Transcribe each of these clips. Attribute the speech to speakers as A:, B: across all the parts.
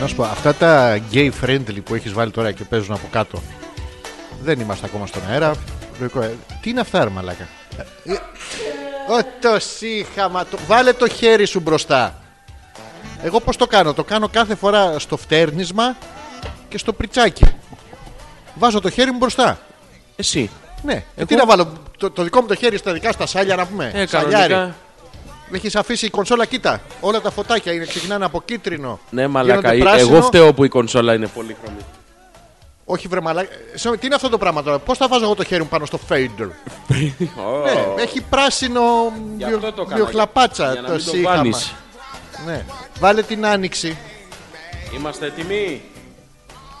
A: Να σου πω, αυτά τα gay friendly που έχεις βάλει τώρα και παίζουν από κάτω. Δεν είμαστε ακόμα στον αέρα. Λογικό, ε. Τι είναι αυτά, ρε μαλάκα. Ε, ε, Ω, το σύχαμα. Το... Βάλε το χέρι σου μπροστά. Εγώ πώς το κάνω. Το κάνω κάθε φορά στο φτέρνισμα και στο πριτσάκι. Βάζω το χέρι μου μπροστά.
B: Εσύ.
A: Ναι. Ε, Τι να βάλω. Το, το δικό μου το χέρι στα δικά στα σάλια να πούμε.
B: Ε,
A: Σαλιάρι.
B: κανονικά.
A: Έχεις αφήσει η κονσόλα, κοίτα. Όλα τα φωτάκια είναι, ξεκινάνε από κίτρινο.
B: Ναι, μαλακά.
A: γίνονται πράσινο. Ναι.
B: Εγώ φταίω που η κονσόλα είναι πολύχρωμη.
A: Όχι, βρε μαλάκα. Ε, συγγνώμη, Τι είναι αυτό το πράγμα τώρα. Πώς θα βάζω εγώ το χέρι μου πάνω στο fader. Ναι, έχει πράσινο
B: Ε, Γι'
A: διο-
B: αυτό το κάνω.
A: διοχλαπάτσα
B: Για να
A: το
B: μην το
A: σύγχαμα.
B: βάνεις.
A: Ναι. Βάλε την άνοιξη.
B: Είμαστε έτοιμοι.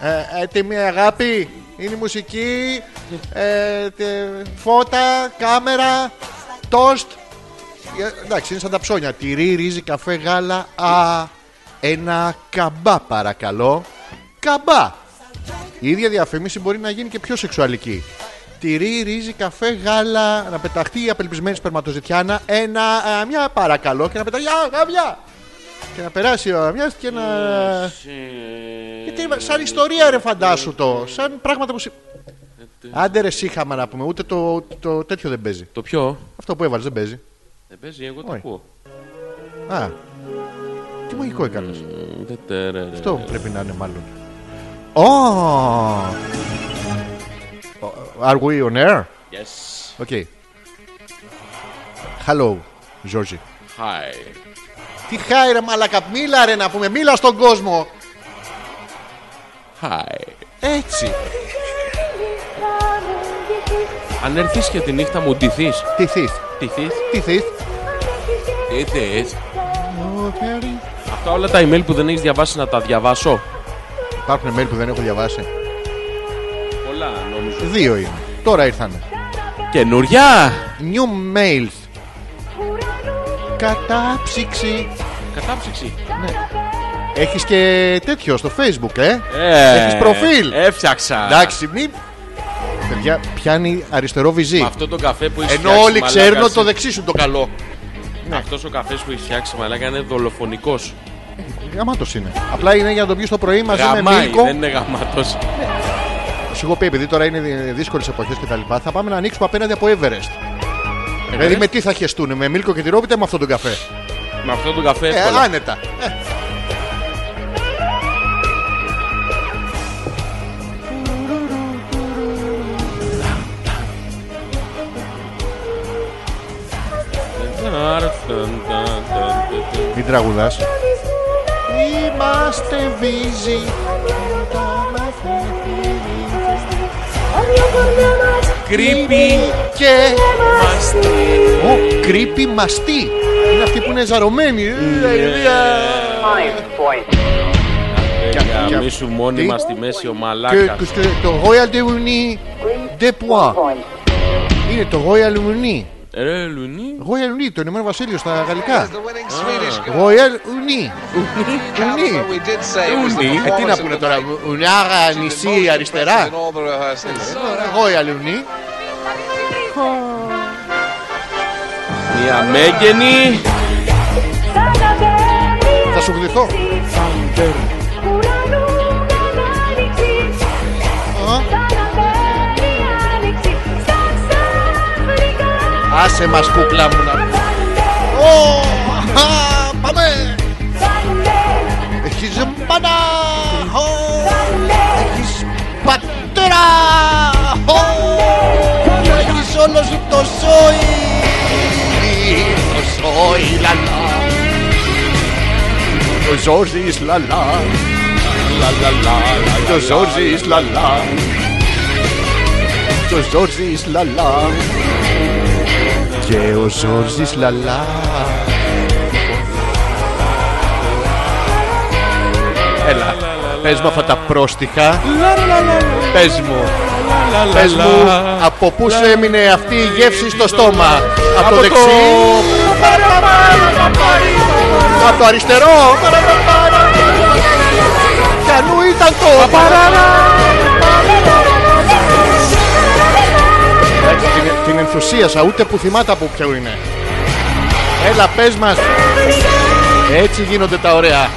A: Ε, έτοιμη αγάπη. Είναι η μουσική. Ε, τε- φώτα, κάμερα, τόστ. Ε, εντάξει, είναι σαν τα ψώνια. Τυρί, ρύζι, καφέ, γάλα. Α, ένα καμπά παρακαλώ. Καμπά. Η ίδια διαφήμιση μπορεί να γίνει και πιο σεξουαλική. Τυρί, ρύζι, καφέ, γάλα. Να πεταχτεί η απελπισμένη σπερματοζητιάνα. Ένα, α, μια παρακαλώ. Και να πεταχτεί. Α, α, μια. Και να περάσει ο αμιάς και να. Και τι- σαν ιστορία ρε φαντάσου το. Σαν πράγματα που. συ- Άντε ρε σύχαμα να πούμε. Ούτε το, το τέτοιο δεν παίζει.
B: Το πιο.
A: Αυτό που έβαλες δεν παίζει.
B: Δεν παίζει, εγώ το
A: Όχι.
B: ακούω.
A: Α. Τι μαγικό έκανε.
B: Μμμ, τε, τε, ρε, ρε.
A: Αυτό πρέπει να είναι μάλλον. Oh. Are we on air?
B: Yes.
A: Okay. Hello, Georgie.
B: Hi.
A: Τι χάει ρε μαλακα, μίλα ρε να πούμε, μίλα στον κόσμο.
B: Hi.
A: Έτσι.
B: Αν έρθεις και τη νύχτα μου ντυθεί.
A: Τι θες,
B: Ντυθεί.
A: τι θες.
B: Ντυθεί. Αυτά όλα τα email που δεν έχεις διαβάσει να τα διαβάσω.
A: Υπάρχουν mail που δεν έχω διαβάσει.
B: Πολλά νομίζω.
A: Δύο είναι. Τώρα ήρθαν.
B: Καινούρια!
A: New mails. Κατάψυξη.
B: Κατάψυξη.
A: Έχεις και τέτοιο στο facebook, ε.
B: Ε,
A: Έχεις προφίλ.
B: Έφτιαξα.
A: Εντάξει, μη... Παιδιά, πιάνει αριστερό βυζί.
B: Με αυτό τον καφέ που έχει
A: Ενώ όλοι ξέρουν το δεξί σου το καλό. Ναι.
B: Αυτός ο καφές που έχει φτιάξει μαλάκα είναι δολοφονικός.
A: Γαμάτος είναι. Απλά είναι Ε, για να το πιεις το πρωί μαζί με
B: Γαμάει,
A: μίλκο.
B: δεν είναι γαμάτος.
A: Σου έχω πει, επειδή τώρα είναι δύσκολες εποχές και τα λοιπά, θα πάμε να ανοίξουμε απέναντι από Everest. Δηλαδή με τι θα χεστούν, με μίλκο και τη ρόπιτα ή με αυτόν τον καφέ.
B: Με αυτό τον καφέ
A: Ε,
B: εύκολα.
A: άνετα. Ε. Μην τραγουδάς. Είμαστε βίζοι.
B: Κρύπη.
A: Και. Ο κρύπη μαστί. Είναι αυτοί που είναι ζαρωμένοι. Ε, αηδία.
B: Γαμί σου ε, μόνιμα στη μέση ο
A: Και,
B: μαλάκας.
A: και- και το Royal Deuni de Poix. Είναι το Royal Uni.
B: Ε, Ρε Λουνί.
A: Royal Uni, το Ηνωμένο Βασίλειο στα γαλλικά. Royal Uni. Uni. Ε, τι να πούνε τώρα, Ουνιάρα νησί αριστερά. Royal Uni.
B: Μια μέγενη.
A: Θα σου γδυθώ. Άσε μας κούκλα μου να... Ω, αχα, Πάμε! Έχεις μπανά! Ω, Έχεις πατέρα! Ω, Έχεις όλος σου το σόι! Το σόι λαλά! Το Ζόρζης λαλά! Λα, λα, λα, λα, Το Ζόρζης λαλά! Το Ζόρζης λαλά! Και ο Ζόρζης λαλά! Έλα, πες μου αυτά τα πρόστιχα. Πες μου. Πες μου από πού σου έμεινε αυτή η γεύση στο στόμα. Από το δεξί. Από το αριστερό. Κι αλλού ήταν το. Εντάξει, την- Την ενθουσίασα, ούτε που θυμάται από ποιο είναι. Έλα, πες μας. Έτσι γίνονται τα ωραία.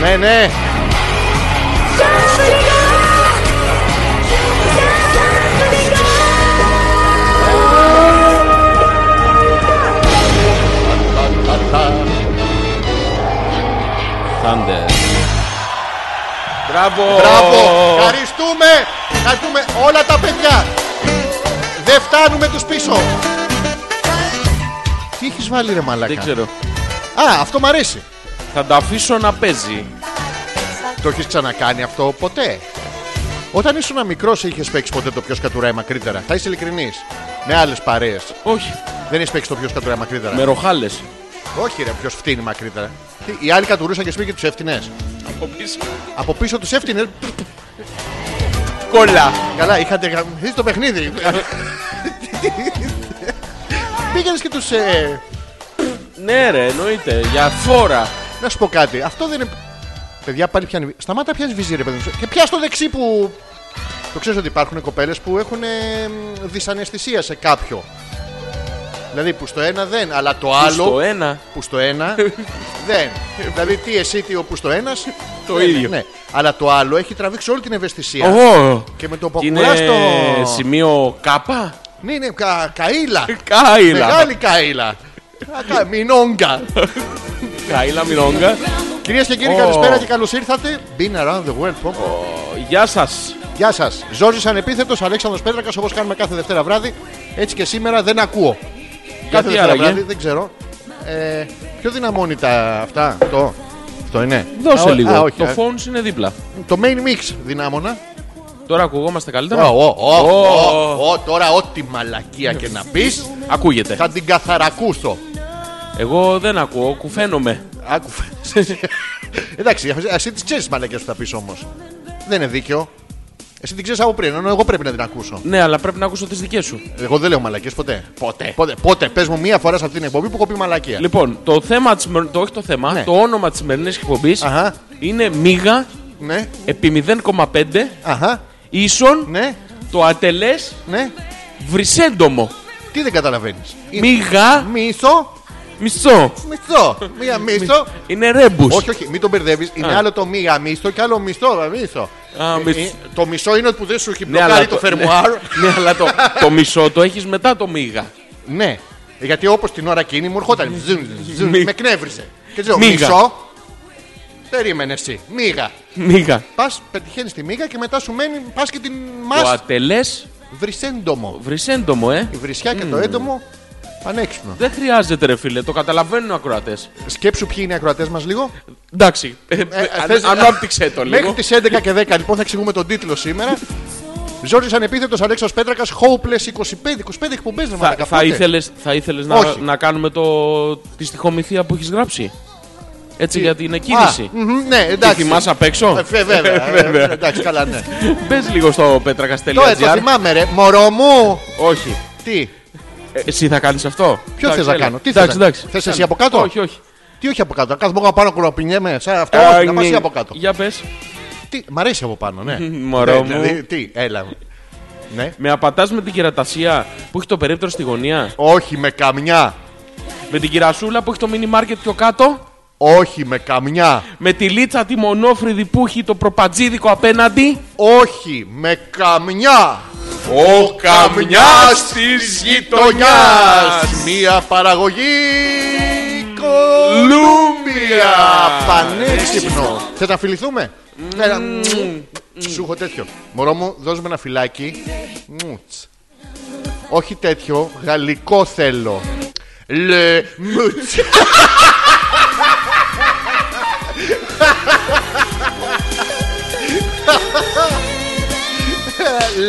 A: Ναι, ναι.
B: Thunder. Μπράβο!
A: Μπράβο! Ευχαριστούμε! Ευχαριστούμε όλα τα παιδιά! Δεν φτάνουμε τους πίσω! Τι έχεις βάλει ρε μαλάκα.
B: Δεν ξέρω.
A: Α, αυτό μ' αρέσει.
B: Θα τα αφήσω να παίζει.
A: Το έχεις ξανακάνει αυτό ποτέ. Όταν ήσουν μικρός είχες παίξει ποτέ το ποιος κατουράει μακρύτερα. Θα είσαι ειλικρινής. Με άλλες παρέες.
B: Όχι.
A: Δεν έχεις παίξει το ποιος κατουράει μακρύτερα.
B: Με ροχάλες.
A: Όχι ρε, ποιος φτύνει μακρύτερα. Τι, Οι άλλοι κατουρούσαν και σπίγε τους έφτινες.
B: Από πίσω.
A: Από πίσω τους έφτινες.
B: Κόλλα.
A: Καλά, είχατε γαμίσει το παιχνίδι. Πήγαινες και τους... ε,
B: Ναι, ρε, εννοείται. Για φόρα.
A: Να σου πω κάτι. Αυτό δεν είναι. Παιδιά, πάλι πιάνει. Σταμάτα, πιάνεις βυζί, ρε παιδί μου. Και πιάσει το δεξί που. Το ξέρεις ότι υπάρχουν κοπέλες που έχουν ε, μ, δυσαναισθησία σε κάποιο. Δηλαδή που στο ένα δεν, αλλά το άλλο
B: Στο ένα.
A: που στο ένα δεν. δηλαδή τι εσύ, τι ο που στο ένας.
B: Το
A: δεν,
B: ίδιο.
A: Ναι. Αλλά το άλλο έχει τραβήξει όλη την ευαισθησία.
B: Εγώ.
A: Και με το που
B: Και
A: ακουράς
B: είναι
A: το.
B: σημείο κάπα.
A: Ναι, ναι, κα, καήλα.
B: Κάιλα.
A: Μεγάλη καήλα. Α, κα- Μινόγκα.
B: Κάιλα Μινόγκα.
A: Κυρίες και κύριοι,
B: Ω.
A: καλησπέρα και καλώς ήρθατε. Been around the world, πω, πω.
B: Γεια σας.
A: Γεια σας. Ζόρζης ανεπίθετος, Αλέξανδρος Πέτρακας, όπως κάνουμε κάθε Δευτέρα βράδυ. Έτσι και σήμερα δεν ακούω. κάθε Δευτέρα
B: άραγε?
A: βράδυ, δεν ξέρω. Ε, πιο δυναμώνει τα αυτά. Το, αυτό είναι.
B: Δώσε
A: Α,
B: λίγο.
A: α, όχι,
B: το
A: α,
B: phones είναι δίπλα.
A: το main mix δυνάμωνα.
B: Τώρα ακουγόμαστε καλύτερα.
A: Ω, ω, ω,
B: Ω.
A: ω, ω, Τώρα, ό,τι μαλακία και να πεις,
B: Ακούγεται.
A: θα την καθαρακούσω.
B: Εγώ δεν ακούω, κουφαίνομαι.
A: Άκου. Εντάξει, εσύ τις ξέρεις μαλακίε που θα πεις όμως. Δεν είναι δίκαιο. Εσύ την ξέρεις από πριν, ενώ εγώ πρέπει να την ακούσω.
B: Ναι, αλλά πρέπει να ακούσω τις δικές σου.
A: Εγώ δεν λέω μαλακίες ποτέ.
B: Ποτέ.
A: Πότε, πότε, πες μου μία φορά σε αυτήν την εκπομπή που έχω πει μαλακία.
B: Λοιπόν, το θέμα της, σημερι- το, όχι το θέμα,
A: Ναι.
B: το όνομα της σημερινής εκπομπής
A: Αχα.
B: είναι μίγα
A: Ναι,
B: επί 0,5
A: αχα,
B: ίσον
A: ναι,
B: το ατελές
A: ναι.
B: βρυσέντομο.
A: Τι δεν καταλαβαίνεις.
B: Μίγα
A: Μισό,
B: μισό.
A: μισθό. Μία μισθό.
B: Είναι ρέμπους.
A: όχι, όχι, μην τον μπερδεύεις. Είναι
B: Α.
A: άλλο το μία μισθό και άλλο μισθό. μισθό.
B: Α,
A: Ε,
B: μισθό.
A: ε, Το μισό είναι που δεν σου έχει μπλοκάρει το φερμουάρ.
B: Ναι, αλλά το, το μισό το έχεις μετά το μίγα.
A: Ναι, γιατί όπως την ώρα εκείνη μου ερχόταν. ζουν, ζουν,
B: Μη-
A: Με κνεύριζε. Και λέω
B: Μίγα.
A: μισό. Περίμενε εσύ. Μίγα.
B: Μίγα.
A: Πας, πετυχαίνεις τη μίγα και μετά σου μένει, πας και την
B: Το
A: μα.
B: ατελές
A: Βρυσέντομο.
B: βρυσέντομο, ε.
A: Η βρισιά και το έντομο πανέξυπνο.
B: Δεν χρειάζεται, ρε φίλε, το καταλαβαίνουν οι ακροατές.
A: Σκέψου ποιοι είναι οι ακροατές μας λίγο.
B: Εντάξει. ε,
A: Ε,
B: αν-
A: θες-
B: Ανάπτυξε το λίγο.
A: Μέχρι τι 11 και 10 λοιπόν θα εξηγούμε τον τίτλο σήμερα. Ζόρι ανεπίθετο Αλέξα Πέτρακα, Hopeless 25. 25 εκπομπές δεν
B: Θα, θα ήθελες, θα ήθελες να,
A: Όχι.
B: να κάνουμε το, τη στοιχομηθεία που έχεις γράψει. Έτσι για την εκκίνηση.
A: Ναι,
B: Τι
A: εντάξει.
B: θυμάσαι απ' έξω.
A: Ε, βέ- Βέβαια. ε, εντάξει, καλά, ναι.
B: Μπες λίγο στο
A: Το, ε, το
B: πέτρακα.gr.
A: θυμάμαι, ρε. Μωρό μου.
B: Όχι.
A: Τι,
B: Ε, Εσύ θα κάνεις αυτό.
A: ποιο
B: Εντάξει,
A: θες να
B: έλα.
A: κάνω, τι
B: Εντάξει,
A: θες. να...
B: εντάξει.
A: Θες εσύ από κάτω.
B: Όχι, όχι.
A: Τι όχι από κάτω. Κάτσε μόνο πάνω κουραπινιέμαι. Σαν αυτό,
B: Ε,
A: όχι, να πας
B: ναι.
A: εσύ από κάτω.
B: Για πες.
A: Τι, μ' αρέσει από πάνω, ναι.
B: Μωρό
A: Ναι,
B: μου.
A: δηλαδή, Τι, έλα. Ναι.
B: Με απατάς με την κερατασία που έχει το περίπτερο στη γωνία.
A: Όχι με καμιά.
B: Με την κυρασούλα που έχει το mini market πιο κάτω.
A: Όχι με καμιά.
B: Με τη λίτσα τη μονόφρυδη που έχει το προπατζίδικο απέναντι.
A: Όχι με καμιά.
B: Ο
A: καμιάς
B: της
A: Τονιάς. Μία παραγωγή. Κολούμπια. Πανέξυπνο. Θες να φιληθούμε. Έλα. Σου έχω τέτοιο. Μωρό μου, δώσουμε ένα φυλάκι. Μουτς. Όχι τέτοιο, γαλλικό θέλω. Λε μουτς.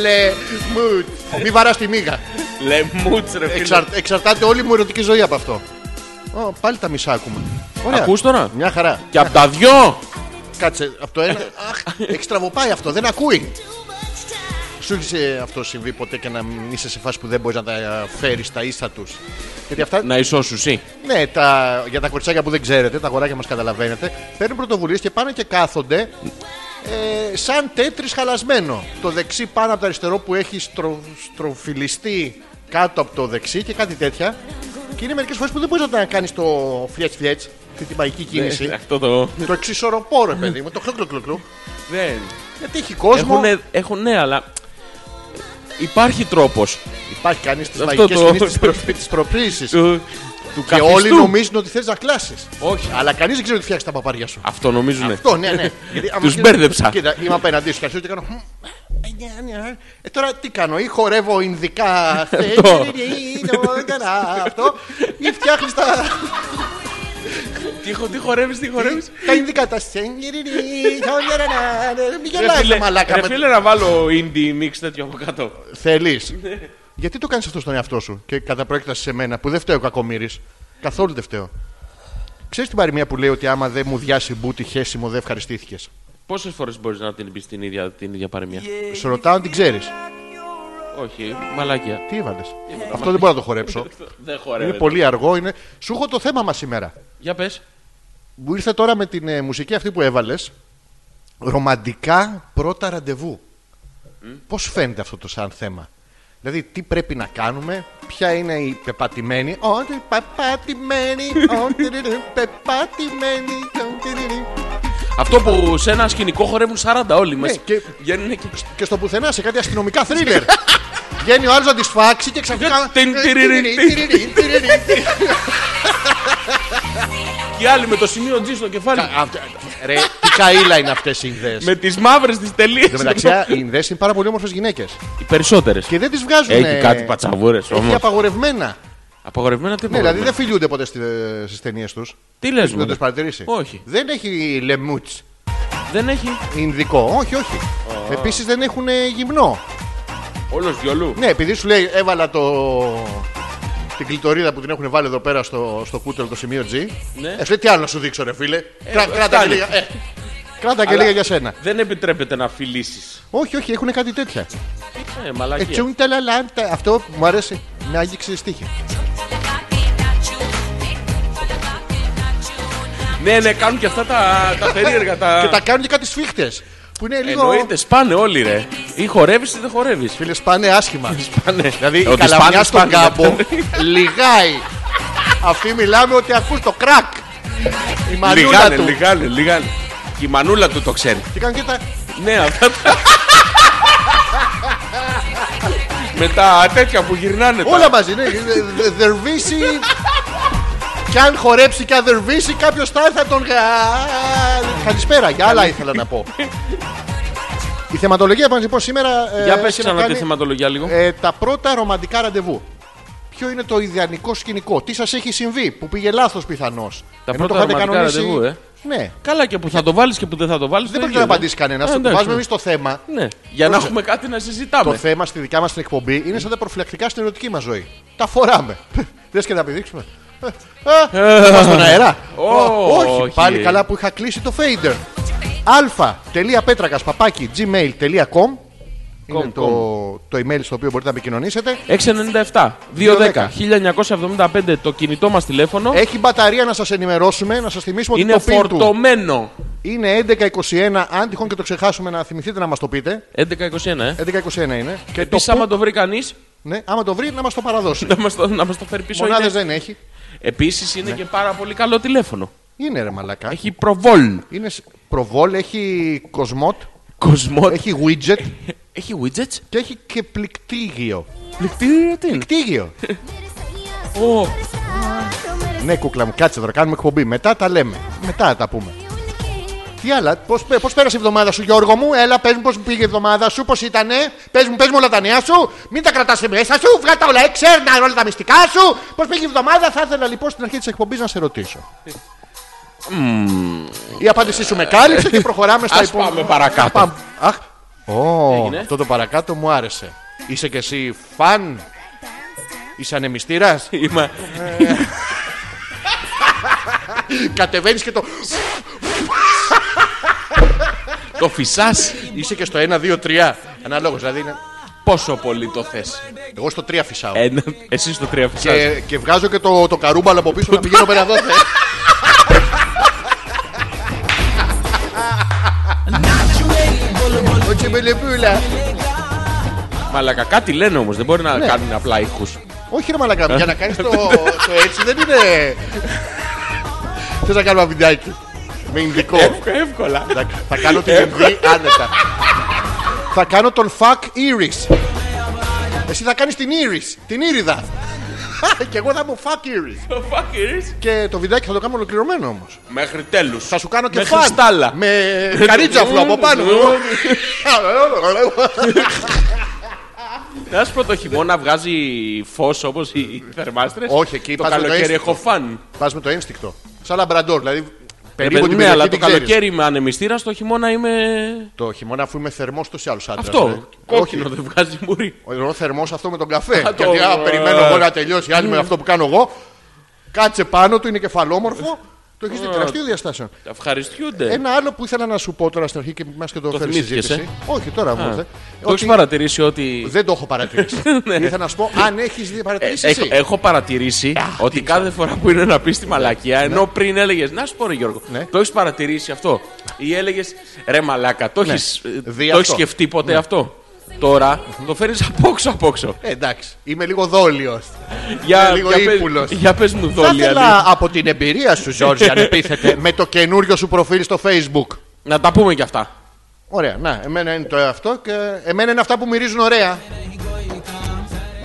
A: Λε μουτς. Μη βαράς τη μίγα.
B: Λεμούτς ρε φίλε.
A: Εξαρ- εξαρτάται όλη μου η ερωτική ζωή από αυτό. Ω, πάλι τα μισά ακούμε. Ωραία.
B: Ακούς τώρα?
A: Μια χαρά.
B: Και απ' τα δυο.
A: Κάτσε από το ένα. Αχ, έχει τραβοπάει αυτό, δεν ακούει. Σου έχει ε, αυτό συμβεί ποτέ και να μην είσαι σε φάση που δεν μπορείς να τα φέρεις τα ίσα τους. Γιατί αυτά,
B: Να ισώσου εσύ.
A: ναι, τα, για τα κοριτσάκια που δεν ξέρετε, τα αγοράκια μας καταλαβαίνετε, παίρνουν πρωτοβουλίες και πάνε και κάθονται ε, σαν τέτρι χαλασμένο. Το δεξί πάνω από το αριστερό που έχει στρο, στροφιλιστεί κάτω από το δεξί και κάτι τέτοια. Και Και είναι μερικές φορές που δεν μπορείς να κάνεις το φλιέτ φλιέτ, αυτή τη
B: Ναι.
A: μαγική κίνηση.
B: Αυτό το.
A: το εξισορροπό, ρε παιδί μου, το κλουκ κλουκ κλουκ, κλουκ.
B: Δεν.
A: Γιατί έχει κόσμο.
B: Έχουν, έχουν, ναι, αλλά. Υπάρχει τρόπος
A: Υπάρχει κανείς τι
B: Αυτό
A: μαγικές
B: το-
A: κινήσεις της προκλήση.
B: του, του
A: Και
B: καθιστού.
A: όλοι νομίζουν ότι θε να κλάσεις.
B: Όχι.
A: Αλλά κανείς δεν ξέρει ότι φτιάξεις τα παπάρια σου.
B: Αυτό νομίζουν.
A: Αυτό, ναι, ναι. Γιατί άμα
B: Τους
A: κοίτα-
B: μπέρδεψα.
A: Κοίτα, είμαι απέναντί σου και αρχίζω και κάνω. «Μμ, ε, ναι, ναι, ναι». Ε, τώρα τι κάνω, ή χορεύω Ινδικά.
B: Αυτό.
A: Αυτό. Ή φτιάχνεις τα.
B: Τι, χο- τι χορεύεις, τι χορεύεις.
A: Τα Ινδικά τα σενγιριρι, χιονιρανάνε. Μη γελάει μαλάκα.
B: ρε φίλε να βάλω indie mix τέτοιο από κάτω.
A: Θέλεις.
B: Ναι.
A: Γιατί το κάνεις αυτό στον εαυτό σου και κατά προέκταση σε μένα που δεν φταίω κακομοίρη. Καθόλου δεν φταίω. Ξέρεις την παροιμία που λέει ότι άμα δεν μου διάσει μπούτι χέσιμο δεν ευχαριστήθηκες.
B: Πόσες φορές μπορείς να την πεις την ίδια, την ίδια παροιμία.
A: Σε ρωτάω αν την ξέρεις.
B: Όχι, μαλάκια.
A: Τι έβαλε. Αυτό δεν μπορώ να το χορέψω.
B: Δεν
A: Είναι
B: χορεύει.
A: πολύ αργό. Είναι... Σου έχω το θέμα μας σήμερα.
B: Για πες.
A: Μου ήρθε τώρα με την ε, μουσική αυτή που έβαλες. Ρομαντικά πρώτα ραντεβού. Πώς φαίνεται αυτό το σαν θέμα. Δηλαδή, τι πρέπει να κάνουμε, ποια είναι η πεπατημένη. Ότι πεπατημένη, ότι πεπατημένη. ο, τυριρι.
B: Αυτό που σε ένα σκηνικό χορεύουν 40 όλοι μέσα.
A: Ναι, και-
B: Βγαίνουν και.
A: Και στο πουθενά σε κάτι αστυνομικά θρίλερ. Βγαίνει ο άλλος να τη σφάξει και ξαφνικά. Ε,
B: Τιν, τυριρι, τυριρι, Και άλλοι με το σημείο G στο κεφάλι.
A: Α, αυτά- Ρε, τι καήλα είναι αυτές οι ιδέε.
B: Με τις μαύρες τις τελείες.
A: Εν τω μεταξύ, οι Ινδές είναι πάρα πολύ όμορφες γυναίκες.
B: Οι περισσότερες.
A: Και δεν τις βγάζουν.
B: Έχει κάτι πατσαβούρες
A: Έχει
B: όμως.
A: απαγορευμένα.
B: Απαγορευμένα τι
A: Ναι, δηλαδή
B: απαγορευμένα.
A: δεν φιλιούνται ποτέ ε, στις ταινίες τους.
B: Τι λες,
A: Δεν το παρατηρήσει.
B: Όχι.
A: Δεν έχει λεμούτς
B: Δεν έχει.
A: Ινδικό. Όχι, όχι. Επίσης δεν έχουν ε, γυμνό.
B: Όλος βιολού.
A: Ναι, επειδή σου λέει έβαλα το. Την κλειτορίδα που την έχουν βάλει εδώ πέρα στο, στο κούτελο το σημείο G.
B: Ναι.
A: Ε, σου λέει, τι άλλο να σου δείξω, ρε φίλε. Κρά- κράτα
B: ε,
A: και
B: φτάνει.
A: λίγα. ε, κράτα και
B: Αλλά-
A: λίγα για σένα.
B: Δεν επιτρέπεται να φιλήσεις.
A: Όχι, όχι, έχουν κάτι τέτοια.
B: Ε,
A: Ε,
B: μαλακία.
A: τσουν, ταλαλάν, τα- Αυτό που μου αρέσει. Με άγγιξε στοίχη.
B: Ναι, ναι, κάνουν και αυτά τα, τα περίεργα.
A: Και
B: Τα...
A: τα κάνουν και κάτι σφίχτες Που είναι λίγο.
B: Εννοείται, σπάνε όλοι ρε. Ή χορεύεις ή δεν χορεύεις.
A: Φίλε, σπάνε άσχημα.
B: Σπάνε.
A: Δηλαδή η
B: Ότι
A: καλαμιά
B: σπάνε,
A: στον
B: σπάνε. ναι.
A: κάμπο λιγάει. Αυτή μιλάμε ότι ακούς το κρακ. Η μανούλα
B: Λιγάνε,
A: του.
B: λιγάνε, λιγάνε. Και η μανούλα του το ξέρει.
A: Και κάνουν και τα...
B: Ναι, αυτά τα. Με τα τέτοια που γυρνάνε. τα-
A: Όλα μαζί. Ναι. Δε- Δερβίσει. Κι αν χορέψει και αν δερβίσει κάποιος θα έρθει θα τον... γα- Καλησπέρα. Για άλλα ήθελα να πω. Η θεματολογία που λοιπόν σήμερα... ε,
B: Για
A: έχει
B: πες
A: να
B: ξανά τη
A: κάνει,
B: θεματολογία λίγο.
A: ε, τα πρώτα ρομαντικά ραντεβού. Ποιο είναι το ιδανικό σκηνικό, τι σας έχει συμβεί, που πήγε λάθος πιθανώς.
B: Τα πρώτα ρομαντικά ραντεβού, ε.
A: Ναι.
B: Καλά και που θα το βάλεις και που δεν θα το βάλεις.
A: Δεν πρέπει να απαντήσει κανένας.
B: Ε,
A: Το βάζουμε εμείς το θέμα.
B: Ναι, για να
A: Πρόσεξε.
B: έχουμε κάτι να
A: Το
B: συζητάμε.
A: θέμα στη δικιά μας την εκπομπή είναι σαν τα προφυλακτικά στην ερωτική μας ζωή. Τα φοράμε. Θες και να πηδήξουμε. Α, θα πας στον αέρα.
B: Ε. Ω,
A: Όχι,
B: όχι.
A: πάλι καλά που είχα κλείσει το fader. αλφα.πέτρακα παπάκι gmail.com είναι
B: Com,
A: το, το email στο οποίο μπορείτε να επικοινωνήσετε.
B: 697-210-1975 το κινητό μας τηλέφωνο
A: Έχει μπαταρία να σας ενημερώσουμε, να σας θυμίσουμε
B: είναι
A: ότι το pin του
B: φορτωμένο.
A: είναι 1121. Αν τυχόν και το ξεχάσουμε, να θυμηθείτε να μας το πείτε.
B: 11-21, ε.
A: 1121 είναι. Και το
B: Επίσης, άμα το βρει κανείς,
A: Ναι, άμα το βρει να μας το παραδώσει.
B: να μας το, να μας το φέρει πίσω.
A: Μονάδες
B: Είναι...
A: δεν έχει.
B: Επίσης, είναι και πάρα πολύ καλό τηλέφωνο.
A: Είναι ρε μαλακά.
B: Έχει προβόλ.
A: Είναι σ- προβόλ, έχει κοσμότ,
B: Κοσμό. Έχει,
A: έχει widget
B: έχει widgets.
A: και έχει και πληκτήγιο.
B: Πληκτήριο τι είναι.
A: Πληκτήγιο.
B: Ω,
A: ναι, κούκλα μου, κάτσε τώρα, κάνουμε εκπομπή. Μετά τα λέμε. Μετά τα πούμε. Τι άλλα, πώς πώς πέρασε η εβδομάδα σου, Γιώργο μου, έλα, πες μου πώς πήγε η εβδομάδα σου, πώς ήτανε, πες μου, πες μου όλα τα νέα σου, μην τα κρατάς μέσα σου, βγά τα όλα έξερνα, όλα τα μυστικά σου. Πώς πήγε η εβδομάδα, θα ήθελα λοιπόν στην αρχή της εκπομπής να σε ρωτήσω. Η απάντησή σου με κάλυψε και προχωράμε στα
B: Ας
A: υπόλοιπα.
B: πάμε παρακάτω.
A: Πάμε. Αχ, Ω,
B: Έγινε.
A: αυτό το παρακάτω μου άρεσε. Είσαι και εσύ φαν. Είσαι ανεμιστήρας.
B: είμαι.
A: Κατεβαίνεις και το.
B: το φυσάς.
A: Είσαι και στο 1, 2, 3. Αναλόγως δηλαδή. είναι-
B: Πόσο πολύ το θες.
A: Εγώ στο 3 φυσάω.
B: Ένα, εσύ το τρία φυσάς.
A: Και, και βγάζω και το, το καρούμπαλο από πίσω να πηγαίνω πέρα εδώ. θε. Ο Τσιμπελεπούλα. Ναι.
B: Μαλακα, κάτι λένε όμως, δεν μπορεί να κάνουν απλά ήχους.
A: Όχι ρε μαλακά, για να κάνεις το, το έτσι δεν είναι... Θες να κάνω ένα βιντεάκι. Με ινδικό.
B: Εύκολα.
A: Εντάξει, Θα κάνω την Ινδή άνετα. Θα κάνω τον fuck Iris. Εσύ θα κάνεις την Iris, την Ήριδα. Και εγώ θα μου fuck Iris.
B: Το fuck is.
A: Και το βιντεάκι θα το κάνω ολοκληρωμένο όμως.
B: Μέχρι τέλους.
A: Θα σου κάνω και
B: Με
A: φαν.
B: χρυστάλλα.
A: Με καρίτζαφλο από πάνω.
B: Ένας πρώτο χειμώνα βγάζει φως όπως οι θερμάστρες.
A: Όχι, εκεί
B: το
A: πας με το
B: καλοκαίρι
A: αίσθημα.
B: έχω φαν.
A: Πας με το ένστικτο. Σαν λαμπραντόρ, δηλαδή περίπου
B: Περίπου
A: την
B: ναι,
A: περιοχή
B: αλλά το
A: την ξέρεις.
B: καλοκαίρι είμαι ανεμιστήρας, το χειμώνα είμαι.
A: Το χειμώνα αφού είμαι θερμός τόσο άλλους άντρας. ε.
B: Αυτό. Κόκκινο
A: Όχι.
B: δεν βγάζει μουρή.
A: Εννοώ θερμός αυτό με τον καφέ.
B: Α, το-
A: Γιατί α, περιμένω εγώ να τελειώσει άλλη με αυτό που κάνω εγώ. Κάτσε πάνω του, είναι κεφαλόμορφο. Το έχεις δει τεραστίο διαστάσεων.
B: Ευχαριστούνται.
A: Ένα άλλο που ήθελα να σου πω τώρα στην αρχή και μας και το,
B: Το
A: φέρνει
B: θυμήθηκες,
A: συζήτηση. Όχι, τώρα μου ήρθε.
B: Το έχεις
A: Ότι
B: παρατηρήσει ότι.
A: Δεν το έχω παρατηρήσει. Ήθελα να σου πω αν έχεις παρατηρήσεις.
B: Ε, έχω,
A: εσύ.
B: έχω παρατηρήσει ότι κάθε φορά που είναι να πει τη μαλακία, ενώ πριν έλεγες Να σου πω, ρε Γιώργο,
A: Ναι.
B: το έχεις παρατηρήσει αυτό. Ή έλεγες Ρε μαλάκα, το έχει
A: Δι' Ναι. αυτό. Ναι.
B: σκεφτεί ποτέ αυτό. Τώρα το φέρνει απόξω απόξω.
A: Ε, εντάξει, είμαι λίγο δόλιος.
B: για,
A: λίγο
B: για, πες-
A: ύπουλος.
B: για πες μου
A: Θα
B: δόλια. λέει.
A: ήθελα από την εμπειρία σου, Ζόρζι, αν επίθετε, με το καινούριο σου προφίλ στο Facebook.
B: Να τα πούμε κι αυτά.
A: Ωραία, να, εμένα είναι το αυτό και εμένα είναι αυτά που μυρίζουν ωραία.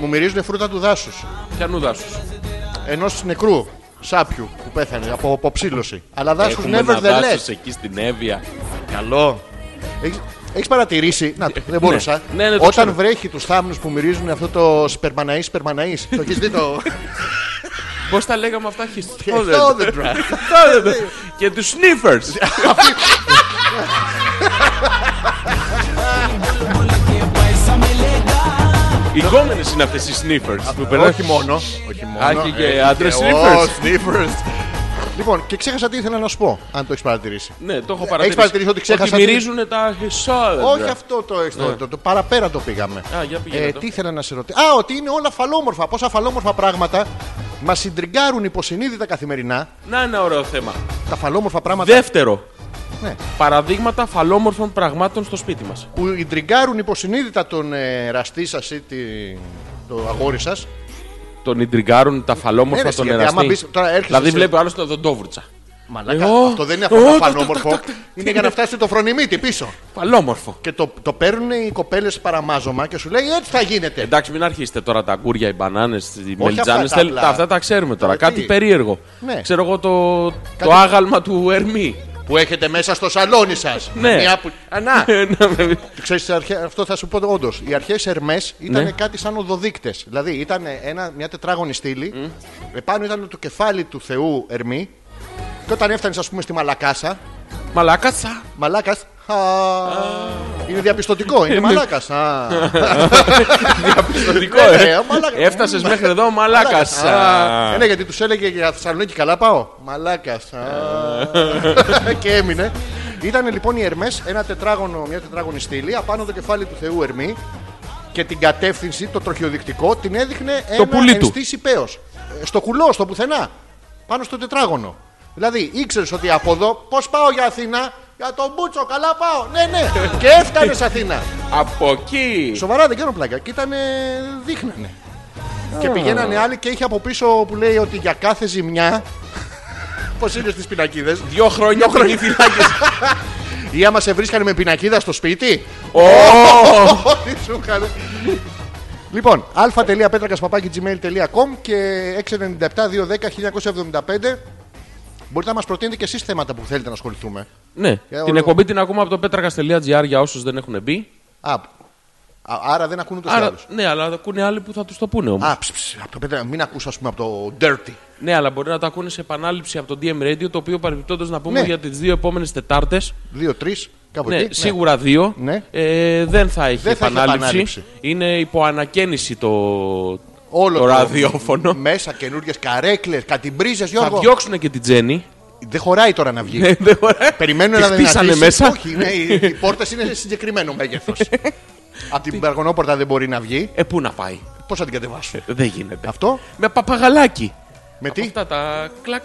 A: Μου μυρίζουν φρούτα του δάσους.
B: Πιανούδα σου.
A: Ενό νεκρού σάπιου που πέθανε από αποψήλωση. Αλλά δάσου
B: Έχουμε ένα
A: nevertheless.
B: δάσος εκεί στην Εύβοια.
A: Καλό. Έχεις παρατηρήσει. Να, το, δεν μπορούσα.
B: Ναι, ναι, το
A: Όταν
B: ξέρω.
A: βρέχει τους θάμνους που μυρίζουν αυτό το σπερμαναή, σπερμαναή. το έχεις δει το.
B: Πώς τα λέγαμε αυτά,
A: χιστόδεντρα.
B: χιστόδεντρα. Και τους sniffers. Οι γκόμενες είναι αυτές οι sniffers που περνάνε.
A: όχι μόνο. Όχι μόνο.
B: Άχι και
A: έχει
B: άντρες
A: Ε, και-
B: sniffers.
A: Ω, sniffers. Λοιπόν, και ξέχασα τι ήθελα να σου πω, αν το έχεις παρατηρήσει.
B: Ναι, το έχω παρατηρήσει.
A: παρατηρήσει ότι ξέχασα τι-
B: μυρίζουν τα χισόδεντρα.
A: Όχι αυτό το έξω, το, το παραπέρα το πήγαμε. Ε,
B: Α, για πήγαινε το.
A: τι ήθελα να σε ρωτήσω. Α, ότι είναι όλα φαλόμορφα. Πόσα φαλόμορφα πράγματα μας συντριγκάρουν υποσυνείδητα καθημερινά.
B: Να ένα ωραίο θέμα.
A: Τα φαλόμορφα πράγματα
B: Δεύτερο.
A: ναι,
B: Παραδείγματα φαλόμορφων πραγμάτων στο σπίτι μας.
A: που ιντριγκάρουν υποσυνείδητα τον ε, ραστή σας ή τη, το αγόρι σας.
B: Τον ιντριγκάρουν τα
A: Ναι, ρε,
B: φαλόμορφα τον
A: γιατί άμα
B: εραστή.
A: μπεις- τώρα έρχεσαι
B: Δηλαδή
A: σε-
B: βλέπει ο άλλος τον δοντόβουρτσα.
A: Μαλάκα,
B: Ε, ω,
A: αυτό δεν είναι αυτό
B: ω,
A: το
B: τακ, τακ,
A: φαλόμορφο.
B: τακ, τακ.
A: Είναι για να φτάσει το φρονιμίτι πίσω.
B: Φαλόμορφο.
A: Και το, το παίρνουν οι κοπέλες παραμάζωμα και σου λέει έτσι θα γίνεται.
B: Εντάξει, μην αρχίσετε τώρα τα αγκούρια, οι μπανάνες, οι
A: αυτά
B: μελιτζάνε.
A: τα
B: Αυτά,
A: απλά.
B: αυτά τα ξέρουμε τώρα.
A: Ναι,
B: Κάτι
A: τι?
B: περίεργο.
A: Ναι.
B: Ξέρω εγώ το, το άγαλμα του Ερμή.
A: Που έχετε μέσα στο σαλόνι σας.
B: Ναι.
A: Μια που... Α, Ε, να,
B: Ναι.
A: Ξέρεις, αρχα- αυτό θα σου πω όντως. Οι αρχέ Ερμές ήταν
B: Ναι.
A: κάτι σαν οδοδείκτες. Δηλαδή ήταν ένα, μια τετράγωνη στήλη. Επάνω ήταν το κεφάλι του Θεού Ερμή. Και όταν έφτανες, ας πούμε, στη Μαλακάσα.
B: Μαλάκατσα.
A: Μαλάκα. Είναι διαπιστωτικό.
B: Ε, ναι.
A: Είναι μαλάκας.
B: Πιστοτικό,
A: Ναι, ρε,
B: ε.
A: ο μαλάκας.
B: Έφτασες μέχρι εδώ, μαλάκας.
A: Ναι, γιατί τους έλεγε για Θεσσαλονίκη καλά πάω. Μαλάκας. Και έμεινε. Ήταν λοιπόν οι Ερμές ένα τετράγωνο, μια τετράγωνη στήλη απάνω το κεφάλι του Θεού Ερμή και την κατεύθυνση, το τροχιοδεικτικό, την έδειχνε
B: Το
A: ένα
B: πουλί του.
A: ενστής υπέος. Ε, Στο κουλό, στο πουθενά. Πάνω στο τετράγωνο. Δηλαδή ήξερες ότι από εδώ πώς πάω για Αθήνα. Για τον Μπούτσο, καλά πάω. Ναι, ναι. και έφτανε Αθήνα.
B: Από εκεί.
A: Σοβαρά δεν κάνω πλάκα. Και ήταν. ε, δείχνανε. Και πηγαίνανε άλλοι και είχε από πίσω που λέει ότι για κάθε ζημιά. Πώς είναι στις πινακίδες.
B: Δύο χρόνια πριν οι φυλάκες.
A: Ή άμα σε βρίσκανε με πινακίδα στο σπίτι.
B: Ω,
A: Ό,τι σου είχαν. Λοιπόν, α.πέτρακα.gmail.com και 697-210-1975. Μπορείτε να μας προτείνετε και εσείς θέματα που θέλετε να ασχοληθούμε.
B: Ναι,
A: Για
B: την
A: όλο.
B: εκπομπή την ακούμε από το πέτρακα.gr για όσους δεν έχουν μπει.
A: Α, α, άρα δεν ακούνε τους
B: Άρα,
A: άλλους.
B: ναι, αλλά ακούνε άλλοι που θα τους το πούνε όμως.
A: Α, ψ, ψ, από το πέτρακα. Μην ακούς ας πούμε, από το dirty.
B: Ναι, αλλά μπορεί να τα ακούνε σε επανάληψη από το DM Radio, το οποίο παρεμπιπτόντως να πούμε
A: Ναι.
B: για τις δύο επόμενες Τετάρτες.
A: Δύο-τρει, κάπου
B: Ναι,
A: εκεί.
B: σίγουρα δύο.
A: Ναι.
B: Ε, δεν θα έχει
A: Δεν θα έχει
B: επανάληψη.
A: επανάληψη.
B: Είναι υπό ανακαίνιση το,
A: Ναι. Όλο
B: το ραδιόφωνο.
A: Μέσα καινούριε καρέκλε, κατημπρίζε,
B: Θα
A: Γιώργο.
B: διώξουν και την Τζέννη.
A: Δεν χωράει τώρα να βγει.
B: Ε, δεν χωράει.
A: Περιμένουν
B: Τη
A: να
B: χτίσανε
A: δυνατήσει.
B: μέσα.
A: Όχι, ναι, οι, οι πόρτες είναι σε συγκεκριμένο μέγεθος. Από την Περγονόπορτα δεν μπορεί να βγει.
B: Ε, πού να πάει.
A: Πώς θα την κατεβάσουν.
B: Δεν γίνεται.
A: Αυτό
B: Με παπαγαλάκι.
A: με
B: Από
A: τι.
B: Αυτά τα κλακ.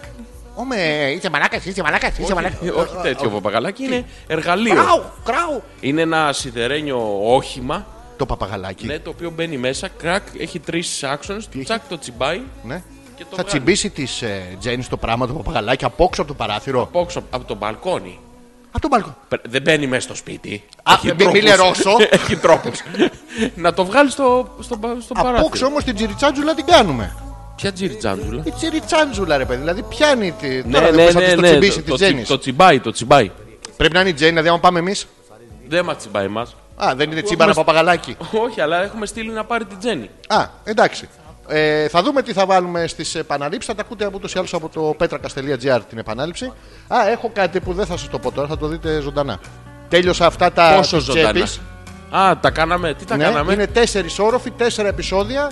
A: Ωμε, είσαι μαλάκας, είσαι μαλάκας, είσαι μαλάκα.
B: Ε, Όχι τέτοιο παπαγαλάκι, είναι εργαλείο.
A: Κράου, κράου.
B: Είναι ένα σιδερένιο όχημα
A: το παπαγαλάκι.
B: Ναι, το οποίο μπαίνει μέσα, κρακ, έχει τρεις άξονες,
A: έχει?
B: τσακ το τσιμπάει.
A: Ναι.
B: Και το
A: Θα
B: βγάλει.
A: τσιμπήσει τη Τζέννη το πράγμα το παπαγαλάκι απόξω από το παράθυρο.
B: Πόξο από το μπαλκόνι.
A: Από τον μπαλκό.
B: Πε- Δεν μπαίνει μέσα στο σπίτι.
A: Α,
B: Έχει
A: μη- μη
B: τρόπους.
A: λερώσω.
B: Έχει τρόπους. να το βγάλει στο, στο, πα- στο
A: Απόξω
B: παράθυρο.
A: όμως την τζιριτσάντζουλα την κάνουμε.
B: Ποια τζιριτζάντζουλα.
A: Η τζιριτσάντζουλα ρε παιδί, δηλαδή πιάνει τη.
B: Ναι,
A: Τώρα
B: ναι,
A: δεν μπορεί
B: ναι,
A: να
B: ναι,
A: τσιμπήσει
B: το,
A: της
B: το,
A: Τζέννη.
B: το τσιμπάει, το τσιμπάει.
A: Πρέπει να είναι η Τζέννη, δηλαδή άμα πάμε εμείς.
B: Δεν μας τσιμπάει εμάς.
A: Α, δεν είναι τσίμπαρα
B: Έχουμε-
A: παπαγαλάκι.
B: Όχι, αλλά έχουμε στείλει να πάρει την Τζέννη.
A: Α, εντάξει. Ε, θα δούμε τι θα βάλουμε στις επαναλήψεις. Θα τα ακούτε από ούτω ή άλλω από το petrakas.gr την επανάληψη. Α, έχω κάτι που δεν θα σας το πω τώρα, θα το δείτε ζωντανά. Τέλειωσα αυτά τα
B: Πόσο
A: της
B: ζωντανά.
A: τσέπης.
B: Α, τα κάναμε. Τι τα
A: Ναι,
B: κάναμε.
A: είναι τέσσερις όροφοι, τέσσερα επεισόδια.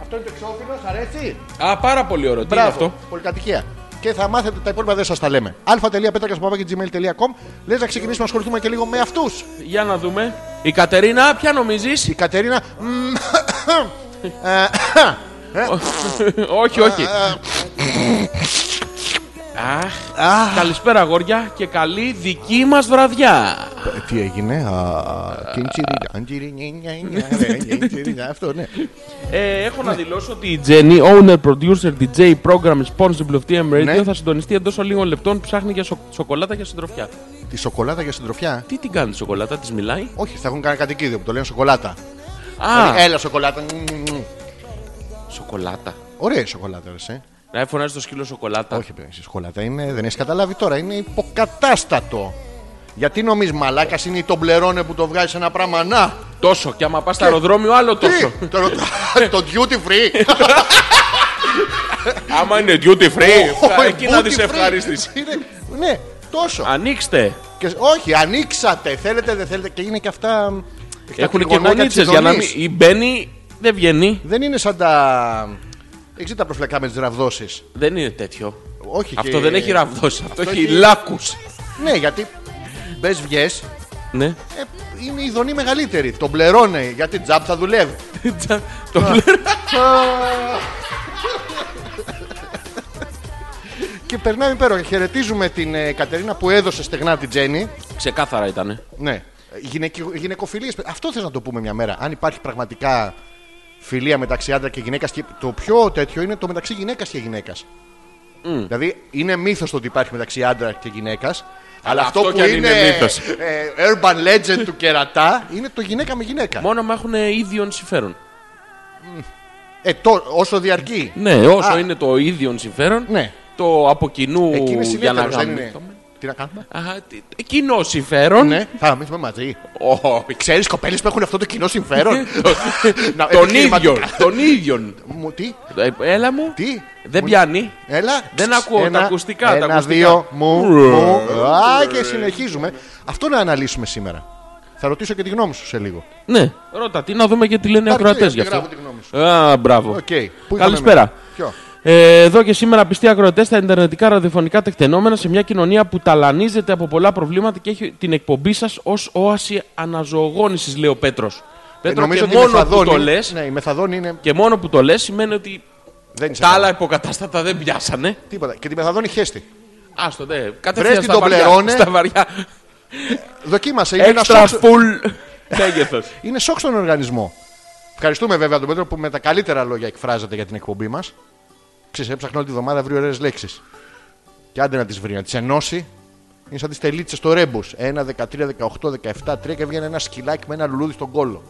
A: Αυτό είναι το εξώφυλλο, σ' αρέσει.
B: Α, πάρα πολύ ωραίο. Τι είναι
A: Μπράβο,
B: αυτό.
A: πολυκατοικία. Και θα μάθετε τα υπόλοιπα, δεν σας τα λέμε. α.πέτρακα.gmail.com Λες να ξεκινήσουμε να ασχοληθούμε και λίγο με αυτούς.
B: Για να δούμε. Η Κατερίνα, ποια νομίζεις.
A: Η Κατερίνα. μ, ε,
B: όχι, όχι. Αχ, καλησπέρα αγόρια και καλή δική μας βραδιά.
A: Ε, Τι έγινε, α, κιντσιρινιά, αντιρινιά, νιά, ρε, κιντσιρινιά, αυτό ναι.
B: Ε, έχω να δηλώσω ότι η Jenny, owner, producer, DJ, program, responsible of TM Radio,
A: Ναι.
B: θα συντονιστεί εντός λίγων λεπτών. Ψάχνει για σο- σοκολάτα για συντροφιά.
A: Τη σοκολάτα για συντροφιά.
B: Τι την κάνει η σοκολάτα, της μιλάει.
A: Όχι, θα έχουν κάνει κατοικίδιο που το λένε σοκολάτα.
B: Α,
A: Δηλαδή, Έλα σοκολάτα. μμμ, μμμ.
B: σοκολάτα.
A: Ωραία η σοκολάτα, ρε. σε.
B: Να ε, φωνάζει το σκύλο σοκολάτα.
A: Όχι, παιδί, εσύ σοκολάτα είναι, δεν έχεις καταλάβει τώρα, είναι υποκατάστατο. Γιατί νομίζεις μαλάκας είναι η τομπλερόνε που το βγάζει ένα πράγμα. Να!
B: Τόσο. Και άμα πας στο αεροδρόμιο, άλλο τόσο.
A: Τι! Το, το duty free!
B: άμα είναι duty free,
A: Όχι,
B: εκεί να
A: ε, duty
B: τη
A: free.
B: ευχαρίστηση.
A: Είναι- Ναι, τόσο.
B: Ανοίξτε.
A: Και- όχι, ανοίξατε. Θέλετε, δεν θέλετε. Και είναι και αυτά. μ, τα
B: Έχουν και
A: τριγωνάκια
B: γονίτσε
A: της
B: για να μην.
A: ειδονής.
B: Η μπαίνει, δεν βγαίνει.
A: Δεν είναι σαν τα. Εξή τα προφυλακά με τις ραβδόσεις.
B: Δεν είναι τέτοιο.
A: Όχι.
B: Αυτό
A: και-
B: δεν έχει ραβδόσεις. Αυτό έχει
A: έχει-
B: λάκους.
A: Ναι, γιατί μπες βγες,
B: Ναι.
A: ε, είναι η δονή μεγαλύτερη. Τον πληρώνει γιατί τζαμπ θα δουλεύει.
B: Τσα- Το λέω.
A: και περνάμε πέρα. Χαιρετίζουμε την ε, Κατερίνα που έδωσε στεγνά την Τζέννη.
B: Ξεκάθαρα ήταν.
A: Ναι. Γυναικι... Γυναικοφιλίες. Αυτό θες να το πούμε μια μέρα. Αν υπάρχει πραγματικά φιλία μεταξύ άντρα και γυναίκας. Και... Το πιο τέτοιο είναι το μεταξύ γυναίκας και γυναίκας. Δηλαδή είναι μύθος το ότι υπάρχει μεταξύ άντρα και γυναίκας. Αλλά αυτό,
B: αυτό
A: που
B: κι αν
A: είναι,
B: είναι μύθος.
A: ε, urban legend του κερατά είναι το γυναίκα με γυναίκα.
B: Μόνο μα έχουν ίδιον συμφέρον.
A: Ε, το, όσο διαρκεί.
B: Ναι, όσο
A: Α.
B: είναι το ίδιον συμφέρον,
A: Ναι.
B: το από κοινού
A: Εκείνη
B: για να
A: ιδιαίτερος, δεν είναι.
B: γαμηθούμε.
A: Τι να κάνουμε.
B: Α, τι- Κοινό συμφέρον.
A: Ναι, θα γαμίσουμε μαζί.
B: Όχι.
A: Ξέρεις κοπέλες που έχουν αυτό το κοινό συμφέρον. Να-
B: Τον
A: επιχειρηματικά.
B: ίδιον. Τον ίδιον.
A: Μου, τι,
B: Ε, Έλα μου.
A: τι.
B: Δεν
A: μου-
B: πιάνει.
A: Έλα.
B: Δεν ακούω τα ακουστικά, τα
A: Ένα,
B: ακουστικά.
A: δύο, μου, μου. Α, και συνεχίζουμε. Αυτό να αναλύσουμε σήμερα. Θα ρωτήσω και τη γνώμη σου σε λίγο.
B: Ναι. Ρώτα, τι να δούμε και τι λένε οι
A: Πάρε,
B: ακροατές
A: κύριε,
B: γι' αυτό.
A: γράφω τη γνώμη σου.
B: Α, μπράβο.
A: Οκ. Πού είχαμε
B: Καλησπέρα.
A: μείνει? Ποιο?
B: Ε, εδώ και σήμερα πιστοί ακροατές στα Ιντερνετικά ραδιοφωνικά τεκτενόμενα σε μια κοινωνία που ταλανίζεται από πολλά προβλήματα και έχει την εκπομπή σας ως όαση αναζωογόνησης, λέει ο Πέτρος. Πέτρο,
A: Ε, νομίζω
B: και
A: ότι η
B: μόνο που
A: μεθαδόνη-
B: το λες,
A: Ναι, η μεθαδόνη είναι.
B: και μόνο που το λες σημαίνει ότι
A: Δεν είσαι
B: τα
A: καλά.
B: άλλα υποκατάστατα δεν πιάσανε.
A: Τίποτα. Και τη μεθαδόνη χέστη.
B: Άστο, ναι. Κατευθείαν
A: την
B: στα βαριά.
A: τομπλερόνε.
B: Στα βαριά.
A: Δοκίμασε. Είναι ένα
B: Έξτρα
A: σοκ.
B: full μέγεθος.
A: Είναι σοκ στον οργανισμό. Ευχαριστούμε βέβαια τον Πέτρο που με τα καλύτερα λόγια εκφράζεται για την εκπομπή μας. Ξέρετε, έψαχνα όλη τη βδομάδα βρει ωραίες λέξεις. Και άντε να τις βρει, να τις ενώσει. Είναι σαν τις τελίτσες στο ρέμπους. 1, 13, 18, 17, 3 και βγαίνει ένα σκυλάκι με ένα λουλούδι στον κόλο.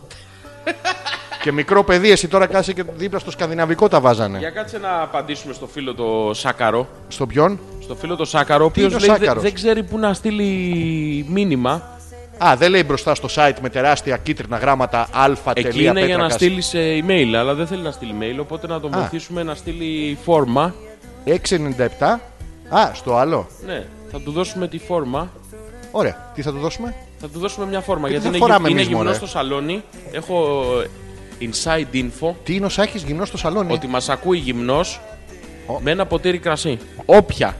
A: και μικρό παιδί, εσύ τώρα κάτσε και δίπλα στο σκανδιναβικό τα βάζανε.
B: Για κάτσε να απαντήσουμε στο φίλο το Σάκαρο.
A: Στον ποιον.
B: Στο φίλο το Σάκαρο, ο οποίο
A: είναι ο Σάκαρος?
B: δεν ξέρει πού να στείλει μήνυμα.
A: Α, δεν λέει μπροστά στο site με τεράστια κίτρινα γράμματα α.
B: Εκεί είναι για να στείλεις email, αλλά δεν θέλει να στείλει email, οπότε να τον
A: Α.
B: βοηθήσουμε να στείλει φόρμα.
A: 697. Α, στο άλλο.
B: Ναι, θα του δώσουμε τη φόρμα.
A: Ωραία. Τι θα του δώσουμε.
B: Θα του δώσουμε μια φόρμα
A: Και
B: γιατί
A: δεν
B: είναι,
A: φοράμε
B: γυ- είναι
A: εμείς,
B: γυμνός
A: μωρέ.
B: στο σαλόνι. Έχω ε, inside info
A: Τι είναι ο Σάκη γυμνός στο σαλόνι.
B: ότι μας ακούει γυμνός
A: Ω.
B: με ένα ποτήρι κρασί. Όποια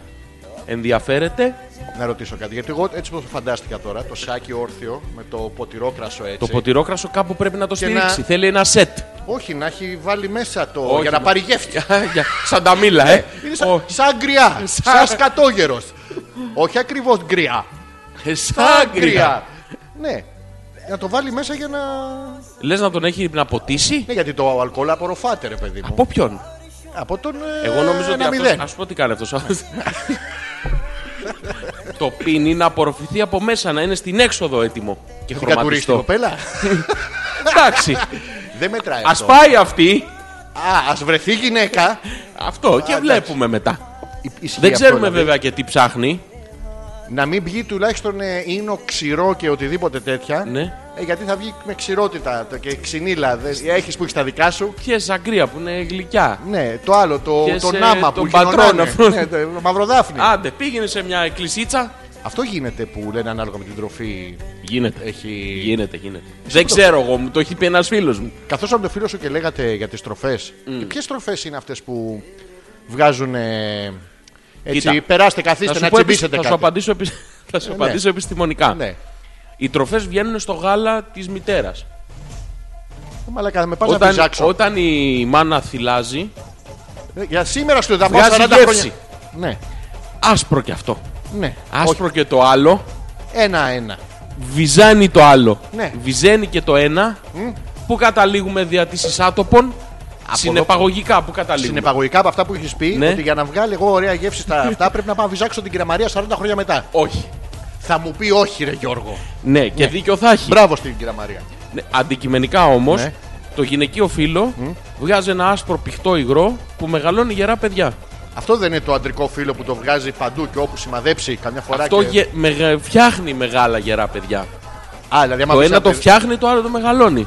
B: ενδιαφέρεται,
A: Να ρωτήσω κάτι. Γιατί εγώ έτσι όπως το φαντάστηκα τώρα, το σάκι όρθιο με το ποτηρόκρασο έτσι.
B: το ποτηρόκρασο κάπου πρέπει να το
A: Και
B: στηρίξει.
A: να-
B: Θέλει ένα σετ.
A: Όχι, να έχει βάλει μέσα το.
B: Όχι,
A: για να
B: μα-
A: πάρει γεύση.
B: Για- Σαν τα μήλα, ε.
A: Ε, Είναι σαν,
B: Ο-
A: σαν γκριά. σαν
B: ε,
A: σκατόγερος. Όχι ακριβώς γκριά.
B: Σαν γκριά.
A: ναι. να το βάλει μέσα για να.
B: Λες να τον έχει να ποτίσει.
A: Ναι, γιατί το αλκοόλ απορροφάται, ρε παιδί μου.
B: Από ποιον.
A: Από τον. ε,
B: Εγώ νομίζω ότι
A: ένα
B: αυτός,
A: μηδέν.
B: ας σου πω τι κάνει αυτός. το πίνει να απορροφηθεί από μέσα, να είναι στην έξοδο έτοιμο και
A: Την κατουρίσει την
B: χρωματιστό.
A: κοπέλα.
B: Εντάξει,
A: Δεν μετράει.
B: ας
A: αυτό.
B: πάει αυτή,
A: Α, ας βρεθεί γυναίκα.
B: αυτό και
A: εντάξει.
B: βλέπουμε μετά.
A: Υ- ισχύει
B: Δεν
A: αυτό,
B: ξέρουμε
A: δηλαδή.
B: βέβαια και τι ψάχνει.
A: Να μην βγει τουλάχιστον ε, ίνο ξηρό και οτιδήποτε τέτοια.
B: Ναι.
A: Ε, γιατί θα βγει με ξηρότητα το- και ξυνήλα. Έχεις που έχεις τα δικά σου.
B: Ποιε ζαγκρία που είναι γλυκιά.
A: Ναι, το άλλο, το,
B: Και
A: το
B: σε-
A: νάμα
B: τον
A: που γινονάνε.
B: πατρόν αυτό.
A: Ναι, το, το μαυροδάφνη.
B: Άντε, πήγαινε σε μια εκκλησίτσα.
A: Αυτό γίνεται που λένε ανάλογα με την τροφή.
B: Γίνεται.
A: Έχει...
B: Γίνεται, γίνεται. Δεν ξέρω εγώ, μου το έχει πει ένας φίλος μου.
A: Καθώς από το φίλο σου και λέγατε για τις τροφές.
B: Mm.
A: Και ποιες τροφές είναι αυτές που βγάζουν... ε, έτσι,
B: Κοίτα.
A: περάστε, καθίστε να
B: πω επι-
A: τσιμπήσετε
B: θα
A: κάτι.
B: σου απαντήσω, επι- θα σου
A: Ε, ναι.
B: απαντήσω επιστημονικά.
A: Ναι.
B: Οι τροφές βγαίνουν στο γάλα της μητέρας.
A: Μαλάκα, με πας να
B: Όταν,
A: πιζάξω.
B: όταν η μάνα θυλάζει,
A: Ε, Για σήμερα σου λέω, θα πάω
B: Βγάζει
A: 40
B: γεύση.
A: χρόνια. Ναι,
B: άσπρο και αυτό.
A: ναι.
B: Άσπρο και το άλλο,
A: Ένα-ένα.
B: βυζάνει το άλλο.
A: Ναι.
B: Βυζαίνει και το ένα. Που καταλήγουμε δια της εισάτοπων. Συνεπαγωγικά που καταλήγουμε.
A: Συνεπαγωγικά από αυτά που έχεις πει,
B: Ναι.
A: ότι για να βγάλει εγώ ωραία γεύση στα αυτά πρέπει να πάω να βυζάξω την κυρία Μαρία 40 χρόνια μετά.
B: Όχι.
A: Θα μου πει όχι, ρε Γιώργο.
B: Ναι, και δίκιο θα έχει.
A: Μπράβο στην κυρία Μαρία.
B: Ναι, αντικειμενικά όμως,
A: Ναι.
B: το γυναικείο φύλλο βγάζει ένα άσπρο πηχτό υγρό που μεγαλώνει γερά παιδιά.
A: Αυτό δεν είναι το αντρικό φίλο που το βγάζει παντού και όπου σημαδέψει καμιά φορά.
B: Αυτό
A: και...
B: γε- μεγα- φτιάχνει μεγάλα γερά παιδιά.
A: Α, δηλαδή, άμα
B: το
A: βυζά-
B: ένα το φτιάχνει, το άλλο το μεγαλώνει.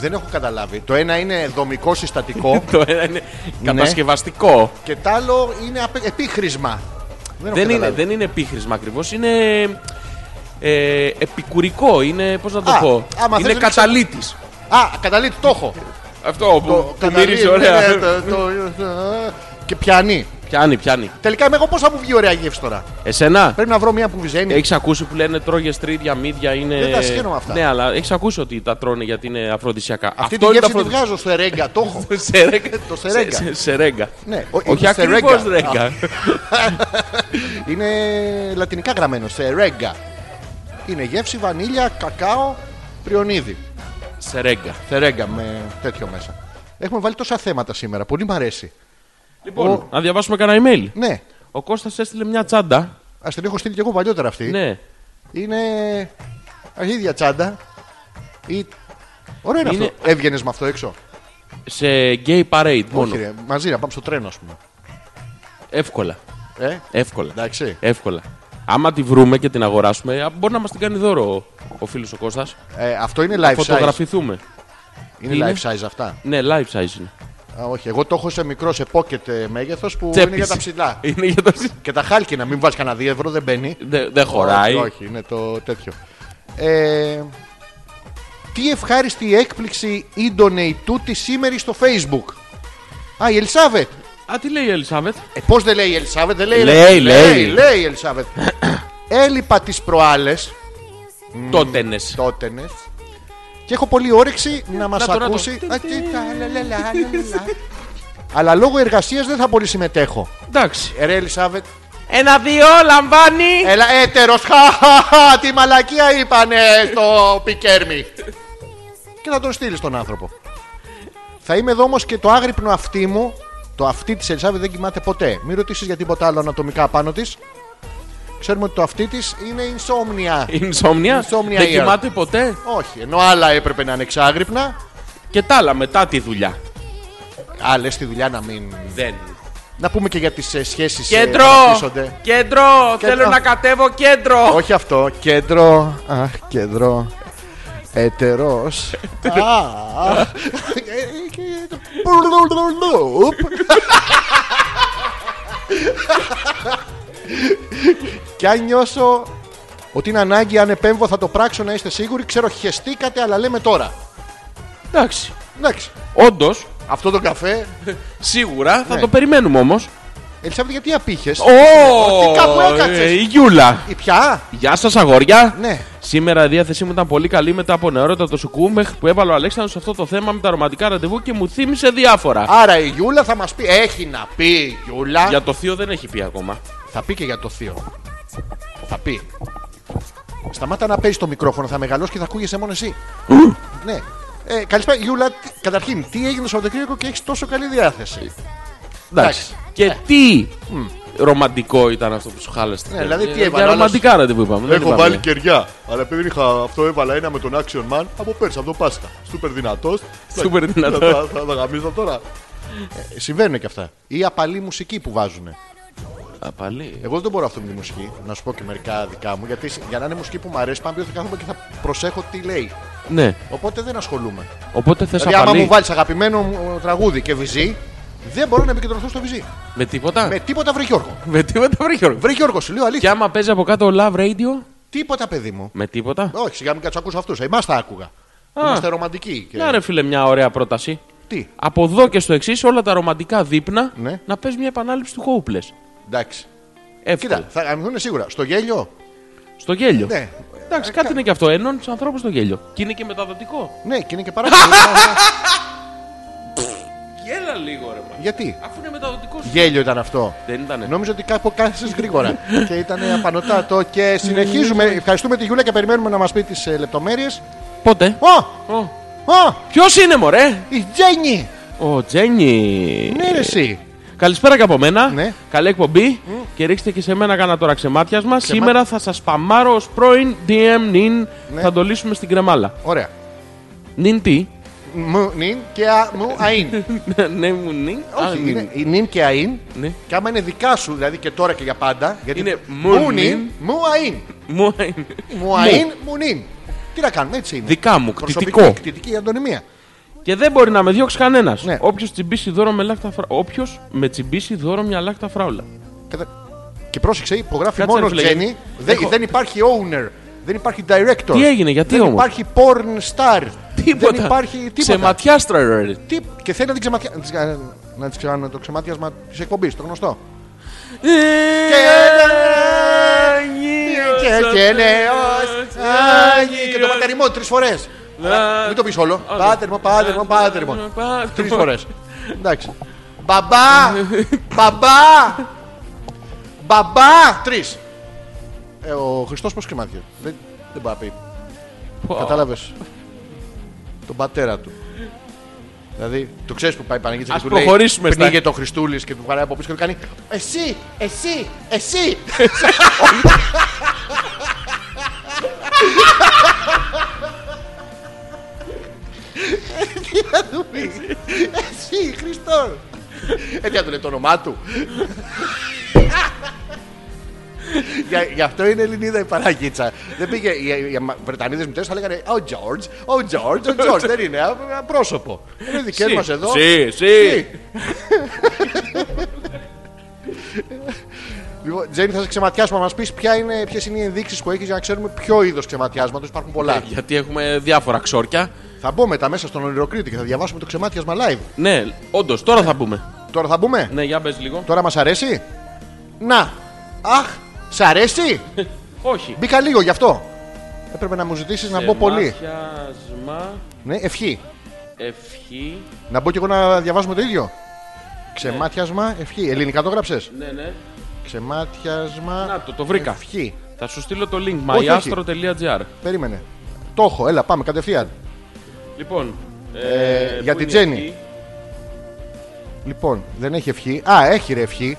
A: Δεν έχω καταλάβει. Το ένα είναι δομικό συστατικό
B: το ένα είναι
A: Ναι.
B: κατασκευαστικό.
A: και το άλλο είναι απε- επίχρησμα. Δεν, έχω
B: Δεν είναι,
A: καταλάβει.
B: δεν είναι επίχρησμα ακριβώς. Είναι ε, επικουρικό. Είναι, πώς να το
A: Α,
B: πω,
A: άμα
B: είναι
A: θες να ξέρω-
B: καταλήτης.
A: Α, καταλήτης, το έχω.
B: Αυτό
A: Το
B: που, που
A: καταλήτη,
B: μυρίζει
A: ναι,
B: ωραία.
A: το- το- το- Και πιάνει.
B: Πιάνει, πιάνει.
A: Τελικά είμαι εγώ πώς θα μου βγει ωραία γεύση τώρα.
B: Εσένα,
A: Πρέπει να βρω μία που βυζένει.
B: Έχεις ακούσει που λένε τρώγες στρίδια, μύδια είναι.
A: Δεν τα σχένω με αυτά.
B: Ναι, αλλά έχεις ακούσει ότι τα τρώνε γιατί είναι αφροδισιακά.
A: Αυτή τη γεύση τη βγάζω στο ερέγκα, το έχω.
B: Σερέγκα.
A: Το σερέγκα.
B: Σε- σε- Σερέγκα.
A: Ναι, ο-
B: Όχι
A: είναι
B: ακριβώς
A: σερέγκα.
B: ρέγκα.
A: Είναι λατινικά γραμμένο, σε ρέγκα. Είναι γεύση βανίλια, κακάο, πριονίδι.
B: Σερέγκα.
A: Θερέγκα με τέτοιο μέσα. Έχουμε βάλει τόσα θέματα σήμερα. Πολύ μ' αρέσει.
B: Λοιπόν,
A: Ο-
B: να διαβάσουμε κανένα email.
A: Ναι,
B: Ο Κώστας έστειλε μια τσάντα.
A: ας την έχω στείλει και εγώ παλιότερα αυτή.
B: Ναι.
A: Είναι α, η ίδια τσάντα. Ή... Ωραίο είναι,
B: Είναι-
A: αυτό. Έβγαινες με αυτό έξω.
B: Σε gay parade μόνο.
A: Όχι, ρε, μαζί να πάμε στο τρένο, ας πούμε.
B: Εύκολα.
A: Ε,
B: Εύκολα.
A: εντάξει.
B: Εύκολα. Άμα τη βρούμε και την αγοράσουμε, α, μπορεί να μας την κάνει δώρο ο- ο φίλος ο Κώστας.
A: Ε, αυτό είναι life size.
B: Φωτογραφηθούμε.
A: Είναι,
B: Είναι.
A: life size αυτά.
B: Ναι, life size είναι.
A: Α, όχι, εγώ το έχω σε μικρό, σε pocket μέγεθος που είναι
B: Τσέπης.
A: για τα ψηλά.
B: Είναι για τα ψηλά.
A: Και τα χάλκινα, μην βάζεις κανένα δύο ευρώ, δεν μπαίνει.
B: Δεν δεν χωράει.
A: Όχι, όχι, είναι το τέτοιο. Ε, τι ευχάριστη έκπληξη ίντονε η τούτη σήμερα στο facebook. Α, η Ελισάβετ.
B: Α, τι λέει η Ελισάβετ.
A: Ε, πώς δεν λέει η Ελισάβετ, δεν λέει.
B: Λέει,
A: ρε.
B: λέει.
A: λέει, λέει η Ελισάβετ. Έλειπα τις προάλλες,
B: Τότε ναι.
A: τότενες, και έχω πολύ όρεξη να μας
B: να το, να το.
A: ακούσει. Α, τι, τα, λα, λα, λα, λα, λα. Αλλά λόγω εργασίας δεν θα πολύ συμμετέχω.
B: Εντάξει.
A: Ε, ρε Ελισάβετ,
B: Ένα-δύο λαμβάνει.
A: Έλα, έτερος, χα, χα, χα, τι μαλακία είπανε στο πικέρμι. και θα τον στείλεις τον άνθρωπο. Θα είμαι εδώ όμως και το άγρυπνο αυτί μου, το αυτί της Ελισάβετ δεν κοιμάται ποτέ. Μην ρωτήσεις για τίποτα άλλο ανατομικά πάνω της. Ξέρουμε ότι το αυτί της είναι insomnia.
B: Ινσόμνια.
A: Insomnia
B: Δεν
A: year.
B: κοιμάται ποτέ.
A: Όχι, ενώ άλλα έπρεπε να είναι εξάγρυπνα,
B: Και τα άλλα μετά τη δουλειά.
A: άλλες στη δουλειά να μην...
B: Δεν.
A: Να πούμε και για τις ε, σχέσεις ε,
B: Κέντρο!
A: που αναπτύσσονται.
B: Κέντρο! Θέλω να κατέβω κέντρο!
A: Όχι αυτό, κέντρο. Αχ, κέντρο. Ετερό. Κι αν νιώσω ότι είναι ανάγκη, αν επέμβω θα το πράξω να είστε σίγουροι. Ξέρω, χεστήκατε, αλλά λέμε τώρα.
B: Εντάξει.
A: Εντάξει.
B: Όντως,
A: Αυτό το καφέ.
B: σίγουρα θα
A: Ναι.
B: το περιμένουμε όμως.
A: Ελισάβετ, γιατί απήχες.
B: Ω!
A: τι κάπου έκατσες.
B: ε, Η Γιούλα!
A: Η πια.
B: Γεια σας, αγόρια!
A: Ναι.
B: Σήμερα η διάθεσή μου ήταν πολύ καλή μετά από νεαρότατο σουκού μέχρι που έβαλε ο Αλέξανδρος σε αυτό το θέμα με τα ρομαντικά ραντεβού και μου θύμισε διάφορα.
A: Άρα η Γιούλα θα μας πει. Έχει να πει η Γιούλα.
B: Για το θείο δεν έχει πει ακόμα.
A: Θα πει και για το θείο. Θα πει. Σταμάτα να παίζεις το μικρόφωνο, θα μεγαλώσεις και θα ακούγεσαι μόνο εσύ. ναι. Ε, καλησπέρα, Γιούλα. Τι- Καταρχήν, τι έγινε το Σαββατοκύριακο και έχεις τόσο καλή διάθεση.
B: Εντάξει. Και
A: Ε.
B: τι ρομαντικό ήταν αυτό που σου χάλεσε.
A: Ναι, δηλαδή, τι
B: Για
A: έβαλε,
B: ρομαντικά ραντεβού είπαμε. δεν
C: Έχω
B: είπαμε.
C: βάλει κεριά. Αλλά επειδή είχα αυτό, έβαλα ένα με τον Action Man από πέρσι, από τον Πάσχα. Σούπερ δυνατός.
B: Σούπερ δυνατός.
C: Θα, θα, θα γαμίζω τώρα.
A: Ε, συμβαίνουν και αυτά. Ή απαλή μουσική που βάζουν.
B: Απαλή.
A: Εγώ δεν μπορώ αυτή τη μουσική, να σου πω και μερικά δικά μου, γιατί σ- για να είναι μουσική που μου αρέσει, πάνω θα κάθομαι και θα προσέχω τι λέει.
B: Ναι.
A: Οπότε δεν ασχολούμαι.
B: Οπότε θες
A: Δηλαδή, άμα μου
B: απαλή.
A: βάλεις αγαπημένο μου τραγούδι και βυζί, δεν μπορώ να επικεντρωθώ στο βυζί.
B: Με τίποτα.
A: Με τίποτα βρε Γιώργο.
B: Με τίποτα βρήκε ο
A: Βρε Γιώργος, σου λέω
B: Και
A: αλήθεια.
B: άμα παίζει από κάτω Love Radio.
A: Τίποτα, παιδί μου.
B: Με τίποτα.
A: Όχι, σιγά μην κάτσω ακούσω αυτούς. Εμάς τα άκουγα.
B: Α.
A: Είμαστε ρομαντικοί. Και...
B: Να ρε φίλε μια ωραία πρόταση.
A: Τι.
B: Από εδώ και στο εξής όλα τα ρομαντικά δείπνα
A: Ναι.
B: να παίζει μια επανάληψη του Hopeless.
A: Εντάξει.
B: Εύκολα.
A: Κοίτα, θα αμυνθούν σίγουρα. Στο γέλιο.
B: Στο γέλιο.
A: Ναι.
B: Εντάξει, κάτι είναι και αυτό. Ενώνει τους ανθρώπους στο γέλιο. Και είναι και μεταδοτικό.
A: Ναι, και είναι και παράξενο.
B: Γέλα λίγο, ρε μα.
A: Γιατί.
B: Αφού είναι μεταδοτικός.
A: Γέλιο ήταν αυτό.
B: Δεν ήταν.
A: Νόμιζα ότι κάπου κάθεσες γρήγορα. και ήταν απανοτάτο. Και συνεχίζουμε.
B: Ναι.
A: Ευχαριστούμε τη Γιούλα και περιμένουμε να μας πει τις λεπτομέρειες.
B: Πότε.
A: Ω! Ω!
B: Ποιος είναι, μωρέ!
A: Η Τζένι!
B: Ο Τζένι.
A: Ναι, ρε, εσύ.
B: Καλησπέρα και από μένα.
A: Ναι.
B: Καλή εκπομπή. Και ρίξτε και σε μένα κάνα τώρα ξεμάτιας μας. Σήμερα θα σας παμάρω ως πρώην DM νυν.
A: Ναι.
B: Θα το λύσουμε στην κρεμάλα.
A: Ωραία.
B: Νυν τι.
A: Μου, νυν και α, μου, αΐν.
B: ναι, μου νυν. Α,
A: Όχι, είναι η νυν και αΐν.
B: Ναι.
A: Και άμα είναι δικά σου, δηλαδή και τώρα και για πάντα. Γιατί
B: Είναι μου
A: μου
B: νυν.
A: νυν, μου αΐν.
B: Μου είναι.
A: Μου αΐν, μου νυν. Τι να κάνουμε, έτσι είναι.
B: Δικά μου,
A: Προσωπική,
B: κτητικό.
A: κτητική αντωνυμία.
B: Και δεν μπορεί να με διώξει κανένας.
A: Ναι.
B: Όποιος τσιμπήσει δώρο με λάχτα φράουλα. Όποιος με τσιμπήσει δώρο μια λάχτα φράουλα.
A: Κατα- Και πρόσεξε, υπογράφει
B: Κάτσε,
A: μόνο
B: ρε φίλε,
A: Τζένι.
B: γιατί-
A: Δεν,
B: Έχω-
A: δεν υπάρχει owner. Δεν υπάρχει director.
B: Τι έγινε, γιατί
A: δεν
B: όμως?
A: υπάρχει porn star.
B: Τίποτα.
A: Δεν υπάρχει τίποτα.
B: Ξεματιάστρα, ρε.
A: Τι... Και θέλει να την ξεματιά... να της κα- να της κάνουν το ξεμάτιασμα της εκπομπής, το γνωστό.
B: ε,
A: Και γενναιός Άγιοι. Και το πατερημό τρεις φορές. Μην το πεις όλο. Πάτερμο, πάτερμο, πάτερμο. Τρεις φορές. Εντάξει. Μπαμπά! Μπαμπά! Μπαμπά! Τρεις. ο Χριστός πώς κρυμάθηκε. Δεν, δεν πάει να πει. Κατάλαβες. Τον πατέρα του. Δηλαδή, το ξέρεις που πάει Παναγίτσα
B: Ας
A: και του λέει.
B: προχωρήσουμε στα-
A: Πνίγεται ο Χριστούλης και του βαράει από πίσω και του κάνει. Εσύ, εσύ, εσύ. Τι να του πει. Εσύ, Χριστός. Ε, τι να του λέει το όνομά του. Για- Γι' αυτό είναι Ελληνίδα η παράγγιτσα. Δεν πήγε. Οι, οι, οι Βρετανίδες μητέρες θα λέγανε Ο Τζόρτζ, ο Τζόρτζ, ο Τζόρτζ. Δεν είναι α, α, πρόσωπο. Είναι δικές
B: Σι,
A: μας εδώ.
B: σι, Ε, σι.
A: Σι. Λοιπόν, Τζέιμ, θα σε ξεματιάσουμε να μας πεις ποιε είναι, ποιες είναι οι ενδείξεις που έχεις για να ξέρουμε ποιο είδος ξεματιάσματος. Υπάρχουν πολλά.
B: Γιατί έχουμε διάφορα ξόρκια.
A: θα μπω μετά μέσα στον ονειροκρίτη και θα διαβάσουμε το ξεμάτιασμα live.
B: Ναι, όντως, τώρα θα πούμε.
A: Τώρα θα μπούμε.
B: Ναι, για πες λίγο.
A: Τώρα μας αρέσει. Να. Αχ, σ' αρέσει.
B: Όχι.
A: Μπήκα λίγο γι' αυτό. Έπρεπε να μου ζητήσεις να μπω πολύ.
B: Ξεμάτιασμα,
A: Ναι, ευχή.
B: ευχή.
A: Να μπω κι εγώ να διαβάζουμε το ίδιο. Ξεμάτιασμα, ευχή. Ελληνικά το γράψες.
B: Ναι, ναι.
A: Ξεμάτιασμα.
B: Να το, το βρήκα.
A: Ευχή.
B: Θα σου στείλω το link
A: Όχι, όχι.
B: myastro.gr.
A: Περίμενε. Το έχω, έλα, πάμε κατευθείαν.
B: Λοιπόν.
A: Ε,
B: πού
A: για την
B: είναι
A: Τζέννη.
B: εκεί?
A: Λοιπόν, δεν έχει ευχή. Α, έχει ρε ευχή.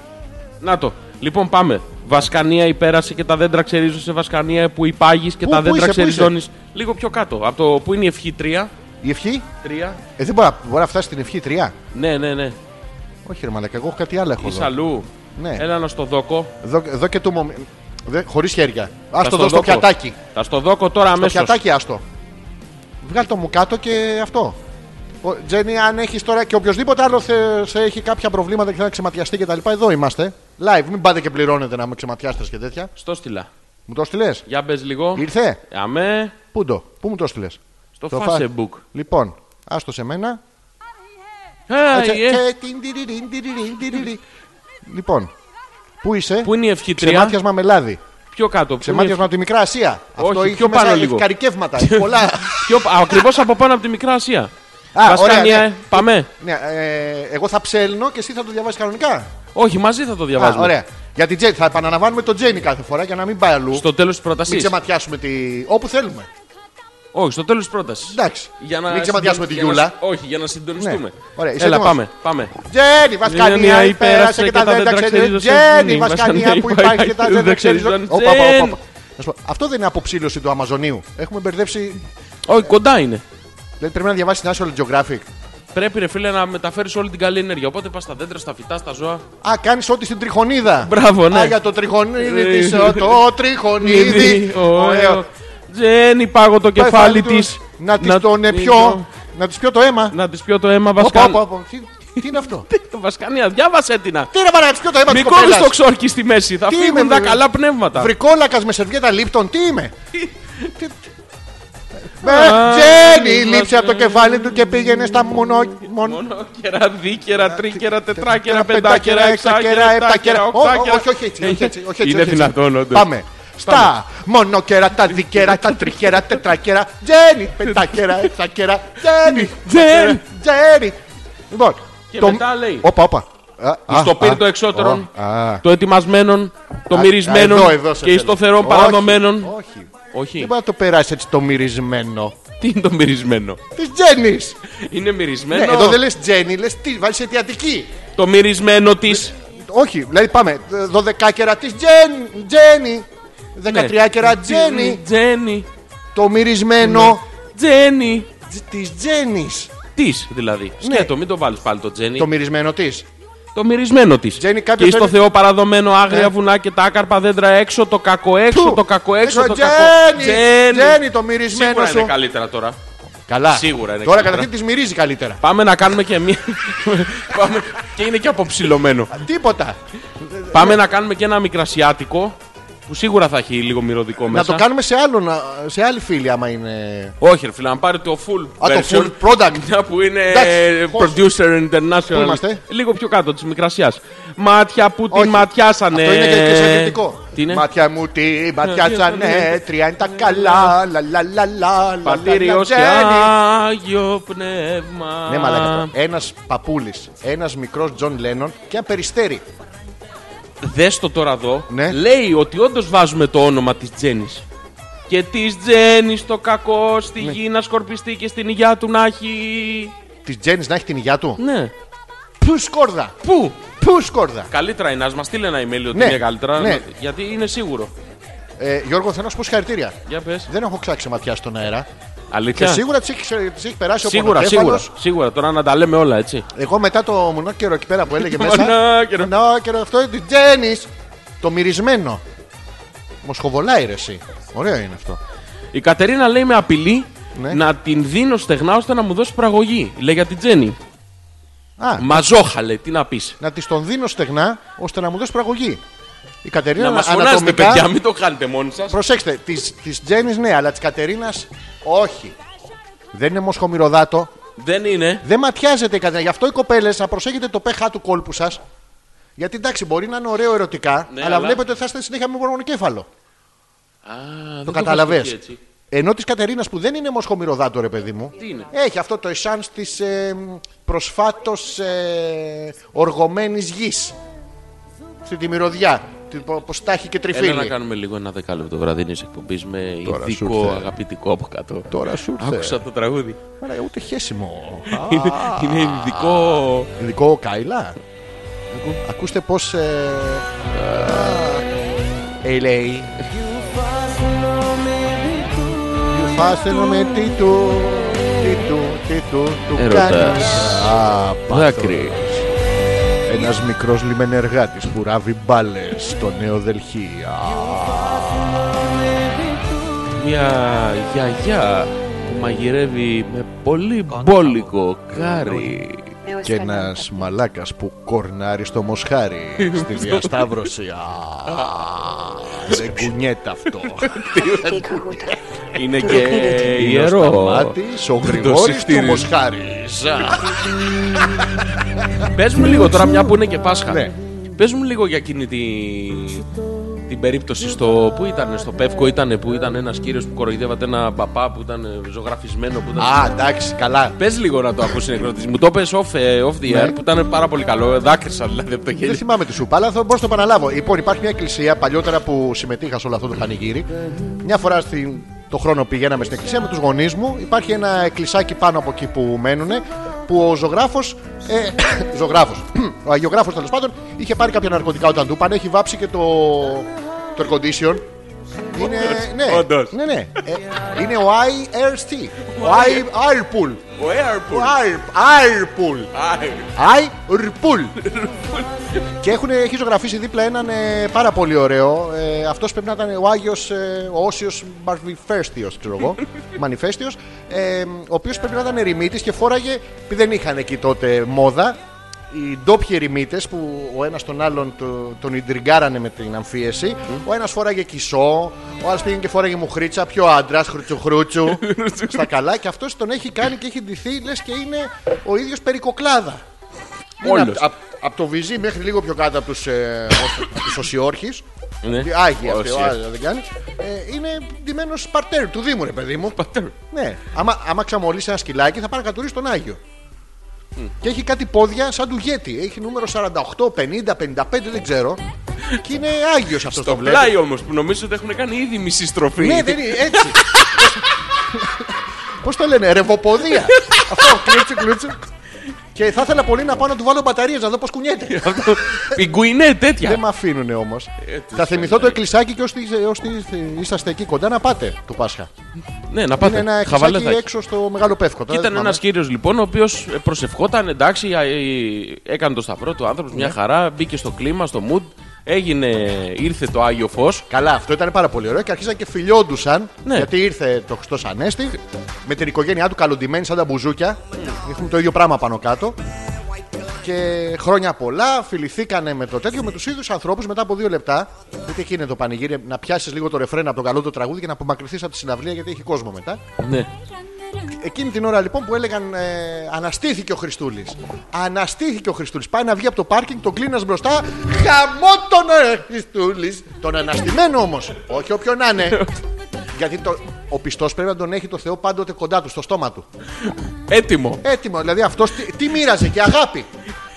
B: Να το. Λοιπόν, πάμε. Βασκανία υπέρασε και τα δέντρα ξερίζουν σε Βασκανία που υπάγεις και
A: Πού-
B: τα
A: πού
B: δέντρα
A: είσαι, πού είσαι?
B: ξεριζώνεις. Λίγο πιο κάτω. Από το που είναι η ευχή 3.
A: Η ευχή.
B: 3.
A: Ε, δεν μπορεί, να- μπορεί να φτάσει στην ευχή τριά.
B: Ναι, ναι, ναι.
A: Όχι, ρε Μαλακά, εγώ έχω κάτι άλλο έχω
B: Είσαι
A: εδώ.
B: αλλού.
A: Ναι.
B: Έλα να στο δόκο.
A: Εδώ, εδώ και του μομ... Δε, χωρίς χέρια.
B: Θα
A: Άστο
B: στο
A: εδώ στο
B: δόκο.
A: πιατάκι.
B: Θα στο δόκο τώρα
A: Στο
B: αμέσως.
A: πιατάκι άστο. Βγάλ το μου κάτω και αυτό. Ο, Τζένι, αν έχεις τώρα και οποιοδήποτε άλλο θε, σε έχει κάποια προβλήματα και θέλει να ξεματιαστεί και τα λοιπά, εδώ είμαστε. Live, μην πάτε και πληρώνετε να με ξεματιάσετε και τέτοια.
B: Στο στυλά.
A: Μου το στείλες.
B: Για μπες λίγο.
A: Ήρθε.
B: Αμέ.
A: Πού το, πού μου το στείλες.
B: Στο
A: Το φα-
B: Facebook.
A: Λοιπόν, άστο σε μένα.
B: Ε,
A: Έτσι,
B: ε,
A: και τιν, τιριριν, τιριριν, τιριριν. Λοιπόν, πού είσαι,
B: Πού είναι η ευχή 3.
A: ξεμάτιασμα με λάδι.
B: Πιο κάτω. Πού είναι η
A: Ξεμάτιασμα από τη Μικρά Ασία.
B: Όχι,
A: Αυτό έχει
B: πιο
A: μέσα-
B: πάνω
A: έχει
B: λίγο.
A: Καρικεύματα, έχει πολλά.
B: ευχή- Πιο... Ακριβώς από πάνω από τη Μικρά Ασία.
A: Α,
B: Βασκανία,
A: ωραία,
B: ε, πάμε.
A: Ναι, ε, εγώ θα ψέλνω και εσύ θα το διαβάσεις κανονικά.
B: Όχι, μαζί θα το διαβάζουμε.
A: Α, ωραία. Για την Τζέννη. Θα επαναλαμβάνουμε τον Τζέννη κάθε φορά για να μην πάει αλλού.
B: Στο τέλος της
A: Μην
B: πρόταση.
A: ξεματιάσουμε τη. όπου θέλουμε.
B: Όχι, στο τέλος της πρότασης.
A: Εντάξει.
B: Για να
A: Μην ξεματιάσουμε τη
B: για να-
A: Γιούλα.
B: Όχι, για να συντονιστούμε.
A: Ναι. Ωραία, είσαι
B: Έλα,
A: έτοιμος?
B: πάμε. πάμε.
A: Τζέννη, Βασκανία,
B: Λιωνία
A: υπέρασε και τα δεν τα ξέρει. Τζέννη, Βασκανία που υπάρχει και τα δεν τα ξέρει.
B: Τζεν.
A: Αυτό δεν είναι αποψήλωση του Αμαζονίου. Έχουμε μπερδέψει.
B: Όχι, κοντά είναι.
A: Δηλαδή πρέπει να διαβάσει την National Geographic.
B: Πρέπει ρε φίλε να μεταφέρεις όλη την καλή ενέργεια. Οπότε πας στα δέντρα, στα φυτά, στα ζώα.
A: Α, κάνεις ό,τι στην τριχονίδα.
B: Μπράβο, ναι.
A: Α, για το τριχονίδι
B: Ε,
A: της, ο- Το τριχονίδι. Ωραίο.
B: Τζένι, πάγω το κεφάλι της.
A: Να της τον πιω. Να της πιω το αίμα.
B: Να της πιω το αίμα
A: Όπα, όπα,
B: βασκάνια.
A: όπα. Τι- Τι είναι αυτό.
B: Βασκάνια, διάβασέ την. α.
A: Τι είναι να της πιω το αίμα
B: Μη
A: της
B: κόβει
A: κοπέλας.
B: το ξόρκι στη μέση. Θα
A: Τι είμαι,
B: φύγουν τα
A: βρε.
B: καλά πνεύματα.
A: Βρικόλακας με σερβιέτα λίπτον, τι είμαι. Τι- Με
B: Α,
A: Τζένι,
B: είμαστε.
A: λείψε από το κεφάλι του και πήγαινε στα μονό. μονό-
B: Μονόκερα, δίκερα, τρίκερα, τετράκερα,
A: πεντάκερα,
B: πεντάκερα,
A: εξάκερα,
B: εξάκερα,
A: επτάκερα.
B: επτάκερα,
A: Ω,
B: οκτάκερα.
A: Όχι, όχι, έτσι. όχι, έτσι, όχι, έτσι,
B: Είναι
A: όχι, έτσι.
B: δυνατόν, όντως.
A: Πάμε. Στα μονόκερα, τα δικέρα, τα τρικέρα, τετράκερα. Τζένι, πεντάκερα, εξάκερα. Τζένι,
B: Τζεν.
A: Τζένι. Λοιπόν.
B: Και
A: το-
B: μετά λέει.
A: Όπα, όπα. Α, α,
B: Στο πύρ
A: α,
B: το εξώτερων,
A: ω, α.
B: το ετοιμασμένων, το
A: Α,
B: μυρισμένων
A: εδώ, εδώ σε
B: και
A: θέλω.
B: ιστοθερών
A: Όχι, Ε,
B: παραδομένων.
A: Όχι.
B: Όχι,
A: Δεν μπορεί να το περάσει έτσι το μυρισμένο.
B: τι είναι το μυρισμένο.
A: Της Τζέννης.
B: Είναι
A: Ναι,
B: μυρισμένο.
A: εδώ δεν λες Τζέννη, λες τι, βάλεις αιτιατική.
B: Το μυρισμένο της.
A: Όχι, δηλαδή πάμε. Δωδεκάκερα της Τζέννη.
B: Ναι,
A: Τζέννη. Ε, Δεκατριάκερα Τζέννη.
B: Ε, Τζένι.
A: Το μυρισμένο
B: Ναι. Τζένι.
A: της Τζέννης.
B: Της δηλαδή. Σκέτο, μην το βάλεις πάλι το Τζένι.
A: Ναι. Το μυρισμένο της.
B: Το μυρισμένο της.
A: Τζένι,
B: Και
A: κάποιος
B: στο
A: θέλει-
B: Θεό παραδομένο άγρια
A: Ναι. Ε,
B: βουνά και τα άκαρπα δέντρα έξω, το κακό έξω, το κακό έξω, το κακό.
A: Τζένι, Τζένι, το μυρισμένο
B: Σίγουρα
A: σου.
B: είναι καλύτερα τώρα.
A: Καλά.
B: Σίγουρα είναι
A: Τώρα
B: καλύτερα.
A: καταρχήν τη μυρίζει καλύτερα.
B: Πάμε να κάνουμε και μία. Πάμε... και είναι και αποψηλωμένο.
A: Τίποτα.
B: Πάμε να κάνουμε και ένα μικρασιάτικο που σίγουρα θα έχει λίγο μυρωδικό
A: Να
B: μέσα.
A: το κάνουμε σε, άλλον, σε άλλη φίλη άμα είναι.
B: Όχι, ρε φίλε, να πάρει το full.
A: Α, το
B: version,
A: full product.
B: μια που είναι
A: Εντάξει, πώς-
B: producer international.
A: Πού είμαστε?
B: Λίγο πιο κάτω της μικρασιά. Μάτια που την
A: Όχι.
B: ματιάσανε.
A: Αυτό είναι και- και συγγενικό.
B: Ναι. Τι είναι?
A: Μάτια μου τη
B: Ναι.
A: ματιάσανε, τρία είναι τα καλά, λα λα λα λα, λα.
B: Πατήριος και
A: Τζένι.
B: Άγιο Πνεύμα.
A: Ναι, μαλάκα. Ένας παππούλης, ένας μικρός Τζον Λένον και ένα περιστέρι.
B: Δες το τώρα εδώ.
A: Ναι.
B: Λέει ότι όντως βάζουμε το όνομα της Τζέννης. Και της Τζέννης το κακό στη
A: Ναι.
B: γη να σκορπιστεί και στην υγειά του να έχει...
A: Της Τζέννη να έχει την υγειά του.
B: Ναι.
A: Πού σκόρδα!
B: Πού?
A: Πού σκόρδα!
B: Καλύτερα είναι, ας μας στείλει ένα email ότι
A: Ναι,
B: είναι καλύτερα.
A: ναι.
B: Γιατί είναι σίγουρο.
A: Ε, Γιώργο, θέλω να σου πω συγχαρητήρια.
B: Για πες.
A: Δεν έχω ξάξει ματιά στον αέρα. Και
B: Αλήθεια.
A: σίγουρα τη έχει, της έχει περάσει ο
B: σίγουρα, σίγουρα,
A: πονοκέφαλος.
B: σίγουρα. Τώρα να τα λέμε όλα, έτσι.
A: Εγώ μετά το μονόκερο εκεί πέρα που έλεγε μέσα.
B: Μονάκερο.
A: μονόκερο, αυτό είναι τη Τζέννη. Το μυρισμένο. Μοσχοβολάει ρε εσύ. Ωραίο είναι αυτό.
B: Η Κατερίνα λέει με απειλή
A: Ναι.
B: να την δίνω στεγνά ώστε να μου δώσει πραγωγή. Λέει για την Τζέννη.
A: Α,
B: Μαζόχαλε, τι να πεις.
A: να της τον δίνω στεγνά ώστε να μου δώσει πραγωγή. Η Κατερίνα
B: Να μας φωνάζετε,
A: Ναι, ανατομικά
B: παιδιά, μην το χάνετε μόνοι σας.
A: Προσέξτε, της, της Τζέννης ναι, αλλά της Κατερίνας όχι. Δεν είναι μοσχομυρωδάτο,
B: Δεν είναι.
A: δεν ματιάζεται η Κατερίνα. Γι' αυτό οι κοπέλες να προσέχετε το pH του κόλπου σας. Γιατί εντάξει, μπορεί να είναι ωραίο ερωτικά,
B: Ναι,
A: αλλά,
B: αλλά-
A: βλέπετε ότι θα είστε συνέχεια με πορμονοκέφαλο.
B: Α, δεν
A: Το
B: το
A: καταλαβες.
B: έχω σκεφτεί έτσι.
A: Ενώ της Κατερίνας που δεν είναι μοσχομυρωδάτο, ρε παιδί μου,
B: Τι είναι?
A: έχει αυτό το εσάν της ε, προσφάτως ε, οργωμένης γης. Στην τη μυρωδιά. Την πο- ποστάχη και
B: Έλα να
A: τριφύλι.
B: κάνουμε λίγο ένα δεκάλεπτο βραδινής εκπομπής με
A: Τώρα σου
B: ειδικό
A: ήρθε.
B: αγαπητικό από κάτω.
A: Τώρα σου ήρθε.
B: Άκουσα το τραγούδι.
A: Άρα, ούτε χέσιμο.
B: Είναι- Είναι ειδικό.
A: Ειδικό Καηλά. Ακούστε πως... Ε, ε, λέει. Φάσελο με τι του, τι του, τι του, του
B: Έρωτας.
A: κάνεις. Α, πάθος.
B: Δάκρυ.
A: Ένας μικρός λιμενεργάτης που ράβει μπάλες στο νέο Δελχή. Α,
B: Μια γιαγιά που μαγειρεύει με πολύ μπόλικο κάρι.
A: και ένας μαλάκας που κορνάρει στο μοσχάρι στη διασταύρωση. Α, δεν κουνιέται αυτό.
B: Είναι και
A: Είναι Ο
B: ιερό.
A: Σταμάτης, ο Γρηγόρης του
B: συχτήριζε.
A: Μοσχάρης. Α,
B: Πες μου λίγο τώρα μια που είναι και Πάσχα.
A: Ναι.
B: Πες μου λίγο για εκείνη τη... την περίπτωση στο... Πού ήταν, στο Πεύκο ήταν, που ήταν ένας κύριος που κοροϊδεύατε ένα παπά που ήταν ε, ζωγραφισμένο. Που ήταν...
A: Α, εντάξει, καλά.
B: Πες λίγο να το ακούσεις νεκρότης. Μου το είπες off, ε, off the
A: Ναι.
B: air που ήταν πάρα πολύ καλό. Δάκρυσα δηλαδή από το
A: Δεν
B: χέρι.
A: θυμάμαι τη σούπα, αλλά θα μπορώ να το επαναλάβω. Λοιπόν, υπάρχει μια εκκλησία παλιότερα που συμμετείχα σε όλο αυτό το πανηγύρι. Μια φορά στην, το χρόνο πηγαίναμε στην εκκλησία με τους γονείς μου. Υπάρχει ένα εκκλησάκι πάνω από εκεί που μένουν που ο ζωγράφος. Ε, ζωγράφος, ο αγιογράφος τέλος πάντων είχε πάρει κάποια ναρκωτικά όταν του πάνε. Έχει βάψει και το, το air condition. Είναι, ναι,
B: όντως.
A: ναι, ναι. Ε, είναι ο IRST. Ο Airpool.
B: Ο Airpool.
A: Airpool. Άι, ρπούλ. και έχουν, έχει ζωγραφίσει δίπλα έναν ε, πάρα πολύ ωραίο. Ε, Αυτός πρέπει να ήταν ο Άγιος, ε, ο Όσιος Μανιφέστιο, ξέρω εγώ. Μανιφέστιος, ε, ο οποίος πρέπει να ήταν ερημίτης και φόραγε, επειδή δεν είχαν εκεί τότε μόδα, οι ντόπιοι ερημίτες που ο ένας τον άλλον το- τον ιντριγκάρανε με την αμφίεση. Ο ένας φόραγε κισό, ο άλλος πήγαινε και φόραγε μουχρίτσα, πιο άντρας, χρουτσουχρούτσου. στα καλά και αυτός τον έχει κάνει και έχει ντυθεί, λες και είναι ο ίδιος περικοκλάδα.
B: Όλος.
A: Από το Βυζί μέχρι λίγο πιο κάτω από τους ε, ως- απ' τους Οσιόρχης.
B: Ναι.
A: Άγιοι αυτοί, ο
B: Όσοι.
A: άλλος δεν κάνει. Ε, είναι ντυμένος παρτέρ του Δήμου, ρε παιδί μου.
B: Πατέρ.
A: Ναι. Άμα, άμα ξαμολύσει ένα σκυλάκι, θα πάει να κατουρίσει τον Άγιο. Και έχει κάτι πόδια σαν του γέτη. Έχει νούμερο 48, 50, 55, δεν ξέρω. Και είναι Άγιος αυτός
B: Το πλάι όμως που νομίζω ότι έχουν κάνει ήδη μισή στροφή.
A: Ναι, δεν είναι έτσι. Πώς το λένε, ρευοποδία. Αυτό, κλούτσου, κλούτσου. Και θα ήθελα πολύ να πάω να του βάλω μπαταρίες να δω πώς κουνιέται.
B: Αυτό- Πιγκουινέ τέτοια.
A: Δεν με αφήνουν όμω.
B: Έτσι,
A: Θα θυμηθώ
B: ναι.
A: το εκκλησάκι και όσοι όσοι είσαστε εκεί κοντά να πάτε το Πάσχα.
B: Ναι, να
A: Είναι
B: πάτε.
A: ένα εκκλησάκι
B: Χαβαλέθα.
A: έξω στο μεγάλο πεύκο.
B: Και ήταν ένας κύριος λοιπόν, ο οποίος προσευχόταν, εντάξει, α, ε, έκανε το σταυρό του άνθρωπος,
A: Ναι.
B: μια χαρά, μπήκε στο κλίμα, στο mood, έγινε, ήρθε το Άγιο Φως.
A: Καλά, αυτό ήταν πάρα πολύ ωραίο και αρχίζαν και φιλιόντουσαν.
B: Ναι.
A: Γιατί ήρθε το Χριστός Ανέστη με την οικογένειά του καλοντημένη σαν τα μπουζούκια. Έχουν το ίδιο πράγμα πάνω κάτω. Και χρόνια πολλά φιληθήκανε με το τέτοιο, με τους ίδιους ανθρώπους μετά από δύο λεπτά. Γιατί εκεί είναι το πανηγύρι, να πιάσεις λίγο το ρεφρέν από το καλό το τραγούδι και να απομακρυνθείς από τη συναυλία γιατί έχει κόσμο μετά.
B: Ναι.
A: Εκείνη την ώρα λοιπόν που έλεγαν ε, Αναστήθηκε ο Χριστούλης. Αναστήθηκε ο Χριστούλης. Πάει να βγει από το πάρκινγκ, τον κλείνας μπροστά. Χαμό τον ε, Χριστούλης. Τον αναστημένο όμως. Όχι όποιον να είναι. Γιατί το, ο πιστός πρέπει να τον έχει το Θεό πάντοτε κοντά του, στο στόμα του.
B: Έτοιμο.
A: Έτοιμο. Δηλαδή αυτός τι, τι μοίραζε και αγάπη.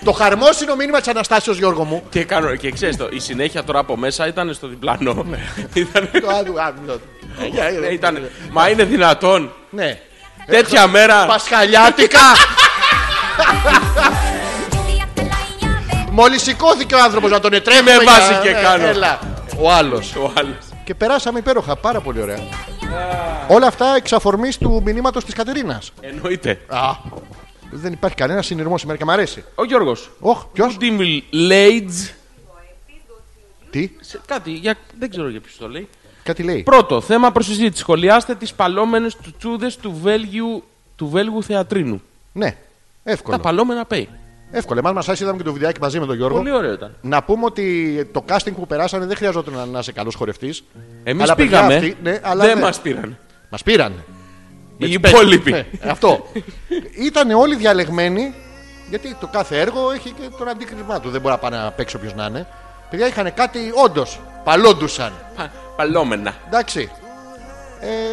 A: Το χαρμόσυνο μήνυμα της Αναστάσεως Γιώργο μου.
B: Και, κάνω, και ξέρεις το, η συνέχεια τώρα από μέσα ήταν στο διπλανό.
A: Ναι.
B: ήταν,
A: Το άλλο- άλλο.
B: ναι, ήταν- μα είναι δυνατόν.
A: Ναι.
B: Τέτοια μέρα.
A: Πασχαλιάτικα! Μόλις σηκώθηκε ο άνθρωπος να τον ετρέμε.
B: Με
A: για-
B: βάζει και
A: ε,
B: κάνω.
A: Έλα. Ο άλλος.
B: Ο άλλος.
A: Και περάσαμε υπέροχα, πάρα πολύ ωραία. Όλα αυτά εξ αφορμής του μηνύματος της Κατερίνας.
B: Εννοείται.
A: Α. Δεν υπάρχει κανένας συνειρμός σήμερα και μ' αρέσει.
B: Ο Γιώργος.
A: Οχ, ποιο.
B: Ντίμιλ Λέιτζ.
A: Τι,
B: σε- Κάτι, για, δεν ξέρω για ποιος το λέει.
A: κάτι λέει.
B: Πρώτο, θέμα προς συζήτηση. Σχολιάστε τις παλόμενες τσουτσούδες του Βέλγιου, του Βέλγου θεατρίνου.
A: Ναι,
B: Τα
A: εύκολο.
B: παλόμενα pay.
A: Εύκολο. Εμάς μας άρεσε, είδαμε και το βιντεάκι μαζί με τον Γιώργο.
B: Πολύ ωραίο ήταν.
A: Να πούμε ότι το casting που περάσανε δεν χρειαζόταν να- να είσαι καλός χορευτής.
B: Εμείς πήγαμε.
A: ναι, αλλά
B: δεν μας πήραν.
A: Μας πήραν.
B: Οι υπόλοιποι.
A: Ναι, αυτό. Ήταν όλοι διαλεγμένοι, γιατί το κάθε έργο έχει και τον αντίκρισμά του. Δεν μπορεί να πάει να παίξει όποιο να είναι. Παιδιά είχαν κάτι, όντως. Παλόντουσαν.
B: Πα- παλόμενα.
A: Εντάξει.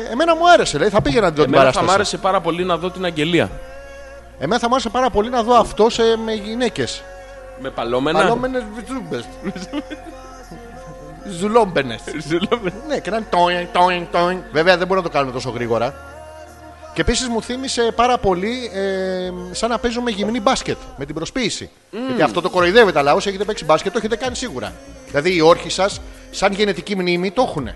A: Ε, εμένα μου άρεσε, λέει, θα πήγαινα να δω την
B: Εμένα θα
A: παράσταση.
B: μ' άρεσε πάρα πολύ να δω την αγγελία.
A: Εμένα θα μου άρεσε πάρα πολύ να δω αυτό σε, με γυναίκες.
B: Με παλόμενα.
A: Παλόμενες βιτζούμπε. Ζουλόμπενε.
B: Ζουλόμενα.
A: Ναι, και να είναι τόιν, τόιν, τόιν. Βέβαια δεν μπορούμε να το κάνουμε τόσο γρήγορα. Και επίσης μου θύμισε πάρα πολύ ε, σαν να παίζουμε γυμνή μπάσκετ με την προσποίηση. Γιατί αυτό το κοροϊδεύετε, αλλά όσοι έχετε παίξει μπάσκετ το έχετε κάνει σίγουρα. Δηλαδή οι όρχοι σας, σαν γενετική μνήμη, το έχουν.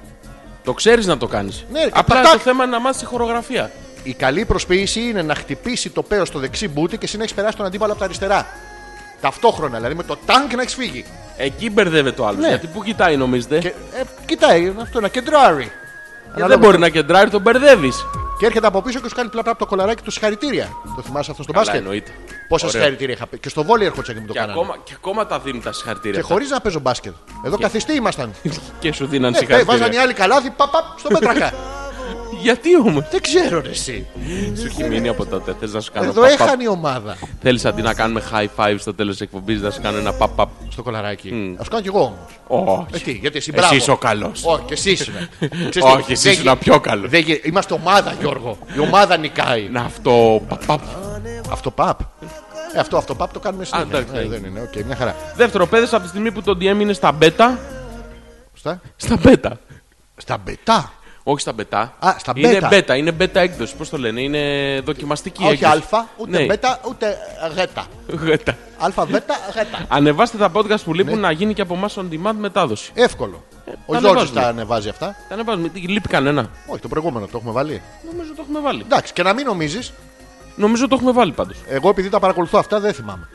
B: το ξέρεις να το κάνεις.
A: Ναι, και
B: Απλά
A: πατάκ.
B: το θέμα είναι να μάθεις τη χορογραφία.
A: Η καλή προσποίηση είναι να χτυπήσει το παίο στο δεξί μπούτι και εσύ να έχεις περάσει τον αντίπαλο από τα αριστερά. Ταυτόχρονα, δηλαδή με το τάγκ να έχεις φύγει.
B: Εκεί μπερδεύεται ο άλλος.
A: Ναι.
B: Γιατί πού κοιτάει, νομίζετε.
A: Και ε, κοιτάει αυτό, να κεντράρει.
B: Γιατί δεν Ε, μπορεί να κεντράρει, τον μπερδεύεις.
A: Και έρχεται από πίσω και σου κάνει πλαπλά από το κολαράκι τους συγχαρητήρια. Το θυμάσαι αυτό στο
B: Καλά,
A: μπάσκετ.
B: εννοείται.
A: Πόσα
B: Ωραίο.
A: συγχαρητήρια είχα πει. Και στο βόλιο έρχονται και μου το
B: Και
A: κάνανε.
B: ακόμα, και ακόμα τα δίνουν τα συγχαρητήρια.
A: Και
B: αυτά.
A: χωρίς να παίζω μπάσκετ. Εδώ καθιστοί ήμασταν.
B: και σου δίναν
A: Ε, ε, βάζαν οι
B: συγχαρητήρια.
A: άλλοι καλάθι, παπ, παπ, στον πέτρακα.
B: Γιατί όμως.
A: Δεν ξέρω ρε εσύ.
B: Σου έχει μείνει από τότε. Θες να σου κάνω.
A: Εδώ έχανε η ομάδα.
B: Θέλεις αντί να κάνουμε high five στο τέλος της εκπομπής, να σου κάνω ένα παπ-παπ.
A: Στο κολαράκι. Αυτό κάνω κι εγώ όμως.
B: Όχι.
A: Γιατί, γιατί εσύ, Ε, μπράβο.
B: Εσύ είσαι ο καλός.
A: Όχι, εσύ είσαι.
B: Όχι, εσύ ήσουν πιο καλός.
A: Είμαστε ομάδα, Γιώργο. Η ομάδα νικάει.
B: Να αυτό. παπ-παπ.
A: Αυτοπαπ. Ε, αυτό αυτοπαπ το κάνουμε συνέχεια.
B: εντάξει.
A: Ε, δεν είναι, οκ, μια χαρά.
B: Δεύτερο, παιδε από τη στιγμή που το DM είναι στα beta.
A: Στα,
B: Στα beta.
A: στα μπετά.
B: Όχι στα μπετά.
A: Α, στα
B: Είναι
A: beta.
B: beta, είναι beta έκδοση. Πώς το λένε, είναι δοκιμαστική
A: Όχι
B: έκδοση.
A: αλφα, ούτε
B: Ναι.
A: μπέτα, ούτε γέτα.
B: Beta.
A: Αλφα, μπέτα, γέτα.
B: Ανεβάστε τα podcast που
A: Ναι.
B: λείπουν να γίνει και από εμάς on demand μετάδοση.
A: Εύκολο. Ο
B: Ε, τα
A: Γιώργος
B: ανεβάζουμε.
A: τα ανεβάζει αυτά.
B: Τα ανεβάζουμε. Τι, Λείπει κανένα.
A: Όχι, το προηγούμενο το έχουμε βάλει.
B: Νομίζω το έχουμε βάλει.
A: Εντάξει, και να μην νομίζεις,
B: Νομίζω το έχουμε βάλει πάντως.
A: εγώ επειδή τα παρακολουθώ αυτά δεν θυμάμαι.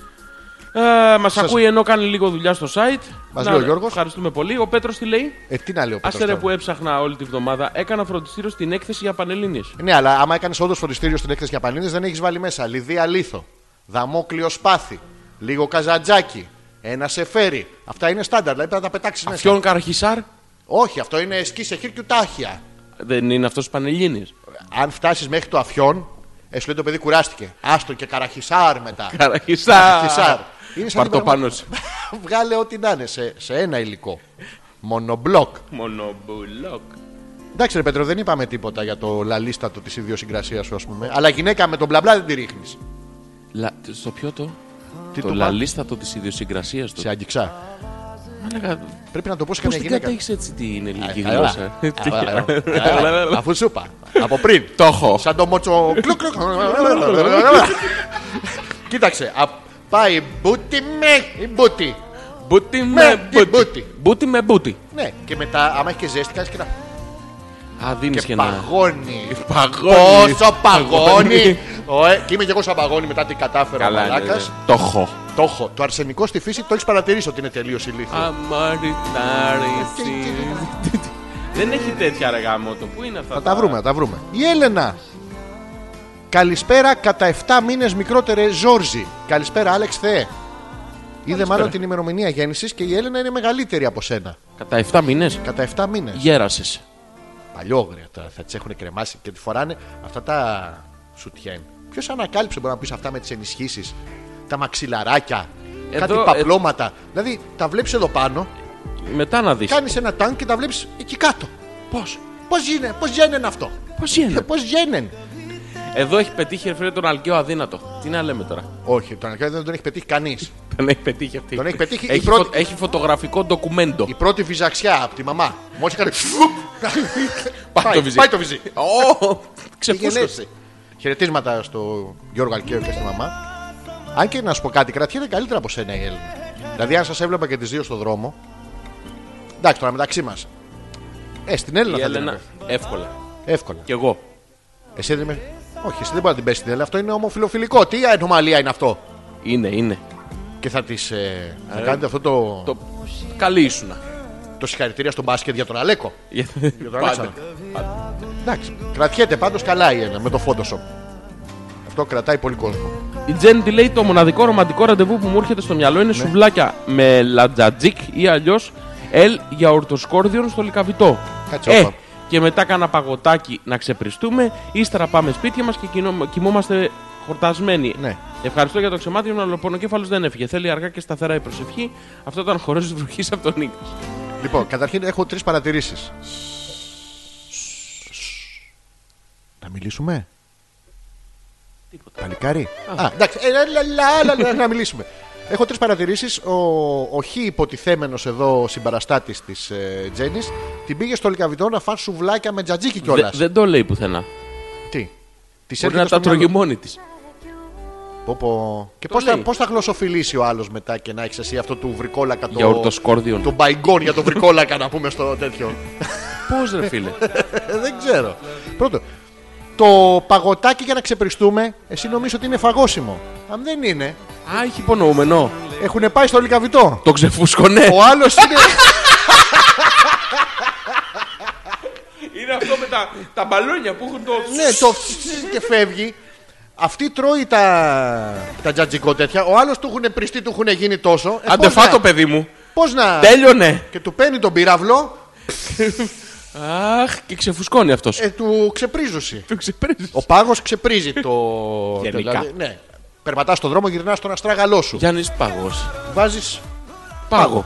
B: Ε, Μα ακούει ενώ κάνει λίγο δουλειά στο site.
A: Μας
B: Να- ναι,
A: λέει ο Γιώργος.
B: Ευχαριστούμε πολύ. Ο Πέτρος τι λέει.
A: Ε, τι να λέω
B: Άσε ρε
A: Πέτρος,
B: που έψαχνα όλη τη βδομάδα, έκανα φροντιστήριο στην έκθεση για πανελλήνιες.
A: τώρα. Ναι, αλλά άμα έκανες όντως φροντιστήριο στην έκθεση για πανίδε, δεν έχεις βάλει μέσα. Λιδία λίθο. Δαμόκλειο σπάθη. Λίγο καζατζάκι. Ένα σεφέρι. Αυτά είναι στάνταρ, δηλαδή πρέπει να τα πετάξεις μέσα.
B: Ποιον καρχισάρ
A: Όχι, αυτό είναι σκι σε χέρι και ουτάχια.
B: δεν είναι αυτός πανελλήνιες.
A: Αν φτάσεις μέχρι το αφιόν, ε, σου λέει το παιδί κουράστηκε. Άστο και καραχισάρ μετά.
B: Καραχισάρ.
A: Καραχισάρ. Είναι σαν
B: Πάρ
A: την
B: το
A: πραγμα-
B: πάνω σου.
A: Βγάλε ό,τι να είναι σε, σε ένα υλικό. Μονομπλοκ.
B: Μονομπουλόκ.
A: Εντάξει, ρε Πέτρο, δεν είπαμε τίποτα για το λαλίστατο της ιδιοσυγκρασίας σου, ας πούμε. Αλλά γυναίκα με τον μπλαμπλά δεν τη ρίχνεις.
B: Λα... Στο ποιο το.
A: Τι
B: το
A: το
B: λαλίστατο της ιδιοσυγκρασίας του.
A: Σε Ναι, άγγιξα. Πρέπει να το πω σε
B: Πώς
A: καμιά
B: την
A: γυναίκα.
B: κατέχει έτσι την ελληνική
A: ναι. Καλά.
B: γλώσσα. ε? Τι-
A: Καλά, καλά. Αφού σου είπα. Από πριν.
B: Το έχω.
A: Σαν το μότσο. κλουκ, κλουκ. Κοίταξε. α- Πάει η μπούτι με η μπούτι.
B: Μπούτι
A: Με
B: με
A: την
B: μπούτι.
A: Ναι, μπούτι.
B: Μπούτι με μπούτι.
A: Ναι, και μετά, άμα έχεις και ζέστη, κάνεις και ένα.
B: Α, δίνεις και
A: Και
B: ένα.
A: παγώνει.
B: Παγώνει.
A: Πόσο παγώνει. Ωε, Και είμαι και εγώ σαν παγώνει μετά τι κατάφερα. ο
B: Καλά, ναι, ναι.
A: μαλάκας.
B: Το έχω.
A: Το έχω. Το αρσενικό στη φύση το έχεις παρατηρήσει ότι είναι τελείως ηλίθιο.
B: Αμαριτάρι. Δεν έχει τέτοια αργά μότο. Πού είναι αυτά.
A: Θα τα βρούμε, θα τα βρούμε. Η Έλενα. Καλησπέρα κατά 7 μήνες μικρότερε, Ζόρζι. Καλησπέρα, Άλεξ Θεέ. Είδε μάλλον την ημερομηνία γέννησης και η Έλενα είναι μεγαλύτερη από σένα.
B: Κατά 7 μήνες
A: Κατά 7 μήνες.
B: γέρασες.
A: Παλιόγρια τώρα θα τις έχουν κρεμάσει και τη φοράνε αυτά τα σουτιέν. Ποιος ανακάλυψε μπορεί να πεις αυτά με τις ενισχύσεις, τα μαξιλαράκια,
B: Εδώ,
A: κάτι παπλώματα. Δηλαδή τα βλέπεις εδώ πάνω,
B: Μετά να δεις.
A: κάνεις ένα τάγκ και τα βλέπεις εκεί κάτω.
B: Πώς.
A: Πώς γίνεται, πώ γίνεται αυτό. Ε,
B: Πώ είναι.
A: Πώ γίνεται.
B: Εδώ έχει πετύχει ρε τον Αλκαίο αδύνατο. Τι να λέμε τώρα.
A: Όχι, τον Αλκαίδη δεν τον έχει πετύχει κανείς.
B: Τον έχει πετύχει αυτή.
A: Τον έχει πετύχει η
B: Έχει,
A: πρώτη-
B: φω- έχει φωτογραφικό ντοκουμέντο.
A: Η πρώτη βυζαξιά από τη μαμά. Μόλις κάνει. φουκ,
B: Πάει το βυζί.
A: Πάει το βυζί.
B: Ω,
A: Πήγαινε
B: Ξεφούσκωσε.
A: έτσι. Χαιρετίσματα στο Γιώργο Αλκαίο και στη μαμά. Αν και να σου πω κάτι, κρατιέται καλύτερα από σένα η Έλληνα. Δηλαδή, αν σας έβλεπα και τις δύο στο δρόμο. Εντάξει, τώρα μεταξύ μας. Ε, στην Έλληνα
B: Η
A: θα την
B: Έλενα
A: έπαιρνε.
B: εύκολα.
A: Εύκολα.
B: Κι εγώ.
A: Εσύ δεν με- Όχι, εσύ δεν μπορεί να την πέσει την Έλληνα. Αυτό είναι ομοφιλοφιλικό. Τι ανομαλία είναι αυτό.
B: Είναι, είναι.
A: Και θα τη. θα κάνετε αυτό το, το...
B: Ε, Το... Καλή ήσουνα.
A: συγχαρητήρια στον μπάσκετ για τον Αλέκο.
B: Για
A: τον Εντάξει. Κρατιέται πάντως καλά η Έλληνα με το Photoshop. Αυτό κρατάει πολύ κόσμο.
B: Η Τζέννη τη λέει: Το μοναδικό ρομαντικό ραντεβού που μου έρχεται στο μυαλό είναι
A: Ναι.
B: σουβλάκια με λατζατζίκ ή αλλιώς ελ για ορτοσκόρδιον στο λικαβιτό. Ε,
A: Κάτσε, όπα.
B: και μετά κάνα παγωτάκι να ξεπριστούμε, ύστερα πάμε σπίτια μας και κοινο- κοιμόμαστε χορτασμένοι.
A: Ναι.
B: Ευχαριστώ για το ξεμάτιο, αλλά ο πονοκέφαλο δεν έφυγε. Θέλει αργά και σταθερά η προσευχή. Αυτό ήταν χωρίς βροχής από τον Νίκη.
A: Λοιπόν, καταρχήν έχω τρεις παρατηρήσεις. Να μιλήσουμε. Τίποτα. Παλικάρι. Α, εντάξει. Ε, λα, λα, λα, λα, λα, Να μιλήσουμε. Έχω τρεις παρατηρήσεις. Ο, ο χ υποτιθέμενος εδώ συμπαραστάτης της ε, Τζέννη την πήγε στο λικαβιτό να φάει σουβλάκια με τζατζίκι κιόλας.
B: δεν το λέει πουθενά.
A: Τι. Τη
B: Μπορεί να τα τρώγει μόνη τη.
A: Και
B: Το
A: πώς θα,
B: λέει.
A: πώς θα γλωσσοφιλήσει ο άλλος μετά και να έχεις εσύ αυτό του βρικόλακα. Το...
B: Γιαουρτοσκόρδιον.
A: Το μπαϊγκόν για το βρικόλακα να πούμε στο τέτοιο.
B: Πώς ρε φίλε.
A: Ε, δεν ξέρω. Πρώτο, το παγωτάκι για να ξεπριστούμε, εσύ νομίζω ότι είναι φαγόσιμο. Αν δεν είναι,
B: Α, έχει υπονοούμενο.
A: έχουν πάει στο λικαβιτό.
B: Το ξεφούσκωνε.
A: Ο άλλος είναι.
B: Είναι αυτό με τα, τα μπαλόνια που έχουν το.
A: ναι, το και φεύγει. Αυτή τρώει τα, τα τζατζικό τέτοια. Ο άλλος του έχουν πριστεί, του έχουν γίνει τόσο. Ε,
B: Άντε
A: πώς
B: φά
A: να-
B: το παιδί μου.
A: Πώς να.
B: Τέλειωνε.
A: Και του παίρνει τον πύραυλο.
B: Αχ, και ξεφουσκώνει αυτός.
A: Ε, του ξεπρίζωση.
B: Του ξεπρίζει.
A: Ο πάγος ξεπρίζει το.
B: Γενικά.
A: δηλαδή, ναι. Περπατάς στον δρόμο, γυρνάς στον αστράγαλό σου.
B: Γιάννης Πάγος.
A: Βάζεις.
B: Πάγο.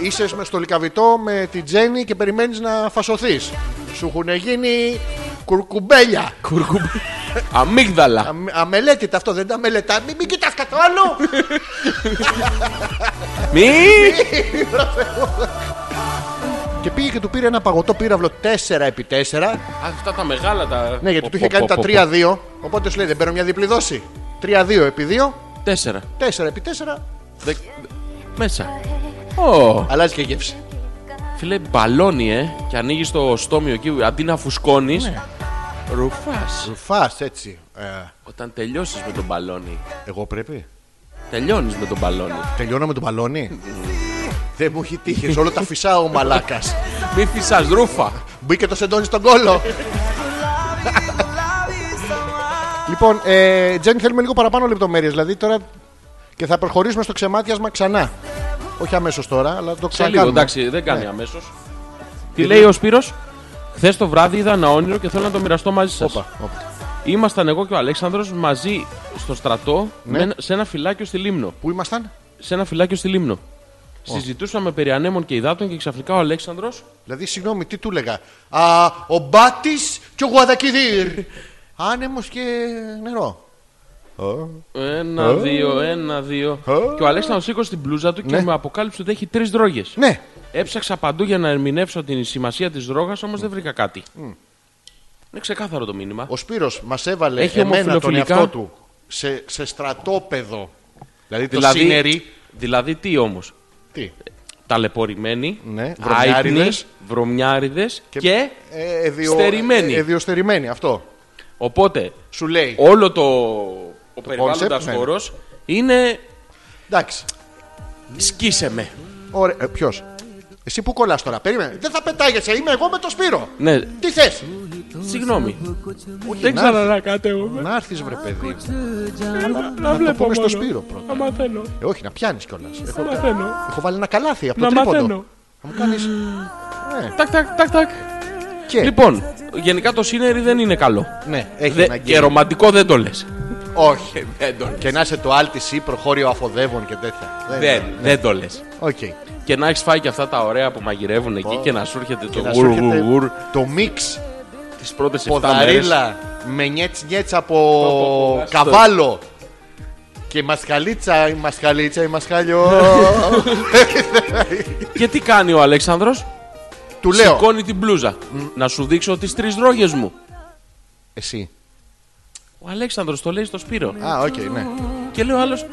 A: Είσαι με στο λικαβιτό με την Τζέννη και περιμένεις να φασωθείς. Σου έχουν γίνει κουρκουμπέλια.
B: Κουρκουμπί. Αμύγδαλα.
A: Α- αμελέτητα αυτό, δεν τα μελετά. Μην, μην κοιτά καθόλου.
B: Μη.
A: και πήγε και του πήρε ένα παγωτό πύραυλο 4x4.
B: Αυτά τα μεγάλα τα.
A: Ναι, γιατί του είχε κάνει τα 3-2. Οπότε σου λέει δεν παίρνω μια διπλή δόση. 3-2 επί 2,
B: Τέσσερα.
A: 4 επί 4.
B: Δε- Μέσα. Ω,
A: Αλλάζει και γεύση.
B: φίλε, μπαλώνει, ε. Και ανοίγεις το στόμιο εκεί. Αντί να φουσκώνεις.
A: Ναι.
B: Ρουφάς.
A: Φας έτσι. Ε,
B: Όταν τελειώσεις με τον μπαλόνι.
A: εγώ πρέπει.
B: Τελειώνεις με τον μπαλόνι.
A: Τελειώνω με τον μπαλόνι. Δεν μου έχει τύχει. σε Όλο τα φυσάω ο μαλάκας.
B: Μη φυσάς, ρούφα.
A: Μπήκε το σεντόνι στον κόλο. λοιπόν, ε, Τζένι, θέλουμε λίγο παραπάνω λεπτομέρειες. Δηλαδή τώρα. Και θα προχωρήσουμε στο ξεμάτιασμα ξανά. Όχι αμέσως τώρα, αλλά το
B: Σε λίγο,
A: ξανακάνουμε.
B: εντάξει, δεν
A: Ναι.
B: κάνει αμέσως. Τι λέει ο Σπύρος, Χθες το βράδυ είδα ένα όνειρο και θέλω να το μοιραστώ μαζί σας.
A: Όπα, όπα.
B: Ήμασταν εγώ και ο Αλέξανδρος μαζί στο στρατό
A: Ναι.
B: με ένα- σε ένα φυλάκιο στη Λίμνο.
A: Πού ήμασταν,
B: Σε ένα φυλάκιο στη Λίμνο. Συζητούσαμε περί ανέμων και υδάτων και ξαφνικά ο Αλέξανδρος
A: Δηλαδή, συγγνώμη, τι του έλεγα. Α, ο Μπάτης και ο Γουαδακιδίρ. Άνεμος και νερό.
B: Ένα, δύο, ένα, δύο. Και ο Αλέξανδρος σήκωσε την πλούζα του και
A: Ναι.
B: με αποκάλυψε ότι έχει τρεις δρόγες.
A: Ναι,
B: Έψαξα παντού για να ερμηνεύσω την σημασία της δρόγας, όμως δεν βρήκα κάτι. Είναι ξεκάθαρο το μήνυμα.
A: ο Σπύρος μας έβαλε
B: Έχει
A: εμένα τον
B: ομοφυλοφιλικά.
A: εαυτό του σε, σε στρατόπεδο. Δηλαδή, το
B: Δηλαδή-
A: σύνερι.
B: Δηλαδή τι όμως.
A: Τι.
B: ταλαιπωρημένοι,
A: Ναι, βρωμιάριδες.
B: άϊπνοι, βρωμιάριδες και,
A: ε, εδιο-
B: στερημένοι.
A: ε, Εδιοστερημένοι, αυτό.
B: Οπότε
A: Σου λέει.
B: όλο το, ο περιβάλλοντας
A: concept, ναι.
B: χώρος είναι
A: Εντάξει.
B: σκίσε με.
A: Ωραία. Ε, Ποιος. Εσύ που κολλάς τώρα, περίμενε. Δεν θα πετάγεσαι, είμαι εγώ με το Σπύρο.
B: Ναι,
A: Τι θες.
B: συγγνώμη. Δεν
A: να-
B: ξέρω να κατέβω.
A: Να έρθεις βρε παιδί.
B: Να
A: Να το
B: βλέπω
A: πούμε στο
B: μόνο.
A: Σπύρο πρώτα.
B: Να μαθαίνω,
A: Ε, όχι, να πιάνεις κιόλας.
B: να
A: Έχω,
B: μαθαίνω.
A: έχω βάλει ένα καλάθι από το
B: Να
A: τρίποντο.
B: μαθαίνω.
A: Θα μου κάνεις... Ναι.
B: Τακ, τακ, τακ, τακ.
A: Και,
B: Λοιπόν, γενικά το σύνερι δεν είναι καλό.
A: ναι, Ε. έχει
B: Δε-
A: ένα
B: και Ε, ναι.
A: γκέι.
B: ρομαντικό δεν το λες.
A: Όχι.
B: Δεν το λες.
A: Και να είσαι το άλτης ή προχώριο αφοδεύων και τέτοια.
B: Δεν, ναι, δεν το λες.
A: Οκ.
B: Και να έχεις φάει και αυτά τα ωραία που μαγειρεύουν εκεί και να σου έρχεται
A: Και
B: το
A: να σου
B: γουρ, γουρ,
A: έρχεται
B: γουρ
A: Το μίξ
B: τις πρώτες 7 μέρες.
A: ποδαρίλα με νιέτς νιέτς
B: πω,
A: από
B: πω,
A: καβάλο. Και η μασχαλίτσα, η μασχαλίτσα, η μασχαλιό.
B: Και τι κάνει ο Αλέξανδρος
A: Του λέω.
B: Σηκώνει την μπλούζα Να σου δείξω τις τρεις ρόγες μου
A: Εσύ.
B: Ο Αλέξανδρος το λέει στο Σπύρο
A: Α, οκ, ναι.
B: Και λέει ο άλλος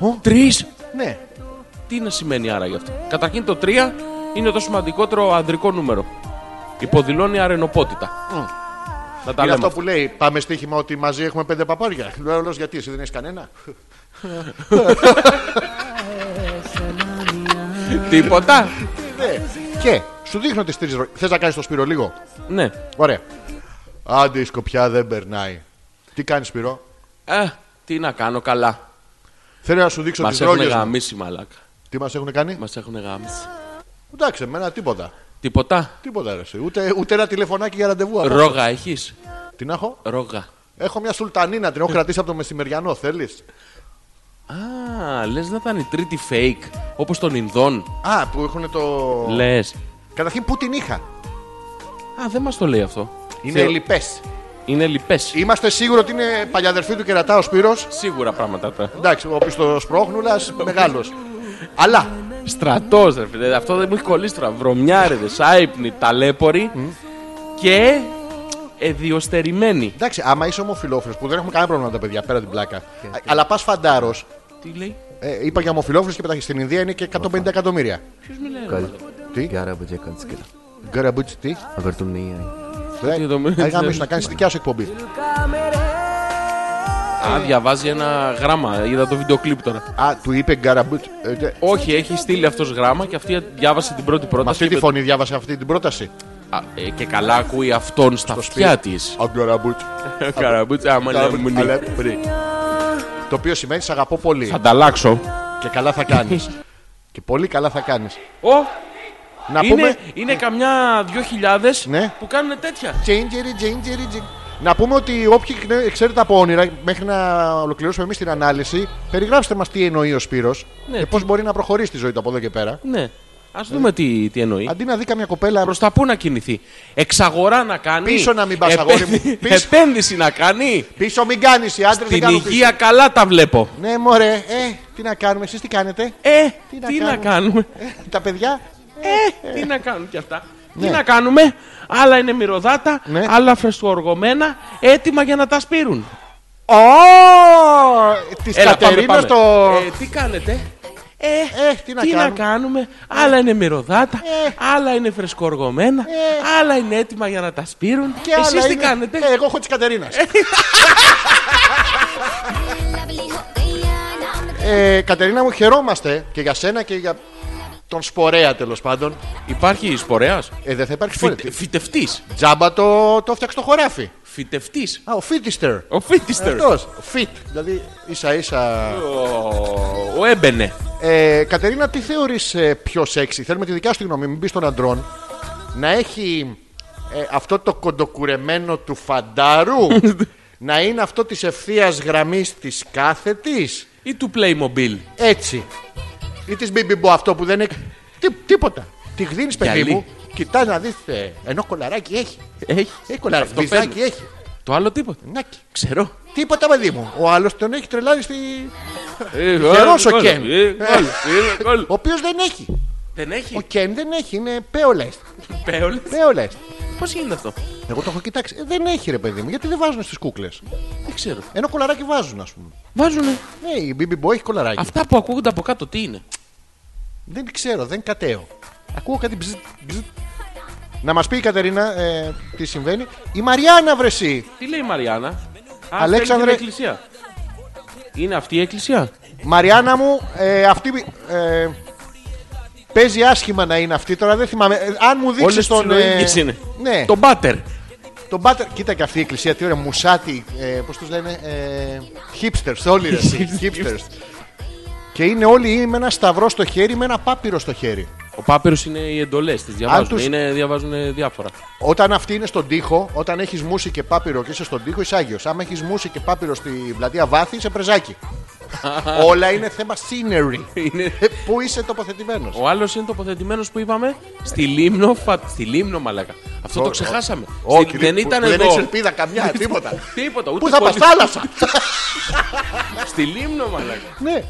B: Ω, τρεις
A: Ναι.
B: Τι να σημαίνει άρα γι' αυτό Καταρχήν το τρία είναι το σημαντικότερο ανδρικό νούμερο Υποδηλώνει αρενοπότητα Να τα
A: Είναι
B: λέμε
A: αυτό που λέει. Πάμε στοίχημα ότι μαζί έχουμε πέντε παπάρια. Λέω όλος γιατί, εσύ δεν έχεις κανένα.
B: Τίποτα
A: Ναι. Και σου δείχνω τις τρεις ρο- Θες να κάνεις το Σπύρο λίγο.
B: Ναι
A: Ωραία. Άντε η σκοπιά δεν περνάει. Τι κάνεις Σπύρο.
B: Α, Ε, Τι να κάνω καλά
A: Θέλω να σου δείξω
B: Μας
A: τις
B: έχουν
A: ρόγες μου.
B: γαμίσει μαλάκα
A: Τι μας έχουν κάνει.
B: Μας έχουν γαμίσει
A: Εντάξει, εμένα τίποτα.
B: Τίποτα
A: Τίποτα ρε. εσύ. Ούτε, ούτε ένα τηλεφωνάκι για ραντεβού. απόψε.
B: Ρόγα έχεις
A: Την έχω.
B: Ρόγα
A: Έχω μια σουλτανίνα, την έχω κρατήσει από το μεσημεριανό. Θέλεις.
B: Α, λες να ήταν η τρίτη fake Όπως των Ινδών
A: Α, που έχουν το.
B: Λες
A: Καταρχήν, πού την είχα.
B: Α, δεν μας το λέει αυτό.
A: Είναι
B: Θεω-
A: λοιπέ.
B: Είναι λοιπέ.
A: Είμαστε σίγουροι ότι είναι παλιαδερφή του κερατά ο Σπύρος.
B: Σίγουρα πράγματα αυτά.
A: Εντάξει, ο πιστο πρόχνουλα, μεγάλος. Αλλά
B: Στρατός, ρε φίλε. Αυτό δεν μου έχει κολλήσει τώρα. Βρωμιάριδες, άϊπνοι, ταλέποροι και εδιοστερημένοι.
A: εντάξει, άμα είσαι ομοφυλόφιλο που δεν έχουμε κανένα πρόβλημα με τα παιδιά πέρα την πλάκα. Α- Αλλά πας φαντάρος,
B: Τι λέει,
A: ε, είπα για ομοφυλόφιλου και πετάχει στην Ινδία είναι και 150 εκατομμύρια.
B: ποιος μιλάει. ρε,
D: कल
B: μαλάκα.
A: Τι?
D: ग्यारह बजे कल से गिरा
A: Γκραμπούτσι, τι.
D: अगर तुम नहीं आए
B: Τι το μου-
A: Αγάμι να κάνεις δικιά σου εκπομπή.
B: Α, διαβάζει ένα γράμμα. Είδα το βίντεο κλιπ τώρα.
A: Α, του είπε γκραμπούτσι. ε, ε,
B: Όχι, έχει στείλει αυτός γράμμα και αυτή διάβασε την πρώτη
A: Με
B: πρόταση.
A: αυτή τη
B: και, είπε-
A: φωνή διάβασε αυτή την πρόταση.
B: Α, ε, και καλά ακούει αυτόν στα αυτιά τη.
A: Ο γκραμπούτσι.
B: Καραμπούτσα, άμα να μου
A: Αλλά πριν. Το οποίο σημαίνει σε αγαπώ πολύ.
B: Θα ανταλλάξω.
A: Ε, Και καλά θα κάνεις. και πολύ καλά θα κάνεις.
B: Ω,
A: Να
B: είναι,
A: πούμε-
B: είναι καμιά δυο χιλιάδες
A: Ναι.
B: που κάνουν τέτοια.
A: Τζέιντζερι, τζέιντζερι, τζέιν- Να πούμε ότι όποιοι κνε- ξέρετε από όνειρα, μέχρι να ολοκληρώσουμε εμείς την ανάλυση, περιγράψτε μας τι εννοεί ο Σπύρος
B: Ναι,
A: και
B: τι-
A: πώς μπορεί να προχωρήσει τη ζωή του από εδώ και πέρα.
B: Ναι. Ας δούμε τι, τι εννοεί.
A: Αντί να δει καμιά κοπέλα.
B: Προς τα πού να κινηθεί. Εξαγορά να κάνει.
A: Πίσω να μην πας,
B: επέ-
A: αγόρι μου. Πίσω.
B: Επένδυση να κάνει.
A: Πίσω μην κάνεις, οι άντρες δεν
B: Την
A: κάνουν πίσω.
B: υγεία καλά τα βλέπω.
A: Ναι, μωρέ, ε, τι να κάνουμε, εσείς τι κάνετε.
B: Ε,
A: Τι
B: τι,
A: να
B: να
A: κάνουμε.
B: κάνουμε.
A: Ε, τα παιδιά.
B: Ε, τι να κάνουν κι αυτά. Τι να κάνουμε. Άλλα είναι μυρωδάτα,
A: Ναι.
B: άλλα φρεσκοργωμένα, έτοιμα για να τα σπείρουν.
A: Ω! Της
B: Έλα, πάμε,
A: Κατερίνας
B: πάμε.
A: το.
B: Ε, τι κάνετε. Ε,
A: Ε, τι να κάνουμε.
B: Άλλα είναι μυρωδάτα,
A: Ε.
B: άλλα είναι φρεσκοργωμένα,
A: Ε.
B: άλλα είναι έτοιμα για να τα σπείρουν.
A: Και άλλα
B: Εσείς τι
A: είναι-
B: κάνετε.
A: Ε, εγώ έχω της Κατερίνας. Ε, Κατερίνα μου, χαιρόμαστε και για σένα και για τον σπορέα τέλος πάντων.
B: Υπάρχει σπορέας.
A: Ε, δεν θα υπάρχει σπορέα.
B: Φυτε, φυτευτής.
A: Τζάμπα το, το φτιάξε το χωράφι.
B: Φυτευτής.
A: Α, ο Φίτιστερ.
B: Ο φίτιστερ.
A: Αυτός, Φιτ. Δηλαδή ίσα ίσα.
B: Ο- Ο έμπαινε.
A: Ε, Κατερίνα, τι θεωρείς ε, πιο σεξι. Θέλουμε τη δικιά σου τη γνώμη, μην πει των αντρών. Να έχει ε, αυτό το κοντοκουρεμένο του φαντάρου. να είναι αυτό της ευθείας γραμμής της κάθετης.
B: Ή του Playmobil.
A: Έτσι. Ή της μπιμπιμπο αυτό που δεν έχει. Τι, τίποτα. Τη γδίνεις, παιδί
B: Γυαλί.
A: μου. Κοιτάς να δεις. Ενώ κολαράκι έχει.
B: Έχει.
A: Έχει κολαράκι.
B: Αυτό
A: Βυζάκι
B: παίρνω.
A: έχει.
B: Το άλλο τίποτα.
A: Νάκι.
B: Ξέρω.
A: Τίποτα, παιδί μου. Ο άλλος τον έχει τρελάνει στη.
B: Ε, Γερός
A: ο Κεν.
B: Ε, Κεν.
A: Ο οποίος δεν έχει.
B: Δεν
A: Ο
B: έχει.
A: Κεν δεν έχει. Είναι πέολα.
B: Πέολ.
A: Πέολα.
B: Πώς γίνεται αυτό.
A: Εγώ το έχω κοιτάξει. Ε, δεν έχει, ρε παιδί μου. Γιατί δεν βάζουν στις κούκλες.
B: Δεν ξέρω.
A: Ενώ κολαράκι βάζουν, ας πούμε.
B: Βάζουνε.
A: Ναι, η μπιμπιμπο έχει κολαράκι.
B: Αυτά που ακούγονται από κάτω τι είναι.
A: Δεν ξέρω, δεν κατέω. Ακούω κάτι μπζζ, μπζζ. Να μας πει η Κατερίνα ε, τι συμβαίνει. Η Μαριάννα βρεσί.
B: Τι λέει η Μαριάννα. Α,
A: Αλέξανδρε-
B: θέλει την εκκλησία. Είναι αυτή η εκκλησία.
A: Μαριάννα μου, ε, αυτή. Ε, παίζει άσχημα να είναι αυτή τώρα, δεν θυμάμαι. Ε, αν μου
B: Όλες
A: δείξει
B: τις
A: τον.
B: λογικές είναι.
A: ε, Ναι,
B: Το μπάτερ.
A: τον Πάτερ. Κοίτα και αυτή η εκκλησία, τι ωραία, μουσάτι. Ε, Πώς τους λένε. Ε, hipsters, όλοι ρε, εσύ, hipsters. Και είναι όλοι με ένα σταυρό στο χέρι, με ένα πάπυρο στο χέρι.
B: Ο πάπυρος είναι οι εντολές τις διαβάζουν.
A: τους-
B: Είναι, διαβάζουν διάφορα.
A: Όταν αυτή είναι στον τοίχο, όταν έχεις μουσι και πάπυρο και είσαι στον τοίχο, είσαι άγιος. Άμα έχεις μουσι και πάπυρο στην πλατεία βάθη, είσαι πρεζάκι. Όλα είναι θέμα scenery.
B: Είναι-
A: Ε, Πού είσαι τοποθετημένος.
B: Ο άλλος είναι τοποθετημένος που είπαμε στη λίμνο. Φα... Στη λίμνο, μαλάκα. Αυτό
A: Ο-
B: το
A: ο-
B: ξεχάσαμε.
A: Όχι,
B: Στη-
A: ρε,
B: δεν
A: που-
B: ήταν
A: που Δεν
B: εδώ.
A: έχει ελπίδα καμιά, τίποτα.
B: Τίποτα. Ούτε
A: Πού θα πα,
B: πολύ-
A: θάλασσα.
B: Στη λίμνο, μαλάκα.
A: Ναι,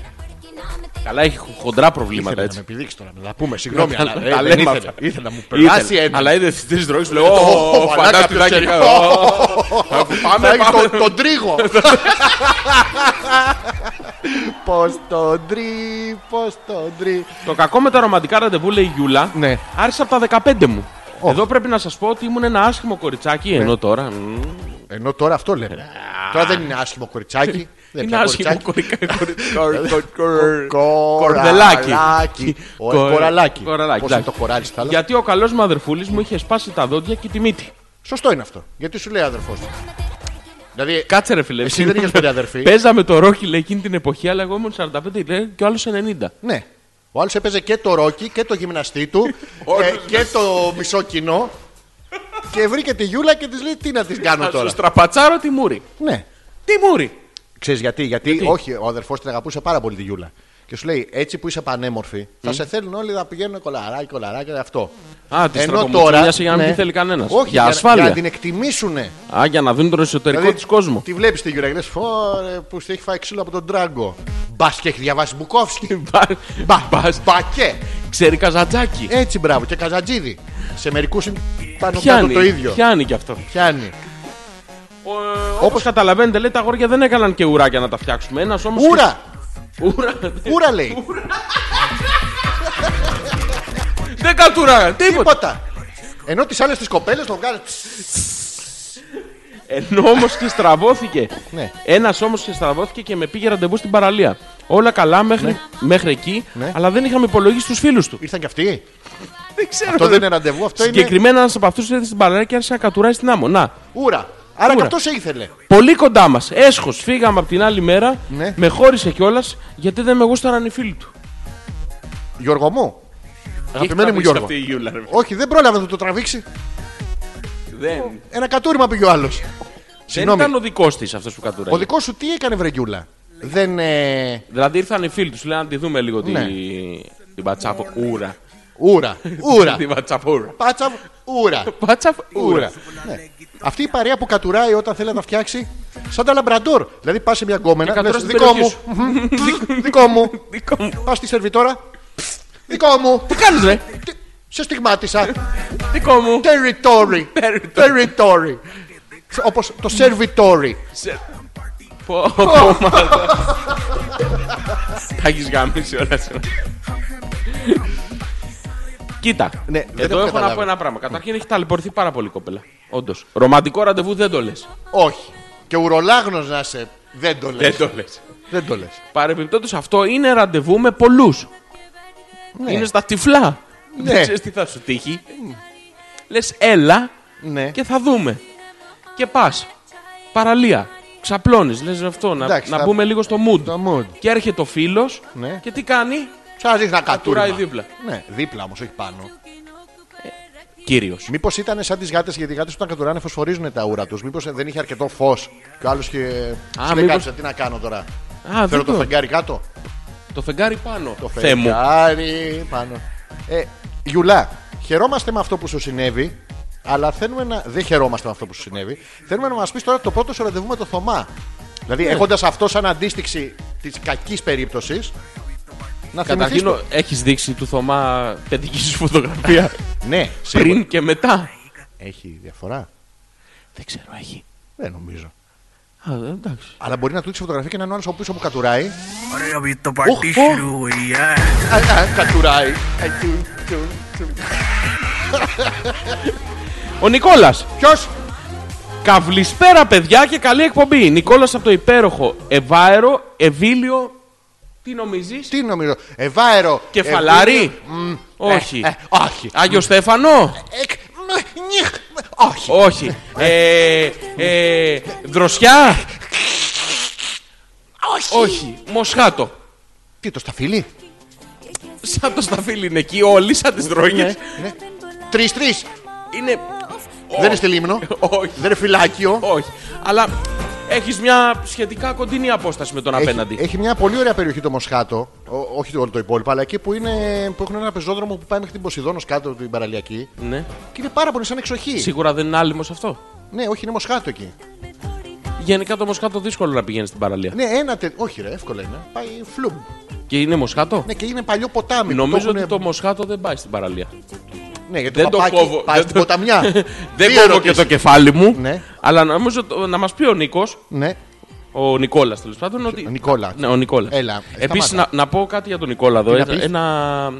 B: Καλά, έχει χοντρά προβλήματα
A: ήθελα να με
B: έτσι.
A: επιδείξει τώρα, να τα πούμε. Συγγνώμη,
B: Τα-
A: αλλά
B: τα
A: ε, δεν
B: λέμε
A: ήθελα.
B: αυτά.
A: Ήθελα να μου
B: Ήθελα.
A: περάσει ένα.
B: Αλλά είδε τι ροέ του λέω.
A: Ω,
B: Ω,
A: μαλάκα,
B: φαντάσου
A: ποιος
B: δάκρυα.
A: έχει-
B: Ω, Πάμε,
A: Θα έχει
B: πάμε.
A: τον- τον τρίγο. Πώς τον τρί, πώς τον τρί.
B: Το κακό με τα ρομαντικά ραντεβού, λέει η Γιούλα,
A: Ναι.
B: άρχισε από τα 15 μου. Εδώ πρέπει να σας πω ότι ήμουν ένα άσχημο
A: Ναι.
B: κοριτσάκι, ενώ τώρα. μ,
A: Ενώ τώρα αυτό λέμε. τώρα δεν είναι άσχημο κοριτσάκι. δεν
B: Είναι
A: Ναι, πια
B: άσχημο
A: κοριτσάκι.
B: κοριτσάκι.
A: Κορδελάκι.
B: Κορδελάκι.
A: Ο-
B: Κορ-
A: Κοραλάκι.
B: Κοραλάκι,
A: Πώς είναι
B: εντάξει.
A: το κοράλι στα άλλα.
B: Γιατί ο καλός μου αδερφούλη μου είχε σπάσει τα δόντια και τη μύτη.
A: Σωστό είναι αυτό. Γιατί σου λέει αδερφό μου. Δηλαδή,
B: Κάτσε ρε φίλε.
A: εσύ δεν είχες πέντε αδερφοί.
B: Παίζαμε το ρόχι λέει εκείνη την εποχή, αλλά εγώ ήμουν 45 λέει, και ο άλλος 90.
A: Ναι. Ο άλλος έπαιζε και το ρόκι και το γυμναστή του
B: ναι.
A: ε, και το μισό κοινό. Και βρήκε τη Γιούλα και της λέει τι να της κάνω
B: Θα σου
A: τώρα.
B: στραπατσάρω τη μούρη.
A: Ναι.
B: Τι μούρη!
A: Ξέρεις γιατί, γιατί, όχι, ο αδερφός την αγαπούσε πάρα πολύ τη Γιούλα. Και σου λέει, έτσι που είσαι πανέμορφη, θα σε θέλουν όλοι να πηγαίνουν κολαράκι, κολαράκι, αυτό. ναι.
B: Α, τη στραπατσάρω για να μην θέλει κανένας.
A: Όχι,
B: Για
A: Για να
B: ασφάλεια.
A: την εκτιμήσουν.
B: Α, για να δουν τον εσωτερικό τη κόσμο.
A: Δηλαδή, Τη βλέπεις τη Γιούλα και λες, φόρε που σου έχει φάει ξύλο από τον Τράγκο. Μπας και έχει διαβάσει
B: Ε,
A: Μπουκόφσκι. Μπα,
B: Μπας.
A: μπακέ.
B: Ξέρει καζατζάκι.
A: Έτσι, μπράβο, και Καζατζίδη. Σε μερικούς είναι πάνω κάτω
B: Πιάνει,
A: το ίδιο.
B: πιάνει κι αυτό.
A: Πιάνει.
B: Όπω καταλαβαίνετε, λέει τα αγόρια δεν έκαναν και ουράκια να τα φτιάξουμε. Ένας όμως.
A: Ούρα!
B: Ούρα!
A: Ούρα λέει.
B: δεν κατουράγαν, τίποτα.
A: Τίποτα. Ενώ τις άλλες τις κοπέλες τον βγάζει.
B: Ενώ όμως και στραβώθηκε.
A: Ναι.
B: Ένας όμως και στραβώθηκε και με πήγε ραντεβού στην παραλία. Όλα καλά μέχρι, μέχρι εκεί,
A: Ναι.
B: αλλά δεν είχαμε υπολογίσει τους φίλους του.
A: Ήρθαν κι αυτοί.
B: Δεν ξέρω.
A: Αυτό δεν είναι ραντεβού, αυτό είναι.
B: Συγκεκριμένα ένας από αυτούς ήρθε στην παραλία και άρχισε να κατουράει στην άμμο. Να,
A: Ούρα. Άρα και
B: Ούρα.
A: αυτό σε ήθελε.
B: πολύ κοντά μας. Έσχος, φύγαμε από την άλλη μέρα.
A: Ναι.
B: Με χώρισε κιόλας γιατί δεν με γούσταραν οι φίλοι του.
A: Γιώργο μου, Αγαπημένη μου
B: τραβήξει
A: Γιώργο.
B: Αυτή η Γιούλα, ρε.
A: Όχι, δεν πρόλαβε να το τραβήξει.
B: Δεν,
A: Ένα κατούριμα πήγε ο άλλος.
B: δεν
A: Συγγνώμη.
B: ήταν ο δικός της αυτός που κατουράει.
A: Ο δικός σου τι έκανε, Βρεγιούλα. Δεν. ε,
B: Δηλαδή ήρθαν οι φίλοι τους, λένε να τη δούμε λίγο
A: Ναι.
B: τη... την πατσαπούρα.
A: Ούρα. Ούρα.
B: Την πατσαπούρα.
A: Πάτσα. Ούρα. Ούρα.
B: Πατσαπούρα.
A: Ναι. Αυτή η παρέα που κατουράει όταν θέλει να τα φτιάξει, σαν τα λαμπραντόρ. Δηλαδή πας σε μια γκόμενα, λες,
B: κατουράς Ε, την
A: δικό μου.
B: περιοχή
A: Μμμ, δι- Δικό μου.
B: Δικό μου.
A: Πας στη σερβιτόρα. Δικό μου.
B: Τι κάνεις ρε.
A: Τι- Σε στιγμάτισα.
B: Δικό μου.
A: Territory.
B: Territory.
A: Territory. Όπως το servitory.
B: Πω, πω, μάλλον. Τα έχεις γαμίσει όλα σου. Κοίτα,
A: Ναι, δεν το έχω
B: εδώ έχω να
A: καταλάβει.
B: πω ένα πράγμα. Καταρχήν έχει ταλαιπωρηθεί πάρα πολύ η κοπέλα. Όντως. Ρομαντικό ραντεβού δεν το λες.
A: Όχι. Και ουρολάγνος να σε. Δεν το λες.
B: Δεν το λες.
A: Δεν το λες.
B: Παρεμπιπτόντως αυτό είναι ραντεβού με πολλούς. Είναι στα τυφλά.
A: Ναι.
B: Δεν ξέρεις τι θα σου τύχει. Λες, έλα
A: Ναι.
B: και θα δούμε. Και πας. Παραλία. Ξαπλώνεις, λες αυτό, να,
A: Εντάξει,
B: να
A: θα-
B: μπούμε λίγο στο mood.
A: Το mood.
B: Και έρχεται ο φίλος
A: Ναι.
B: και τι κάνει.
A: Σαν να δείχνει ένα κατούριμα.
B: Κατουράει δίπλα.
A: Ναι, δίπλα όμως, όχι πάνω.
B: Κύριος.
A: Μήπως ήταν σαν τις γάτες, γιατί οι γάτες όταν κατουράνε φωσφορίζουν τα ούρα τους. Μήπως δεν είχε αρκετό φως. Και ο άλλος και. Α,
B: μήπως-
A: κάτσε, τι να κάνω τώρα.
B: Α,
A: Θέλω
B: δεν
A: το
B: το,
A: φεγγάρι κάτω.
B: το φεγγάρι πάνω.
A: Το
B: Θεέ μου.
A: φεγγάρι πάνω. Ε, Γιουλά, χαιρόμαστε με αυτό που σου συνέβη. Αλλά θέλουμε να. Δεν χαιρόμαστε με αυτό που σου συνέβη. Θέλουμε να μας πεις τώρα το πρώτο σου ραντεβού με το Θωμά. Δηλαδή,
B: Ε.
A: έχοντας αυτό σαν αντίστοιξη της κακής περίπτωσης. Να θυμηθείς
B: Καταρχήν
A: το...
B: έχεις δείξει του Θωμά παιδική σου φωτογραφία
A: Ναι, σίγουρα.
B: πριν και μετά.
A: Έχει διαφορά.
B: Δεν ξέρω, έχει.
A: Δεν νομίζω.
B: Α, εντάξει.
A: Αλλά μπορεί να του δείξει φωτογραφία και να είναι ο άλλος από πίσω που κατουράει.
E: Ωραία, vi το παρτί
A: Οχ,
E: σου, γεια.
A: Α, α, Κατουράει.
B: Ο Νικόλας.
A: Ποιος!
B: Καβλισπέρα, παιδιά, και καλή εκπομπή. Νικόλας από το υπέροχο Εβάερο, Εβίλιο. Τι νομίζεις,
A: Τι νομίζω. Εβάερο.
B: Κεφαλάρι.
A: Μμ,
B: Όχι.
A: ε, ε, όχι.
B: Άγιο Στέφανο.
A: Εκ, μ, νιχ, μ, Όχι.
B: Όχι. Ε, ε, δροσιά.
A: Όχι.
B: Όχι. Μοσχάτο.
A: Τι το σταφύλι.
B: Σαν το σταφύλι είναι εκεί, όλοι σαν τις δρόγε.
A: Ναι. Τρει-τρει.
B: Είναι.
A: Δεν είναι στη λίμνο.
B: Όχι.
A: Δεν είναι φυλάκιο.
B: Όχι. Αλλά έχεις μια σχετικά κοντινή απόσταση με τον απέναντι.
A: Έχει, έχει μια πολύ ωραία περιοχή το Μοσχάτο. Ο- όχι το όλο το υπόλοιπο, αλλά εκεί που, είναι, που έχουν ένα πεζόδρομο που πάει μέχρι την Ποσειδόνο κάτω την παραλιακή.
B: Ναι.
A: Και είναι πάρα πολύ σαν εξοχή.
B: Σίγουρα δεν είναι άλυμος αυτό.
A: Ναι, όχι, είναι Μοσχάτο εκεί.
B: Γενικά το μοσχάτο δύσκολο να πηγαίνει στην παραλία.
A: Ναι, ένα τε... Όχι, ρε, εύκολα είναι. Πάει φλουμ.
B: Και είναι μοσχάτο.
A: Ναι, και είναι παλιό ποτάμι.
B: Νομίζω
A: έχουνε-
B: ότι το μοσχάτο δεν πάει στην παραλία.
A: Ναι, γιατί
B: δεν
A: το
B: το
A: παπάκι
B: κόβω,
A: πάει
B: δεν
A: στην
B: το-
A: ποταμιά. Δύο
B: δεν κόβω και
A: ερωτήσεις.
B: το κεφάλι μου.
A: Ναι.
B: Αλλά νομίζω το- να μας πει ο Νίκος,
A: Ναι,
B: ο Νικόλας τέλος πάντων. Ότι...
A: ο Νικόλας.
B: Ναι, ο Νικόλας.
A: Έλα,
B: Επίσης, να,
A: σταμάτα.
B: να πω κάτι για τον Νικόλα εδώ.
A: να
B: έτσι,
A: πεις?
B: ένα,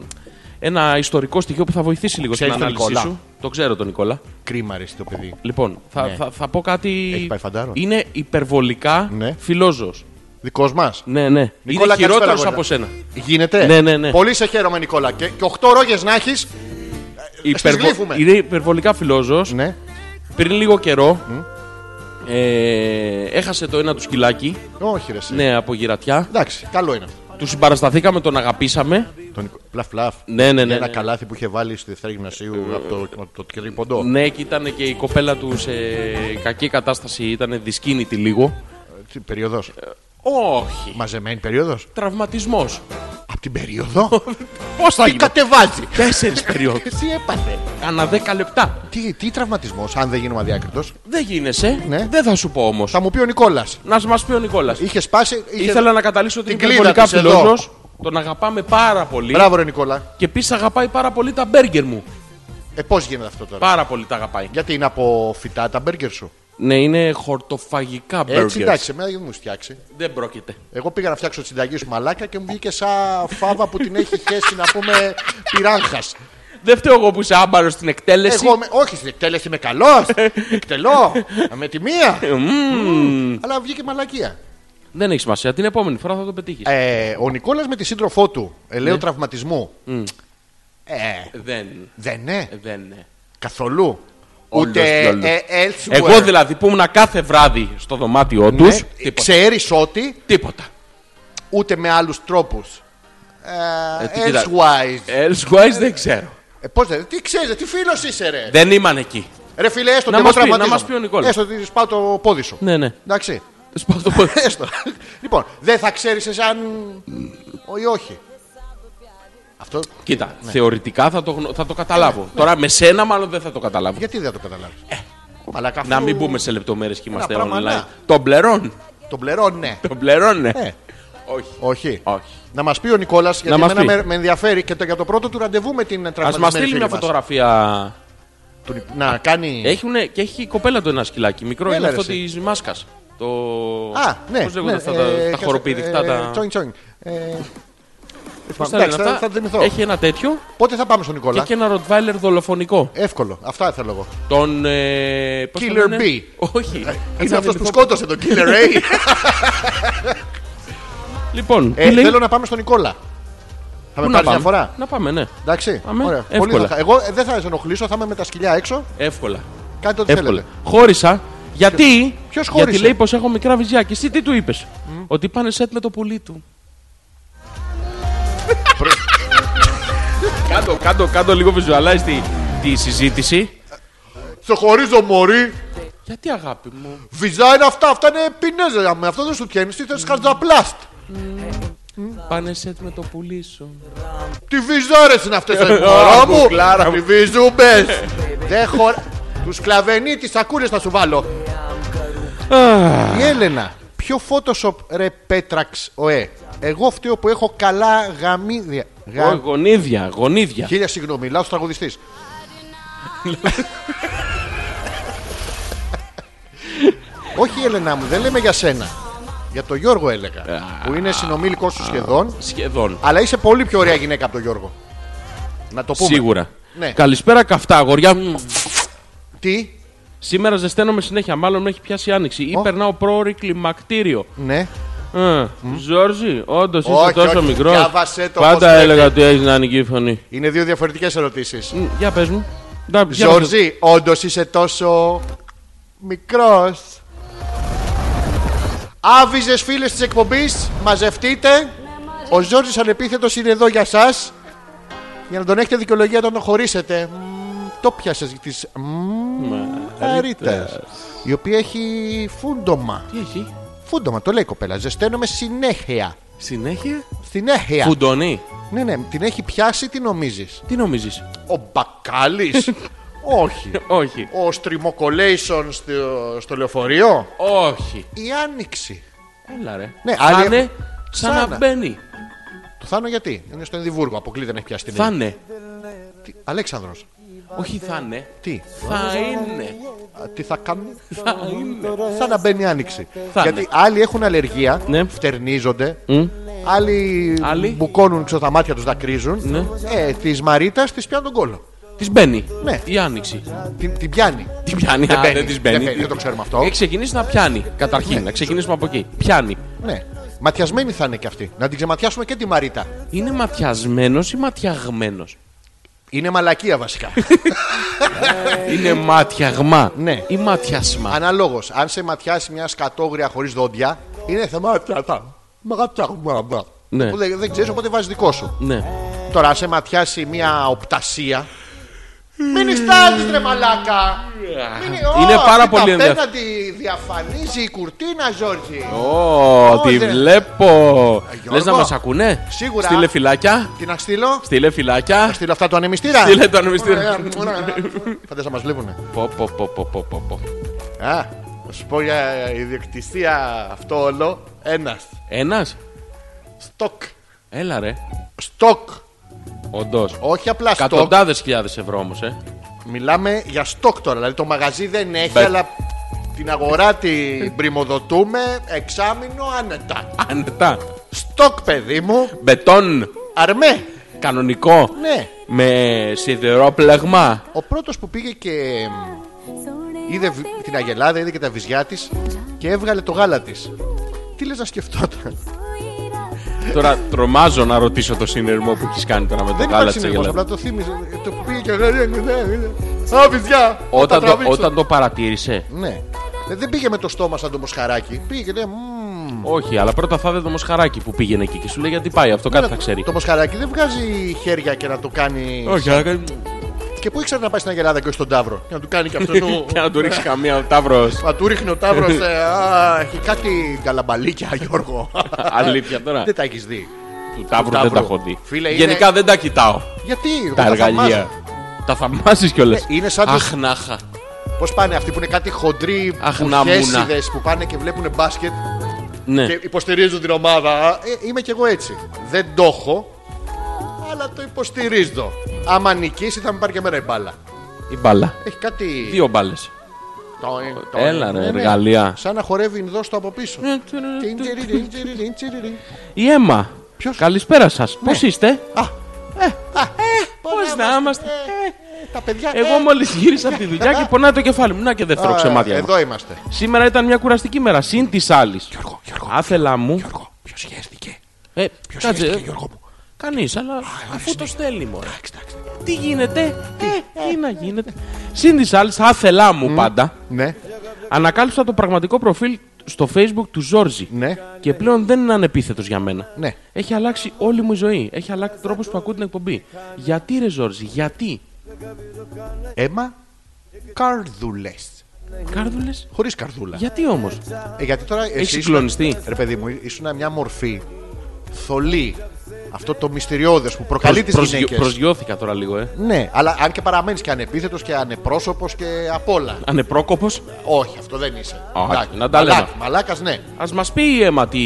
B: ένα ιστορικό στοιχείο που θα βοηθήσει λίγο
A: Ξέρεις
B: στην
A: τον
B: ανάλυση
A: Νικόλα?
B: σου. Το ξέρω τον Νικόλα.
A: κρίμα ρε εσύ το παιδί.
B: Λοιπόν, θα,
A: Ναι.
B: θα, θα πω κάτι.
A: Έχει πάει φαντάρο.
B: Είναι υπερβολικά
A: Ναι.
B: φιλόζωος.
A: Δικός μας.
B: Ναι, ναι.
A: Νικόλα,
B: είναι χειρότερο
A: καλησπέρα,
B: από
A: αγόρι.
B: σένα.
A: Γίνεται.
B: Ναι, ναι, ναι.
A: Πολύ σε χαίρομαι, Νικόλα. Και, και 8 ρόγες να έχεις. γλύφουμε.
B: Είναι υπερβολικά φιλόζωος.
A: Ναι.
B: Πριν λίγο καιρό. Ε, έχασε το ένα του σκυλάκι
A: Όχι, ρε. εσύ.
B: ναι, από γυρατιά.
A: Εντάξει, καλό είναι αυτό.
B: Του συμπαρασταθήκαμε, τον αγαπήσαμε.
A: Το Νικο... Πλαφ, πλαφ.
B: Ναι, ναι,
A: Για
B: ναι,
A: Ένα
B: ναι.
A: καλάθι που είχε βάλει στη δεύτερη γυμνασίου από το, από το κεντρικό ποντό.
B: Ναι, και ήταν και η κοπέλα του σε κακή κατάσταση, ήταν δυσκίνητη λίγο.
A: Ε, Τι περίοδος.
B: Όχι.
A: Μαζεμένη περίοδος.
B: Τραυματισμός.
A: Από την περίοδο.
B: Πώς θα
A: Τι
B: γίνει.
A: κατεβάζει.
B: Τέσσερις περίοδους.
A: Εσύ έπαθε.
B: Ανά δέκα λεπτά.
A: Τι, τι τραυματισμός, αν δεν γίνουμε αδιάκριτος.
B: Δεν γίνεσαι.
A: Ναι.
B: Δεν θα σου πω όμως.
A: Θα μου πει ο Νικόλας.
B: Να μας πει ο Νικόλας.
A: Είχες σπάσει. Είχε...
B: Ήθελα να καταλήξω ότι
A: Την
B: είναι
A: κλίδα
B: υπερβολικά
A: της εδώ.
B: φιλόζωο. Τον αγαπάμε πάρα πολύ.
A: Μπράβο, ρε Νικόλα.
B: Και επίσης αγαπάει πάρα πολύ τα μπέργκερ μου.
A: Ε, πώς γίνεται αυτό τώρα.
B: Πάρα πολύ τα αγαπάει.
A: Γιατί είναι από φυτά τα μπέργκερ σου.
B: Ναι, είναι χορτοφαγικά
A: Έτσι,
B: μπέργκερ.
A: εντάξει, εμένα δεν μου φτιάξει.
B: Δεν πρόκειται.
A: Εγώ πήγα να φτιάξω τη συνταγή σου μαλάκα και μου βγήκε σαν φάβα που την έχει χέσει να πούμε πυράγχας.
B: Δεν φταίω εγώ που είσαι άμπαρο στην εκτέλεση.
A: Εγώ, με- όχι στην εκτέλεση είμαι καλός. Εκτελώ. με τη μία.
B: Ε,
A: Μμμ. Αλλά βγήκε μαλακία.
B: Δεν έχει σημασία. Την επόμενη φορά θα το πετύχεις.
A: Ε, ο Νικόλας με τη σύντροφό του, ελαίου
B: Ναι.
A: τραυματισμού. Ε,
B: Δεν.
A: δεν είναι
B: Δεν. ναι.
A: καθόλου.
B: Όλος
A: Ούτε
B: διόλου.
A: ε, elsewhere.
B: Εγώ δηλαδή που ήμουν κάθε βράδυ στο δωμάτιό του.
A: Ναι,
B: Τίποτα.
A: ξέρεις ότι
B: Τίποτα.
A: ούτε με άλλους τρόπους. Ε,
B: Ε, τι κοίτα-
A: elsewise.
B: Elsewise δεν ξέρω.
A: Ε, πώς δεν, τι ξέρετε, τι φίλος είσαι, ρε.
B: Δεν ήμαν εκεί.
A: Ρε φίλε, έστω
B: Να
A: και
B: μας
A: εγώ
B: πει, να
A: τραυματίζομαι.
B: μας πει ο Νικόλας.
A: Έστω ότι σπάω το πόδι σου.
B: Ναι, ναι.
A: Εντάξει.
B: Σπάω το πόδι.
A: Έστω. λοιπόν, δεν θα ξέρεις εσάν. Ό, ή όχι. Αυτό.
B: Κοίτα, θεωρητικά θα το, γνω- θα το καταλάβω. Τώρα με σένα μάλλον δεν θα το καταλάβω.
A: Γιατί δεν το καταλάβεις. Μαλάκα
B: Ε. Να
A: αφού
B: μην μπούμε σε λεπτομέρειες και είμαστε
A: πράγμα,
B: online.
A: να.
B: Τον πληρών.
A: Τον πληρώνει, ναι.
B: Τον πληρώνε.
A: Ε.
B: Όχι.
A: Όχι.
B: Όχι.
A: Να μας πει ο Νικόλας, γιατί
B: μας
A: εμένα
B: πει.
A: με, με ενδιαφέρει και το, για το πρώτο του ραντεβού με την
B: Ας
A: τραυματισμένη
B: μα στείλει
A: φίλη
B: μια Ε,
A: μας.
B: φωτογραφία.
A: Του Νικ- να κάνει.
B: Έχουνε, και έχει η κοπέλα του ένα σκυλάκι μικρό.
A: Έλα,
B: είναι
A: ρε,
B: αυτό
A: εσύ.
B: της μάσκας. Το.
A: Α, ναι.
B: Πώς λέγονται
A: ναι,
B: αυτά τα,
A: ε,
B: τα
A: ε,
B: χοροπηδηχτά.
A: ε,
B: τα...
A: Τσόινγκ, τσόινγκ. Ε,
B: Πώς τα
A: εντάξει,
B: λένε
A: θα-
B: αυτά.
A: θα θυμηθώ.
B: Έχει ένα τέτοιο
A: Πότε θα πάμε στον
B: και
A: Νικόλα.
B: έχει ένα ροτβάιλερ δολοφονικό.
A: Εύκολο. Αυτά θέλω εγώ.
B: Τον. Ε, πώς το
A: Killer
B: λένε?
A: Bee.
B: Όχι.
A: Είναι
B: Κάτσε
A: αυτός που
B: λίγο.
A: σκότωσε τον Killer Ray.
B: Λοιπόν,
A: Ε,
B: τι λέει?
A: θέλω να πάμε στον Νικόλα. Θα
B: Πού
A: με
B: να
A: πάρει μια
B: πάμε?
A: φορά.
B: Να πάμε, ναι.
A: Εντάξει.
B: Αμέ,
A: Ωραία.
B: εύκολα.
A: Πολύ θα χα- Εγώ ε, δεν θα σε ενοχλήσω, θα είμαι με τα σκυλιά έξω.
B: Εύκολα.
A: Κάντε ό,τι
B: Εύκολα.
A: θέλετε.
B: Χώρισα. Γιατί,
A: ποιος χώρισε?
B: γιατί λέει πως έχω μικρά βυζιά. Και εσύ τι του είπες, Ότι πάνε σετ με το πουλί του. κάντο, κάντο, κάντο λίγο visualize τη, τη συζήτηση.
C: Σε χωρίζω, Μωρή.
B: Γιατί αγάπη μου.
A: Βυζά είναι αυτά, αυτά είναι πινέζα. Με αυτό δεν σου πιάνει, τι θε χαρτζαπλάστ.
B: Πάνε σετ με το πουλί σου.
A: Τι βυζάρες είναι αυτές,
B: Α,
A: Μωρά μου.
B: κουκλάρα μου.
A: Τι βυζούμπες. Δεν χωρά. Του κλαβενεί τι σακούλε θα σου βάλω. Η Έλενα. Ποιο Photoshop ρε Πέτραξ ωε. Εγώ φταίω που έχω καλά γαμίδια. Γα-
B: Ω, γονίδια, γονίδια.
A: Χίλια συγγνώμη, λάθος τραγουδιστής. Όχι, Έλενα μου, δεν λέμε για σένα. Για τον Γιώργο έλεγα. που είναι συνομήλικό σου σχεδόν.
B: Σχεδόν.
A: Αλλά είσαι πολύ πιο ωραία γυναίκα από τον Γιώργο. Να το πούμε.
B: Σίγουρα.
A: Ναι.
B: Καλησπέρα καυτά, αγοριά μου.
A: Τι,
B: Σήμερα ζεσταίνομαι συνέχεια. Μάλλον με έχει πιάσει άνοιξη. Ή
A: Ω.
B: περνάω πρόωρη κλιμακτήριο.
A: ναι.
B: Ε, Ζόρζι, όντως είσαι
A: Όχι,
B: τόσο
A: όχι,
B: μικρός.
A: διάβασέ το πώς
B: Πάντα
A: λέγεται.
B: έλεγα ότι έχεις να ανοιγεί η φωνή.
A: Είναι δύο διαφορετικές ερωτήσεις.
B: Μ, Για πες μου. Να, για πες μου.
A: Ζορζή, όντως είσαι τόσο μικρός. Άβυζε φίλες της εκπομπής, μαζευτείτε. Ο Ζόρζης ανεπίθετος είναι εδώ για σας Για να τον έχετε δικαιολογία όταν τον χωρίσετε. Μμμ, Το πιάσες τη Μαρίτα. Η οποία έχει φούντομα.
B: Τι έχει,
A: Φούντομα, το λέει η κοπέλα. Ζεσταίνομαι συνέχεια.
B: συνέχεια.
A: Συνέχεια.
B: Φουντώνει.
A: Ναι, ναι, την έχει πιάσει, τι νομίζεις.
B: Τι νομίζεις.
A: Ο Μπακάλι. Όχι.
B: Όχι.
A: Ο στριμοκολέισον στο, στο λεωφορείο.
B: Όχι.
A: Η άνοιξη.
B: Έλα ρε.
A: Ναι,
B: Θάνε,
A: άλλη-
B: σαν
A: Ξανά.
B: να μπαίνει.
A: Του Θάνο γιατί. Είναι στο Ενδιβούργο. Αποκλείται να έχει πιάσει την
B: Θα είναι.
A: Εύη. Τι- Αλέξανδρος.
B: Όχι θα είναι.
A: Τι.
B: Θα είναι.
A: Α, τι θα κάνουν.
B: Θα είναι.
A: Θα να μπαίνει η άνοιξη.
B: Θα
A: γιατί
B: είναι.
A: άλλοι έχουν αλλεργία.
B: Ναι.
A: Φτερνίζονται. Άλλοι,
B: Άλλοι.
A: μπουκώνουν ξέρω, τα μάτια τους δακρύζουν.
B: Ναι.
A: Ε, της Μαρίτας της πιάνει τον κόλλο.
B: Της μπαίνει.
A: Ναι.
B: Η άνοιξη.
A: Την, την πιάνει.
B: Την πιάνει.
A: Δεν
B: Α,
A: μπαίνει.
B: Δεν τη
A: Δεν μπαίνει,
B: μπαίνει.
A: Ναι,
B: Ε,
A: δεν το ξέρουμε αυτό.
B: Έχει ξεκινήσει να πιάνει. Καταρχήν, να ξεκινήσουμε από εκεί. Πιάνει.
A: Ναι. Ματιασμένη θα είναι και αυτή. Να την ξεματιάσουμε και τη Μαρίτα.
B: Είναι ματιασμένος ή ματιαγμένος.
A: Είναι μαλακία βασικά.
B: Είναι μάτιαγμα.
A: Ναι.
B: Ή ματιασμά.
A: Αναλόγως, αν σε ματιάσει μια σκατόγρια χωρίς δόντια, είναι θέμα. αυτά.
B: Ναι.
A: Που δεν, δεν ξέρεις, οπότε βάζεις δικό σου.
B: Ναι.
A: Τώρα, αν σε ματιάσει μια οπτασία. Μην ιστάζει, ρε μαλάκα! Μην...
B: Είναι
A: Ω,
B: πάρα
A: αυτή
B: πολύ
A: τα
B: ενδιαφέρον.
A: Απέναντι διαφανίζει η κουρτίνα, Ζόρτζι.
B: Ω, τη
A: ρε.
B: βλέπω.
A: Ε, Γιώργο.
B: Λες να μας ακούνε.
A: Σίγουρα.
B: Στείλε φυλάκια.
A: Τι να στείλω,
B: Στείλε φυλάκια.
A: στείλω αυτά του ανεμιστήρα.
B: Στείλε το ανεμιστήρα.
A: Φαντάζομαι μας βλέπουνε.
B: Πω, πω, πω, πω, πω, πω, πω.
A: Α, θα σου πω για ιδιοκτησία αυτό όλο. Ένας.
B: Ένας.
A: Στοκ.
B: Έλα ρε.
A: Στοκ.
B: Όντως.
A: Όχι απλά στοκ.
B: Εκατοντάδες χιλιάδες ευρώ όμως, ε.
A: Μιλάμε για στόκ τώρα. Δηλαδή το μαγαζί δεν έχει,
B: Μπε.
A: αλλά την αγορά την πρημοδοτούμε εξάμεινο άνετα.
B: Άνετα.
A: Στόκ, παιδί μου.
B: Μπετόν.
A: Αρμέ.
B: Κανονικό.
A: Ναι.
B: Με σιδερόπλεγμα.
A: Ο πρώτος που πήγε και μ, είδε β- την Αγελάδα, είδε και τα βυζιά της και έβγαλε το γάλα της. Τι λες να σκεφτόταν.
B: Τώρα τρομάζω να ρωτήσω το συνειρμό που έχεις κάνει τώρα με το
A: Δεν
B: γάλα
A: υπάρχει
B: τη
A: συνεχώ,
B: Ελλάδα.
A: απλά το θύμιζε. Το πήγε και. «Ε, ε, ε, ε, Α, βυζιά! θα
B: Όταν
A: τα Ε,
B: το,
A: τραβήξω».
B: όταν το παρατήρησε.
A: Ναι. Δεν πήγε με το στόμα σαν το μοσχαράκι. Πήγε και λέει. «Μμμ,
B: Όχι, αλλά πρώτα θα δει το μοσχαράκι που πήγαινε εκεί και σου λέει γιατί πάει αυτό, κάτι θα ξέρει.
A: Ναι, Το μοσχαράκι δεν βγάζει χέρια και να το κάνει.
B: Όχι, αλλά κάνει.
A: Και πού ήξερε να πάει στην Αγελάδα και στον Ταύρο. Και να του κάνει και αυτός. το-
B: Και να του ρίξει καμία ο Ταύρος.
A: Να του ρίχνει ο Ταύρος. Έχει κάτι καλαμπαλίκια, Γιώργο.
B: Αλήθεια τώρα.
A: Δεν τα έχεις δει.
B: Του Ταύρου δεν
A: Ταύρου.
B: τα έχω δει.
A: Φίλε, είναι-
B: Γενικά δεν τα κοιτάω.
A: Γιατί
B: Τα εργαλεία. Τα θαυμάζεις κιόλας.
A: Ε, είναι σαν τους-
B: Αχνάχα.
A: Πώς πάνε αυτοί που είναι κάτι χοντροί
B: Αχ, να μουνά.
A: χέσιδε που πάνε και βλέπουν μπάσκετ
B: Ναι.
A: και υποστηρίζουν την ομάδα. Ε, είμαι κι εγώ έτσι. Δεν το έχω, αλλά το υποστηρίζω. Άμα νικήσει θα μου πάρει και εμένα η μπάλα.
B: Η μπάλα.
A: Έχει κάτι.
B: Δύο μπάλες.
A: Το- το-
B: Έλα, ρε,
A: ναι.
B: εργαλεία.
A: Σαν να χορεύει Ινδός το από πίσω.
B: Ναι,
A: Τιν, τιρι, τιν, τιρι, τιν, τιρι, τιν.
B: Η Έμα.
A: Ποιος? Ναι.
B: Καλησπέρα σας. Πώς είστε,
A: Πώς
B: Πώς να είμαστε.
A: Ε, Τα παιδιά.
B: Εγώ μόλις γύρισα από τη δουλειά και πονάει το κεφάλι μου. Να και δεύτερο
A: Α,
B: ξεμάτια.
A: Εδώ είμαστε.
B: Σήμερα ήταν μια κουραστική μέρα. Συν της άλλης. Άθελα μου.
A: Ποιο χαίστηκε.
B: Ε, κάτσε. ε,
A: Γιώργο μου.
B: Κανείς, αλλά αφού το στέλνει μόνο. Τι γίνεται, ε, τι να γίνεται. Συν της άλλης, άθελά μου πάντα,
A: Ναι,
B: ανακάλυψα το πραγματικό προφίλ στο facebook του Ζόρζη.
A: ναι,
B: Και πλέον δεν είναι ανεπίθετος για μένα.
A: ναι.
B: Έχει αλλάξει όλη μου η ζωή. Έχει αλλάξει ο τρόπος που ακούω την εκπομπή. Γιατί ρε Ζόρζη, γιατί.
A: Έμα καρδούλες.
B: Κάρδουλες,
A: Χωρίς καρδούλα.
B: γιατί όμως.
A: Ε, γιατί τώρα εσύ.
B: Έχει
A: ήσουν-
B: συγκλονιστεί.
A: Ρε παιδί μου, ήσουν μια μορφή θολή. Αυτό το μυστηριώδες που προκαλεί τις
B: Προσγειω-
A: γυναίκες.
B: Προσγειώθηκα τώρα λίγο, ε.
A: Ναι, αλλά αν και παραμένεις και ανεπίθετος και ανεπρόσωπος και απ' όλα.
B: Ανεπρόκοπος.
A: Όχι, αυτό δεν είσαι.
B: Α,
A: Εντάξει,
B: να τα λέμε.
A: μαλάκα- μαλάκας, ναι.
B: Ας μας πει η αίμα τι.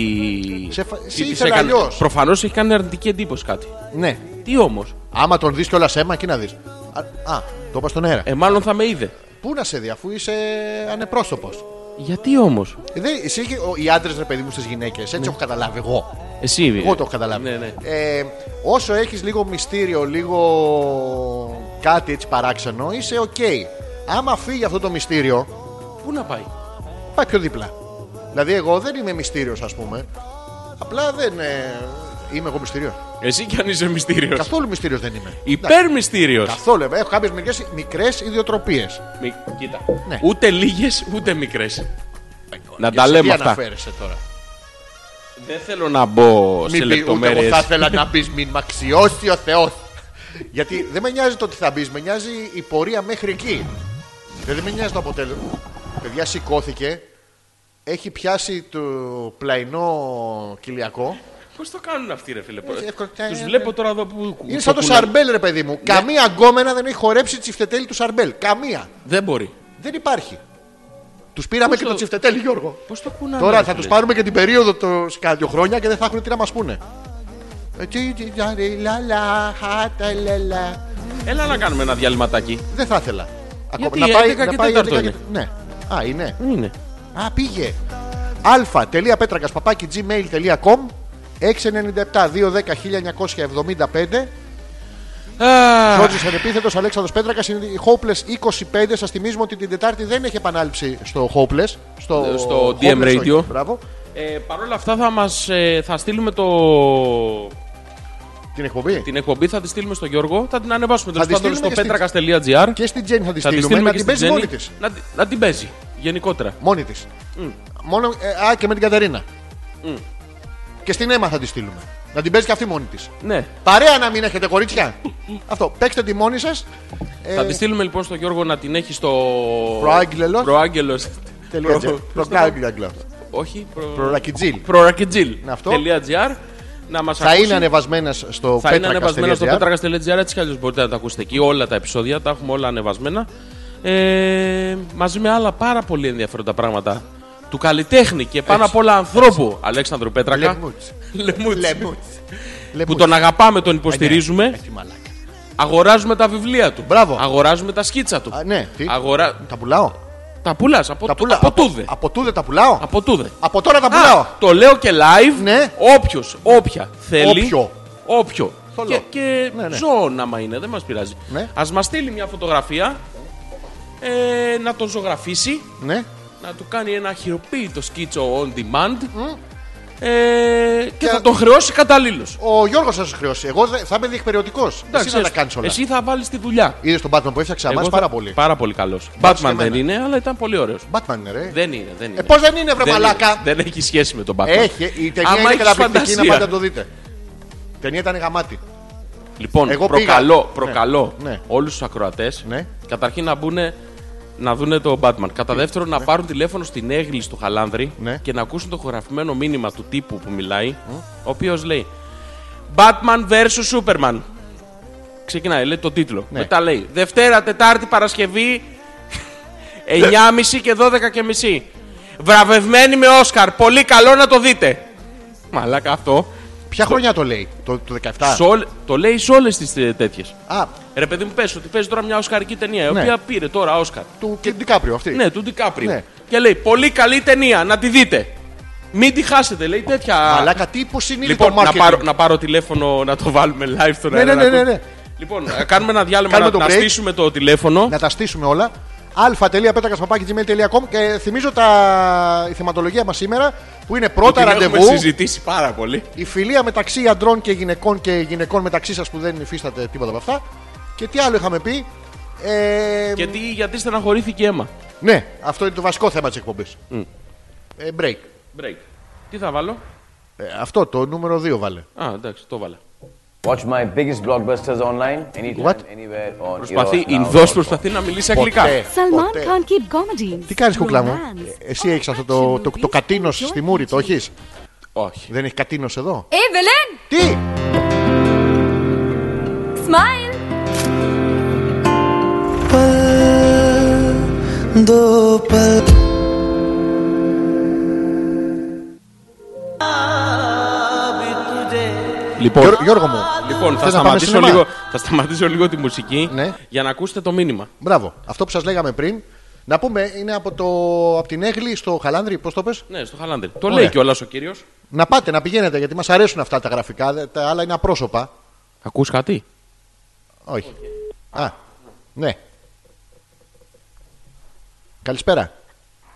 A: Σε φα- σε
B: της
A: ήθελα αλλιώς.
B: Προφανώς έχει κάνει αρνητική εντύπωση κάτι.
A: ναι.
B: Τι όμως.
A: Άμα τον δεις κιόλας αίμα, εκεί να δεις. Α, α, το είπα στον αέρα.
B: Ε, μάλλον θα με είδε.
A: Πού να σε δει, αφού είσαι ανεπρόσωπος.
B: Γιατί όμως.
A: οι άντρες, ρε παιδί μου, στις γυναίκες, έτσι έχω καταλάβει εγώ.
B: Εσύ,
A: Εγώ το έχω καταλάβει.
B: Ναι, ναι.
A: Ε, όσο έχεις λίγο μυστήριο, λίγο κάτι έτσι παράξενο, είσαι οκ. Άμα φύγει αυτό το μυστήριο,
B: Πού να πάει.
A: πάει πιο δίπλα. Δηλαδή, εγώ δεν είμαι μυστήριος, ας πούμε. Απλά δεν. ε, είμαι εγώ μυστήριος.
B: Εσύ κι αν είσαι μυστήριος.
A: Καθόλου μυστήριος δεν είμαι. Εντάξει,
B: Υπερμυστήριος.
A: Καθόλου. Ε, Έχω κάποιες μικρές ιδιοτροπίες.
B: Μη... Κοίτα.
A: Ναι. Ε,
B: Ούτε λίγες ούτε μικρές. Να τα λέμε
A: Τι
B: αυτά.
A: αναφέρεσαι τώρα.
B: Δεν θέλω να μπω σε
A: Μην πει, ούτε
B: λεπτομέρειε.
A: εγώ θα ήθελα να πει μην μ' αξιώσει ο Θεός. Γιατί δεν με νοιάζει το τι θα μπεις, με νοιάζει η πορεία μέχρι εκεί. Δεν με νοιάζει το αποτέλεσμα. Παιδιά σηκώθηκε, έχει πιάσει το πλαϊνό κοιλιακό.
B: Πώς το κάνουν αυτοί, ρε φίλε.
A: Έτσι, Ε, εύκολα. ε,
B: Του βλέπω τώρα εδώ που.
A: Είναι σαν το
B: κουνάνε.
A: Σαρμπέλ, ρε παιδί
B: Ναι.
A: μου. Καμία γκόμενα δεν έχει χορέψει τσιφτετέλη του Σαρμπέλ. Καμία.
B: Δεν μπορεί.
A: Δεν υπάρχει. Τους πήραμε και
B: το-
A: το τσιφτετέλη, Γιώργο.
B: Πώς το κουνάνε.
A: Τώρα
B: ρε
A: θα
B: φίλε.
A: του πάρουμε και την περίοδο το κάνα δύο χρόνια και δεν θα έχουν τι να μας πούνε. Ε, τι, τι, λα, ρε, λα, λα, χα, τα, λα, λα.
B: Έλα να κάνουμε ένα διαλυματάκι.
A: Δεν θα ήθελα.
B: Γιατί, 11 και 4
A: 11 και- Ναι. Α, είναι.
B: Είναι.
A: Α, πήγε. αλφα.πέτρακα παπάκι gmail.com 697-210-1975 Ζόρτζη Ανεπίθετος Αλέξανδρος Πέτρακας είναι η Hopeless 25. Σας θυμίζουμε ότι την Τετάρτη δεν έχει επανάληψη στο Hopeless. Στο,
B: Ε, στο
A: Hopeless,
B: DM Radio.
A: όχι, μπράβο.
B: Ε, Παρ' όλα αυτά θα, μας, ε, θα στείλουμε το...
A: Την εκπομπή.
B: την εκπομπή, θα τη στείλουμε στο Γιώργο, θα την ανεβάσουμε τέλος
A: τη
B: πάντων στο
A: στείλουμε και
B: πέτρακα.gr
A: Και στην Τζέννη θα τη
B: Θα τη
A: στείλουμε.
B: στείλουμε
A: να την
B: και στην
A: παίζει
B: Τζέννη.
A: μόνη της.
B: Να, τη- να την παίζει, γενικότερα.
A: Μόνη της. Μόνο. ε, α, και με την Καταρίνα. Και στην αίμα θα τη στείλουμε. Να την παίζει και αυτή μόνη της.
B: Ναι.
A: Παρέα να μην έχετε, κορίτσια. Αυτό. Παίξτε τη μόνη Ε, σας.
B: Θα τη στείλουμε λοιπόν στο Γιώργο να την έχει στο.
A: Προάγγελος.
B: Προάγγελος. Προ- Όχι, προ.
A: Προρακιτζίλ.
B: Προρακιτζιλ.
A: Είναι αυτό.
B: .gr, να μας
A: Θα
B: ακούσει.
A: είναι ανεβασμένες στο
B: θα είναι ανεβασμένα στο
A: πέτρακα.gr.
B: πέτρακα.gr έτσι κι αλλιώς μπορείτε να τα ακούσετε εκεί. Όλα τα επεισόδια τα έχουμε όλα ανεβασμένα. Ε, μαζί με άλλα πάρα πολύ ενδιαφέροντα πράγματα του καλλιτέχνη και πάνω απ' όλα ανθρώπου Αλέξανδρου Πέτρακα.
A: Λεμούτς.
B: Λεμούτς.
A: Λεμούτς.
B: Που
A: Λεμούτς.
B: τον αγαπάμε, τον υποστηρίζουμε.
A: Έχει μαλάκα.
B: Αγοράζουμε τα βιβλία του.
A: Μπράβο.
B: Αγοράζουμε τα σκίτσα του.
A: Α, ναι, τι.
B: Αγορά...
A: Τα πουλάω.
B: Τα πουλάς από,
A: Τα
B: το-
A: πουλά-
B: από τούδε.
A: Από τούδε τα πουλάω.
B: Από τούδε.
A: Από τώρα τα
B: Α,
A: πουλάω.
B: το λέω και live.
A: Ναι.
B: Όποιος, όποια θέλει.
A: Όποιο.
B: Όποιο.
A: Θολό.
B: Και, και
A: Ναι, ναι.
B: ζώων άμα είναι, δεν μας πειράζει.
A: Ναι.
B: Ας μας στείλει μια φωτογραφία. Ε, να τον ζωγραφίσει.
A: Ναι.
B: Να του κάνει ένα χειροποίητο σκίτσο on demand. ε, και
A: Και-
B: θα τον χρεώσει καταλήλως.
A: Ο Γιώργος θα σας χρεώσει. Εγώ δε- θα είμαι διεκπεριωτικό. Εσύ να τα κάνεις όλα.
B: εσύ θα βάλεις τη δουλειά.
A: Είδες τον Batman που έφτιαξα,
B: Εγώ
A: μας
B: θα-
A: πάρα πολύ.
B: Πάρα πολύ καλός.
A: και
B: Batman δεν
A: εμένα.
B: είναι, αλλά ήταν πολύ ωραίος.
A: Batman είναι, ρε.
B: Δεν είναι, δεν είναι.
A: Ε, πώς δεν είναι, βρε
B: Δεν
A: μαλάκα.
B: είναι. Δεν έχει σχέση με τον Batman.
A: Έχει, η ταινία
B: Άμα
A: είναι
B: έχεις
A: καταπληκτική να
B: φαντασία.
A: πάτε να το δείτε. Η ταινία ήταν γαμάτη.
B: Λοιπόν,
A: Εγώ
B: προκαλώ,
A: πήγα.
B: προκαλώ
A: Ναι, ναι.
B: όλους τους ακροατές
A: Ναι.
B: καταρχήν να μπουν να δούνε το Batman. Κατά δεύτερον, να πάρουν τηλέφωνο στην έγκλη στο Χαλάνδρη
A: Ναι.
B: και να ακούσουν το χωραφημένο μήνυμα του τύπου που μιλάει, ο οποίος λέει Batman vs Superman. Ξεκινάει, λέει τον τίτλο.
A: Ναι.
B: Μετά λέει Δευτέρα, Τετάρτη, Παρασκευή 9.30 και 12.30. Βραβευμένη με Όσκαρ. Πολύ καλό να το δείτε. Μαλάκα αυτό.
A: Ποια χρονιά το λέει, το, το 17.
B: Σε όλ- Το λέει σε όλες τις τέτοιες.
A: Α,
B: Ε, Ρε παιδί μου, πες ότι παίζει τώρα μια Οσκαρική ταινία, η
A: Ναι.
B: οποία πήρε τώρα Όσκαρ.
A: του και... Ντικάπριο αυτή.
B: Ναι, του Ντικάπριο.
A: Ναι.
B: Και λέει, πολύ καλή ταινία, να τη δείτε. Μην τη χάσετε, λέει τέτοια.
A: Μαλάκα, τι υποσυνείδητο
B: λοιπόν, να
A: marketing.
B: πάρω, να πάρω τηλέφωνο να το βάλουμε live στον
A: Ναι,
B: αέρα,
A: ναι,
B: να
A: ναι,
B: ακού-
A: ναι, ναι.
B: Λοιπόν, να κάνουμε ένα διάλειμμα
A: Κάνουμε
B: να,
A: το
B: να
A: break.
B: στήσουμε το τηλέφωνο.
A: Να τα στήσουμε όλα. α.πέτρακα.gmail.com και θυμίζω τα... η θεματολογία μας σήμερα που είναι πρώτα
B: την
A: ραντεβού.
B: Έχουμε συζητήσει πάρα πολύ.
A: Η φιλία μεταξύ αντρών και γυναικών και γυναικών μεταξύ σας που δεν υφίσταται τίποτα από αυτά. Και τι άλλο είχαμε πει. Ε,
B: Γιατί, γιατί στεναχωρήθηκε η αίμα.
A: Ναι, αυτό είναι το βασικό θέμα της εκπομπής. Ε, break.
B: Break. Τι θα βάλω.
A: Ε, αυτό το νούμερο 2 βάλε.
B: Α, εντάξει, το βάλα.
F: Watch my biggest blockbusters online, anytime,
A: What?
F: anywhere on
B: Προσπαθεί,
F: Eros now.
B: Ινδό προσπαθεί να μιλήσει αγγλικά.
A: Ποτέ,
G: Salman
A: ποτέ.
G: can't keep comedy.
A: Τι κάνεις κουκλά μου, Ε, εσύ έχεις αυτό το, το, το κατίνος στη μούρη, το έχεις.
B: Όχι.
A: Δεν έχει κατίνος εδώ.
G: Evelyn,
A: Τι!
G: smile.
B: Λοιπόν,
A: Γιώργο- Γιώργο μου,
B: Λοιπόν, θα
A: θες να πάμε
B: σταματήσω,
A: σινεμά?
B: λίγο, θα σταματήσω λίγο τη μουσική
A: Ναι.
B: για να ακούσετε το μήνυμα.
A: Μπράβο. Αυτό που σας λέγαμε πριν, να πούμε, είναι από, το, από την Έγλη στο Χαλάνδρη, πώς το πες.
B: Ναι, στο Χαλάντερ. Το
A: Ωραία.
B: λέει κιόλας ο κύριος.
A: Να πάτε, να πηγαίνετε, γιατί μας αρέσουν αυτά τα γραφικά, δε- τα άλλα είναι απρόσωπα.
B: Ακούς κάτι.
A: Όχι. Α, ναι. Καλησπέρα.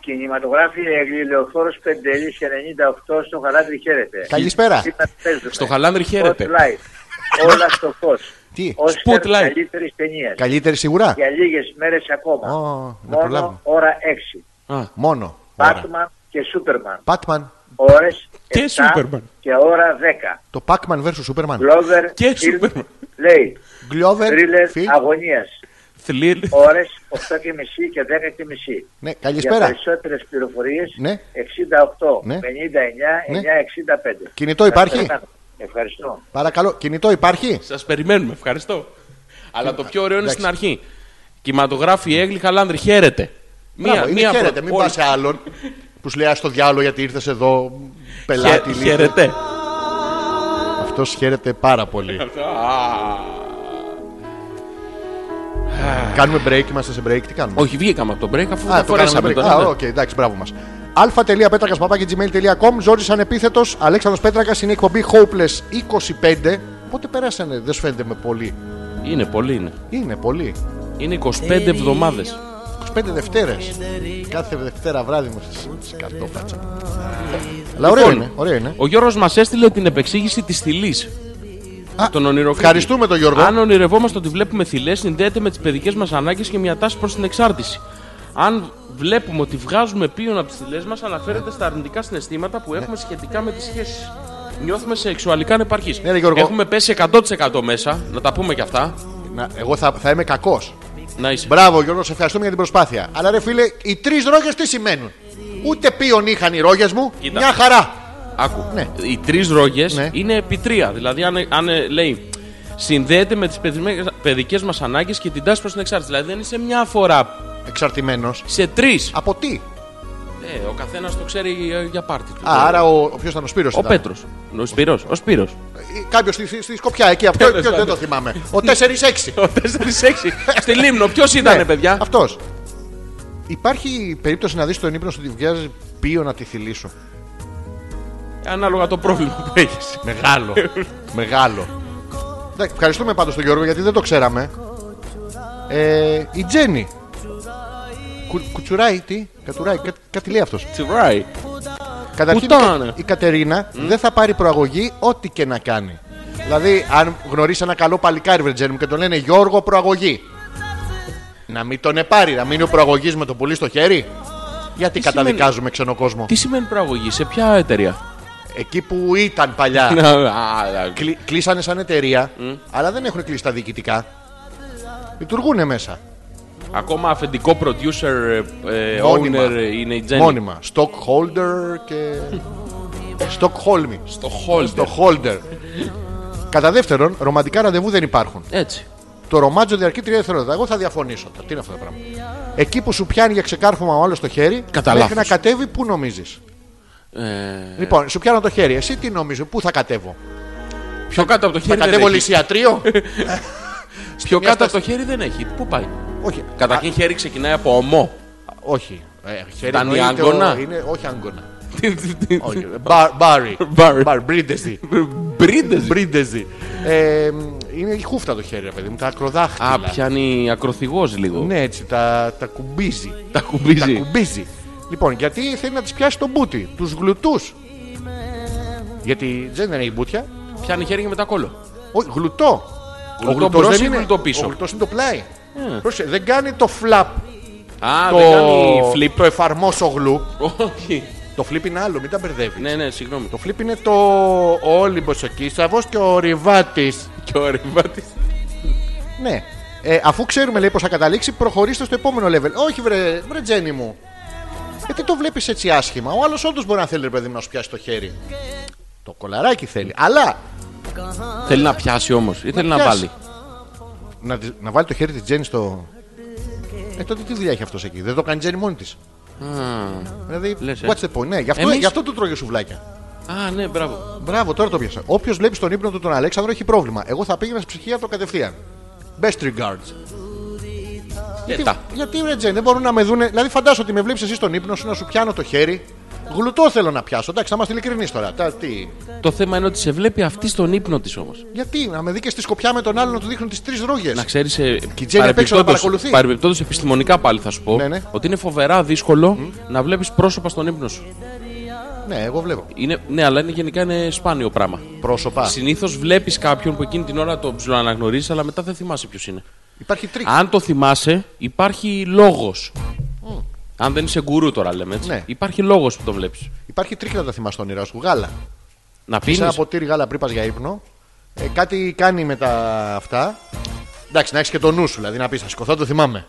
H: Κινηματογράφη Εγκληλεοφόρο 598 στο Χαλάνδρη χαίρετε.
A: Καλησπέρα.
H: Σήμερα παίζουμε.
B: Στο Χαλάνδρη χαίρετε.
H: Spotlight. Όλα στο φως.
A: Τι,
H: Όσκαρ
B: Spotlight.
H: καλύτερη ταινία.
A: Καλύτερη σιγουρά.
H: Για λίγες μέρες ακόμα.
A: Ω, να προλάβουμε.
H: Μόνο ώρα 6.
B: Α,
A: Μόνο. Ωραία.
H: Batman και Superman.
A: Batman.
H: Ώρες
B: Και Superman.
H: Και ώρα 10.
A: Το Pacman vs Superman.
H: Glover
B: Και
H: Film
B: Superman.
H: Λέει.
A: Glover.
H: Thriller
A: Phil.
H: αγωνία.
B: θλίρ.
H: Ώρε 8.30 και 10.30.
A: Ναι,
H: Για
A: καλησπέρα.
H: περισσότερες πληροφορίες
A: Ναι.
H: 68
A: Ναι.
H: 59 965.
A: Κινητό υπάρχει?
H: Ευχαριστώ.
A: Παρακαλώ, κινητό υπάρχει.
B: Σας περιμένουμε, ευχαριστώ. Αλλά το πιο ωραίο είναι
A: εντάξει.
B: στην αρχή. Κυματογράφη Έγλι Χαλάνδρη, χαίρετε.
A: Μία, είναι
B: προ-
A: χαίρετε, μην
B: όλη-
A: πας σε άλλον που σου λέει «Ας το διάλογο γιατί ήρθες εδώ
B: Χαι-
A: πελάτη. λύθε».
B: Χαίρετε.
A: Αυτός χαίρεται πάρα πολύ. Κάνουμε break, είμαστε σε break, τι κάνουμε.
B: Όχι, βγήκαμε από το break αφού
A: Α,
B: τα
A: το κάναμε
B: φορέσαμε
A: break.
B: τώρα.
A: Α,
B: ναι.
A: οκ, εντάξει, μπράβο μας. α.πέτρακας.gmail.com Ζόρις ανεπίθετος, Αλέξανδρος Πέτρακας είναι η εκπομπή Hopeless 25. Πότε περάσανε, δεν σου φαίνεται με πολύ.
B: Είναι πολύ, είναι.
A: Είναι πολύ.
B: Είναι 25 εβδομάδε.
A: 25 Δευτέρες. Κάθε Δευτέρα βράδυ μου στις καρτόφατσα. Αλλά ωραίο είναι. Ωραίο είναι.
B: Ο Γιώργος μας έστειλε την επεξήγηση της θηλής.
A: Α,
B: Τον ονειροκρήτη.
A: Ευχαριστούμε τον Γιώργο.
B: Αν ονειρευόμαστε ότι βλέπουμε θηλές, συνδέεται με τις παιδικές μας ανάγκες και μια τάση προς την εξάρτηση. Αν βλέπουμε ότι βγάζουμε πίον από τις θηλές μας, αναφέρεται στα αρνητικά συναισθήματα που έχουμε σχετικά με τις σχέσεις. Νιώθουμε σεξουαλικά ανεπαρκεί.
A: Ναι, ρε, Γιώργο.
B: Έχουμε πέσει 100% μέσα, να τα πούμε κι αυτά.
A: Να, εγώ θα, θα είμαι κακός.
B: Να είσαι.
A: Μπράβο Γιώργο, σε ευχαριστούμε για την προσπάθεια. Αλλά ρε φίλε, οι τρεις ρόγες τι σημαίνουν. Ούτε πίον είχαν οι ρόγες μου.
B: Κοίτα.
A: Μια χαρά.
B: Άκου.
A: Ναι.
B: Οι τρεις ρόγες
A: Ναι.
B: είναι επί τρία. Δηλαδή, αν, αν ε, λέει συνδέεται με τις παιδικές μας ανάγκες και την τάση προς την εξάρτηση. Δηλαδή, δεν είσαι μια φορά.
A: Εξαρτημένος.
B: Σε τρεις.
A: Από τι.
B: Ε, ο καθένας το ξέρει ε, για πάρτι του.
A: Α, άρα ο, ποιος ήταν ο Σπύρος
B: Ο
A: ήταν.
B: Πέτρος. Ο Σπύρος. Ο Σπύρος.
A: Κάποιος στη, στη, στη Σκοπιά εκεί. Αυτό
B: Τέλος
A: ποιος, δεν
B: πάντων.
A: το θυμάμαι. Ο 4-6.
B: Ο 4-6. Στη Λίμνο, ποιος
A: Ναι.
B: ήταν, παιδιά.
A: Αυτός. Υπάρχει περίπτωση να δεις τον ύπνο σου ότι βγάζει πίωνα τη θηλή σου.
B: Ανάλογα το πρόβλημα που έχεις.
A: Μεγάλο. Μεγάλο. Εντάξει, ευχαριστούμε πάντως τον Γιώργο γιατί δεν το ξέραμε. Ε, η Τζέννη. Κου, κουτσουράει, τι, κατουράει, κά- κάτι λέει αυτός.
B: Τσιβράι.
A: Καταρχήν
B: Πουτάνα.
A: η Κα- η Κατερίνα δεν θα πάρει προαγωγή ό,τι και να κάνει. Δηλαδή, αν γνωρίσει ένα καλό παλικάρι, Βρετζέν μου, και τον λένε Γιώργο Προαγωγή. Να μην τον επάρει, να μείνει ο προαγωγής με το πουλί στο χέρι. Γιατί
B: Τι
A: καταδικάζουμε ξένο κόσμο.
B: Τι σημαίνει προαγωγή, σε ποια εταιρεία.
A: Εκεί που ήταν παλιά.
B: Ναι. Α,
A: Κλει- κλείσανε σαν εταιρεία, αλλά δεν έχουν κλείσει τα διοικητικά. Λειτουργούν μέσα.
B: Ακόμα αφεντικό producer, ε,
A: Μόνιμα.
B: owner είναι η Τζέννη.
A: Μόνιμα. Stockholder και. Στοκχόλμη.
B: Το Holder.
A: Stockholder. Κατά δεύτερον, ρομαντικά ραντεβού δεν υπάρχουν.
B: Έτσι.
A: Το ρομάτζο διαρκεί τρία δευτερόλεπτα. Εγώ θα διαφωνήσω. τώρα. Τι είναι αυτό το πράγμα. Εκεί που σου πιάνει για ξεκάρφωμα ο άλλος το χέρι,
B: Κατά
A: μέχρι να
B: λάθος.
A: κατέβει, πού νομίζεις. Λοιπόν, σου πιάνω το χέρι. Εσύ τι νομίζει, πού θα κατέβω.
B: Πιο κάτω από το
A: Θα
B: χέρι δεν
A: κατέβω
B: έχει.
A: λυσιατρίο.
B: Πιο
A: Μια
B: κάτω
A: στάση-
B: από το χέρι δεν έχει. Πού πάει.
A: Όχι.
B: Καταρχήν χέρι ξεκινάει από ομό.
A: Όχι. Ε, χέρι
B: Ήταν η
A: εννοείται ο-
B: άγκωνα?
A: είναι- όχι άγκωνα. Όχι. Μπα- Μπάρι.
B: Μπάρι.
A: Μπάρι. Μπρίντεζι.
B: Μπρίντες.
A: Μπρίντεζι. Ε, Είναι η χούφτα το χέρι, ρε παιδί μου. Τα ακροδάχτυλα.
B: Α, πιάνει ακροθυγός λίγο.
A: Ναι, έτσι. Τα, τα κουμπίζει.
B: Τα
A: Τα
B: κουμπίζει.
A: κουμπίζει. Λοιπόν, γιατί θέλει να τη πιάσει τον μπούτι, τους γλουτούς. Γιατί δεν έχει μπούτια.
B: Πιάνει χέρι και μετά κόλλο.
A: Όχι, γλουτό.
B: Γλουτό
A: γλουτός
B: μπρος ή γλουτό πίσω? Ε.
A: Ο γλουτός είναι το πλάι. Πρόσεχε, δεν κάνει το flap.
B: Α,
A: το...
B: δεν κάνει flip.
A: το εφαρμόσω γλου.
B: Όχι.
A: Το flip είναι άλλο, μην τα μπερδεύεις.
B: Ναι, ναι, συγγνώμη.
A: Το flip είναι το ο Όλυμπος ο Κίσαβος και ο Ριβάτης.
B: Και ο ρεβάτης.
A: Ναι. Ε, αφού ξέρουμε λέει πως θα καταλήξει, προχωρήστε στο επόμενο level. Όχι, βρε, βρε Τζένι μου. Γιατί το βλέπεις έτσι άσχημα. Ο άλλος όντως μπορεί να θέλει, ρε παιδί μου, να σου πιάσει το χέρι. Το κολαράκι θέλει. Αλλά
B: Θέλει να πιάσει όμως ή θέλει να
A: πιάσει.
B: βάλει.
A: να, της- να βάλει το χέρι της Τζέννης στο. Ε, τότε τι δουλειά έχει αυτός εκεί. Δεν το κάνει η Τζέννη μόνη της. Δηλαδή,
B: λες, ε.
A: what's the point. Ναι, γι' αυτό,
B: Εμείς-
A: γι αυτό του τρώγε σουβλάκια.
B: Α, ναι, μπράβο.
A: Μπράβο, τώρα το πιάσα. Όποιος βλέπει στον ύπνο του τον Αλέξανδρο έχει πρόβλημα. Εγώ θα πήγαινα σε ψυχίατρο κατευθείαν. Best regards.
B: Μετά.
A: Γιατί ρε Τζέν, δεν μπορούν να με δουν. Δηλαδή, φαντάζομαι ότι με βλέπεις εσύ στον ύπνο σου να σου πιάνω το χέρι. Γλουτό θέλω να πιάσω. Εντάξει, θα είμαστε ειλικρινείς τώρα. Τα, τι.
B: Το θέμα είναι ότι σε βλέπει αυτή στον ύπνο της όμως.
A: Γιατί να με δει και στη σκοπιά με τον άλλο να του δείχνουν τις τρεις ρόγες.
B: Να ξέρεις.
A: Και η Τζέννη Ε, απ' έξω να παρακολουθεί.
B: Παρεμπιπτόντως επιστημονικά πάλι θα σου πω
A: Ναι, ναι.
B: ότι είναι φοβερά δύσκολο να βλέπεις πρόσωπα στον ύπνο σου.
A: Ναι, εγώ βλέπω.
B: Είναι, ναι, αλλά είναι γενικά είναι σπάνιο πράγμα.
A: Πρόσωπα.
B: Συνήθως βλέπεις κάποιον που εκείνη την ώρα το ψιλοαναγνωρίζεις, αλλά μετά δεν θυμάσαι ποιος είναι.
A: Υπάρχει τρίκ.
B: Αν το θυμάσαι, υπάρχει λόγος. Αν δεν είσαι γκουρού τώρα λέμε έτσι.
A: Mm. Ναι.
B: Υπάρχει λόγος που τον βλέπεις.
A: Υπάρχει τρίκ να τα θυμάσαι τον ήρωα σου. Γάλα.
B: Να πίνει.
A: Πίνεις. Ένα ποτήρι γάλα πριν πας για ύπνο. Ε, κάτι κάνει με τα αυτά. Εντάξει, να έχεις και το νου σου, δηλαδή να πεις: Θα σηκωθώ, το θυμάμαι.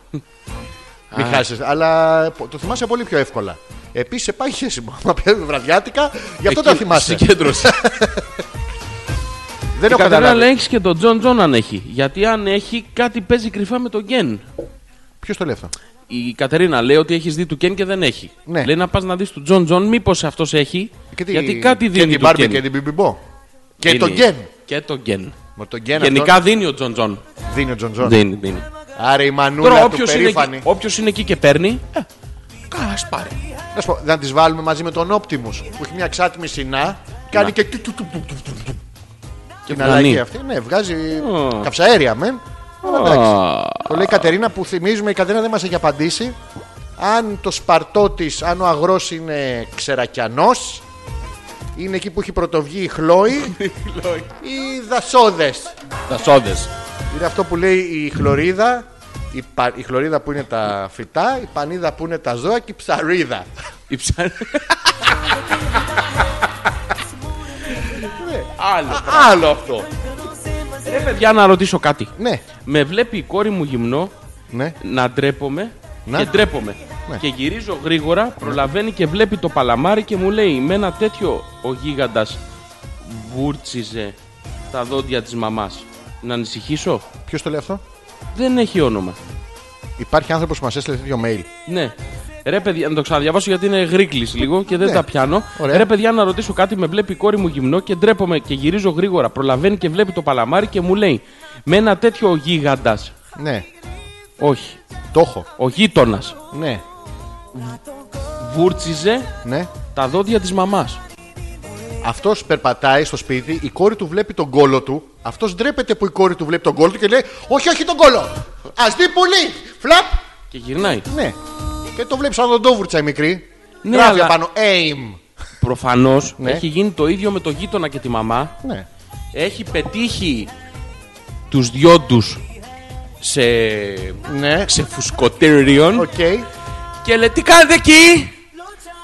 A: Μην χάσεις. Αλλά πο- το θυμάσαι πολύ πιο εύκολα. Επίσης, σε πάει χέσιμο. Μα πιάνει βραδιάτικα, γι' αυτό τα θυμάσαι.
B: Συγκέντρωση.
A: Δεν
B: Η
A: έχω
B: Κατερίνα
A: καταλάβει.
B: λέει έχεις και τον Τζον Τζον αν έχει. Γιατί αν έχει, κάτι παίζει κρυφά με τον Γκέν.
A: Ποιος το λέει αυτό.
B: Η Κατερίνα λέει ότι έχεις δει του Κέν και δεν έχει.
A: Ναι.
B: Λέει να πας να δεις του Τζον Τζον, μήπως αυτός έχει.
A: Και τη-
B: Γιατί κάτι δίνει
A: Και την
B: του
A: Μπάρμπι
B: Γκέν.
A: και την Μπιμπιμπό. Και
B: Είναι-
A: τον Γκέν.
B: Και τον Γκέν.
A: Με τον Γκέν
B: Γενικά
A: αυτόν
B: δίνει ο Τζον Τζον.
A: δίνει ο Τζον Τζον.
B: Δίνει, δίνει.
A: Άρα η
B: Τώρα
A: μανούλα του
B: όποιος είναι,
A: περήφανη.
B: εκεί- όποιος είναι εκεί και παίρνει. Ε, καλά, ας πάρει.
A: Να σου πω, να τις βάλουμε μαζί με τον Optimus που έχει μια εξάτμιση συνά. Κάνει και. του- του- του- του- του- του- του-
B: Και
A: την αλλαγή
B: βγαίνει.
A: αυτή. Ναι, βγάζει καψαέρια μεν. Αλλά εντάξει. Το λέει η Κατερίνα που θυμίζουμε, η Κατερίνα δεν μας έχει απαντήσει. Αν το σπαρτό της, αν ο αγρός είναι ξερακιανός, είναι εκεί που έχει πρωτοβγεί η Χλόη ή δασόδες.
B: Δασόδες.
A: Είναι αυτό που λέει η χλωρίδα, η, πα- η χλωρίδα που είναι τα φυτά, η πανίδα που είναι τα ζώα και η ψαρίδα.
B: Η ψάρι. Άλλο.
A: Άλλο αυτό.
B: Ρε Ε, παιδιά, να ρωτήσω κάτι.
A: Ναι,
B: Με βλέπει η κόρη μου γυμνό
A: ναι.
B: να ντρέπομαι
A: Να.
B: και ντρέπομαι.
A: Ναι.
B: Και γυρίζω γρήγορα, προλαβαίνει και βλέπει το παλαμάρι και μου λέει με ένα τέτοιο ο γίγαντας βούρτσιζε τα δόντια της μαμάς. Να ανησυχήσω.
A: Ποιος το λέει αυτό.
B: Δεν έχει όνομα.
A: Υπάρχει άνθρωπος που μας έστειλε τέτοιο mail.
B: Ναι. Ρε παιδιά, να το ξαναδιαβάσω γιατί είναι γρήγκλη λίγο και δεν
A: Ναι.
B: τα πιάνω.
A: Ωραία.
B: Ρε παιδιά, να ρωτήσω κάτι. Με βλέπει η κόρη μου γυμνό και ντρέπομαι και γυρίζω γρήγορα. Προλαβαίνει και βλέπει το παλαμάρι και μου λέει Με ένα τέτοιο ο γίγαντας.
A: Ναι,
B: Όχι.
A: το έχω.
B: Ο γείτονας.
A: Ναι,
B: Βούρτσιζε
A: ναι.
B: τα δόντια της μαμάς.
A: Αυτός περπατάει στο σπίτι, η κόρη του βλέπει τον κόλο του. Αυτός ντρέπεται που η κόρη του βλέπει τον κόλο του και λέει: Όχι, όχι τον κόλο! Ας δει πολύ! Φλαπ!
B: Και γυρνάει.
A: Ναι. Και το βλέπεις σαν τον Ντόβουρτσα η μικρή.
B: Ναι,
A: Γράφει
B: αλλά-
A: απάνω. Aim.
B: Προφανώς
A: Ναι.
B: έχει γίνει το ίδιο με το γείτονα και τη μαμά.
A: Ναι.
B: Έχει πετύχει τους δυο τους σε
A: Ναι.
B: ξεφουσκωτήριον
A: Οκ.
B: και λέει τι κάνετε εκεί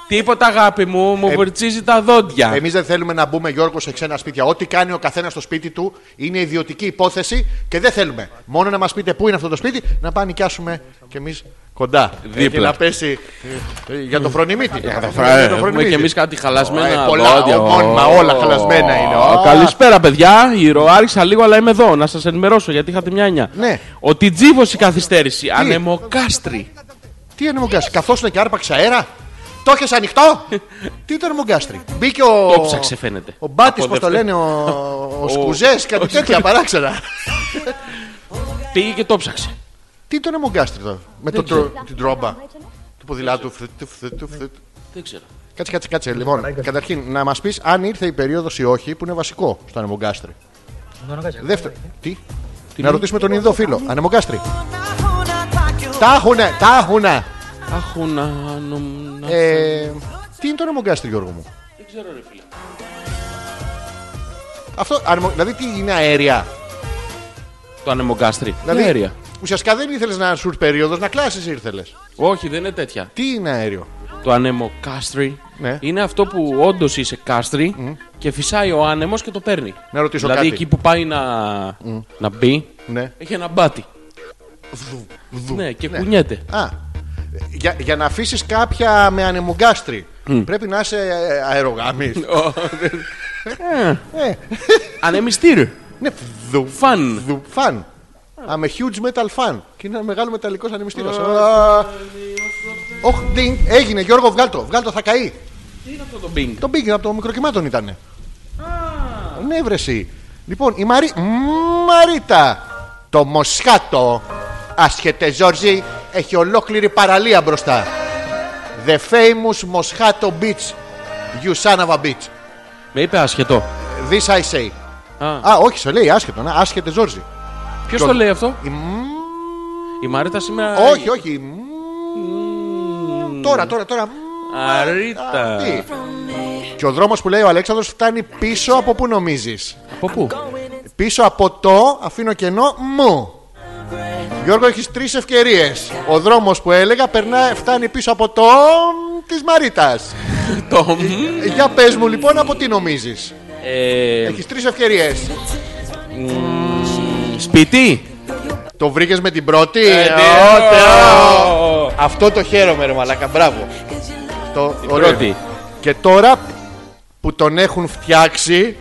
B: Τίποτα αγάπη μου,
A: Ε,
B: μου βουρτσίζει τα δόντια Ε,
A: Εμείς δεν θέλουμε να μπούμε, Γιώργο, σε ξένα σπίτια. Ό,τι κάνει ο καθένας στο σπίτι του είναι ιδιωτική υπόθεση και δεν θέλουμε. Μόνο να μας πείτε πού είναι αυτό το σπίτι, να πάμε να νοικιάσουμε κι εμείς κοντά.
B: Δίπλα.
A: Εκεί να πέσει ε, για το φρονιμίτι. Για το
B: Ε, Έχουμε και εμείς κάτι χαλασμένα
A: Ε, πολλά,
B: δόντια.
A: ομόνιμα,
B: Ω,
A: όλα χαλασμένα είναι.
B: ω,
A: Α.
B: Καλησπέρα, παιδιά. Ηρωάρισα λίγο, αλλά είμαι εδώ. Να σας ενημερώσω γιατί είχατε μια έννοια.
A: Ναι.
B: Ότι τζίβωσε η καθυστέρηση. Ανεμοκάστρι.
A: Τι είναι μογκάστρι, καθώς είναι και άρπαξε αέρα. Το είχε ανοιχτό. Τι ήταν μογκάστρι. Μπήκε ο.
B: Το ψάξε, φαίνεται.
A: Ο μπάτης,
B: Από
A: πώς το
B: δεύτερη.
A: λένε, ο, ο Σκουζέ, κάτι τέτοια παράξενα.
B: Πήγε και το ψάξε.
A: Τι ήταν μογκάστρι τώρα, με το, τρο- την τρόμπα του ποδηλάτου. φθ, τυφ, φθ, τυφ, φθ.
B: Δεν ξέρω.
A: Κάτσε, κάτσε, κάτσε. Λοιπόν, καταρχήν να μας πεις αν ήρθε η περίοδος ή όχι, που είναι βασικό στο ανεμογκάστρι. Δεύτερο. Τι. Να ρωτήσουμε τον Ινδό φίλο. Ανεμογκάστρι. Τα έχουνε, τα έχουνε.
B: Αχουνα, νομ, να-
A: Ε, τι είναι το ανεμογκάστρι, Γιώργο μου.
B: Δεν ξέρω, ρε φίλε.
A: Αυτό, ανεμο- δηλαδή τι είναι αέρια.
B: Το ανεμοκάστρι.
A: Δηλαδή,
B: Είναι αέρια.
A: Ουσιαστικά δεν ήθελες να σου περίοδος, να κλάσεις ήρθελες.
B: Όχι, δεν είναι τέτοια.
A: Τι είναι αέριο.
B: Το ανεμοκάστρι
A: Ναι.
B: είναι αυτό που όντως είσαι κάστρι και φυσάει ο άνεμος και το παίρνει.
A: Να ρωτήσω
B: δηλαδή
A: κάτι.
B: εκεί που πάει να, να μπει,
A: Ναι.
B: έχει ένα μπάτι.
A: Βδου, βδου.
B: Ναι, και κουνιέται.
A: Α, για, για να αφήσεις κάποια με ανεμογκάστρι, πρέπει να είσαι ε, αερογάμι.
B: Ανεμιστήρ.
A: ναι, δου,
B: Φαν.
A: δου, φαν. I'm a huge metal fan. Και είναι ένα μεγάλο μεταλλικός ανεμιστήρα. Οχ, ντινγκ, έγινε Γιώργο, βγάλ το, βγάλ το, θα καεί.
B: Τι είναι αυτό το μπινγκ.
A: Το πήγαινε από το μικροκυμάτων ήταν. Ναι, βρεσί. Λοιπόν, η Μαρί... Μαρίτα. Το Μοσχάτο. Άσχετε, Ζόρζι. Έχει ολόκληρη παραλία μπροστά. The famous Moscato Beach. You son of a bitch.
B: Με είπε ασχετό.
A: This I say.
B: Α.
A: Α, όχι, σε λέει άσχετο. Να, άσχετε, Ζόρζι.
B: Ποιο
A: Ποιο-
B: το λέει αυτό,
A: Η μ-
B: Η Μαρίτα σήμερα.
A: Όχι, όχι. η μ- Τώρα, τώρα, τώρα.
B: Αρίτα.
A: Τι. Και ο δρόμος που λέει ο Αλέξανδρος φτάνει πίσω από που νομίζεις.
B: Από πού?
A: Πίσω από το αφήνω κενό μου. Γιώργο, έχεις τρεις ευκαιρίες. Ο δρόμος που έλεγα περνά, φτάνει πίσω από το της Μαρίτας.
B: Το.
A: Για πες μου λοιπόν από τι νομίζεις.
B: Ε,
A: Έχεις τρεις ευκαιρίες.
B: Σπίτι.
A: Το βρήκες με την πρώτη.
B: ναι.
A: Ω, Θεό.
B: Ω.
A: Ε, Αυτό το χαίρομαι ρε μαλάκα. Μπράβο. Αυτό, ωραίο.
B: πρώτη.
A: Και τώρα που τον έχουν φτιάξει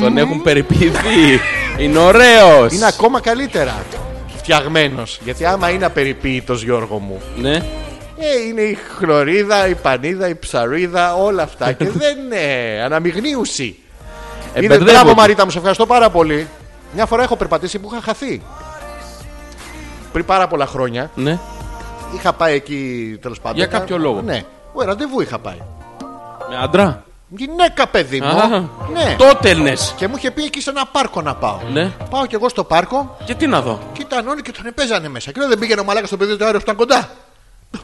B: Τον έχουν περιποιηθεί. Είναι ωραίος.
A: είναι ακόμα καλύτερα. Φτιαγμένος. Γιατί άμα είναι απεριποίητος Γιώργο μου.
B: Ναι.
A: Ε, είναι η χλωρίδα, η πανίδα, η ψαρίδα, όλα αυτά. και δεν είναι αναμειγνύουση.
B: Ε,
A: είναι
B: μπερδεύονται.
A: μπράβο, Μαρίτα, μου σε ευχαριστώ πάρα πολύ. Μια φορά έχω περπατήσει που είχα χαθεί. Πριν πάρα πολλά χρόνια
B: Ναι.
A: είχα πάει εκεί τέλος πάντων.
B: Για κάποιο λόγο.
A: Ναι. Ο ραντεβού είχα πάει.
B: Με άντρα.
A: Γυναίκα, παιδί μου.
B: Α,
A: ναι.
B: Τότενε.
A: Και μου είχε πει εκεί σε ένα πάρκο να πάω.
B: Ναι.
A: Πάω κι εγώ στο πάρκο
B: Και τι να δω.
A: και ήταν όλοι και τον παίζανε μέσα. Και λέω, δεν πήγαινε ο μαλάκας στο παιδί του αέριο που ήταν κοντά.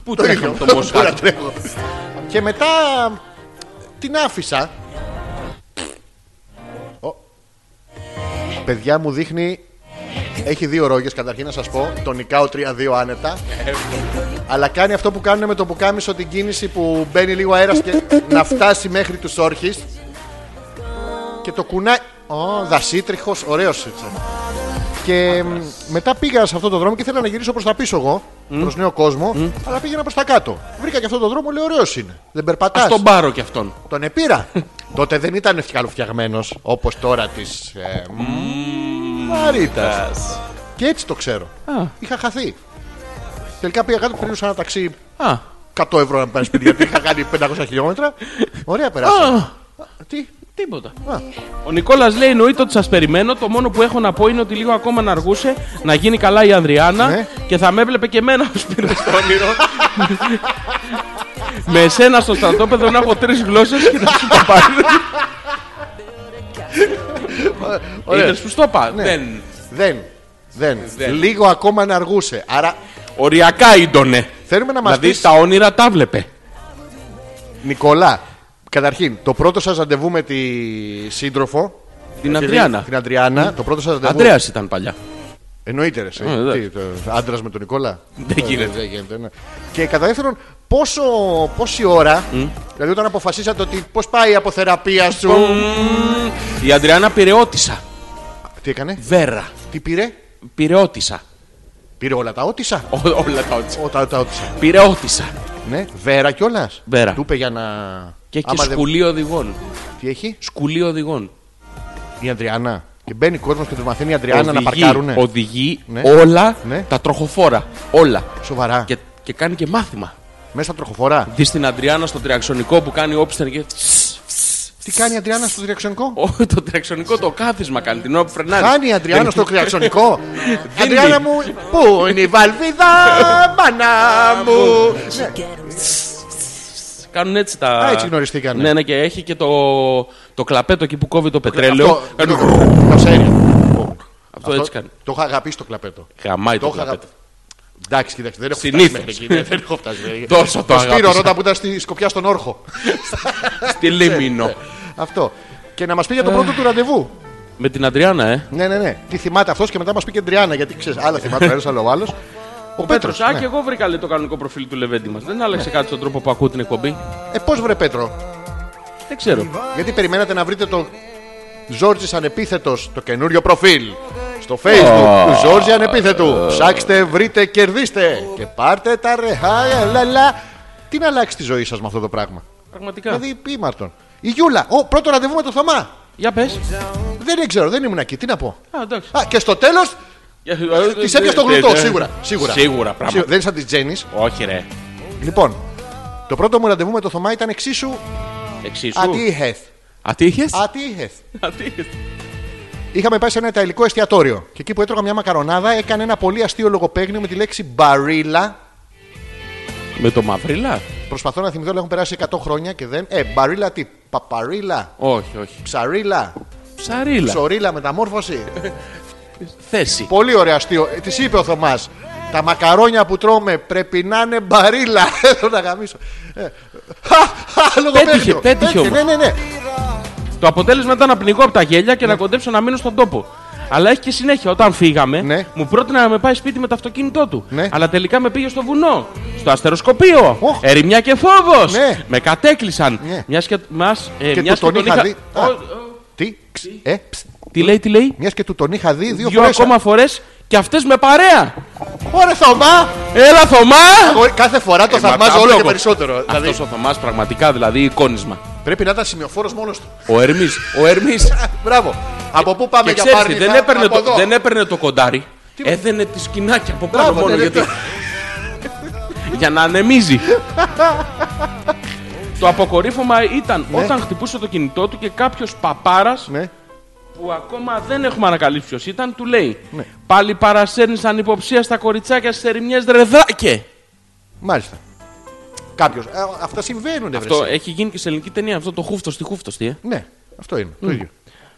B: Πού τρέχαμε το
A: Τώρα
B: Μοσχάτο.
A: τρέχω. Και μετά την άφησα. Ω. Παιδιά μου δείχνει. Έχει δύο ρόγες καταρχήν να σας πω. Το νικάω 3-2 άνετα. Αλλά κάνει αυτό που κάνουν με το πουκάμισο την κίνηση που μπαίνει λίγο αέρας και να φτάσει μέχρι τους όρχης. Και το κουνάει. Ω, δασίτριχος, ωραίος ήταν. Και μ, μετά πήγα σε αυτό το δρόμο και ήθελα να γυρίσω προς τα πίσω εγώ, προς νέο κόσμο, αλλά πήγαινα προς τα κάτω. Βρήκα και αυτό το δρόμο, λέω ωραίος είναι. Δεν περπατάς.
B: Ας τον πάρω κι αυτόν.
A: Τον επήρα. Τότε δεν ήταν καλοφτιαγμένο όπως τώρα της. Ε, Μαρίτα. Και έτσι το ξέρω.
B: Α.
A: Είχα χαθεί. Τελικά πήγα κάτω, πήρε ένα ταξί
B: Α.
A: 100 ευρώ να πάρει σπίτι γιατί είχα κάνει 500 χιλιόμετρα. Ωραία, περάσα.
B: Α.
A: Τι,
B: Τίποτα.
A: Α.
B: Ο Νικόλας λέει: Εννοείται ότι σας περιμένω. Το μόνο που έχω να πω είναι ότι λίγο ακόμα να αργούσε να γίνει καλά η Ανδριάνα
A: Ναι.
B: και θα με έβλεπε και εμένα ο Σπύρο στο όνειρο. με εσένα στο στρατόπεδο να έχω τρεις γλώσσες και να σου τα πάρει.
A: ωραία.
B: Είδες που στο είπα.
A: Ναι.
B: Δεν.
A: Δεν. Δεν.
B: Δεν.
A: Λίγο ακόμα να αργούσε. Άρα
B: Οριακά ήτονε.
A: θέλουμε να μας
B: Δηλαδή
A: πεις.
B: τα όνειρα τα βλέπε.
A: Νικόλα, Καταρχήν, το πρώτο σας ραντεβού με τη σύντροφο.
B: Την
A: τη-
B: Αντριάννα.
A: Την Αντριάννα. Το πρώτο σας ραντεβού.
B: Αντρέας ήταν παλιά.
A: Εννοείται, ρε. εσύ.
B: Ε, εντάξει.
A: Τι, το- Άντρας με τον Νικόλα.
B: Δεν γίνεται.
A: Ε, δεν γίνεται, ναι. Και κατά δεύτερον, πόσο, πόση ώρα, δηλαδή όταν αποφασίσατε ότι πώς πάει η αποθεραπεία σου.
B: Η Αντριάννα πυρεώτησα.
A: Τι έκανε,
B: Βέρα.
A: τι πήρε,
B: Πυρεώτησα.
A: πήρε όλα τα ότισα.
B: Ό- Όλα τα ότσα.
A: Ό, τα, τα ότισα.
B: Πυρεώτησα.
A: Ναι, βέρα κιόλας.
B: Βέρα.
A: Του είπε για να.
B: Και έχει
A: άμα δεν-
B: σκουλή οδηγών.
A: Τι έχει,
B: Σκουλή οδηγών.
A: η Αντριάννα. Και μπαίνει κόσμος και τους μαθαίνει η Αντριάννα να
B: Οδηγεί-
A: παρκάρουνε.
B: Οδηγεί
A: Ναι.
B: όλα
A: Ναι.
B: τα τροχοφόρα. Όλα.
A: Σοβαρά.
B: Και, και κάνει και μάθημα.
A: Μέσα στα τροχοφορά.
B: Δεις την Αντριάννα στο τριαξονικό που κάνει όπισθεν και. τσσ, τσσ.
A: Τι κάνει η Αντριάννα στο διεξονικό.
B: Ω, το τριαξονικό το κάθισμα κάνει την ώρα που φρενάρει.
A: Κάνει η Αντριάννα στο κρυαξονικό.
B: Δεν
A: Αντριάννα
B: είναι.
A: μου, πού είναι η βαλβίδα, μάνα μου. Ναι,
B: Κάνουν έτσι τα.
A: Α, έτσι γνωριστήκανε.
B: Ναι, ναι, και έχει και το, το κλαπέτο εκεί που κόβει το πετρέλαιο. Ε,
A: αυτό-
B: Κάνουν-
A: το- το ξέρει.
B: Αυτό έτσι κάνει.
A: Το είχα αγαπήσει το κλαπέτο.
B: Γαμάει το
A: είχα
B: κλαπέτο.
A: Εντάξει, κοίταξε, δεν έχω
B: Συνήθως.
A: φτάσει μέχρι εκεί. Δεν έχω φτάσει μέχρι εκεί.
B: Τόσο το
A: Το Σπύρο
B: αγάπησα.
A: ρώτα που ήταν στη Σκοπιά στον Όρχο. Ε,
B: Στη Λίμινο.
A: Αυτό. Και να μας πει για το πρώτο του ραντεβού.
B: Με την Αντριάννα, ε.
A: Ναι, ναι, ναι. Τι θυμάται αυτός και μετά μας πει και Ντριάννα. Γιατί ξέρεις, άλλα θυμάται ο ένας, άλλο ο άλλος. Ο ναι. Πέτρος.
B: Α, και εγώ βρήκα λέει, το κανονικό προφίλ του Λεβέντη μας. Δεν άλλαξε κάτι στον τρόπο που ακούω την εκπομπή.
A: Ε, πώς βρε Πέτρο.
B: Δεν ξέρω.
A: Γιατί περιμένατε να βρείτε το Ζόρτζης Ανεπίθετος, το καινούριο προφίλ. Στο facebook του Ζόρτζη Ανεπίθετου. Ψάξτε, βρείτε, κερδίστε. Και πάρτε τα ρεχά, λα, λα. Τι να αλλάξει τη ζωή σας με αυτό το πράγμα.
B: Πραγματικά.
A: Δηλαδή, ήμαρτον. Η Γιούλα, ο πρώτο ραντεβού με τον Θωμά.
B: Για πες.
A: Δεν ξέρω, δεν ήμουν εκεί, τι να πω.
B: Α, εντάξει.
A: Α, και στο τέλος
B: Ε,
A: της έπιασε Ε, το γλουτό, σίγουρα. Σίγουρα,
B: Σίγουρα, πράγμα.
A: Σίγουρα. Δεν είναι σαν της Τζέννη.
B: Όχι, ρε.
A: Λοιπόν, το πρώτο μου ραντεβού με τον Θωμά ήταν εξίσου
B: Εξίσου.
A: ατύχεθ.
B: Ατύχες.
A: Ατύχεθ. Είχαμε πάει σε ένα ιταλικό εστιατόριο και εκεί που έτρωγα μια μακαρονάδα έκανε ένα πολύ αστείο λογοπαίγνιο με τη λέξη μπαρίλα.
B: Με το μαυρίλα.
A: Προσπαθώ να θυμηθώ, αλλά έχουν περάσει 100 χρόνια και δεν. Ε, μπαρίλα τι, παπαρίλα,
B: Όχι, όχι.
A: ψαρίλα,
B: Ψαρίλα.
A: ψωρίλα, μεταμόρφωση.
B: Θέση.
A: Πολύ ωραίο αστείο. Ε, Τη είπε ο Θωμάς. Τα μακαρόνια που τρώμε πρέπει να είναι μπαρίλα. Θέλω να γαμίσω. Ε, χα, χα, λογοπαίγνιο.
B: Πέτυχε, πέτυχε όμως.
A: Ναι, ναι, ναι.
B: Το αποτέλεσμα ήταν να πνιγώ από τα γέλια και να κοντέψω να μείνω στον τόπο. Αλλά έχει και συνέχεια. Όταν φύγαμε,
A: Ναι.
B: μου πρότεινε να με πάει σπίτι με το αυτοκίνητό του.
A: Ναι.
B: Αλλά τελικά με πήγε στο βουνό, στο αστεροσκοπείο.
A: Οχ.
B: Ερημιά και φόβος.
A: Ναι.
B: Με κατέκλυσαν.
A: Ναι.
B: Μιας και, μας, ε,
A: Και
B: μιας
A: του τον
B: και
A: είχα δει.
B: Ο,
A: Α.
B: ο,
A: Τι, ξ, ε, ψ.
B: τι λέει, τι λέει.
A: Μιας και του τον είχα δει δύο,
B: Δύο
A: φορές.
B: ακόμα φορές και αυτές με παρέα.
A: Ωραία, Θωμά!
B: Έλα, Θωμά!
A: Ο- Κάθε φορά
B: Ε,
A: το θαυμάζω όλο και
B: Ματάβλογο.
A: περισσότερο. Δηλαδή,
B: Αυτός ο Θωμάς πραγματικά δηλαδή εικόνισμα.
A: πρέπει να ήταν σημειοφόρος μόνος του.
B: Ο Ερμής, ο Ερμής.
A: Μπράβο. Από πού πάμε
B: Και
A: για
B: ξέρεις τι,
A: πάρτι,
B: δεν
A: θα-
B: έπαιρνε,
A: από
B: το,
A: εδώ.
B: δεν έπαιρνε το κοντάρι.
A: Τι-
B: Έδαινε τη σκηνάκια από πάνω
A: Μπράβο,
B: μόνο
A: ναι, ναι,
B: γιατί.
A: ναι.
B: για να ανεμίζει. το αποκορύφωμα ήταν όταν χτυπούσε το κινητό του και κάποιος παπάρας
A: Ναι.
B: που ακόμα δεν έχουμε ανακαλύψει ποιος ήταν, του λέει
A: Ναι.
B: Πάλι παρασέρνεις ανυποψία στα κοριτσάκια στι ερημιέ δρεδάκε.
A: Μάλιστα. Κάποιος. Αυτά συμβαίνουν, ρε,
B: Αυτό
A: εσύ.
B: έχει γίνει και σε ελληνική ταινία. Αυτό το χούφτος στη χούφτος, τι. Ε.
A: Ναι, αυτό είναι. Το ίδιο.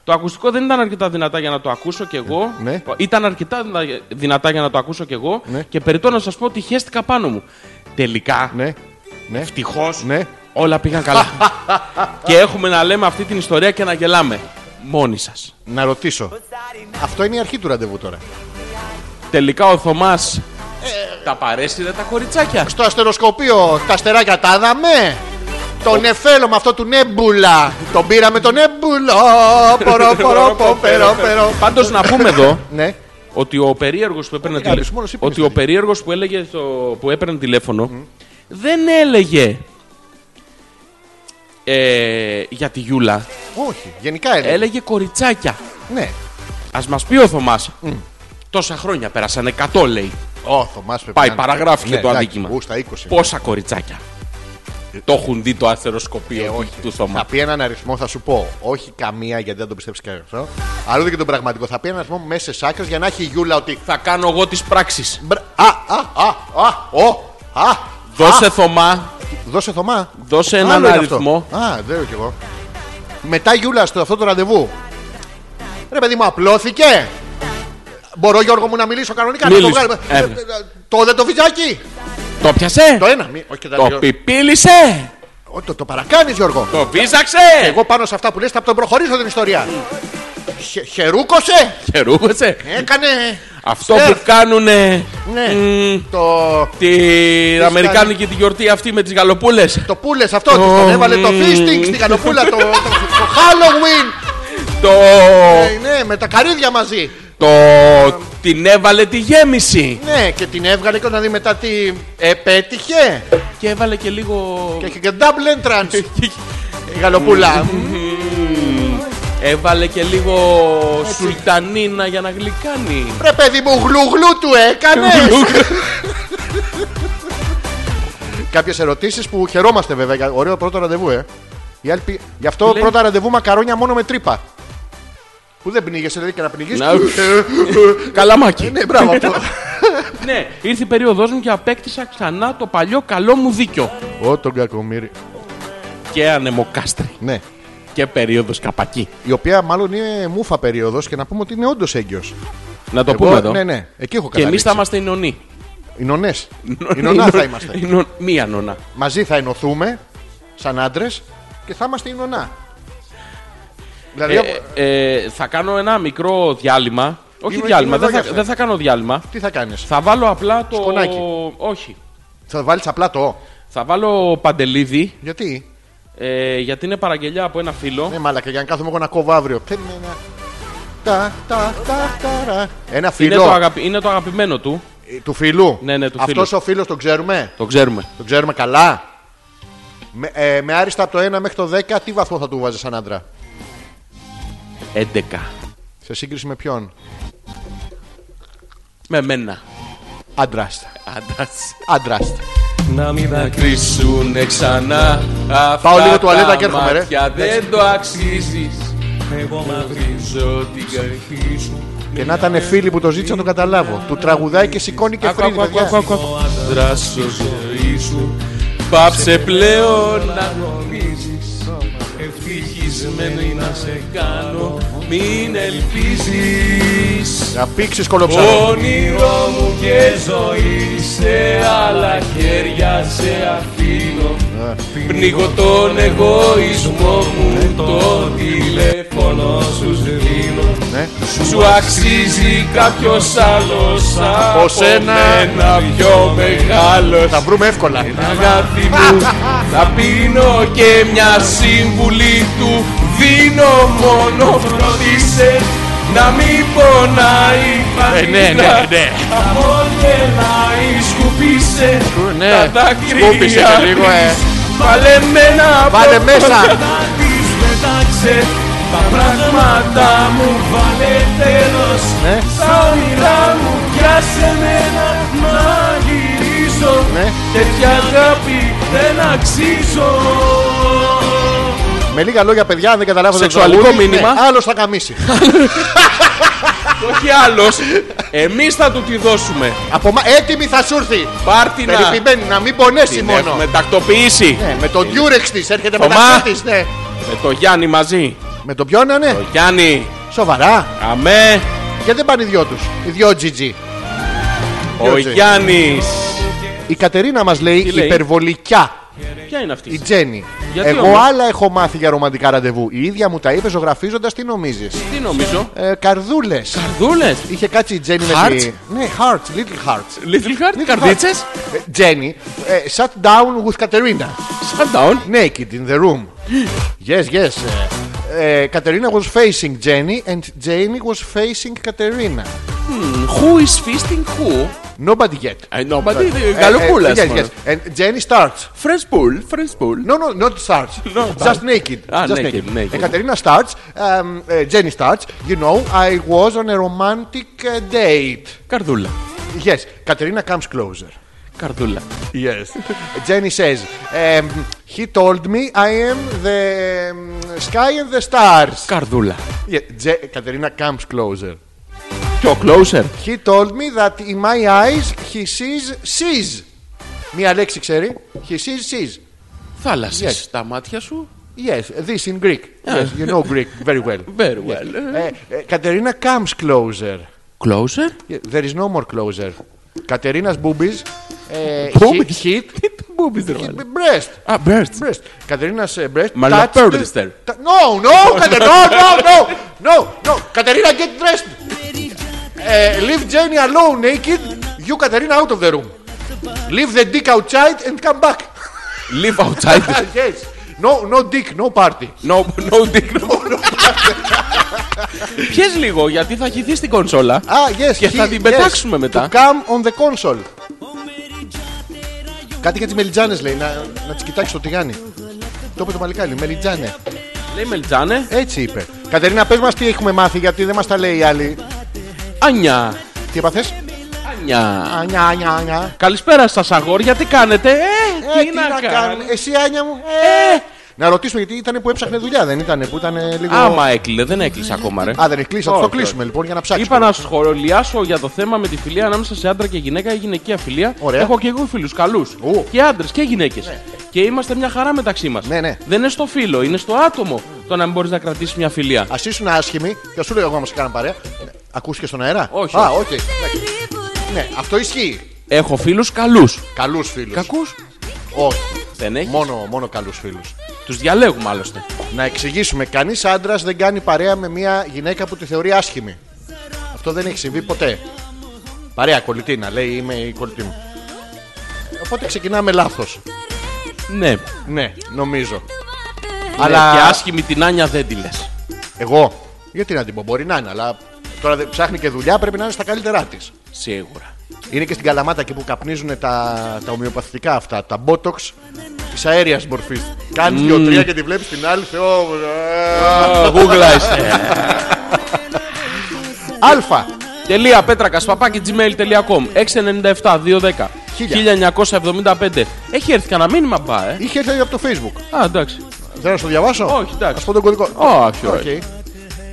B: Το ακουστικό δεν ήταν αρκετά δυνατά για να το ακούσω κι εγώ.
A: Ναι.
B: Ήταν αρκετά δυνα- δυνατά για να το ακούσω κι εγώ.
A: Ναι.
B: Και περιττώ να σας πω ότι χαίστηκα πάνω μου. Τελικά,
A: Ναι. Ναι.
B: ευτυχώς,
A: Ναι.
B: όλα πήγαν καλά. και έχουμε να λέμε αυτή την ιστορία και να γελάμε. Μόνοι σας.
A: Να ρωτήσω. Αυτό είναι η αρχή του ραντεβού τώρα.
B: Τελικά ο Θωμάς τα παρέσυρε τα κοριτσάκια.
A: Στο αστεροσκοπείο τα αστεράκια τα είδαμε. Τον εφέλο με αυτό του νέμπουλα. Τον πήραμε τον νέμπουλο. Πορο, πορο, πο, περο, περο.
B: Πάντως να πούμε εδώ
A: Ναι.
B: ότι ο περίεργος που έπαιρνε,
A: Μεγάλης,
B: τηλε-
A: μόνος είπε
B: ότι ο
A: ιστορία.
B: περίεργος που έλεγε στο- που έπαιρνε τηλέφωνο δεν έλεγε ε, για τη Γιούλα.
A: Όχι. Γενικά έλεγε.
B: Έλεγε κοριτσάκια.
A: Ναι.
B: Ας μας πει ο Θωμάς. Τόσα χρόνια πέρασαν 100 λέει.
A: Ο Θωμάς πρέπει
B: Πάει,
A: να είναι.
B: παραγράφηκε
A: Ναι,
B: το
A: εντάξει,
B: αδίκημα.
A: ου, στα ναι. Ε, 20.
B: Πόσα κοριτσάκια. Το έχουν δει το αστεροσκοπείο του
A: Ε, Θα
B: Θωμά.
A: πει έναν αριθμό, θα σου πω. Όχι καμία γιατί δεν τον πιστέψει κανένα αυτό. Αλλά ούτε ε. και τον πραγματικό. Θα πει έναν αριθμό μέσα σ' άκρες για να έχει η Γιούλα ότι.
B: Θα κάνω εγώ τις πράξεις.
A: Μπρα- Α, α, α, α, ο, α.
B: Δώσε
A: α,
B: Θωμά,
A: δώσε Θωμά.
B: δώσε έναν
A: Άλλο είναι
B: αριθμό.
A: αυτό. Α, δεν λέω κι εγώ. Μετά η Γιούλα στο αυτό το ραντεβού. Ρε παιδί μου, απλώθηκε. Μπορώ Γιώργο μου να μιλήσω κανονικά.
B: Μίλησε.
A: Να το, βγάλουμε.
B: Έβγαλε.
A: Ε, ε, το δε το βυζάκι.
B: Το πιάσε,
A: Το ένα. μη- Όχι και τα
B: το
A: δύο.
B: πιπίλησε.
A: Ω, Το, το παρακάνεις, Γιώργο.
B: Το βίζαξε!
A: Ε. Εγώ πάνω σε αυτά που λες θα τον προχωρήσω την ιστορία. Χε, χερούκωσε!
B: Χαιρούμαστε.
A: Έκανε.
B: Αυτό
A: Σερ.
B: που κάνουνε
A: Ε. Ναι.
B: μ,
A: Το,
B: την Αμερικάνικη τη γιορτή αυτή με τις γαλοπούλες.
A: το πούλες αυτό. της Τον έβαλε το φίστινγκ στην καλοπούλα. Το, το, το Halloween.
B: Το...
A: Ε, ναι, με τα καρύδια μαζί.
B: το... Την έβαλε τη γέμιση.
A: Ναι, και την έβγαλε και να δει μετά τι επέτυχε.
B: Και έβαλε και λίγο...
A: Και είχε και double entrance. Η γαλοπούλα.
B: Μμμ. Έβαλε και λίγο σουλτανίνα για να γλυκάνει.
A: Ρε παιδί μου, γλουγλού του έκανες. Κάποιες ερωτήσεις που χαιρόμαστε βέβαια. για- Ωραίο πρώτο ραντεβού, ε. Η άλλη πει- Γι' αυτό
B: Λέει-
A: πρώτα ραντεβού μακαρόνια μόνο με τρύπα. Που δεν πνίγεσαι, δηλαδή και να πνιγείς
B: Να-
A: Ε,
B: Καλαμάκι.
A: Ναι, μπράβο αυτό.
B: Ναι, ήρθε η περίοδος μου και απέκτησα ξανά το παλιό καλό μου δίκιο.
A: Ω τον κακομίρι.
B: Και ανεμοκάστρι.
A: Ναι.
B: Και περίοδος καπακή.
A: Η οποία μάλλον είναι μούφα περίοδος και να πούμε ότι είναι όντως έγκυος.
B: Να το πούμε εδώ.
A: Ναι, ναι. Εκεί έχω
B: Και
A: καταλήξει.
B: εμείς θα είμαστε οι νονοί.
A: Οι νονές. Οι νονά θα είμαστε.
B: Οι νο- Μία νονά.
A: Μαζί θα ενωθούμε σαν άντρες και θα είμαστε η νονά. Δηλαδή,
B: Ε, ε, θα κάνω ένα μικρό διάλειμμα. Όχι
A: Είμαι-
B: διάλειμμα,
A: είμαι
B: δεν
A: εδώ
B: θα,
A: για
B: δεν θα κάνω διάλειμμα.
A: τι θα κάνεις.
B: Θα βάλω απλά το.
A: Σκονάκι.
B: Όχι.
A: Θα βάλεις απλά το. «ο».
B: Θα βάλω παντελίδι.
A: Γιατί.
B: Ε, γιατί είναι παραγγελιά από ένα φίλο.
A: Ναι, μάλακα, για να κάθομαι εγώ να κόβω αύριο. Θέλουμε ένα. Τα, τα, τα, τα, ρα. Ένα
B: είναι, το
A: φίλο
B: αγαπη- είναι το αγαπημένο του.
A: ε, του φίλου.
B: Ναι, ναι, του φίλου.
A: Αυτός ο φίλος τον ξέρουμε.
B: Το ξέρουμε.
A: Τον ξέρουμε καλά. Με, ε, με άριστα από το 1 μέχρι το 10, τι βαθμό θα του βάζεις σαν άντρα.
B: 11.
A: Σε σύγκριση με ποιον.
B: Με μένα.
A: Άντρας.
B: Άντρας.
A: Άντρας.
B: Να μην δακρύσουνε ξανά αυτά
A: Πάω λίγο τουαλέτα
B: τα
A: και έρχομαι, ρε.
B: μάτια, Δεν το αξίζεις Εγώ μαυρίζω την καρδιά σου
A: Και να ήταν φίλοι που το ζήτησαν, τον καταλάβω. Του τραγουδάει και σηκώνει και
B: Ακού,
A: φρύνει.
B: ακού, ακού,
A: παιδιά.
B: ακού, ακού, ακού. Δράσω ζωής σου Πάψε πλέον να αγωνίζεις Ευτυχισμένη να σε κάνω Μην ελπίζεις
A: Να πήξεις κολοψάρι.
B: Όνειρο μου και ζωή σε άλλα χέρια σε αφήνω Πνίγω τον εγωισμό μου, το τηλέφωνο σου σβήνω
A: Ναι.
B: Σου αξίζει κάποιος άλλος από
A: σένα.
B: μένα πιο μεγάλος
A: Θα βρούμε εύκολα.
B: Αγάπη μου, θα πίνω και μια σύμβουλη του Δίνω μόνο φροντίσε να μην πονάει
A: ναι, ναι, ναι.
B: Θα μόνελάει, σκουπίσε
A: Ναι.
B: τα δάκρυα
A: Σκούπισε και λίγο, ε.
B: Βάλε μένα
A: Βάλε μέσα.
B: Τις πετάξε τα πράγματα μου βάλε τέλος
A: Ναι.
B: Στα όνειρά μου πιάσε μένα να γυρίζω
A: Ναι.
B: Τέτοια αγάπη δεν αξίζω
A: Με λίγα λόγια, παιδιά, αν δεν καταλάβατε το
B: Σεξουαλικό
A: τραγούδι,
B: μήνυμα.
A: Ναι, Άλλος θα καμίσει.
B: Όχι άλλος, εμείς θα του τη δώσουμε
A: Από μα- έτοιμη θα σου έρθει.
B: Πάρτινα
A: Περιποιημένη, να μην πονέσει
B: την
A: μόνο.
B: έχουμε τακτοποιήσει
A: Ναι, με τον Durex της έρχεται με
B: Θωμά.
A: τα της, ναι.
B: Με το Γιάννη μαζί
A: Με τον ποιον, ναι, ναι.
B: Το Γιάννη,
A: Σοβαρά.
B: αμέ,
A: Γιατί δεν πάνε οι δυο τους. Οι δυο GG.
B: ο
A: Γιώργη.
B: Γιάννης
A: Η Κατερίνα μας λέει
B: Τι λέει?
A: υπερβολικά.
B: Ποια είναι
A: Η
B: αυτή
A: Τζέννη.
B: Γιατί
A: Εγώ
B: όμως?
A: άλλα έχω μάθει για ρομαντικά ραντεβού. Η ίδια μου τα είπε ζωγραφίζοντας τι νομίζεις.
B: Τι νομίζω
A: Ε, Καρδούλες.
B: Δούλες
A: Είχε κάτσει η Τζέννη με
B: Hearts?
A: τη. Ναι, hearts, little hearts.
B: Little Heart,
A: Little
B: καρδίτσες
A: hearts. Ε, Τζέννη, ε, shut down with Κατερίνα.
B: Shut down
A: Naked in the room. yes, yes. Ε, Κατερίνα was facing Jenny and Jenny was facing Κατερίνα.
B: Who is fisting who?
A: Nobody yet.
B: I know, but it-
A: Ε,
B: γαλοπούλας,
A: ε, yes,
B: μόνο.
A: yes. And Jenny starts.
B: French pool, French pool.
A: No, no, not starts.
B: No.
A: Just naked.
B: Ah,
A: Just
B: naked, naked.
A: Ε, Κατερίνα starts. Um, ε, Jenny starts. You know, I was on a romantic uh, date.
B: Καρδούλα.
A: Yes. Κατερίνα comes closer.
B: Καρδούλα.
A: Yes. Jenny says, um, he told me I am the um, sky and the stars.
B: Καρδούλα.
A: Yeah, Je- Κατερίνα comes closer.
B: Πιο closer.
A: He told me that in my eyes he sees sees. Μία λέξη ξέρει. He sees sees.
B: Θάλασσες. Τα μάτια σου.
A: Yes, this in Greek. Yes, you know Greek very well.
B: Ah. Very well.
A: Ε, ε, Κατερίνα comes closer.
B: Closer.
A: Yeah, There is no more closer. Κατερίνας boobies. ε,
B: Boobies?
A: hit, hit
D: Boobies, ρε μάλλον.
A: Breast.
B: Α, Burst.
A: Breast. Κατερίνας ε, Breast.
B: Μαρίνα
A: touched the-
B: Pearl is there.
A: Ta- No, no, Κατερίνα. No, no, no. No, no. Κατερίνα, get dressed. Ε, leave Jenny alone naked. You, Κατερίνα, out of the room. Leave the dick outside and come back.
B: Live outside.
A: yes. No, no dick, no party.
B: No, no dick, no. Πιες λίγο, γιατί θα χυθεί στην κονσόλα.
A: Ah, yes.
B: Και θα
A: he-
B: την
A: yes.
B: πετάξουμε μετά.
A: To come on the console. Κάτι για τις μελιτζάνες λέει, να, να τις κοιτάξεις το τηγάνι. Το είπε το μαλλικάλι, μελιτζάνε.
B: Λέει Μελτζάνε.
A: Έτσι είπε. Κατερίνα, πες μας τι έχουμε μάθει, γιατί δεν μας τα λέει η άλλη.
B: Άνια.
A: Τι είπα θες?
B: Άνια.
A: Άνια, Άνια, Άνια.
B: Καλησπέρα σας αγόρια, τι κάνετε. Ε,
A: Ε,
B: τι να
A: κάνουμε.
B: κάνω.
A: Εσύ, Άνια μου. Ε. Να ρωτήσουμε γιατί ήταν που έψαχνε δουλειά, δεν ήταν που ήταν λίγο.
B: Άμα έκλειλε, δεν έκλεισε ακόμα ρε.
A: Α, δεν έχει κλείσει, θα το
B: Όχι,
A: κλείσουμε λοιπόν για να ψάξουμε.
B: Είπα να σχολιάσω για το θέμα με τη φιλία ανάμεσα σε άντρα και γυναίκα ή γυναικεία φιλία.
A: Ωραία.
B: Έχω και εγώ φίλους καλούς.
A: Ου.
B: Και άντρες και γυναίκες. Και είμαστε μια χαρά μεταξύ μας.
A: Ναι, ναι.
B: Δεν είναι στο φίλο, είναι στο άτομο το να μην μπορείς να κρατήσεις μια φιλία.
A: Ας ήσουν άσχημοι και σου λέω εγώ να μα κάναμε παρέα. Ε, Ακούστηκες στον αέρα.
B: Όχι,
A: Α, όχι. Εντάξει. Ναι, αυτό ισχύει.
B: Έχω φίλους καλούς.
A: Καλούς φίλους.
B: Κακούς
A: Όχι.
B: δεν έχεις.
A: Μόνο, μόνο καλούς φίλους.
B: Τους διαλέγουμε άλλωστε.
A: Να εξηγήσουμε, κανείς άντρας δεν κάνει παρέα με μια γυναίκα που τη θεωρεί άσχημη. Αυτό δεν έχει συμβεί ποτέ. Παρέα κολλητή να λέει, είμαι η κολλητή μου. Οπότε ξεκινάμε λάθος.
B: Ναι.
A: Ναι, νομίζω.
B: Αλλά
A: Αλλά-
B: Ναι, και άσχημη την Άνια δεν τη λες.
A: Εγώ. Γιατί να την πω, μπορεί να είναι, αλλά τώρα δεν- ψάχνει και δουλειά, πρέπει να είναι στα καλύτερά της.
B: Σίγουρα.
A: Είναι και στην Καλαμάτα εκεί που καπνίζουν τα, τα ομοιοπαθητικά αυτά, τα botox της αέριας μορφής. Κάνεις δύο-τρία και τη βλέπεις την άλλη, Θεό. μου, ε.
B: Google είστε.
A: Αλφα.
B: Τελεία πέτρακα παπάκι gmail.com 697-210 1975. Έχει έρθει κανένα μήνυμα μπα, ε.
A: Είχε έρθει από το facebook.
B: Α, εντάξει.
A: Θέλω να στο διαβάσω.
B: Όχι, εντάξει.
A: Α πω τον κωδικό.
B: Όχι,
A: Οκ.
B: όχι.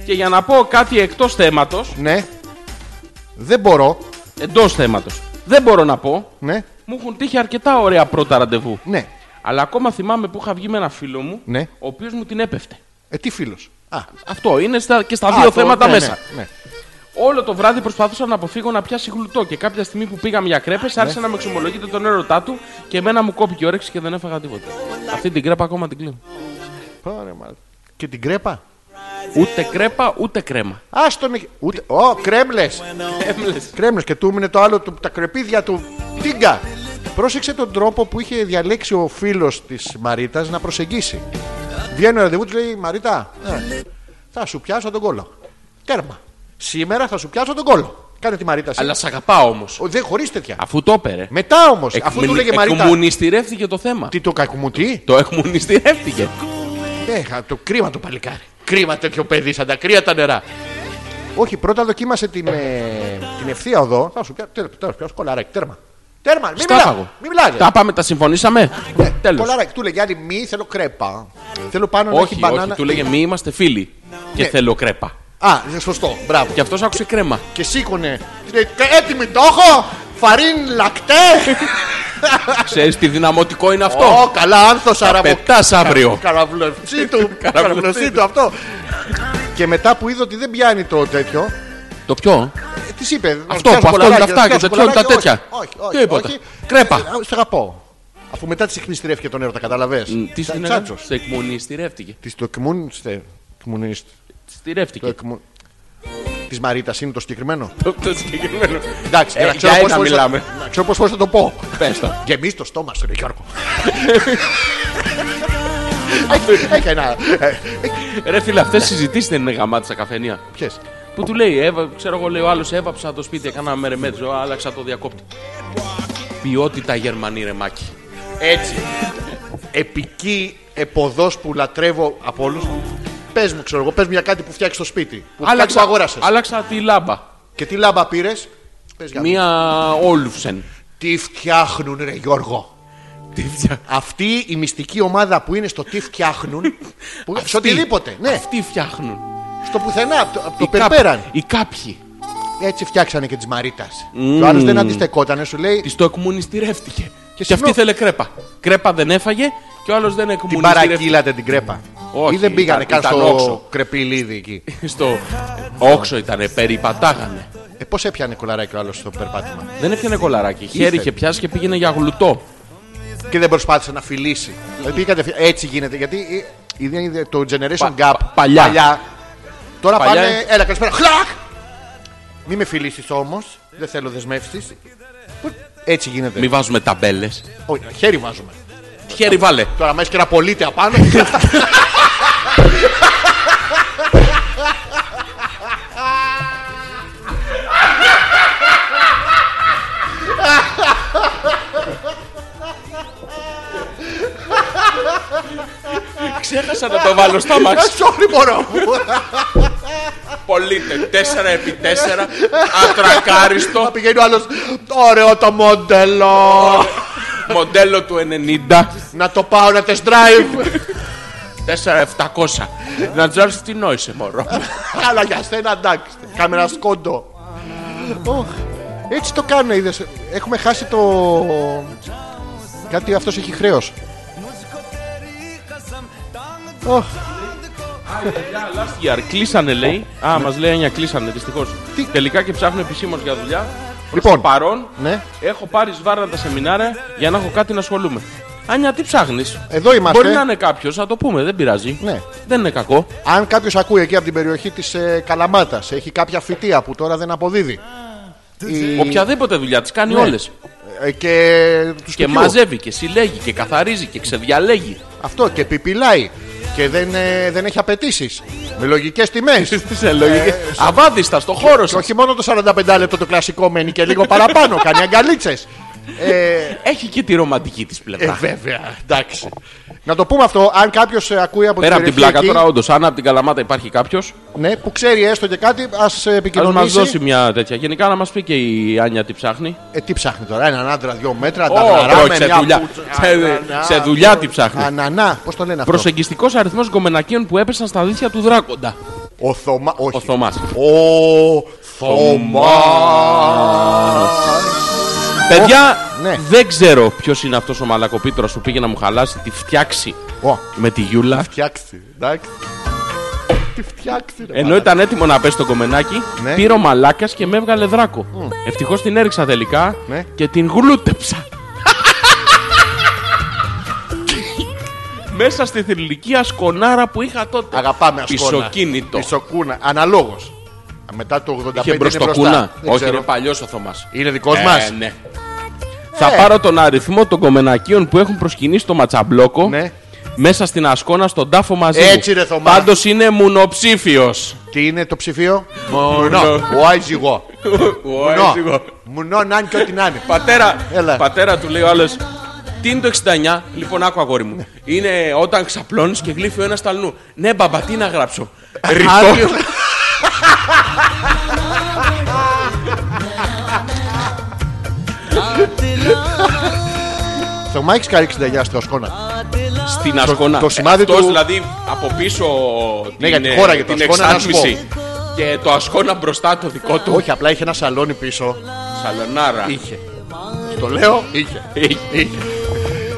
B: Και για να πω κάτι εκτό θέματο,
A: Ναι. Δεν μπορώ.
B: εντός θέματος, δεν μπορώ να πω,
A: Ναι.
B: μου έχουν τύχει αρκετά ωραία πρώτα ραντεβού.
A: Ναι.
B: Αλλά ακόμα θυμάμαι που είχα βγει με ένα φίλο μου,
A: Ναι.
B: ο οποίος μου την έπεφτε.
A: Ε, τι φίλος. Α,
B: Αυτό είναι στα, και στα δύο
A: α, το-
B: θέματα
A: ναι,
B: μέσα.
A: Ναι, ναι.
B: Όλο το βράδυ προσπαθούσα να αποφύγω να πιάσει γλουτό και κάποια στιγμή που πήγαμε για κρέπες
A: Ναι.
B: άρχισε να με εξομολογείται τον έρωτά του και εμένα μου κόπηκε η όρεξη και δεν έφαγα τίποτα. Αυτή την κρέπα ακόμα την κλείνω.
A: Πάρε, μάλλον. Και την κρέπα.
B: Ούτε κρέπα ούτε κρέμα.
A: Ας τον. εκεί. Ούτε. Ω, κρέμπλε.
B: Έμπλες.
A: Κρέμνο και του έμεινε το άλλο, του, τα κρεπίδια του. Τίγκα. Πρόσεξε τον τρόπο που είχε διαλέξει ο φίλος της Μαρίτας να προσεγγίσει. Βγαίνει ο ραντεβού, του λέει Μαρίτα, ε, θα σου πιάσω τον κόλλο. Τέρμα. Σήμερα θα σου πιάσω τον κόλλο. Κάνε τη Μαρίτα. εσύ.
B: Αλλά σ' αγαπάω όμως.
A: Ο, Δεν χωρίς τέτοια.
B: Αφού το έπαιρε.
A: Μετά όμως, αφού του
B: Εκμουνι-
A: λέγε Μαρίτα.
B: Εκμουνιστηρεύτηκε το θέμα.
A: Τι το κακουμουτί.
B: Το εκμουνιστηρεύτηκε.
A: Ε, χα- το κρίμα το παλικάρι. Κρίμα τέτοιο παιδί, σαν τα κρύα τα νερά. Όχι, πρώτα δοκίμασε την, ε, την ευθεία οδό. Θα σου πιάσω. Τέλο, πιάσω κολαράκι. Τέρμα. Τέρμα, μην μιλάω.
B: Στάφαγο.
A: Μην μιλάτε.
B: Τα πάμε, τα συμφωνήσαμε. Τέλος.
A: Κολαράκι, του λέγε άλλη μη, θέλω κρέπα. Θέλω πάνω να έχει
B: Όχι,
A: μπανάνα.
B: όχι, του λέγε μη είμαστε φίλοι. Και
A: Ναι.
B: θέλω κρέπα.
A: Α, ναι, σωστό, μπράβο.
B: Και αυτός άκουσε κρέμα.
A: Και σήκωνε. Της λέει, «Κα- Έτοιμη το έχω. Φαρίν λακτέ.
B: Ξέρεις τι δυναμωτικό είναι αυτό.
A: Ω, καλά άνθος αραβοκ.
B: Πετάς αύριο.
A: Καραβλευσί του. Καραβλευσί του αυτό. Και μετά που είδε ότι δεν πιάνει το τέτοιο,
B: Το ποιο.
A: Ε, Της είπε. να
B: Αυτό
A: σου
B: που
A: πιάσω
B: αυτό είναι
A: κολαράκι,
B: αυτά
A: να σου
B: και
A: πιάσω
B: τέτοια, όλα τα
A: κολαράκι.
B: τέτοια.
A: Όχι,
B: Τι
A: όχι.
B: είπατε.
A: όχι.
B: Κρέπα.
A: Ε, Σε αγαπώ. Αφού μετά της εκμυστηρεύτηκε τον έρωτα, καταλαβέ.
B: Τι ναι. στην Ελλάδα. Σε εκμουνιστηρεύτηκε.
A: Της το εκμούνιστε. εκμουνίστε, Το
B: Στηρεύτηκε.
A: εκμου... Της Μαρίτας είναι το συγκεκριμένο.
B: Το- Το συγκεκριμένο.
A: Εντάξει, για
B: Ε,
A: να ξέρω
B: για
A: πώς φορές
B: ένα
A: θα-
B: μιλάμε.
A: να ξέρω πώς θα το πω.
B: Πες το.
A: Γεμίζει το στόμα σου, ρε Γιώργο. Έχει- Έχει ένα. ε,
B: Ρε φίλε, αυτές συζητήσεις δεν είναι γαμάτι στα καφενεία.
A: Ποιες.
B: Που του λέει, «Έβα- ξέρω εγώ, λέει ο άλλος, έβαψα το σπίτι, έκανα μερεμέτζο, άλλαξα το διακόπτη. Ποιότητα Γερμανή ρεμάκι.
A: Έτσι. Επική εποδός που λατρεύω από όλους. Πες μου, ξέρω εγώ, πες μου για κάτι που φτιάξει στο σπίτι. Που φτιάξεις, που αγόρασες.
B: άλλαξα τη λάμπα.
A: Και τι λάμπα πήρες. Πες για
B: Μία Όλουφσεν.
A: Τι φτιάχνουν, ρε Γιώργο.
B: Τι φτιά-
A: Αυτή η μυστική ομάδα που είναι στο τι φτιάχνουν. που, σε οτιδήποτε. Ναι,
B: Αυτοί φτιάχνουν.
A: στο πουθενά, από το, απ' το
B: Οι κά-
A: περπέραν.
B: Οι κάποιοι.
A: Έτσι φτιάξανε και τη Μαρίτα. Και ο άλλος δεν αντιστεκότανε, σου λέει.
B: Της το εκμουνιστηρεύτηκε. Και, αυτή
A: συγγνώμη.
B: θέλε κρέπα. Κρέπα δεν έφαγε και ο άλλος δεν
A: Την
B: εκμουνιστηρεύτηκε.
A: παραγγείλατε την κρέπα.
B: Όχι,
A: Ή δεν πήγανε
B: ήταν-
A: καν
B: ήταν
A: στο
B: όξο.
A: κρεπιλίδι εκεί.
B: Στο όξο ήτανε, περιπατάγανε.
A: Ε, Πώς έπιανε κολαράκι ο άλλος στο περπάτημα.
B: Δεν έπιανε κολαράκι. Χέρι
A: Ήθελε.
B: Ναι. είχε πιάσει και πήγαινε για γλουτό.
A: και δεν προσπάθησε να φιλήσει. Δηλαδή, κατευθείαν- έτσι γίνεται. Γιατί ε, είναι είναι το generation
B: Πα-
A: gap
B: πα- παλιά.
A: Τώρα
B: Παλιά
A: πάνε.
B: είναι-
A: Έλα, καλησπέρα. Χλακ! Μη με φιλήσεις όμως. Δεν θέλω δεσμεύσεις. Έτσι γίνεται.
B: Μη βάζουμε ταμπέλες.
A: Όχι, χέρι βάζουμε.
B: Χέρι βάλε.
A: Τώρα, μέσα και ένα πολίτη απάνω.
B: Ξέχασα να το βάλω στα μάξι.
A: Sorry, μωρό μου.
B: Πολύτε. 4x4. Ατρακάριστο.
A: Θα πηγαίνει ο άλλος. Ωραίο το μοντέλο.
B: Μοντέλο του 90.
A: Να το πάω να test drive.
B: 4700. Να τζάρει τι νόησε, μωρό.
A: Αλλά για σένα εντάξει. Κάμερας σκόντο. Ωχ, Έτσι το κάνουν, είδες. Έχουμε χάσει το. Κάτι αυτός έχει χρέος.
B: Last year. Κλείσανε, λέει. Α, μας λέει Άνια, κλείσανε δυστυχώς.
A: Ναι. Τι-
B: Τελικά και ψάχνω επισήμως για δουλειά. Προς
A: Λοιπόν.
B: το παρόν,
A: Ναι.
B: έχω πάρει σβάρνα τα σεμινάρια για να έχω κάτι να ασχολούμαι. Άνια, τι ψάχνεις.
A: Εδώ είμαστε.
B: Μπορεί να είναι κάποιος, θα το πούμε, δεν πειράζει.
A: Ναι.
B: Δεν είναι κακό.
A: Αν κάποιος ακούει εκεί από την περιοχή της ε, Καλαμάτας, έχει κάποια φυτεία που τώρα δεν αποδίδει. Η-
B: Οποιαδήποτε δουλειά τι κάνει
A: Ναι.
B: όλες.
A: ε, και τους
B: Και μαζεύει και συλλέγει και καθαρίζει και ξεδιαλέγει.
A: Αυτό και πιπιλάει. Και δεν, ε, δεν έχει απαιτήσεις. Με λογικές τιμές.
B: Τι λογική. Ε, Αβάδιστα στο χώρο
A: Ε, Και
B: σας.
A: όχι μόνο το 45 λεπτό το κλασικό μένει και λίγο παραπάνω. κάνει αγκαλίτσες. Ε,
B: Έχει και τη ρομαντική της
A: ε,
B: πλευρά.
A: βέβαια, εντάξει. Να το πούμε αυτό, αν κάποιος ακούει από
B: Πέρα από
A: την περιοχή
B: την πλάκα
A: εκεί,
B: τώρα, όντως, αν από την καλαμάτα υπάρχει κάποιος,
A: ναι, που ξέρει έστω και κάτι, ας
B: α μας
A: επικοινωνήσει.
B: δώσει μια τέτοια. Γενικά να μας πει και η Άνια τι ψάχνει.
A: Ε, τι ψάχνει τώρα, έναν άντρα δυο μέτρα, τα
B: Όχι,
A: βραράμε,
B: σε
A: μια
B: δουλειά.
A: πουτσα,
B: σε- Σε δουλειά τι ψάχνει.
A: Ανανά, πώς το λένε αυτό.
B: Προσεγγιστικός αριθμός γκομενακίων που έπεσαν στα δίχτυα του Δράκοντα.
A: Ο Θωμά.
B: Ο
A: Όχι.
B: Θωμάς.
A: Ο Θωμάς.
B: Παιδιά,
A: ναι.
B: δεν ξέρω ποιος είναι αυτός ο μαλακοπίτρος που πήγε να μου χαλάσει τη φτιάξη
A: Ω,
B: με τη Γιούλα.
A: Φτιάξει, εντάξει. Τι φτιάξει, ρε
B: Ενώ ήταν έτοιμο να πέσει το κομμενάκι,
A: Ναι.
B: πήρε ο μαλάκας και με έβγαλε δράκο. Ευτυχώς την έριξα τελικά
A: Ναι.
B: και την γλούτεψα. Μέσα στη θηλυκή ασκονάρα που είχα τότε.
A: Αγαπάμε ασκόνα.
B: Πισοκίνητο.
A: Πισοκούνα. Αναλόγως. Μετά το 85
B: Είχε
A: είναι
B: μπροστοκούνα.
A: μπροστά. Δεν
B: Όχι,
A: ξέρω.
B: είναι παλιός ο Θωμάς.
A: Είναι δικός μας.
B: Ναι. Θα
A: Ε.
B: πάρω τον αριθμό των κομμενακίων που έχουν προσκυνήσει το ματσαμπλόκο
A: Ναι.
B: μέσα στην ασκόνα στον τάφο μαζί. μου.
A: Έτσι, ρε, Θωμά.
B: Πάντως είναι μουνοψήφιος.
A: Τι είναι το ψηφίο.
B: Μονό.
A: Μουνό. Ο Άιζιγό. Μουνό. Μουνό να είναι και ό,τι να είναι.
B: Πατέρα,
A: Έλα.
B: πατέρα του λέει ο άλλος. Τι είναι το 69, λοιπόν, άκου αγόρι μου. Είναι όταν ξαπλώνεις και γλύφει ο ένας ταλνού. Ναι, μπαμπα, τι να γράψω. Ρητό.
A: Άδειο. Θωμά έχεις κάνει 69 στο σκόνα.
B: στην Ασκόνα.
A: το σημάδι
B: Αυτός,
A: του-
B: δηλαδή από πίσω
A: Ναι,
B: την,
A: για τη
B: ε,
A: χώρα, για το
B: την
A: Ασκόνα, να σου
B: εξάτμιση. Και το Ασκόνα μπροστά το δικό του.
A: Όχι, απλά είχε ένα σαλόνι πίσω.
B: Σαλονάρα.
A: Είχε. Το λέω, είχε.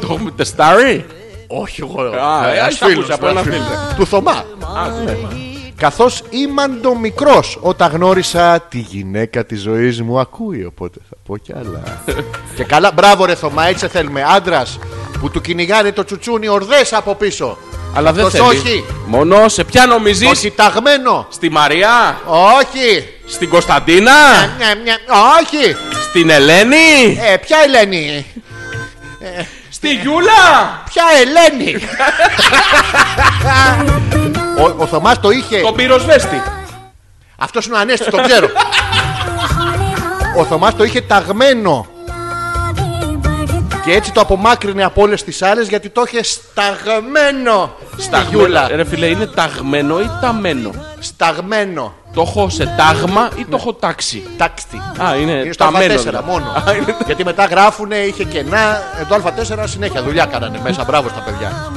B: Το έχουμε τεστάρει.
A: Όχι εγώ.
B: Α, ε,
A: ένας
B: ας τα
A: φίλος,
B: ακούσα από ένα
A: φίλος.
B: φίλο.
A: Του Θωμά. ναι. Καθώς ήμαν το μικρός όταν γνώρισα τη γυναίκα της ζωής μου ακούει οπότε θα πω κι άλλα. και καλά μπράβο ρε Θωμά έτσι σε θέλουμε άντρας που του κυνηγάνε το τσουτσούνι ορδές από πίσω.
B: Αλλά δεν
A: Αυτός
B: θέλει.
A: όχι.
B: Μόνο σε ποια
A: Το
B: νομίζεις.
A: κοιταγμένο.
B: Στη Μαριά.
A: Όχι.
B: Στην Κωνσταντίνα.
A: Ναι, ναι, όχι.
B: Στην Ελένη.
A: Ε, ποια Ελένη.
B: Στη Γιούλα.
A: Ποια Ελένη. ο, ο Θωμάς το είχε.
B: Τον πυροσβέστη.
A: Αυτός είναι ο Ανέστης, το ξέρω. ο Θωμάς το είχε ταγμένο. Και έτσι το απομάκρυνε από όλες τις άλλες γιατί το είχε σταγμένο στη
B: Σταγμένα.
A: γιούλα.
B: Ρε φίλε, είναι ταγμένο ή ταμένο.
A: Σταγμένο.
B: Το έχω σε τάγμα ή το έχω τάξει.
A: Τάξτη.
B: Ναι. Α, είναι
A: Είναι στο
B: Ε, ταμένο.
A: Α4
B: δηλαδή.
A: μόνο.
B: Α, είναι-
A: γιατί μετά γράφουνε, είχε κενά. Ε, Το Α4 συνέχεια δουλειά κάνανε μέσα. Μπράβο στα παιδιά.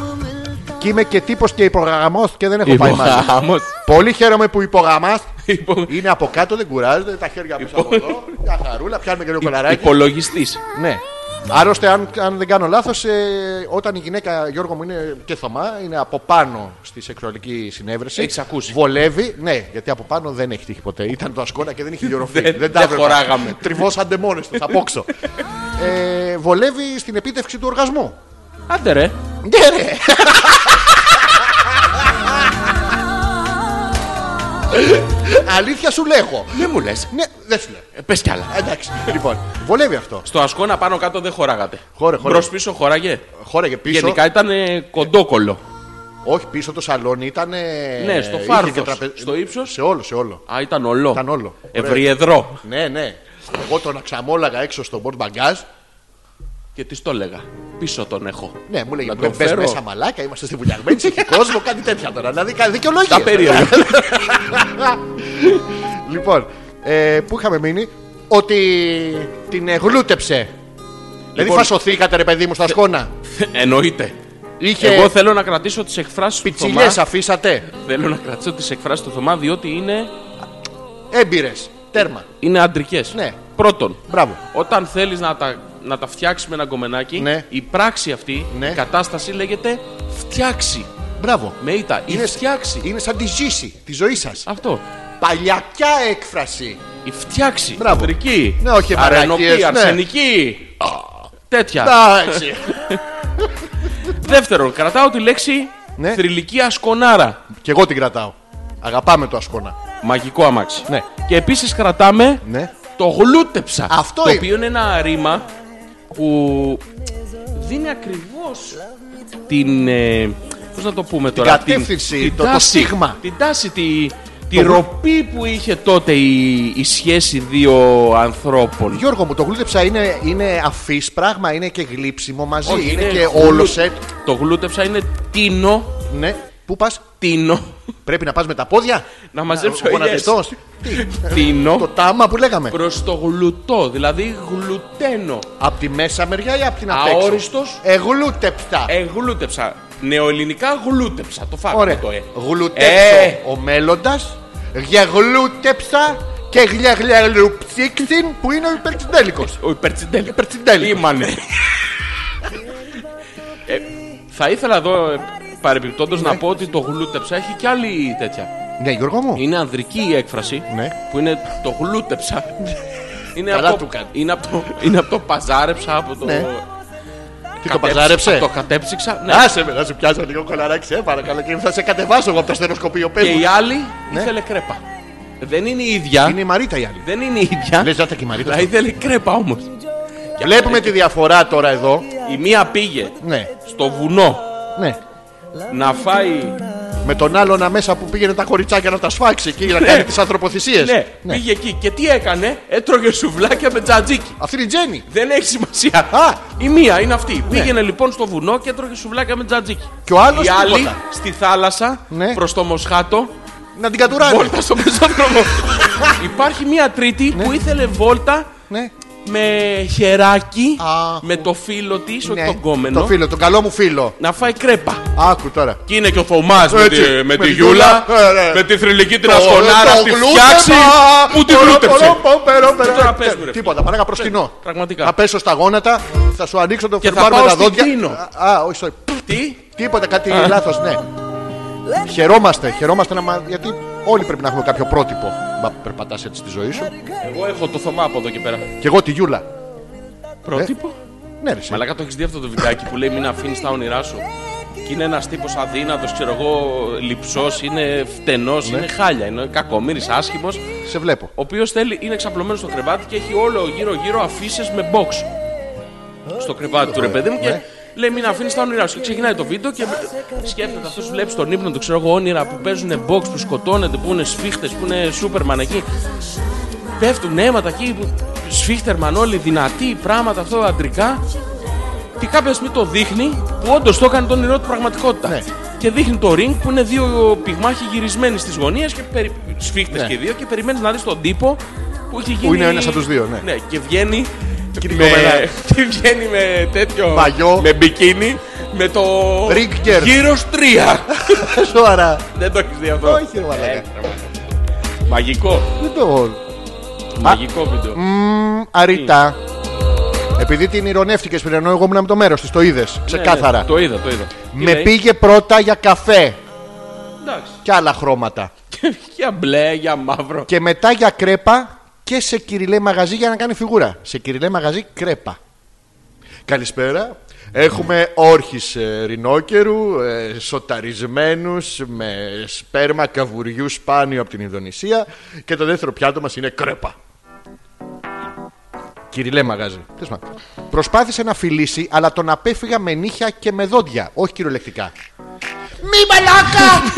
A: Και είμαι και τύπος και υπογραμμός και δεν έχω πάει μαζί.
B: Υπογάμος.
A: Πολύ χαίρομαι που υπογραμμάς.
B: Υπο-
A: Είναι από κάτω, δεν κουράζεται, τα χέρια πίσω από εδώ. Μια χαρούλα, πιάνουμε και λίγο κολαράκι.
B: Υπολογιστής.
A: Ναι. Άλλωστε, αν, αν δεν κάνω λάθος, όταν η γυναίκα Γιώργο μου είναι και θωμά, είναι από πάνω στη σεξουαλική συνέβρεση.
B: Έχεις ακούσει.
A: Βολεύει, ναι, γιατί από πάνω δεν έχει τύχει ποτέ. Ήταν το ασκόνα και δεν είχε γεωροφύγει.
B: Δεν-
A: τα
B: δεν
A: έβλεπα.
B: χωράγαμε.
A: Τριβώσαντε μόνες τους, απόξω. ε, βολεύει στην επίτευξη του οργασμού.
B: Άντε ρε.
A: Ναι, ρε. Αλήθεια σου λέγω.
B: Δεν μου λες.
A: Ναι, δεν σου λέω.
B: Πες κι άλλα.
A: Εντάξει, λοιπόν, βολεύει αυτό.
B: Στο ασκόνα πάνω κάτω δεν χωράγατε.
A: Χώρε, χώρε.
B: Μπρος πίσω χωράγε.
A: Χώραγε πίσω.
B: Γενικά ήταν ε, κοντόκολλο.
A: Όχι, πίσω το σαλόνι ήταν. ε,
B: Ναι, στο
A: είχε
B: φάρδος,
A: και τραπε-
B: στο ύψος.
A: Σε όλο, σε όλο.
B: Α, ήταν ολό.
A: Ήταν όλο.
B: Ευριεδρό.
A: Ναι, ναι. Εγώ τον αξαμόλαγα έξω στο μπορτ μπαγκάζ.
B: Και τι το έλεγα. Πίσω τον έχω.
A: Ναι, μου λέγε
B: Να
A: δεν
B: τον
A: πες
B: φέρω.
A: μέσα μαλάκα, είμαστε στη βουλιαγμένη, έχει κόσμο, κάτι τέτοια τώρα. Δηλαδή, κάνει δικαιολογία.
B: Τα περίεργα.
A: Λοιπόν, ε, πού είχαμε μείνει, ότι την ε, γλούτεψε. Δηλαδή,
B: Λοιπόν,
A: φασωθήκατε ρε παιδί μου στα σκόνα.
B: Εννοείται.
A: Είχε
B: Εγώ θέλω να κρατήσω τις εκφράσεις του Θωμά.
A: πιτσιλιέ αφήσατε.
B: Θέλω να κρατήσω τις εκφράσεις του Θωμά διότι είναι,
A: Έμπειρες. Τέρμα.
B: είναι αντρικές.
A: Ναι.
B: Πρώτον,
A: Μπράβο.
B: όταν θέλεις να τα, να τα φτιάξει με ένα γκομενάκι,
A: Ναι.
B: η πράξη αυτή,
A: Ναι.
B: η κατάσταση λέγεται φτιάξει.
A: Μπράβο.
B: Με ήττα. Η
A: Είναι-
B: φτιάξει.
A: Είναι σαν τη ζήση τη ζωή σας.
B: Αυτό.
A: Παλιακιά έκφραση.
B: Η φτιάξει.
A: Μπράβο.
B: Αντρική.
A: Ναι, όχι
B: αρενοπή,
A: μαλακίες, ναι.
B: αρσενική. Τέτοια.
A: Εντάξει.
B: Δεύτερον, κρατάω τη λέξη
A: Ναι.
B: θρηλυκή ασκονάρα.
A: Και εγώ την κρατάω. Αγαπάμε το ασκόνα.
B: Μαγικό αμάξι.
A: Ναι.
B: Και επίσης κρατάμε
A: Ναι.
B: το γλούτεψα.
A: Αυτό
B: το
A: είναι.
B: οποίο είναι ένα ρήμα που δίνει ακριβώς την. Ε, Πώς να το πούμε τώρα,
A: κατεύθυνση, το- το
B: τάση,
A: στίγμα.
B: Την τάση, τη, τη
A: Το-
B: ροπή που είχε τότε η, η σχέση δύο ανθρώπων.
A: Γιώργο μου, το γλούτεψα είναι, είναι αφής πράγμα, είναι και γλύψιμο μαζί.
B: Όχι,
A: είναι,
B: είναι
A: και
B: γλου-
A: όλο σετ.
B: Το γλούτεψα είναι τίνο,
A: Ναι. Πού πας,
B: τίνο.
A: πρέπει να πας με τα πόδια.
B: Να μαζέψω ελιές.
A: γονατιστό. Το
B: Τίνο
A: τάμα που λέγαμε.
B: προς το γλουτό, δηλαδή γλουτένο.
A: Απ' τη μέσα μεριά ή απ' την απ' έξω.
B: Αόριστος.
A: Εγλούτεψα.
B: Ε, γλούτεψα. Νεοελληνικά γλούτεψα. Το φάγαμε
A: Ωραία.
B: το ε.
A: Γλουτέψω
B: Ε.
A: ο μέλλοντας. Γεγλούτεψα και γλιαγλιαγλουψίξιν που είναι ο υπερτσιντέλικος.
B: Ο υπερτσιντέλ.
A: Υπερτσιντέλ.
B: Ήμανε. Ε, θα ήθελα εδώ παρεμπιπτόντως να πω ότι το γλούτεψα έχει κι άλλη τέτοια.
A: Ναι, Γιώργο μου.
B: Είναι ανδρική η έκφραση
A: Ναι.
B: που είναι το γλούτεψα. είναι,
A: Καλά
B: από,
A: του κάνει.
B: είναι, από το, είναι από το παζάρεψα, από το.
A: Ναι. Τι το
B: κατέψ-
A: παζάρεψε.
B: από Το κατέψυξα. Ναι.
A: Άσε με, να σου πιάσω λίγο κολαράκι, σε παρακαλώ και θα σε κατεβάσω εγώ από το στενοσκοπείο. Πες
B: Και
A: μου.
B: η άλλη
A: Ναι.
B: ήθελε κρέπα. Δεν είναι η ίδια.
A: Είναι η Μαρίτα η άλλη.
B: Δεν είναι η ίδια.
A: Λες, ζάτα και η Μαρίτα.
B: Αλλά ήθελε κρέπα όμως.
A: Βλέπουμε τη διαφορά τώρα εδώ.
B: Η μία πήγε
A: Ναι,
B: στο βουνό
A: ναι.
B: να φάει.
A: Με τον άλλον αμέσα που πήγαινε τα κοριτσάκια να τα σφάξει εκεί να κάνει τις ανθρωποθυσίες.
B: Ναι, πήγε εκεί και τι έκανε, έτρωγε σουβλάκια με τζατζίκι.
A: Αυτή είναι η Τζέννη.
B: Δεν έχει σημασία.
A: Α!
B: Η μία είναι αυτή. Πήγαινε λοιπόν στο βουνό και έτρωγε σουβλάκια με τζατζίκι.
A: Ναι. Και ο άλλος
B: Η άλλη
A: τίποτα.
B: στη θάλασσα
A: Ναι.
B: προς το Μοσχάτο.
A: Να την κατουράνει.
B: Βόλτα στο πεζόδρομο. Υπάρχει μία τρίτη που ήθελε βόλτα
A: Ναι.
B: με χεράκι
A: Α.
B: με το φίλο της, όχι
A: ναι.
B: τον κόμενο,
A: Το φίλο, τον καλό μου φίλο.
B: να φάει κρέπα.
A: Άκου τώρα.
B: Και είναι και ο Θωμάς με,
A: Έτσι,
B: τη, με τη Γιούλα,
A: ε, ναι.
B: με τη θρηλυκή την
A: Το-
B: ασκονάρα,
A: το
B: τη
A: γλούτεμα,
B: φτιάξει που την
A: πορο,
B: γλούτεψε.
A: πορο, πορο, πορο, πορο.
B: Τώρα πες μου, ρε.
A: Ε, Τίποτα, παράγα προ κοινό.
B: Πραγματικά.
A: Θα πέσω στα γόνατα, θα σου ανοίξω το
B: Και θα
A: φερμάρ με
B: πάω
A: τα
B: στην
A: δόντια.
B: Κίνο.
A: Α, Α, όχι, sorry.
B: Τι,
A: Τίποτα, κάτι λάθος, ναι. Χαιρόμαστε, χαιρόμαστε να μα... γιατί όλοι πρέπει να έχουμε κάποιο πρότυπο. Μα περπατάς έτσι στη ζωή σου.
B: εγώ έχω το Θωμά από εδώ και πέρα.
A: Και εγώ τη Γιούλα.
B: Πρότυπο.
A: Ναι, ρε, εσύ.
B: Μαλάκα το έχεις δει αυτό το βιντεάκι που λέει μην αφήνεις τα όνειρά σου. Και είναι ένας τύπος αδύνατος, ξέρω εγώ, λυψός, είναι φτενός, είναι χάλια, είναι κακομοίρη, άσχημος.
A: σε βλέπω.
B: Ο οποίος θέλει, είναι εξαπλωμένος στο κρεβάτι και έχει όλο γύρω-γύρω αφήσει με box. Στο κρεβάτι του ρε παιδί μου και
A: Ναι.
B: λέει μην αφήνεις τα όνειρά σου. Και ξεκινάει το βίντεο και σκέφτεται αυτό, βλέπει τον ύπνο του, ξέρω εγώ, όνειρα που παίζουν box, που σκοτώνονται, που είναι σφίχτες, που είναι σούπερμαν εκεί. Πέφτουν αίματα εκεί, σφίχτερμαν όλοι, δυνατοί, πράγματα αυτό αντρικά. Και κάποια στιγμή το δείχνει που όντως το έκανε τον όνειρό του πραγματικότητα.
A: Ναι.
B: Και δείχνει το ring που είναι δύο πυγμάχοι γυρισμένοι στις γωνίες και περι... σφίχτες
A: Ναι.
B: και δύο και περιμένεις να δεις τον τύπο που έχει γίνει.
A: είναι ο ένας από τους δύο, ναι.
B: και βγαίνει.
A: Κυνηγωμένα.
B: Με... και βγαίνει με τέτοιο.
A: Παγιό.
B: Ε, Με μπικίνι. Με το.
A: Ring gear.
B: Γύρω 3.
A: Ε, Σοβαρά.
B: Δεν το έχεις δει αυτό.
A: Όχι, ρε
B: ε.
A: μαλάκα.
B: Μαγικό. Ναι,
A: Δεν το.
B: Μαγικό βίντεο.
A: Αριτά. Επειδή την ηρωνεύτηκες πριν, ενώ εγώ ήμουν με το μέρος της, το είδες ξεκάθαρα.
B: Ναι, ναι, το είδα, το είδα.
A: Με
B: λέει,
A: πήγε πρώτα για καφέ
B: Εντάξει.
A: και άλλα χρώματα.
B: για μπλε, για μαύρο.
A: Και μετά για κρέπα και σε κυριλέ μαγαζί για να κάνει φιγούρα. Σε κυριλέ μαγαζί κρέπα.
C: Καλησπέρα. Έχουμε όρχης ε, ρινόκερου, ε, σοταρισμένους, με σπέρμα καβουριού σπάνιο από την Ινδονησία και το δεύτερο πιάτο μας είναι κρέπα.
A: Κυριλέ μαγαζί. Τέλος πάντων. Προσπάθησε να φιλήσει, αλλά τον απέφυγα με νύχια και με δόντια. Όχι κυριολεκτικά. Μη μαλάκα!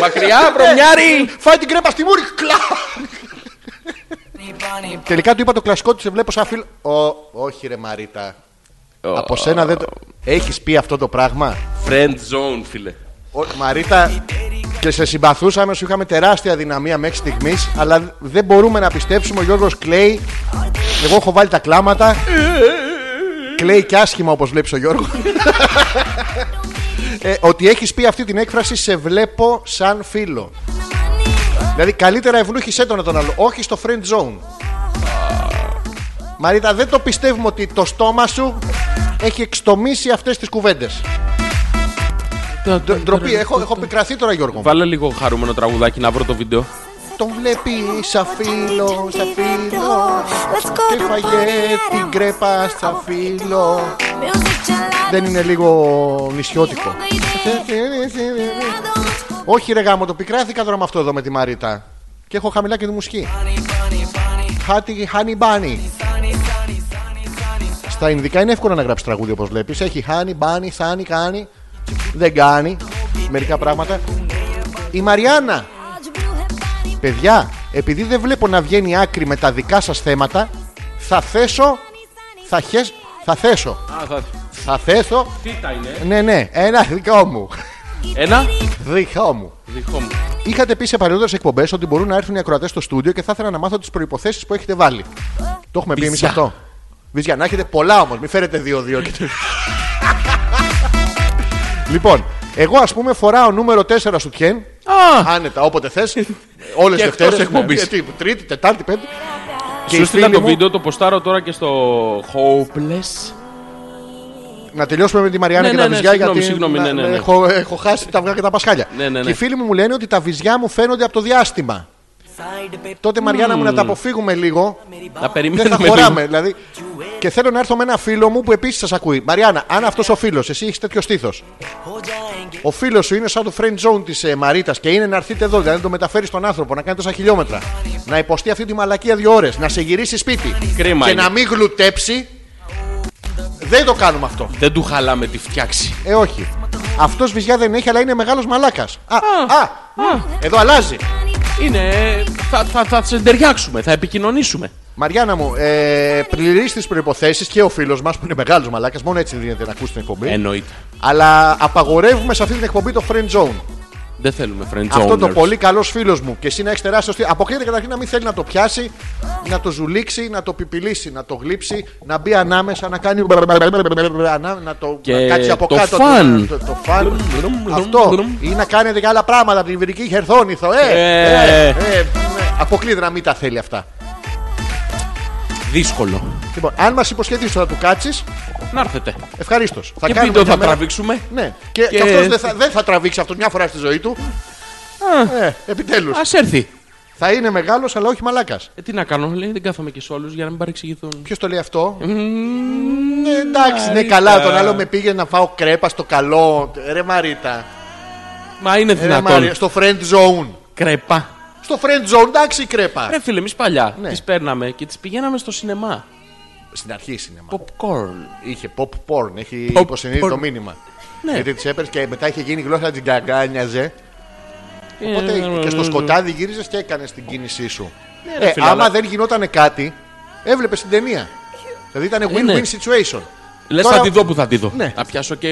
B: Μακριά, βρωμιάρι!
A: Φάει την κρέπα στη μούρη! Κλα! Τελικά του είπα το κλασικό του, σε βλέπω σαν φίλο. Ω, όχι ρε Μαρίτα. Από σένα δεν το. Έχεις πει αυτό το πράγμα.
B: Friend zone, φίλε.
A: Ο- Μαρίτα, και σε συμπαθούσαμε, σου είχαμε τεράστια δυναμία μέχρι στιγμής, αλλά δεν μπορούμε να πιστέψουμε. Ο Γιώργος κλαίει. Εγώ έχω βάλει τα κλάματα. κλαίει και άσχημα όπως βλέπεις ο Γιώργος. ε, ότι έχεις πει αυτή την έκφραση σε βλέπω σαν φίλο. Δηλαδή καλύτερα ευνούχησέ τον τον άλλο, όχι στο friend zone. Μαρίτα, δεν το πιστεύουμε ότι το στόμα σου έχει εξτομίσει αυτές τις κουβέντες. Ντο- Ντροπή, έχω, έχω πικραθεί τώρα Γιώργο. μου.
B: Βάλε λίγο χαρούμενο τραγουδάκι να βρω το βίντεο.
A: Τον βλέπεις σαν φίλο, σαν φίλο.
G: Και φαγε την κρέπα στα φίλο.
A: Δεν είναι λίγο νησιώτικο.
G: λιώτικο.
A: Όχι ρε γάμο, το πικράθηκα τώρα με αυτό εδώ με τη Μαρίτα. Και έχω χαμηλά και τη μουσική. Χάτι χάνι μπάνι. Στα Ινδικά είναι εύκολο να γράψεις τραγούδι όπως βλέπεις. Έχει χάνι, μπάνι, σάνι, κάνει. Δεν κάνει. Μερικά πράγματα. Η Μαριάννα. Παιδιά, επειδή δεν βλέπω να βγαίνει άκρη με τα δικά σας θέματα, θα θέσω. Θα, χες, θα θέσω.
B: Α, θα...
A: Θα θέσω.
B: Τι τα είναι.
A: Ναι, ναι, ένα δικό μου.
B: Ένα.
A: Δικό μου.
B: Δικό μου.
A: Είχατε πει σε παλιότερε εκπομπές ότι μπορούν να έρθουν οι ακροατές στο στούντιο και θα ήθελα να μάθω τις προποθέσει που έχετε βάλει. Το έχουμε πει εμείς
B: Βυζιά.
A: αυτό. Βυζιά, να έχετε πολλά όμως, μην φέρετε δύο-δύο. και τρεις. λοιπόν, εγώ ας πούμε φοράω νούμερο 4 σουτιέν.
B: Α,
A: Άνετα, όποτε θες. Όλες
B: Και
A: Ε, τις
B: εκτός
A: Δευτέρες.
B: εκπομπής.
A: Τρίτη, Τετάρτη, Πέμπτη.
B: σου στείλα
A: φίλοι
B: το
A: μου-
B: βίντεο, το ποστάρω τώρα και στο Hopeless.
A: Να τελειώσουμε με τη Μαριάννα
B: Ναι,
A: και
B: ναι,
A: τα
B: ναι,
A: βυζιά.
B: συγγνώμη,
A: γιατί
B: συγγνώμη, ναι, ναι,
A: να-
B: ναι.
A: Έχω, έχω χάσει τα αυγά και τα πασχάλια.
B: Ναι, ναι, ναι.
A: Και οι φίλοι μου μου λένε ότι τα βυζιά μου φαίνονται από το διάστημα. Τότε Μαριάννα μου
B: Mm.
A: να τα αποφύγουμε λίγο.
B: Να
A: Δεν θα
B: περιμένουμε λίγο.
A: χωράμε. Δηλαδή. Και θέλω να έρθω με ένα φίλο μου που επίσης σας ακούει. Μαριάννα, αν αυτός ο φίλος, εσύ έχεις τέτοιο στήθος. Ο φίλος σου είναι σαν το friend zone της ε, Μαρίτας και είναι να έρθετε εδώ, δηλαδή να το μεταφέρεις στον άνθρωπο, να κάνει τόσα χιλιόμετρα. Να υποστεί αυτή τη μαλακία δύο ώρες, να σε γυρίσει σπίτι.
B: Κρίμα
A: και
B: είναι.
A: να μην γλουτέψει. Δεν το κάνουμε αυτό.
B: Δεν του χαλάμε τη φτιάξη.
A: Ε, όχι. Αυτός βυζιά δεν έχει, αλλά είναι μεγάλος μαλάκας. Α, α, εδώ αλλάζει.
B: Είναι. Θα, θα, θα σε ταιριάξουμε, θα επικοινωνήσουμε.
A: Μαριάννα μου, ε, πληρείς τις προποθέσει και ο φίλος μας που είναι μεγάλος μαλάκας, μόνο έτσι δίνεται να ακούσει την εκπομπή.
B: Εννοείται.
A: Αλλά απαγορεύουμε σε αυτή την εκπομπή το friend zone.
B: Δεν θέλουμε friend zone.
A: Αυτό το πολύ καλός φίλος μου και εσύ να έχεις τεράστιο στήμα. Αποκλείεται καταρχήν να μην θέλει να το πιάσει, να το ζουλήξει, να το πιπιλήσει, να το γλύψει, να μπει ανάμεσα, να κάνει. να, να το
B: Και
A: να κάτσει από
B: το
A: κάτω.
B: φαν.
A: Το, το, φαν. Αυτό. Ή να κάνετε και άλλα πράγματα από την Ιβυρική Χερθόνηθο. Ε,
B: Ε.
A: ε, ε, ε. Αποκλείεται να μην τα θέλει αυτά.
B: Δύσκολο.
A: Λοιπόν, αν μας υποσχεθείς ότι θα του κάτσεις,
B: Να έρθετε.
A: ευχαρίστως. Θα
B: και
A: κάνουμε
B: βίντεο
A: μια
B: θα
A: μέρα-
B: τραβήξουμε.
A: Ναι. Και, και...
B: Και-
A: αυτός δεν θα, δεν θα τραβήξει αυτό μια φορά στη ζωή του. Ε, επιτέλους.
B: Ας έρθει.
A: Θα είναι μεγάλος, αλλά όχι μαλάκας.
B: Ε, τι να κάνω, λέει, δεν κάθομαι και σε όλους για να μην παρεξηγηθούν.
A: Ποιος το λέει αυτό. Ναι, εντάξει, ναι, καλά. Τον άλλο με πήγε να φάω κρέπας στο καλό. Ρε Μαρίτα.
B: Μα είναι
A: Ε, Ρε
B: δυνατόν.
A: Μαρί- στο friend zone.
B: Κρεπά.
A: Στο friend zone, εντάξει, η κρέπα.
B: Ρε φίλε, εμείς παλιά
A: Ναι.
B: τις παίρναμε και τις πηγαίναμε στο σινεμά.
A: Στην αρχή σινεμά.
B: Popcorn.
A: Είχε pop porn, έχει
B: Pop
A: υποσυνείδητο
B: porn.
A: μήνυμα.
B: Ναι.
A: Γιατί τη έπαιρνες και μετά είχε γίνει η γλώσσα την καγκάνιαζε. Οπότε
B: Ε,
A: και στο σκοτάδι γύριζες και έκανες την κίνησή σου.
B: Ναι, ρε
A: ε,
B: φίλε,
A: άμα
B: αλλά-
A: δεν γινόταν κάτι, έβλεπες την ταινία. Δηλαδή ήταν win-win
B: ναι.
A: situation.
B: Λες
A: Τώρα-
B: θα τη δω που θα τη δω.
A: Ναι.
B: Θα πιάσω και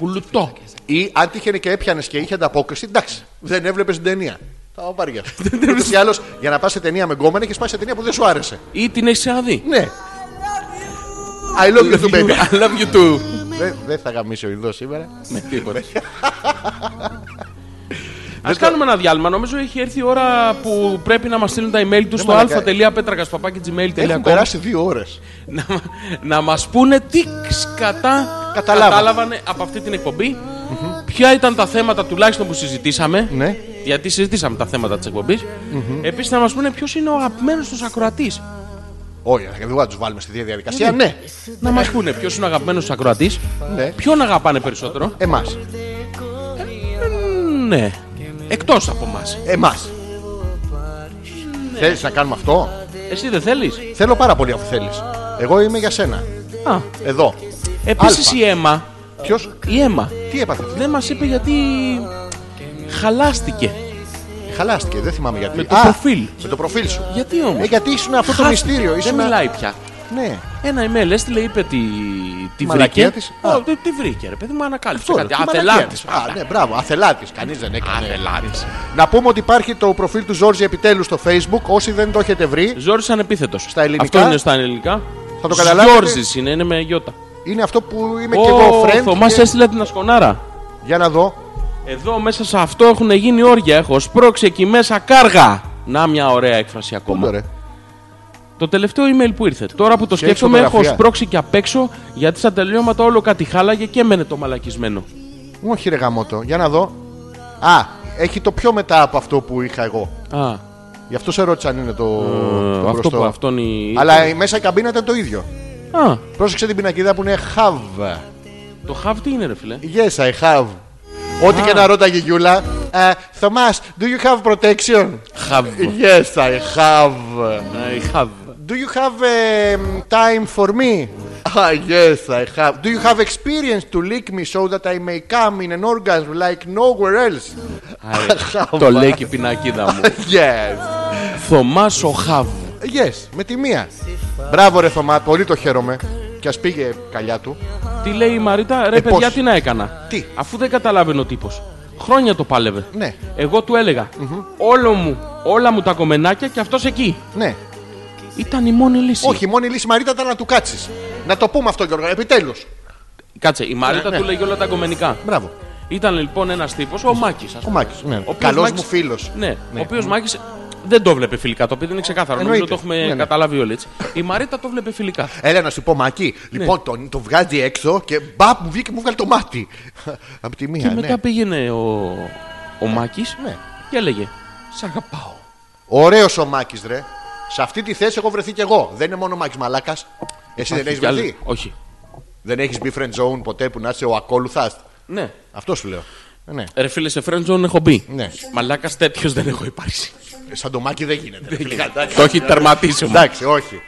B: γουλουτό.
A: Ή αν τύχαινε και έπιανες και είχε ανταπόκριση, εντάξει, δεν έβλεπες την ταινία. Τα βαριά. Ούτως ή άλλως, για να πας σε ταινία με γκόμενα και πάει σε ταινία που δεν σου άρεσε.
B: Ή την έχεις ξαναδεί.
A: Ναι. I love you too, baby.
B: I love you too.
A: Δεν- Δεν θα γαμίσει ο Ινδό σήμερα.
B: Με τίποτα. Ας κάνουμε ένα διάλειμμα. Νομίζω έχει έρθει η ώρα που πρέπει να μας στείλουν τα email τους στο
A: μαλακά. Έχουν
B: αλφα.πέτρακα.gmail.com
A: περάσει δύο ώρες.
B: να, να μας πούνε τι σκατά
A: Καταλάβανε.
B: κατάλαβανε από αυτή την εκπομπη Ποια ήταν τα θέματα τουλάχιστον που συζητήσαμε.
A: Ναι.
B: Γιατί συζητήσαμε τα θέματα της εκπομπη Επίση, να μας πούνε ποιος είναι ο αγαπημένος τους ακροατής.
A: Όχι, δεν μπορούμε να τους βάλουμε στη ίδια
B: Ε,
A: διαδικασία. Ναι,
B: Να μας πούνε ποιος είναι ο αγαπημένος τους ακροατής.
A: ναι.
B: Ποιον αγαπάνε περισσότερο.
A: Εμάς.
B: Ναι. Εκτός από εμάς.
A: Εμάς. Θέλεις να κάνουμε αυτό.
B: Εσύ δεν θέλεις.
A: Θέλω πάρα πολύ αφού θέλεις. Εγώ είμαι για σένα.
B: Α.
A: Εδώ. Αλφα.
B: Επίση η αίμα.
A: Ποιος.
B: Η αίμα.
A: Τι έπαθε.
B: Δεν μας είπε γιατί. Χαλάστηκε
A: Χαλάστηκε, δεν θυμάμαι γιατί.
B: με το
A: Α,
B: προφίλ.
A: Με το προφίλ σου.
B: Γιατί όμως.
A: Ε, γιατί ήσουν αυτό το μυστήριο.
B: Δεν
A: ήσουν-
B: μιλάει πια.
A: Ναι.
B: Ένα email έστειλε, είπε τι, τι
A: Μαλακία
B: βρήκε.
A: της.
B: Ω,
A: Α.
B: τι, τι βρήκε, ρε παιδί μου, ανακάλυψε
A: Αυτό, ρε,
B: κάτι.
A: τι μαλακία
B: Αθελάτη.
A: της. Α, ναι, μπράβο, αθελάτη. Κανείς δεν έκανε. Να πούμε ότι υπάρχει το προφίλ του Ζόρζι επιτέλους στο Facebook. Όσοι δεν το έχετε βρει,
B: Ζόρι ανεπίθετος.
A: Στα ελληνικά.
B: Αυτό είναι στα ελληνικά.
A: Θα το καταλάβετε.
B: Ζόρζης είναι, είναι με γιώτα.
A: είναι αυτό που είμαι και εγώ
B: Ο
A: friend.
B: Θωμάς
A: και-
B: έστειλε την ασκονάρα.
A: Για να δω.
B: Εδώ μέσα σε αυτό έχουν γίνει όρια. Έχω σπρώξει εκεί μέσα κάργα. Να μια ωραία έκφραση ακόμα.
A: Πού το, ρε.
B: Το τελευταίο email που ήρθε. Τώρα που το
A: Και έχεις
B: σκέφτομαι, έχω
A: φωτογραφία.
B: σπρώξει και απ' έξω γιατί στα τελειώματα όλο κάτι χάλαγε και έμενε το μαλακισμένο.
A: Όχι, ρε γαμότο. Για να δω. Α, έχει το πιο μετά από αυτό που είχα εγώ.
B: Α,
A: Γι' αυτό σε ρώτησα αν είναι το.
B: ε,
A: το
B: αυτό
A: μπροστό.
B: που αυτόν η.
A: Αλλά η μέσα η καμπίνα ήταν το ίδιο.
B: Α,
A: Πρόσεξε την πινακίδα που είναι have.
B: το χαβ τι είναι, ρε φιλέ.
A: Yes, I have. Ό,τι και να ρώταγε η Γιούλα. Ε, Θωμάς, do you have protection?
B: Χαβ.
A: Yes, I have.
B: Ε, χαβ.
A: Do you have um, time for me? Ah, yes, I have. Do you have experience to lick me so that I may come in an orgasm like nowhere else?
B: Α, ε, Το λέει και η πινακίδα μου.
A: Yes.
B: Θωμάς ο χαβ.
A: Yes, με τη μία. Μπράβο, ρε Θωμά, πολύ το χαίρομαι. Και ας πήγε καλιά του.
B: Τι λέει η Μαρίτα, ρε
A: Ε,
B: παιδιά,
A: πώς.
B: τι να έκανα.
A: Τι?
B: Αφού δεν καταλάβαινε ο τύπος. Χρόνια το πάλευε.
A: Ναι.
B: Εγώ του έλεγα όλο μου, όλα μου τα κομμενάκια και αυτός εκεί.
A: Ναι.
B: Ήταν η μόνη λύση.
A: Όχι, η μόνη λύση Μαρίτα ήταν να του κάτσεις. Να το πούμε αυτό, Γιώργο. Επιτέλους.
B: Κάτσε, η Μαρίτα
A: Ναι,
B: του λέγει όλα τα κομμενικά.
A: Μπράβο.
B: Ήταν λοιπόν ένας τύπος, ο Μάκης.
A: Ο Μάκης, ναι.
B: οποίος
A: Καλός
B: Μάκης-
A: μου φίλος.
B: Ναι, ο οποίος Μάκης δεν το βλέπει φιλικά, το οποίο είναι ξεκάθαρο. Νομίζω
A: Εννοείται.
B: το έχουμε
A: Ναι, Ε, ναι.
B: καταλάβει όλοι έτσι. Η Μαρίτα το βλέπει φιλικά.
A: Έλα να σου πω, Μάκη.
B: Ναι.
A: Λοιπόν, τον, το βγάζει έξω και μπαπ μου βγήκε και μου βγάλει το μάτι. Απ' τη μία,
B: και μετά
A: ναι.
B: πήγαινε ο, ο Μάκης
A: Ναι.
B: και έλεγε Σ' αγαπάω.
A: Ωραίος ο Μάκης, ρε. Σε αυτή τη θέση έχω βρεθεί κι εγώ. Δεν είναι μόνο ο Μάκης Μαλάκας. Εσύ δεν έχεις
B: Κι άλλο-
A: βρεθεί.
B: Όχι.
A: Δεν έχεις μπει friend zone ποτέ που να είσαι ο ακόλουθας.
B: Ναι.
A: Αυτό σου λέω. Ε, Ναι.
B: Ρε φίλε, σε friend zone έχω μπει.
A: Ναι.
B: Μαλάκας τέτοιος δεν έχω υπάρξει.
A: Ε, Σαν το Μάκη δεν γίνεται. ρε, φίλε.
B: το έχει τερματίσει ο Μάκης.
A: Εντάξει, όχι.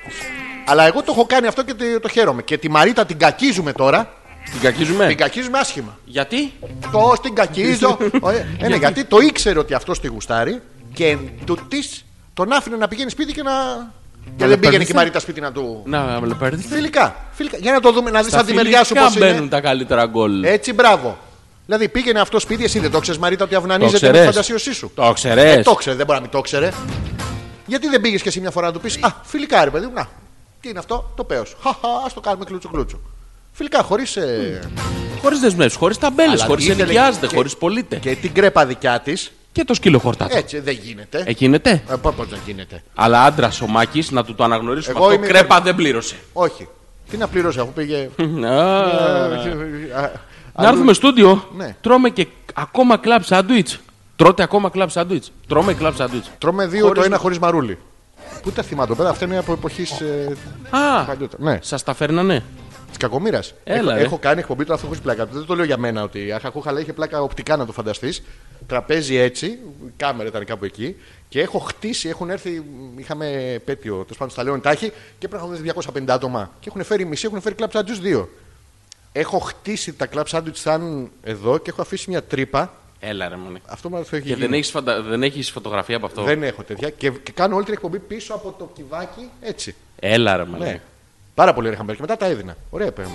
A: Αλλά εγώ το έχω κάνει αυτό και τε- το χαίρομαι. Και τη Μαρίτα την κακίζουμε τώρα.
B: Την κακίζουμε.
A: Την κακίζουμε άσχημα.
B: Γιατί?
A: Το την κακίζω. Ε, ε, ναι, γιατί το ήξερε ότι αυτός τη γουστάρει και εν τούτης τον άφηνε να πηγαίνει σπίτι και να. Και δεν πήγαινε και
B: παρνηθέ.
A: η Μαρίτα σπίτι να του.
B: Να με παίρνει.
A: Φιλικά, φιλικά. Για να το δούμε, να δεις από τη μεριά σου πώ
B: μπαίνουν
A: είναι. Ε,
B: τα καλύτερα γκολ.
A: Έτσι, μπράβο. Δηλαδή πήγαινε αυτό σπίτι, εσύ δεν το ξέρεις Μαρίτα ότι αυνανίζεται με τη
B: ξέρες.
A: φαντασίωσή σου.
B: Το ξέρες.
A: Ε, το ξέρε, δεν μπορεί να μην το ξέρε. Γιατί δεν πήγες και εσύ μια φορά να του πεις Α, φιλικά ρε παιδί μου, να. Τι είναι αυτό, το παίο. Χαχά, ας το κάνουμε κλούτσου κλούτσου. Φιλικά, χωρίς. Ε...
B: Χωρίς δεσμεύσεις, χωρίς ταμπέλες,
A: Αλλά
B: χωρίς
A: ήθελε
B: ενοικιάζεται,
A: και-
B: χωρίς πολίτε. Και...
A: Και την κρέπα δικιά της,
B: το σκύλο χορτάτο.
A: έτσι δεν γίνεται.
B: Ε, γίνεται.
A: Ε, Πώς δεν γίνεται.
B: Αλλά άντρας ο Μάκης, να του το αναγνωρίσουμε
A: Εγώ
B: αυτό,
A: είμαι
B: κρέπα
A: υπέρ.
B: δεν πλήρωσε.
A: Όχι. Τι να πληρώσει αφού πήγε. ε,
B: Α,
A: Α,
B: Ε, Να έρθουμε στούντιο,
A: Ναι.
B: τρώμε και ακόμα κλαμπ σάντουιτ. Τρώτε ακόμα κλαμπ σάντουιτ. Τρώμε κλαμπ σάντουιτ.
A: Τρώμε δύο
B: Χωρίς-
A: το ένα χωρίς μαρούλι. Πού τα θυμάται, παιδά, αυτά είναι από εποχής. Ε,
B: Α,
A: παλιότερα. ναι,
B: σας τα φέρνανε.
A: της κακομήρα.
B: Έλα,
A: Έχω,
B: ρε.
A: έχω κάνει εκπομπή του χωρίς πλάκα. Δεν το λέω για μένα ότι αχαχούχα, αλλά είχε πλάκα οπτικά να το φανταστείς. Τραπέζι έτσι, η κάμερα ήταν κάπου εκεί. Και έχω χτίσει, έχουν έρθει, είχαμε επέτειο τέλος πάντων στα Λέων Τάχη και πρέπει να έχουν 250 άτομα. Και έχουν φέρει μισή, έχουν φέρει κλαπ σάντουιτ δύο. Έχω χτίσει τα κλαπ σάντουιτ σαν εδώ και έχω αφήσει μια τρύπα.
B: Έλα ρε μόνοι.
A: Αυτό μάλλον το έχει
B: Και
A: γίνει.
B: δεν έχεις, φαντα... δεν έχεις φωτογραφία από αυτό.
A: Δεν έχω τέτοια. Και, και κάνω όλη την εκπομπή πίσω από το κυβάκι έτσι.
B: Έλα ρε μόνοι.
A: Ναι. Πάρα πολύ είχαμε και μετά τα έδινα. Ωραία πέρα.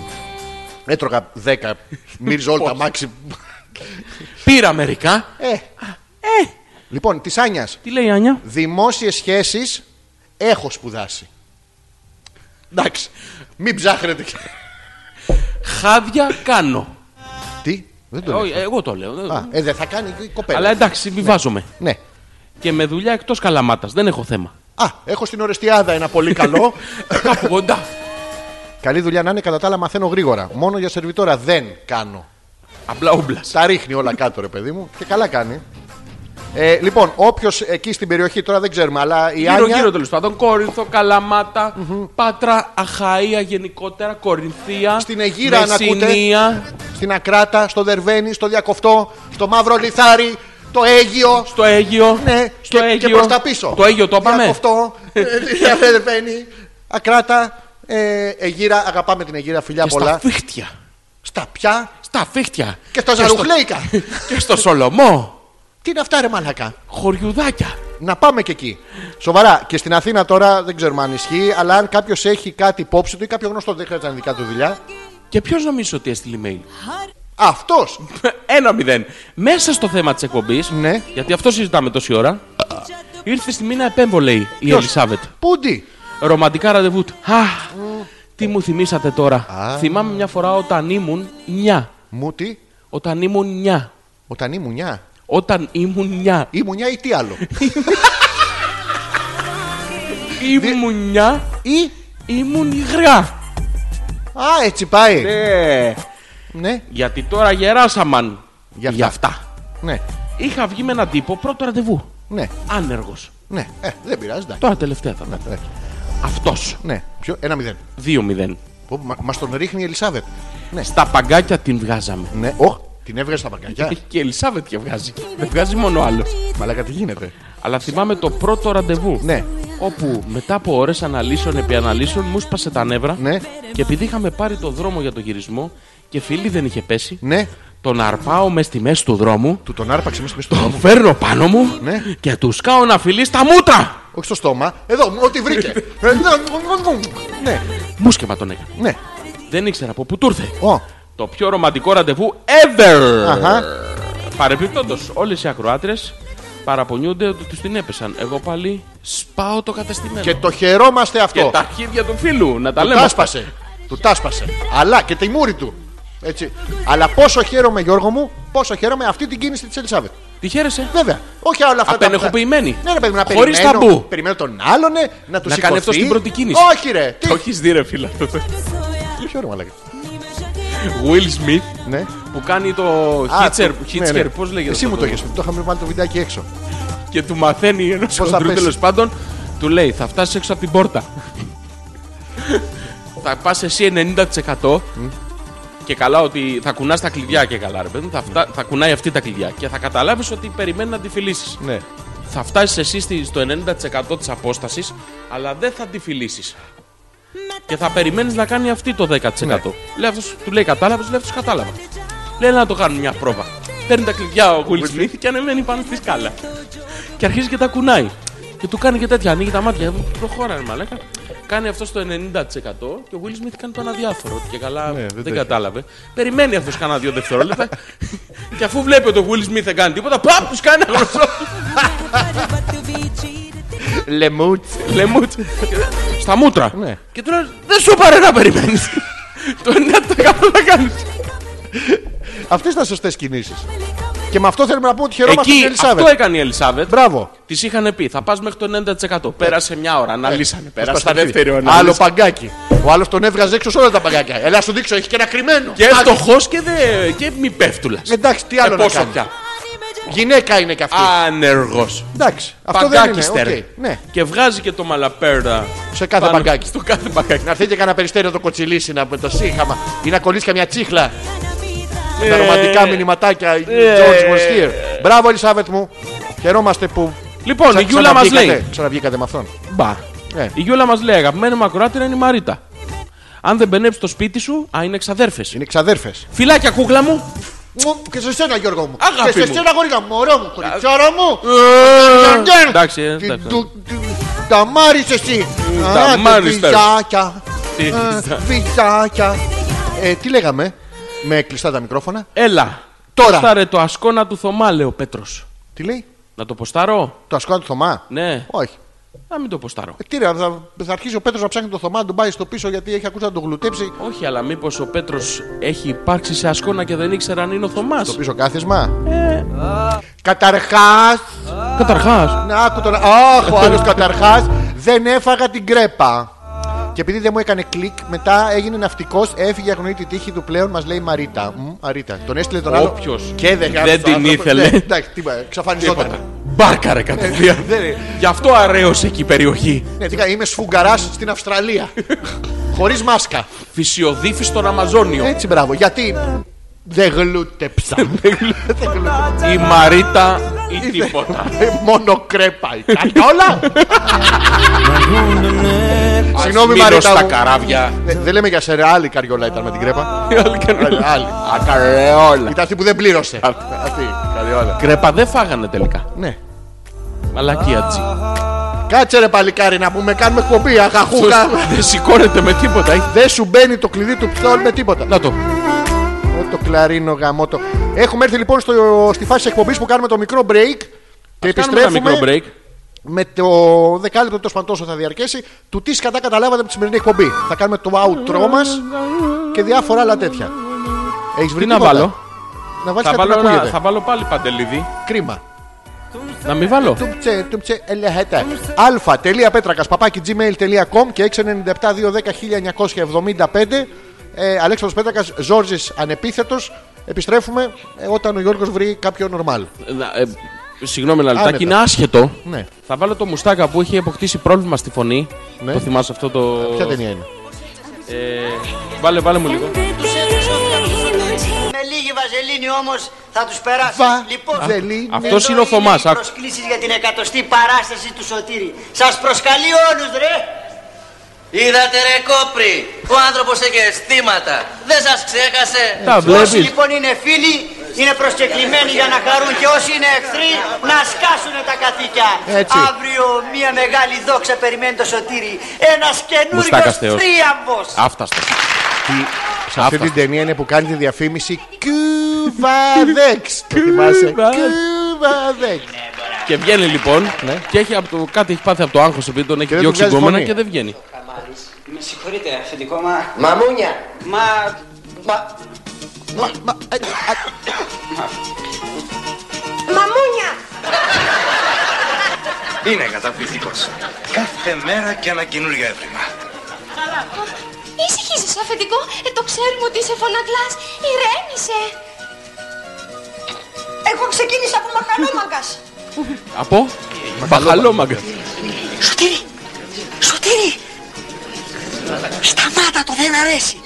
A: Έτρωγα 10. Μύριζε όλα τα μάξι.
B: Πήρα μερικά.
A: ε. Λοιπόν, της Άνιας.
B: Τι λέει η Άνια.
A: Δημόσιες σχέσεις έχω σπουδάσει. Εντάξει. Μην ψάχνετε.
B: Χάδια κάνω.
A: Τι. Δεν
B: Ε,
A: το
B: όχι,
A: λέω.
B: εγώ το λέω. δεν-
A: Α, ε, δεν θα κάνει η κοπέλα.
B: Αλλά εντάξει, μη βάζομαι.
A: Ναι.
B: Και με δουλειά εκτός καλαμάτας. Δεν έχω θέμα.
A: Α, έχω στην Ορεστιάδα ένα πολύ καλό.
B: Κάπου κοντά.
A: Καλή δουλειά να είναι, κατά τα άλλα μαθαίνω γρήγορα. Μόνο για σερβιτόρα δεν κάνω.
B: Απλά ούμπλας.
A: Τα ρίχνει όλα κάτω, ρε παιδί μου. Και καλά κάνει. Ε, λοιπόν, όποιος εκεί στην περιοχή, τώρα δεν ξέρουμε, αλλά η Άνια.
B: Γύρω-γύρω τέλος πάντων. Κόρινθο, Καλαμάτα, Πάτρα, Αχαία γενικότερα, Κορινθία.
A: Στην Αιγύρα, αν ακούτε.
B: Μεσσηνία,
A: Στην Ακράτα, στο Δερβαίνη, στο Διακοφτό, στο Μαύρο Λιθάρι, το Αίγυο.
B: Στο Αίγυο.
A: Ναι,
B: στο
A: και,
B: Αίγυο.
A: και προς τα πίσω.
B: Το Αίγυο το είπαμε.
A: Διακοφτό, ε, Δερβαίνη, Ακράτα, ε, Αιγύρα, αγαπάμε την Αιγύρα, φιλιά
B: Και
A: πολλά.
B: στα φίχτια.
A: Στα πια
B: Στα φίχτια.
A: και στα Ζαρουχλέικα.
B: Και στο Σολομό.
A: Τι είναι αυτά, ρε μαλακά.
B: Χωριουδάκια.
A: Να πάμε και εκεί. Σοβαρά. Και στην Αθήνα τώρα δεν ξέρουμε αν ισχύει, αλλά αν κάποιος έχει κάτι υπόψη του ή κάποιο γνωστό, δεν χρειάζεται να είναι δικά του δουλειά.
B: Και ποιος νομίζεις ότι έστειλε email.
A: Αυτός.
B: Ένα μηδέν. Μέσα στο θέμα της εκπομπής,
A: Ναι.
B: γιατί αυτό συζητάμε τόση ώρα, ήρθε στη μήνα επέμβο, λέει η Ελισάβετ.
A: Πούντι.
B: Ρομαντικά ραντεβού του. Αχ, τι μου θυμήσατε τώρα. Θυμάμαι μια φορά όταν ήμουν 9.
A: Μου τι.
B: Όταν ήμουν 9.
A: Όταν η μουνιά.
B: Όταν ήμουν 9.
A: Ή μουνιά ή τι άλλο.
B: Ήμουν 9.
A: ή.
B: Ήμουν υγρά.
A: Α, έτσι πάει. Ναι.
B: Ε,
A: Ναι.
B: γιατί τώρα γεράσαμαν.
A: Για αυτά.
B: Για αυτά.
A: Ναι.
B: Είχα βγει με έναν τύπο πρώτο ραντεβού.
A: Ναι.
B: Άνεργος.
A: Ε, δεν πειράζει. εντάξει.
B: Τώρα τελευταία θα ήταν.
A: Ναι.
B: Αυτός.
A: ναι. Ποιο, ένα μηδέν.
B: 2-0.
A: Πω, Μα μας τον ρίχνει η Ελισάβετ.
B: Στα παγκάκια την βγάζαμε.
A: Ναι. Οχ, την έβγαζε στα παγκάκια.
B: Και η Ελισάβετ και βγάζει. Δεν βγάζει μόνο άλλος.
A: Μαλάκα, τι γίνεται.
B: Αλλά θυμάμαι το πρώτο ραντεβού.
A: Ναι.
B: Όπου μετά από ώρες αναλύσεων επί αναλύσεων μου σπάσε τα νεύρα.
A: Ναι.
B: Και επειδή είχαμε πάρει το δρόμο για το γυρισμό και φίλη δεν είχε πέσει,
A: Ναι.
B: τον αρπάω μες στη μέση του δρόμου,
A: Του τον άρπαξε μέσα στο
B: τον
A: δρόμο.
B: φέρνω πάνω μου
A: Ναι.
B: και τους σκάω να φιλεί στα μούτρα!
A: Όχι στο στόμα. Εδώ, ό,τι βρήκε. Ε, ναι. ναι.
B: Μούσκεμα τον έκανε.
A: Ναι.
B: Δεν ήξερα από πού του ήρθε.
A: Ω.
B: Το πιο ρομαντικό ραντεβού ever!
A: Αχα.
B: Παρεπιπτόντως, όλες οι ακροάτρες παραπονιούνται ότι τους την έπεσαν. Εγώ πάλι σπάω το κατεστημένο.
A: Και το χαιρόμαστε
B: Και
A: αυτό.
B: τα αρχίδια του φίλου, να τα
A: Του
B: λέμε.
A: τάσπασε. Του τάσπασε. Αλλά και τη μούρη του. Έτσι. Αλλά πόσο χαίρομαι, Γιώργο μου, πόσο χαίρομαι αυτή την κίνηση της Ελισάβετ.
B: Τη χαίρεσαι.
A: Βέβαια. Όχι όλα αυτά
B: Απενεχοποιημένη.
A: Ναι, ρε παιδί μου, να
B: Χωρίς
A: περιμένω,
B: ταμπού.
A: Περιμένω τον άλλον, ναι, να τους
B: Να κάνει αυτό στην πρώτη κίνηση.
A: Όχι, ρε. Τι.
B: Το έχεις δει, ρε φίλα.
A: Ποιο ρε, μαλάκα.
B: Will Smith
A: Ναι.
B: που κάνει το
A: Α,
B: Hitcher,
A: το-
B: Hitcher
A: ναι, ναι.
B: πώς λέγεται
A: Εσύ
B: αυτό
A: μου το έχει πει. Το είχαμε βάλει το βιντεάκι έξω.
B: Και του μαθαίνει ενό
A: Πώς θα
B: χοντρού
A: πέσει.
B: τέλο πάντων, του λέει θα φτάσεις έξω από την πόρτα. θα πας εσύ 90% και καλά ότι θα κουνάς τα κλειδιά και καλά, ρε παιδί μου. Θα, φτα- θα κουνάει αυτή τα κλειδιά και θα καταλάβεις ότι περιμένει να τη φιλήσει.
A: Ναι.
B: Θα φτάσεις εσύ στη- στο 90% της απόστασης, αλλά δεν θα τη φιλήσει. Και θα περιμένεις να κάνει αυτή το 10%. Λέει αυτός, του λέει κατάλαβες, λέει αυτός κατάλαβα. Λέει να το κάνουμε μια πρόβα. Παίρνει τα κλειδιά ο Will Smith και ανεβαίνει πάνω στη σκάλα. Και αρχίζει και τα κουνάει. Και του κάνει και τέτοια, ανοίγει τα μάτια. Προχώρα, ρε μαλάκα. Κάνει αυτό το 90% και ο Will Smith κάνει το αναδιάφορο. ότι Και καλά, δεν, κατάλαβε. Περιμένει αυτός κανένα δύο δευτερόλεπτα. και αφού βλέπει ότι ο Will Smith δεν κάνει τίποτα, παπ, τους κάνει ένα γνωστό.
A: Λεμούτ.
B: Λεμούτ. Στα μούτρα.
A: Ναι.
B: Και του λέω, δεν σου πάρε να περιμένεις. το 90% θα κάνεις.
A: Αυτές ήταν σωστές κινήσεις. Και με αυτό θέλουμε να πούμε ότι χαιρόμαστε την
B: Εκεί αυτό
A: Ελισάβετ.
B: έκανε η Ελισάβετ.
A: Μπράβο.
B: Τη είχαν πει, θα πας μέχρι το 90%. Πέρασε μια ώρα, αναλύσανε. Πέρασε
A: Ναι. Στα
B: δεύτερη ώρα.
A: Άλλο
B: αναλύσανε.
A: παγκάκι. Ο άλλος τον έβγαζε έξω σε όλα τα παγκάκια. Ελά, σου δείξω, έχει και ένα κρυμμένο.
B: Και φτωχό και, δε, και μη πέφτουλας.
A: Εντάξει, τι άλλο να
B: πόσο
A: κάνεις.
B: πια.
A: Ε, Γυναίκα είναι και αυτή.
B: Άνεργος.
A: Εντάξει, αυτό δεν είναι.
B: Παγκάκι στέρ.
A: οκ, Ναι.
B: Και βγάζει και το μαλαπέρδα.
A: Σε κάθε
B: πάνω-
A: παγκάκι.
B: Στο κάθε παγκάκι.
A: Να έρθετε κανένα περιστέριο να το κοτσιλίσει να με το σύγχαμα ή να κολλήσει καμιά τσίχλα. Με τα ρομαντικά μηνυματάκια. George was here. Μπράβο, Ελισάβετ μου. Χαιρόμαστε που.
B: Λοιπόν, η
A: ξα-
B: Γιούλα μας
A: ξαναβγήκατε.
B: λέει.
A: Ξαναβγήκατε με αυτόν.
B: Μπα.
A: Ε.
B: Η Γιούλα μας λέει: Αγαπημένη μου ακροάτρια είναι η Μαρίτα. Αν δεν μπενέψει το σπίτι σου, α είναι εξαδέρφε.
A: Είναι ξαδέρφες.
B: Φιλάκια, κούκλα μου.
A: Και σε σένα, Γιώργο μου. Ε.
B: Αγάπη
A: και σε
B: μου.
A: σένα, γόρια μου. Μωρό μου, κοριτσάρα μου.
B: Εντάξει, ε,
A: Τι-
B: εντάξει.
A: του- του- Τα μάρισε εσύ.
B: τα
A: Α,
B: μάρισε.
A: Βυζάκια.
B: Τι-
A: Ε, Βυζάκια. Ε, Τι λέγαμε. Με κλειστά τα μικρόφωνα.
B: Έλα.
A: Τώρα.
B: Ποστάρε το ασκόνα του Θωμά, λέει ο Πέτρος.
A: Τι λέει.
B: Να το ποστάρω.
A: Το ασκόνα του Θωμά.
B: Ναι.
A: Όχι. Ε,
B: Να μην το ποστάρω.
A: Τι ρε, θα, θα αρχίσει ο Πέτρος να ψάχνει το θωμά να του πάει στο πίσω γιατί έχει ακούσει να τον γλουτέψει.
B: Όχι, αλλά μήπως ο Πέτρος έχει υπάρξει σε ασκόνα και δεν ήξερα αν είναι ο Θωμάς.
A: Στο πίσω κάθισμα. Καταρχάς.
B: Καταρχάς.
A: Να άκου τον. Αχ, ο άλλος καταρχάς δεν έφαγα την κρέπα. Και επειδή δεν μου έκανε κλικ, μετά έγινε ναυτικός, έφυγε αγνοή τη τύχη του πλέον, μας λέει η Μαρίτα. Μ, Μαρίτα. Τον έστειλε τον άλλο.
B: Όποιος
A: Και δεν,
B: δεν
A: γάμισε τον
B: την
A: άνθρωπος.
B: ήθελε.
A: Ναι, Εντάξει, τι, εξαφανιζόταν.
B: Μπάρκαρε κατευθείαν.
A: Δεν-
B: Γι' αυτό αρέωσε εκεί η περιοχή.
A: Ναι, τι κα- είμαι σφουγγαράς στην Αυστραλία. Χωρίς μάσκα.
B: Φυσιοδίφης στον Αμαζόνιο.
A: Έτσι, μπράβο. Γιατί δεν γλούτεψα. Δεν γλούτεψα.
B: Η Μαρίτα ή τίποτα.
A: Ε, Μόνο κρέπα. Κάτι όλα. Συγγνώμη,
B: Μείνω
A: Μαρίτα.
B: στα
A: μου.
B: καράβια.
A: Ε, Δεν λέμε για σένα, άλλη καριόλα ήταν με την κρέπα.
B: Άλλη καριόλα.
A: Άλλη.
B: Ακαρεόλα.
A: Ήταν αυτή που δεν πλήρωσε. Αυτή. Καριόλα.
B: Κρέπα δεν φάγανε τελικά.
A: Ναι.
B: Μαλακία τζι.
A: Κάτσε ρε παλικάρι να πούμε, κάνουμε εκπομπή. Αχαχούχα.
B: Δεν σηκώνεται με τίποτα. Έχει-
A: Δεν σου μπαίνει το κλειδί του πθόλ με τίποτα.
B: Να το.
A: Ω, το κλαρίνο γαμότο. Έχουμε έρθει λοιπόν στο, στη φάση εκπομπής που κάνουμε το μικρό break. Και
B: Κάνουμε ένα μικρό
A: επιστρέφουμε
B: break.
A: με το δεκάλεπτο τέλος πάντων τόσο θα διαρκέσει του τι σκατά καταλάβατε από τη σημερινή εκπομπή. Θα κάνουμε το outro μας και διάφορα άλλα τέτοια. Έχεις βρει
B: Τι να
A: τίποτα?
B: βάλω.
A: Να βάλεις
B: Θα
A: κάτι
B: βάλω,
A: να
B: ένα,
A: ακούγεται.
B: θα βάλω πάλι παντελίδι.
A: Κρίμα.
B: Να μην βάλω.
A: Τούμψε, τούμψε, ελεχέτε. αλφα.πέτρακα παπάκι gmail.com και 697-210-1975. Ε, Αλέξανδρος Πέτρακας, Ζόρζης Ανεπίθετος. Επιστρέφουμε ε, όταν ο Γιώργος βρει κάποιο νορμάλ.
B: Να- ε, Συγγνώμη ένα
A: Άνετα.
B: λεπτάκι, είναι άσχετο.
A: Ναι.
B: Θα βάλω το μουστάκα που έχει αποκτήσει πρόβλημα στη φωνή.
A: Ναι.
B: Το θυμάσαι αυτό το.
A: Ποια ταινία είναι.
B: Ε, βάλε, βάλε μου λίγο.
I: Με λίγη βαζελίνη όμως θα τους περάσει.
A: Βα-
I: λοιπόν,
A: βαζελίνη.
B: Αυτός
I: εδώ
B: είναι ο Θωμάς.
I: οι Προσκλήσεις για την εκατοστή παράσταση του Σωτήρη. Σας προσκαλεί όλους ρε. Είδατε ρε κόπρι, ο άνθρωπος έχει αισθήματα. Δεν σας ξέχασε.
B: Τα
I: Όσοι
B: βλέπεις.
I: λοιπόν είναι φίλοι, είναι προσκεκλημένοι για να χαρούν και όσοι είναι εχθροί να σκάσουν τα καθήκια.
A: Έτσι.
I: Αύριο μια μεγάλη δόξα περιμένει το Σωτήρη. Ένας καινούριος
B: Μουστάκας Θεός.
I: θρίαμβος.
B: Αύταστο.
A: Σε αυτή
B: Αυτά.
A: την ταινία είναι που κάνει τη διαφήμιση Κουβαδέξ. Το θυμάσαι.
B: Κουβαδέξ.
A: Κουβαδέξ.
B: Και βγαίνει λοιπόν και έχει από το, κάτι έχει πάθει από το άγχος επειδή τον έχει
A: Ναι. δεν
B: διώξει
A: του βγάζει
B: γκόμενα
A: φωνή.
B: και δεν βγαίνει.
I: Ε, Με συγχωρείτε αφεντικό, μα...
G: Μαμούνια.
I: Μα... Μα...
A: Μα- μα- ε, α,
G: Μαμούνια.
E: Είναι καταπληκτικός. Κάθε μέρα και ένα καινούργιο έβριμα.
G: Ησυχίζεσαι αφεντικό. Ε, το ξέρουμε ότι είσαι φωνακλάς. Ηρέμησε. Εγώ ξεκίνησα από μαχαλόμαγκας.
B: Από μπαχαλόμαγκα.
G: Σωτήρι. Σωτήρι. Σταμάτα το δεν αρέσει.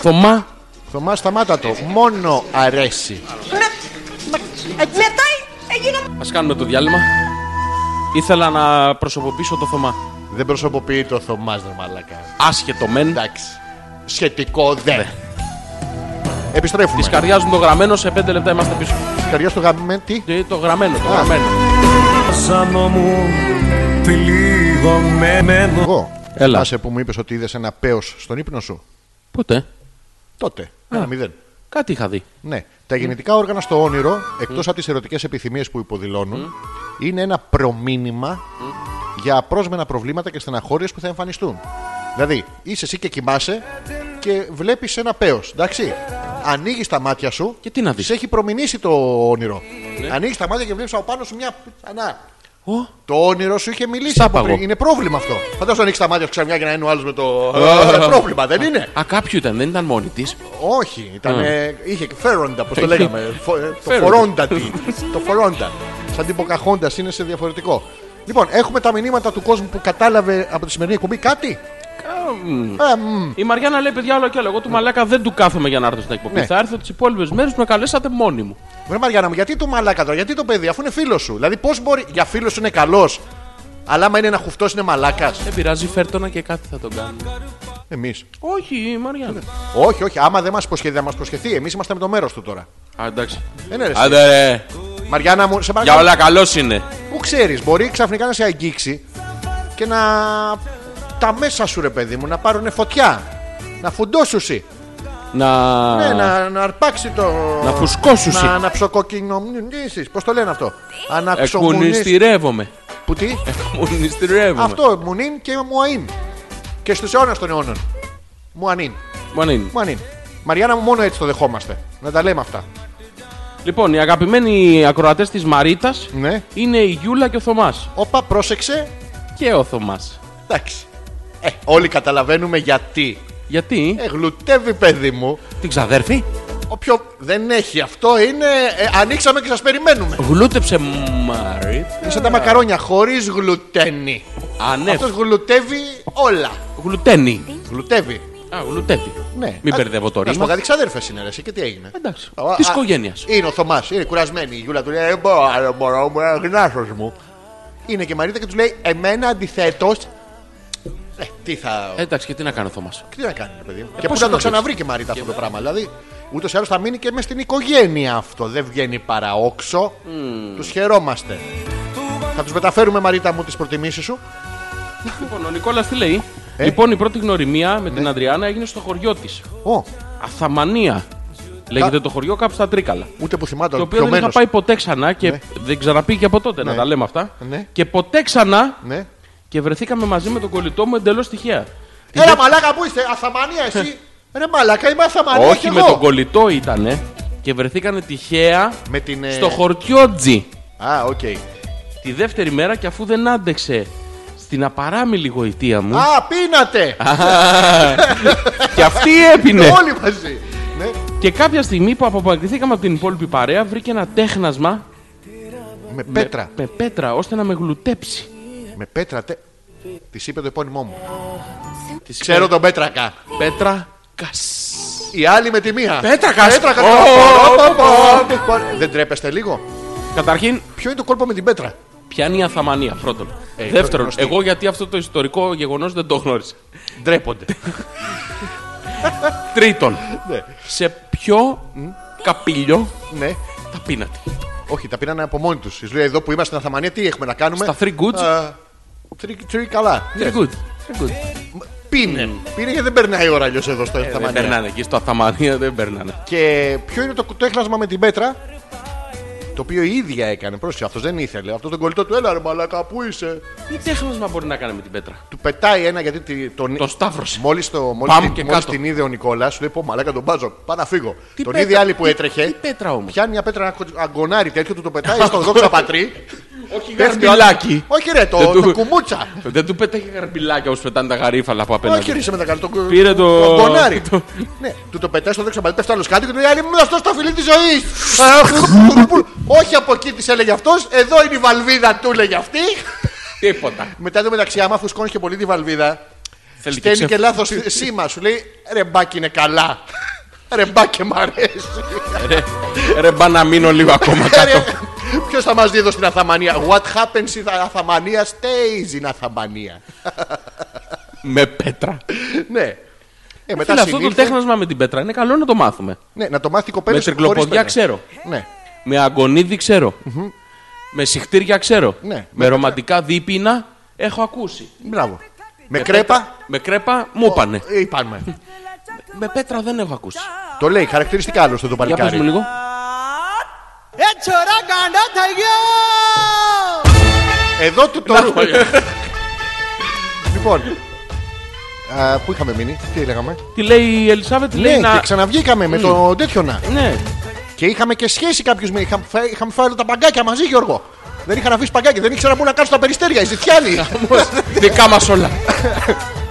B: Θωμά.
A: Θωμά σταμάτα το. Μόνο αρέσει.
G: Με- με- ε, Μετά έγινα...
B: Ας κάνουμε το διάλειμμα. Ήθελα να προσωποποιήσω το Θωμά.
A: Δεν προσωποποιεί το Θωμάς ρε μαλάκα.
B: Άσχετο μεν.
A: Εντάξει. Σχετικό
B: Ναι.
A: δε. Επιστρέφουμε.
B: Τη καρδιά μου το γραμμένο σε 5 λεπτά είμαστε πίσω.
A: Καρδιά στο γαμμένο τι.
B: Ε, Το γραμμένο, το γραμμένο.
A: Εγώ.
B: Έλα.
A: Άσε που μου είπες ότι είδες ένα παίο στον ύπνο σου.
B: Πότε.
A: Τότε. Ένα μηδέν.
B: Κάτι είχα δει.
A: Ναι. Τα γεννητικά όργανα στο όνειρο, εκτός από τις ερωτικές επιθυμίες που υποδηλώνουν, είναι ένα προμήνυμα για απρόσμενα προβλήματα και στεναχώριες που θα εμφανιστούν. Δηλαδή, είσαι εσύ και κοιμάσαι και βλέπεις ένα παίο. Εντάξει. Ανοίγεις τα μάτια σου.
B: Και τι να δεις. Ναι.
A: Σε έχει προμηνήσει το όνειρο. Ανοίγεις τα μάτια και βλέπεις από πάνω σου μια. Να,
B: Ω,
A: Το όνειρο σου είχε μιλήσει.
B: Σάπαγο.
A: από πριν. Είναι πρόβλημα αυτό. Φαντάζομαι να ανοίξει τα μάτια σου ξαφνικά και να είναι ο άλλο με το. Ε, πρόβλημα, δεν είναι.
B: Α, κάποιο ήταν, δεν ήταν μόνη της.
A: Όχι, ήταν. ε, Είχε και φέροντα, πώ το
B: Είχε.
A: λέγαμε. Φο- ε, Το
B: Φέροντα.
A: φορόντα τη. Το φορόντα. Σαν την Ποκαχόντα είναι σε διαφορετικό. Λοιπόν, έχουμε τα μηνύματα του κόσμου που κατάλαβε από τη σημερινή εκπομπή κάτι. Ε, μ,
B: Η Μαριάννα λέει: Παιδιά, άλλο και άλλο. Εγώ του μαλάκα δεν του κάθομαι για να έρθω στην εκπομπή.
A: Ναι.
B: Θα έρθω τις υπόλοιπες μέρες που με καλέσατε μόνη μου.
A: Βρε Μαριάννα μου, γιατί το μαλάκα τώρα, γιατί το παιδί, αφού είναι φίλος σου. Δηλαδή, πώς μπορεί. Για φίλος σου είναι καλός. Αλλά άμα είναι ένα χουφτός είναι μαλάκας.
B: Δεν πειράζει, φέρτονα και κάτι θα τον κάνουμε.
A: Εμείς.
B: Όχι, η Μαριάννα.
A: Όχι, όχι, άμα δεν μας προσχεθεί, μα προσχεθεί. Εμείς είμαστε με το μέρος του τώρα.
B: Α, εντάξει.
A: Ε, ναι, ρε, εσύ.
B: Άντε, ρε.
A: Μαριάννα μου, σε
B: Για
A: παρακαλώ.
B: όλα καλός είναι.
A: Πού ξέρεις, μπορεί ξαφνικά να σε αγγίξει και να. τα μέσα σου ρε παιδί μου να πάρουν φωτιά. Να φουντώσουσι.
B: Να.
A: Ναι, να, να αρπάξει το.
B: Να φουσκώσουσι. Ε.
A: Να αναψοκοκκινομνήσεις. Πώς το λένε αυτό. Αναξομουνήσεις.
B: Εκουνιστηρεύομαι.
A: Που τι?
B: Κομμουνιστηριεύουμε.
A: Αυτό, Μουνίν και Μουαΐν. Και στους αιώνας των αιώνων. Μουανίν.
B: Μα είναι.
A: Μουανίν. Μαριάννα μου, μόνο έτσι το δεχόμαστε. Να τα λέμε αυτά.
B: Λοιπόν, οι αγαπημένοι ακροατές της Μαρίτας
A: Ναι.
B: είναι η Γιούλα και ο Θωμάς.
A: Όπα, πρόσεξε.
B: Και ο Θωμάς.
A: Εντάξει. Ε, όλοι καταλαβαίνουμε γιατί.
B: Γιατί
A: Ε, γλουτεύει, παιδί μου.
D: Την ξαδέρφη.
A: Όποιο δεν έχει αυτό είναι. ε, ανοίξαμε και σας περιμένουμε.
B: γλούτεψε Μαρίτα.
A: Είναι σαν τα μακαρόνια, χωρίς γλουτένι.
B: Ανέφ.
A: Αυτός γλουτεύει όλα.
B: Γλουτένι.
A: Γλουτεύει.
B: Α, γλουτεύει.
A: Ναι.
B: Μην
A: Α,
B: μπερδεύω το
A: Να σου πω
B: ρήμα.
A: κάτι, ξαδέρφες είναι ρε, εσύ και τι έγινε.
B: Εντάξει.
A: Α, ε,
B: Της
A: α,
B: οικογένειας.
A: Είναι ο Θωμάς, είναι κουρασμένη. Η Γιούλα του λέει: «Ε, Μπορώ, άλλο μωρό μου, αγνάσο μου. Είναι και η Μαρίτα και τους λέει: Εμένα αντιθέτως. Ε, τι θα.
B: Ε, Εντάξει, και τι να κάνω, Θωμάς.
A: τι να κάνει, ρε παιδί. μου. και
B: Ε, πώς
A: πού
B: θα
A: να το
B: το
A: ξαναβρει και η Μαρίτα αυτό το πράγμα. Δηλαδή, ούτως ή άλλως θα μείνει και μες στην οικογένεια αυτό. Δεν βγαίνει παραόξο. Τους χαιρόμαστε. Θα τους μεταφέρουμε, Μαρίτα μου, τις προτιμήσεις σου.
B: Λοιπόν, ο Νικόλας τι λέει.
A: Ε.
B: Λοιπόν, η πρώτη γνωριμία με
A: Ναι.
B: την Αντριάννα έγινε στο χωριό της.
A: Ω,
B: Αθαμανία. Λέγεται το χωριό κάπου στα Τρίκαλα.
A: ούτε που θυμάται
B: Το
A: ο
B: οποίο δεν είχα
A: πιωμένος.
B: πάει ποτέ ξανά και δεν ξαναπήγε από τότε να
A: Ναι.
B: τα λέμε αυτά.
A: Ναι.
B: Και ποτέ ξανά
A: Ναι.
B: και βρεθήκαμε μαζί με τον κολλητό μου εντελώς τυχαία.
A: Έλα, μαλάκα, πού είστε, Αθαμανία, εσύ. Ρε μαλάκα, είμαι Αθαμανία.
B: Όχι
A: κι
B: με
A: εγώ.
B: τον κολλητό ήτανε και βρεθήκανε τυχαία
A: Με την. ε,
B: στο χορτιότζι
A: Α, οκ.
B: τη δεύτερη μέρα και αφού δεν άντεξε στην απαράμιλη γοητεία μου
A: Α, πίνατε!
B: και αυτή έπινε.
A: Όλοι μαζί. Ναι.
B: και κάποια στιγμή που απομακρυνθήκαμε από την υπόλοιπη παρέα βρήκε ένα τέχνασμα
A: Με
B: Ναι.
A: πέτρα.
B: με πέτρα ώστε να με γλουτέψει.
A: Με πέτρα. Τε... Της είπε το επώνυμό μου.
B: Της
A: Ξέρω τον Πέτρακα.
B: Πέτρα κασ.
A: Η άλλη με τη μία.
B: Πέτρακας.
A: Πέτρακας.
B: Ω, ω,
A: Δεν τρέπεστε λίγο.
B: Καταρχήν
A: Ποιο είναι το κόλπο με την πέτρα.
B: Πιάνει η αθαμανία, πρώτον.
A: Ε, το
B: Δεύτερον,
A: γνωστή.
B: εγώ γιατί αυτό το ιστορικό γεγονός δεν το γνώρισα. Ντρέπονται. Τρίτον,
A: Ναι.
B: σε ποιο καπίλιο
A: Ναι.
B: τα πίνατε.
A: Όχι, τα πήραν από μόνοι τους. Της λέει εδώ που είμαστε στην Αθαμανία, τι έχουμε να κάνουμε.
B: Στα three goods.
A: Α, Three, three καλά.
B: Very good. Very good.
A: Πίνε. Πίνε γιατί δεν περνάει η ώρα αλλιώς εδώ στο
B: Ναι. Ε, Δεν
A: Αθαμανία.
B: περνάνε εκεί στο Αθαμανία, δεν περνάνε.
A: Και ποιο είναι το κουτέχνασμα με την πέτρα. Το οποίο η ίδια έκανε. Πρόσεχε, αυτός δεν ήθελε. Αυτός τον κολλητό του, έλα ρε μαλακά, πού είσαι.
B: Τι τέχνασμα μπορεί να κάνει με την πέτρα.
A: Του πετάει ένα γιατί τη- τον.
B: Το σταύρωσε.
A: Μόλις το, μόλις
B: Παμ
A: την,
B: και
A: μόλις
B: κάτω.
A: την είδε ο Νικόλας, σου λέει: Πω μαλάκα τον μπάζω, πάω να φύγω.
B: Τι
A: τον
B: πέτρα,
A: είδε άλλη που
B: τι-
A: έτρεχε.
B: τι πέτρα όμως.
A: Πιάνει μια πέτρα, ένα κο- αγκονάρι τέτοιο, του το πετάει στον δόξα πατρί.
B: Όχι
A: Πέφτει ο άλλος.
B: γαρμπιλάκι.
A: Όχι ρε, το,
B: Δεν
A: το
B: του-
A: κουμούτσα.
B: Δεν του πέταγε γαρμπιλάκια όπως πετάνε τα γαρίφαλα από
A: Όχι ρε,
B: απέναντι.
A: σε μετακαλεί. Το,
B: Πήρε το-
A: αγκονάρι.
B: το-
A: ναι, του το πετάει στον δόξα πατρί, πέφτει άλλο κάτω και του λέει: Είμαι αυτό το φιλί της ζωής. Όχι από εκεί της έλεγε αυτός, εδώ είναι η βαλβίδα του έλεγε αυτή.
B: Τίποτα.
A: Μετά το μεταξύ, άμα φουσκώνει και πολύ τη βαλβίδα,
B: Θέλει και
A: Στέλνει και
B: ξεφ-
A: λάθο σήμα. Σου λέει ρε μπάκι είναι καλά. Ρε μπάκι μ' αρέσει.
B: Ρε μπα να μείνω λίγο ακόμα κάτω.
A: Ποιος θα μας δει εδώ στην Αθαμανία. What happens in Αθαμανία stays in Αθαμανία.
B: Με πέτρα.
A: ναι. Ε, μετά
B: Φίλε, αυτό το
A: συνήλθε-
B: τέχνασμα με την πέτρα είναι καλό να το μάθουμε.
A: Ναι, να το μάθει η κοπέλα.
B: Με
A: σου
B: τρικλοποδιά
A: χωρίς πέρα.
B: ξέρω.
A: Ναι.
B: Με αγκονίδι ξέρω. Με συχτήρια ξέρω.
A: Ναι.
B: Με,
A: Με
B: ρομαντικά δίπινα έχω ακούσει.
A: Μπράβο. Με κρέπα.
B: Με κρέπα μου πάνε.
A: ε, Είπαμε.
B: Με πέτρα δεν έχω ακούσει.
A: το λέει χαρακτηριστικά άλλωστε το
B: Για πες μου
A: παλικάρι.
B: λίγο.
A: Εδώ του το ρούχο. λοιπόν. α, πού είχαμε μείνει, τι λέγαμε.
B: Τι λέει η Ελισάβετ, λέει
A: Ναι,
B: να...
A: και ξαναβγήκαμε με το τέτοιο να.
B: Ναι.
A: Και είχαμε και σχέση κάποιους με. Είχαμε, φά- είχαμε φάει όλα τα παγκάκια μαζί, Γιώργο. Δεν είχαν αφήσει παγκάκια, δεν ήξερα πού να κάτσω τα περιστέρια, οι ζητιάνοι.
B: Δικά μας όλα.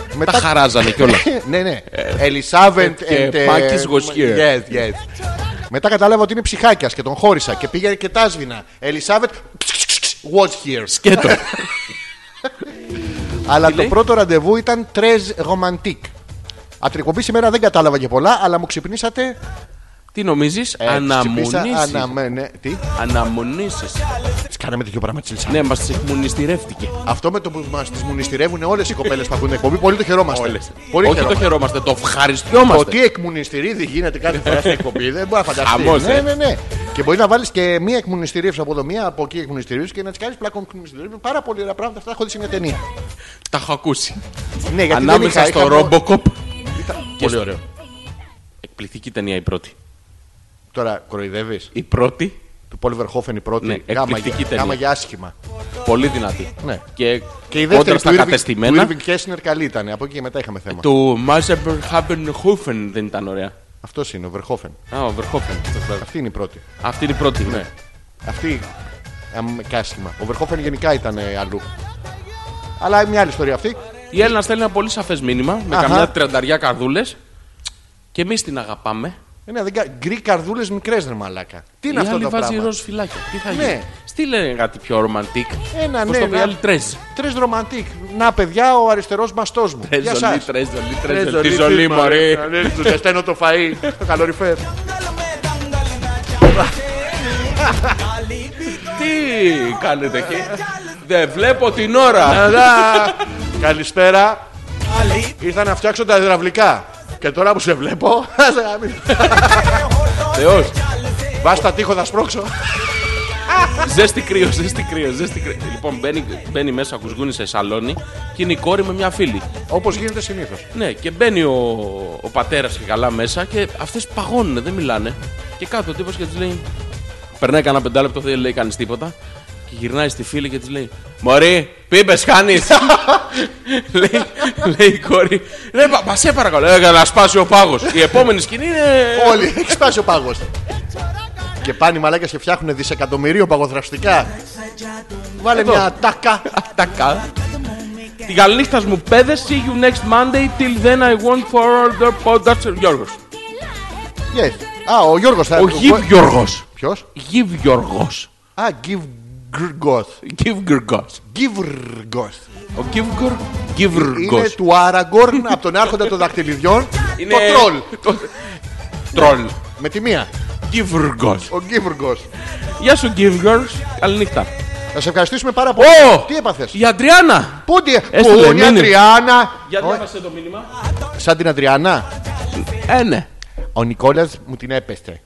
B: Τα
A: Μετά.
B: χαράζανε κιόλας.
A: ναι, ναι. Ελισάβεντ
B: και
A: and, ε,
B: Pakis was here.
A: Yes, yes. Μετά κατάλαβα ότι είναι ψυχάκια και τον χώρισα και πήγαινε και τάσβηνα. Ελισάβετ was here.
B: Σκέτο.
A: Αλλά το
B: λέει?
A: πρώτο ραντεβού ήταν τρέζ romantic. Από την εκπομπή σήμερα δεν κατάλαβα και πολλά, αλλά μου ξυπνήσατε.
B: Τι νομίζεις,
A: ε, ξυπνήσα,
B: αναμονήσεις.
A: αναμέ- ναι, Τι,
B: Αναμονήσεις.
A: τις κάναμε τέτοιο πράγμα τη Ελισάβετ.
B: Ναι, μας εκμουνιστηρεύτηκε.
A: Αυτό με το που μας τις μουνιστηρεύουν όλες οι κοπέλες που ακούνε την εκπομπή, πολύ το χαιρόμαστε. Πολύ
B: Όχι το
A: χαιρόμαστε.
B: χαιρόμαστε, το
A: Το
B: ευχαριστιόμαστε.
A: τι εκμουνιστηρίδι γίνεται κάθε φορά στην εκπομπή δεν μπορεί να φανταστείς.
B: Χαμός,
A: ναι,
B: ε.
A: ναι, ναι. Και μπορεί να βάλεις και μία εκμουνιστηρίευση από εδώ, μία από εκεί εκμουνιστηρίευση και να τις κάνεις πλάκων εκμουνιστηρίευση. Πάρα πολύ ωραία πράγματα. Αυτά έχω δει σε μια ταινία.
B: Τα έχω ακούσει.
A: Ναι, γιατί δεν
B: Ανάμεσα
A: είχα,
B: στο
A: είχα το-
B: Robocop.
A: Πολύ ωραίο.
B: Εκπληκτική ταινία η πρώτη.
A: Τώρα κοροϊδεύεις.
B: Η πρώτη
A: Του Πολ Βερχόφεν η πρώτη.
B: Ναι,
A: γάμα,
B: εκπληκτική
A: για-
B: ταινία.
A: γάμα για άσχημα.
B: Πολύ δυνατή.
A: Ναι.
B: Και,
A: Και η δεύτερη
B: κόντρα στα
A: του
B: κατεστημένα. Ε,
A: Irving Kessner καλή ήταν. Από εκεί και μετά είχαμε θέμα.
B: Του Μάιζερ Χόφεν δεν ήταν ωραία.
A: Αυτός είναι ο Βερχόφεν.
B: Α, ο Verhoeven.
A: Αυτή είναι η πρώτη.
B: Αυτή είναι η πρώτη. Ναι.
A: Αυτή. αμ, Κάσχημα. Ο Βερχόφεν γενικά ήταν ε, αλλού. Αλλά μια άλλη ιστορία αυτή.
B: Η Έλληνα στέλνει ένα πολύ σαφές μήνυμα με
A: Αχα.
B: καμιά τριανταριά καρδούλες. Και εμείς την αγαπάμε.
A: Ε, ναι, δεν κα... Γκρι καρδούλες μικρές ρε μαλάκα. Τι είναι
B: η
A: αυτό
B: άλλη
A: το
B: βάζει
A: πράγμα.
B: ροζ φυλάκια. Τι θα
A: Ναι.
B: γίνει. Στείλε κάτι πιο ρομαντικ.
A: Ένα
B: Πώς
A: ναι,
B: το πει,
A: ναι.
B: άλλη τρέζ.
A: Τρει ρομαντικ. Να, παιδιά, ο αριστερός μαστό μου. Για
B: Τρέζολι,
A: σας.
B: τρέζολι,
A: Τρες
B: τρέζολι. Τη ζολή,
A: τι,
B: μωρή.
A: μωρέ. Ναι, Του ζεσταίνω το φαΐ. Το καλοριφέρ.
B: Τι κάνετε εκεί. Δεν βλέπω την ώρα.
A: Καλά. Καλησπέρα. Ήρθα να φτιάξω τα υδραυλικά. Και τώρα που σε βλέπω, ας γαμίσω.
B: Θεός.
A: βάζ τα τείχο θα σπρώξω.
B: Ζέστη κρύο, ζέστη κρύο, ζέστη κρύο. Λοιπόν, μπαίνει, μπαίνει μέσα κουσγούνι σε σαλόνι και είναι η κόρη με μια φίλη.
A: Όπως γίνεται συνήθως.
B: Ναι, και μπαίνει ο, ο πατέρας και καλά μέσα και αυτές παγώνουν, δεν μιλάνε. Και κάτω ο τύπος και τη λέει. Περνάει κανένα πεντάλεπτο, δεν λέει κανείς τίποτα. Και γυρνάει στη φίλη και της λέει: Μωρή, πίπες, χάνει. λέει, λέει η κόρη: Ναι, πα, μα σε παρακαλώ, έκανα να σπάσει ο πάγος. η επόμενη σκηνή είναι.
A: Όλοι, έχει σπάσει ο πάγος. Και πάνε οι μαλάκες και φτιάχνουν δισεκατομμυρίο παγοδραστικά. Βάλε μια τάκα.
B: Τα κα. Τη καληνύχτα μου, παιδες. See you next Monday. Till then I want for all the podcasts. Γιώργος.
A: Yes. Α, ο Γιώργος θα
B: Ο Γιβ Γιώργος.
A: Ποιος?
B: Γιβ Γιώργος.
A: Α, give Γκργκοθ.
B: Γιβ Γιώργος.
A: Give Γκργκοθ.
B: Ο Γιβ Γιώργος. Γιβ
A: Είναι
B: Γιώργος.
A: του Άραγκορν από τον Άρχοντα των Δακτυλιδιών.
B: Είναι-
A: Το τρόλ.
B: το- Τρολ.
A: Με τη μία.
B: Γιβ Γιώργος.
A: Ο Γκίβουργος.
B: Γεια σου, Γιβ Γιώργος. Καληνύχτα.
A: Να σε ευχαριστήσουμε πάρα πολύ.
B: Ω!
A: Τι έπαθες.
B: Η Αντριάννα.
A: Πού τι
B: Έστειλε
A: Πού είναι η
B: μήνυμα.
A: Αντριάννα.
B: Για
A: Ω,
B: διάβασε το μήνυμα.
A: Σαν την Αντριάννα.
B: Ε, ναι.
A: Ο Νικόλας μου την έπεστε.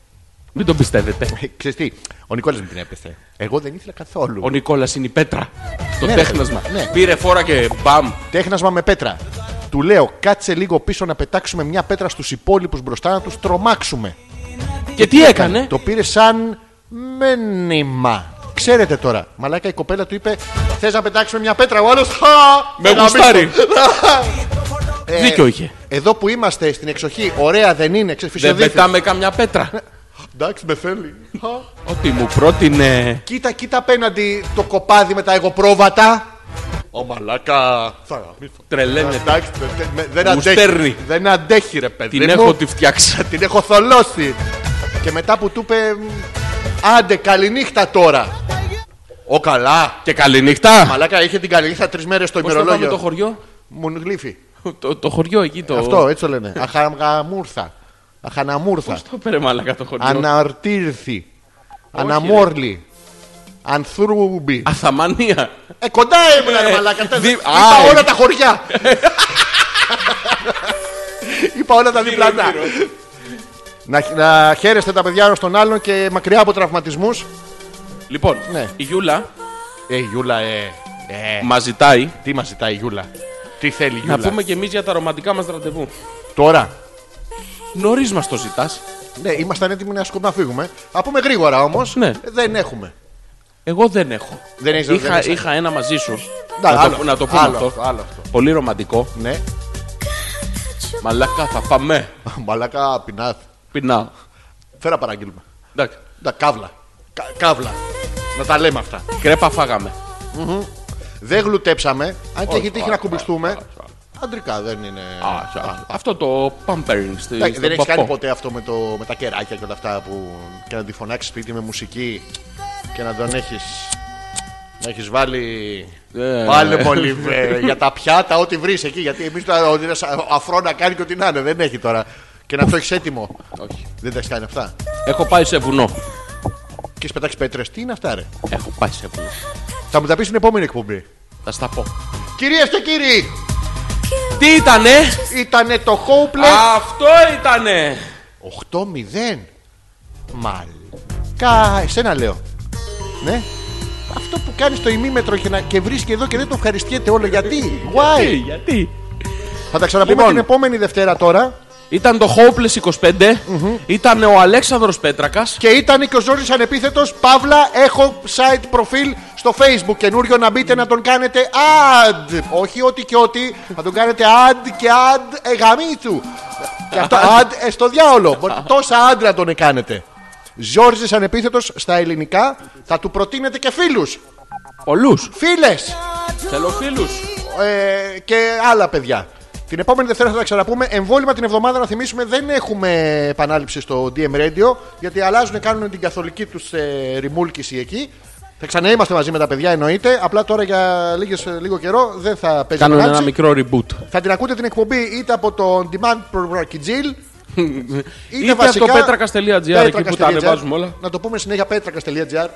B: Μην το πιστεύετε.
A: Ξέρεις τι. Ο Νικόλας μου την έπεστε. Εγώ δεν ήθελα καθόλου.
B: Ο Νικόλας είναι η πέτρα. Το
A: Ναι,
B: τέχνασμα.
A: ναι.
B: Πήρε φόρα και μπαμ.
A: Τέχνασμα με πέτρα. Του λέω, κάτσε λίγο πίσω να πετάξουμε μια πέτρα στους υπόλοιπους μπροστά να τους τρομάξουμε.
B: Και τι έκανε.
A: Το πήρε σαν μήνυμα. Ξέρετε τώρα, μαλάκα η κοπέλα του είπε Θες να πετάξουμε μια πέτρα, ο άλλος «Χα,
B: Με
A: θα γαμίσω».
B: γουστάρει.
A: Ε,
B: Δίκιο είχε.
A: Εδώ που είμαστε στην εξοχή, ωραία δεν είναι, ξέρεις,
B: Δεν
A: φυσιοδίθεν.
B: πετάμε καμιά πέτρα.
A: Ναι. Εντάξει, με θέλει. Χα.
B: Ότι μου πρότεινε.
A: Κοίτα, κοίτα απέναντι το κοπάδι με τα εγωπρόβατα. Ο μαλάκα. Θα γαμίσω.
B: Τρελαίνεται.
A: Εντάξει, με- με- με- δεν
B: Μου
A: αντέχει.
B: στέρνει.
A: Δεν αντέχει, ρε παιδί.
B: Την
A: μου.
B: έχω τη φτιάξει.
A: Την έχω θολώσει. Και μετά που του είπε. «Μ, Άντε, καληνύχτα τώρα. Ω καλά.
B: Και καληνύχτα.
A: Μαλάκα είχε την καληνύχτα τρεις μέρες στο
B: Πώς το πάμε
A: ημερολόγιο.
B: το χωριό.
A: Μουνγλήφι.
B: Το, το χωριό εκεί το.
A: Αυτό έτσι το λένε. Αχαναμούρθα. Αχαναμούρθα.
B: Το πέρε μαλακά το χωριό.
A: Αναρτήρθη. Αναμόρλη. Ανθρούμπι.
B: Αθαμανία.
A: Ε, κοντά ήμουν, ρε μαλάκα. Τα-
B: δι-
A: Είπα
B: α, ε.
A: όλα τα χωριά. Είπα όλα τα διπλανά. Να, να χαίρεστε τα παιδιά ένα στον άλλον και μακριά από τραυματισμούς.
B: Λοιπόν,
A: Ναι.
B: η Γιούλα
A: Ε, η Γιούλα, ε. ε.
B: μας ζητάει
A: Τι μας ζητάει η Γιούλα. Τι θέλει η Γιούλα.
B: να πούμε κι εμείς για τα ρομαντικά μας ραντεβού.
A: Τώρα.
B: Νωρίς μας το ζητάς.
A: Ναι, ήμασταν έτοιμοι να, σκο... να φύγουμε. Α πούμε γρήγορα όμως.
B: Ναι.
A: Δεν έχουμε.
B: Εγώ δεν έχω.
A: Δεν έχεις-
B: είχα,
A: δεν έχεις-
B: είχα ένα μαζί σου.
A: Να,
B: να,
A: Ναι, άλλο
B: το, να το
A: αυτό,
B: πούμε
A: άλλο
B: αυτό.
A: αυτό, άλλο αυτό.
B: Πολύ ρομαντικό.
A: Ναι.
B: Μαλάκα θα πάμε.
A: Μαλάκα πεινά.
B: Πεινάω.
A: Φέρα παραγγείλουμε.
B: Εντάξει.
A: Να, καύλα. Κα- καύλα. Να τα λέμε αυτά.
B: Κρέπα φάγαμε.
A: Δεν γλουτέψαμε, αν και έχει τύχει
B: α,
A: να
B: α,
A: κουμπιστούμε. Αντρικά δεν είναι.
B: Α, α, Αυτό το pampering στη,
A: Εντάξει,
B: στον
A: δεν έχεις κάνει
B: παππό.
A: ποτέ αυτό με, το, με τα κεράκια και όλα αυτά που. και να τη φωνάξεις σπίτι με μουσική και να τον έχεις. Να έχεις βάλει.
B: Ε.
A: Πάλε πολύ βε, για τα πιάτα, ό,τι βρεις εκεί. Γιατί εμείς τώρα ο ένας αφρό να κάνει και ό,τι να είναι. Δεν έχει τώρα. Και να το έχεις έτοιμο.
B: Όχι.
A: Δεν τα έχεις κάνει αυτά.
B: Έχω πάει σε βουνό.
A: Και έχεις πετάξει πέτρες. Τι είναι αυτά, ρε.
B: Έχω πάει σε βουνό.
A: Θα μου τα πεις στην επόμενη εκπομπή.
B: Θα στα πω.
A: Κυρίες και κύριοι,
B: Τι ήτανε!
A: ήταν το Hopeless
B: Αυτό ήτανε!
A: 8-0. Μαλκά, εσένα λέω. Ναι. Αυτό που κάνεις το ημίμετρο και, να... και βρίσκει εδώ και δεν το ευχαριστιέται όλο. Γιατί,
B: Τι,
A: why.
B: γιατί.
A: Θα τα ξαναπούμε
B: Λοιπόν.
A: την επόμενη Δευτέρα τώρα.
B: Ήταν το Hopeless 25, ήταν ο Αλέξανδρος Πέτρακας
A: Και ήταν και ο Ζόρι ανεπίθετος. Παύλα, έχω site προφίλ στο στο facebook καινούριο να μπείτε να τον κάνετε ad. Όχι ότι και ότι, θα τον κάνετε ad και ad εγαμίθου. και αυτό ad ε, στο διάολο. Μπορείτε Τόσα ad να τον κάνετε. Ζόρζης ανεπίθετος στα ελληνικά θα του προτείνετε και φίλους.
B: Ολούς.
A: Φίλες.
B: Θέλω φίλους.
A: ε, και άλλα παιδιά. Την επόμενη Δευτέρα θα τα ξαναπούμε. Εμβόλυμα την εβδομάδα να θυμίσουμε δεν έχουμε επανάληψη στο DM Radio γιατί αλλάζουν, κάνουν την καθολική τους ε, ρημούλκηση εκεί. Θα ξαναείμαστε μαζί με τα παιδιά εννοείται. Απλά τώρα για λίγες, ε, λίγο καιρό δεν θα παίζει
B: Κάνουν ένα
A: μάτσι.
B: μικρό reboot.
A: Θα την ακούτε την εκπομπή είτε από τον Demand Προβρακιτζήλ
B: Είτε από το πέτρακας.gr, εκεί που τα ανεβάζουμε όλα.
A: Να το πούμε συνέχεια πέτρακα.gr.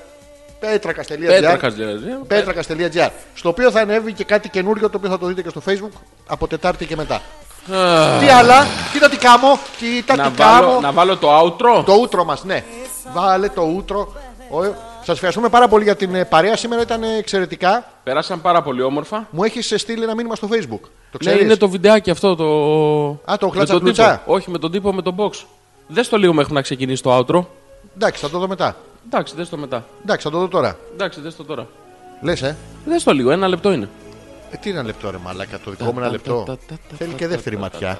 A: Πέτρακα.gr.
B: Πέτρακας δηλαδή.
A: Πέτρακα.gr. Στο οποίο θα ανέβει και κάτι καινούριο το οποίο θα το δείτε και στο Facebook από Τετάρτη και μετά. τι άλλα, κοίτα τι κάμω, κοίτα
B: Να
A: τι
B: βάλω,
A: κάμω.
B: να βάλω το outro.
A: Το ούτρο μας, ναι. Βάλε το ούτρο. Σας ευχαριστούμε πάρα πολύ για την ε, παρέα. Σήμερα ήταν ε, εξαιρετικά.
B: Πέρασαν πάρα πολύ όμορφα.
A: Μου έχεις στείλει ένα μήνυμα στο Facebook. Το
B: Ναι,
A: ξέρεις.
B: είναι το βιντεάκι αυτό το.
A: Α, το
B: με
A: κλάτσα
B: τον
A: κλουτσά.
B: τύπο. Όχι, με τον τύπο, με τον box. Δες το λίγο μέχρι να ξεκινήσει το outro.
A: Εντάξει, θα το δω μετά.
B: Εντάξει, δες το μετά.
A: Εντάξει, θα το δω τώρα.
B: Εντάξει, δες το τώρα.
A: Λες, ε.
B: Δες το λίγο, ένα λεπτό είναι.
A: Ε, Τι ένα λεπτό, ρε Μαλάκα, το δικό μου ένα λεπτό. Θέλει και δεύτερη ματιά.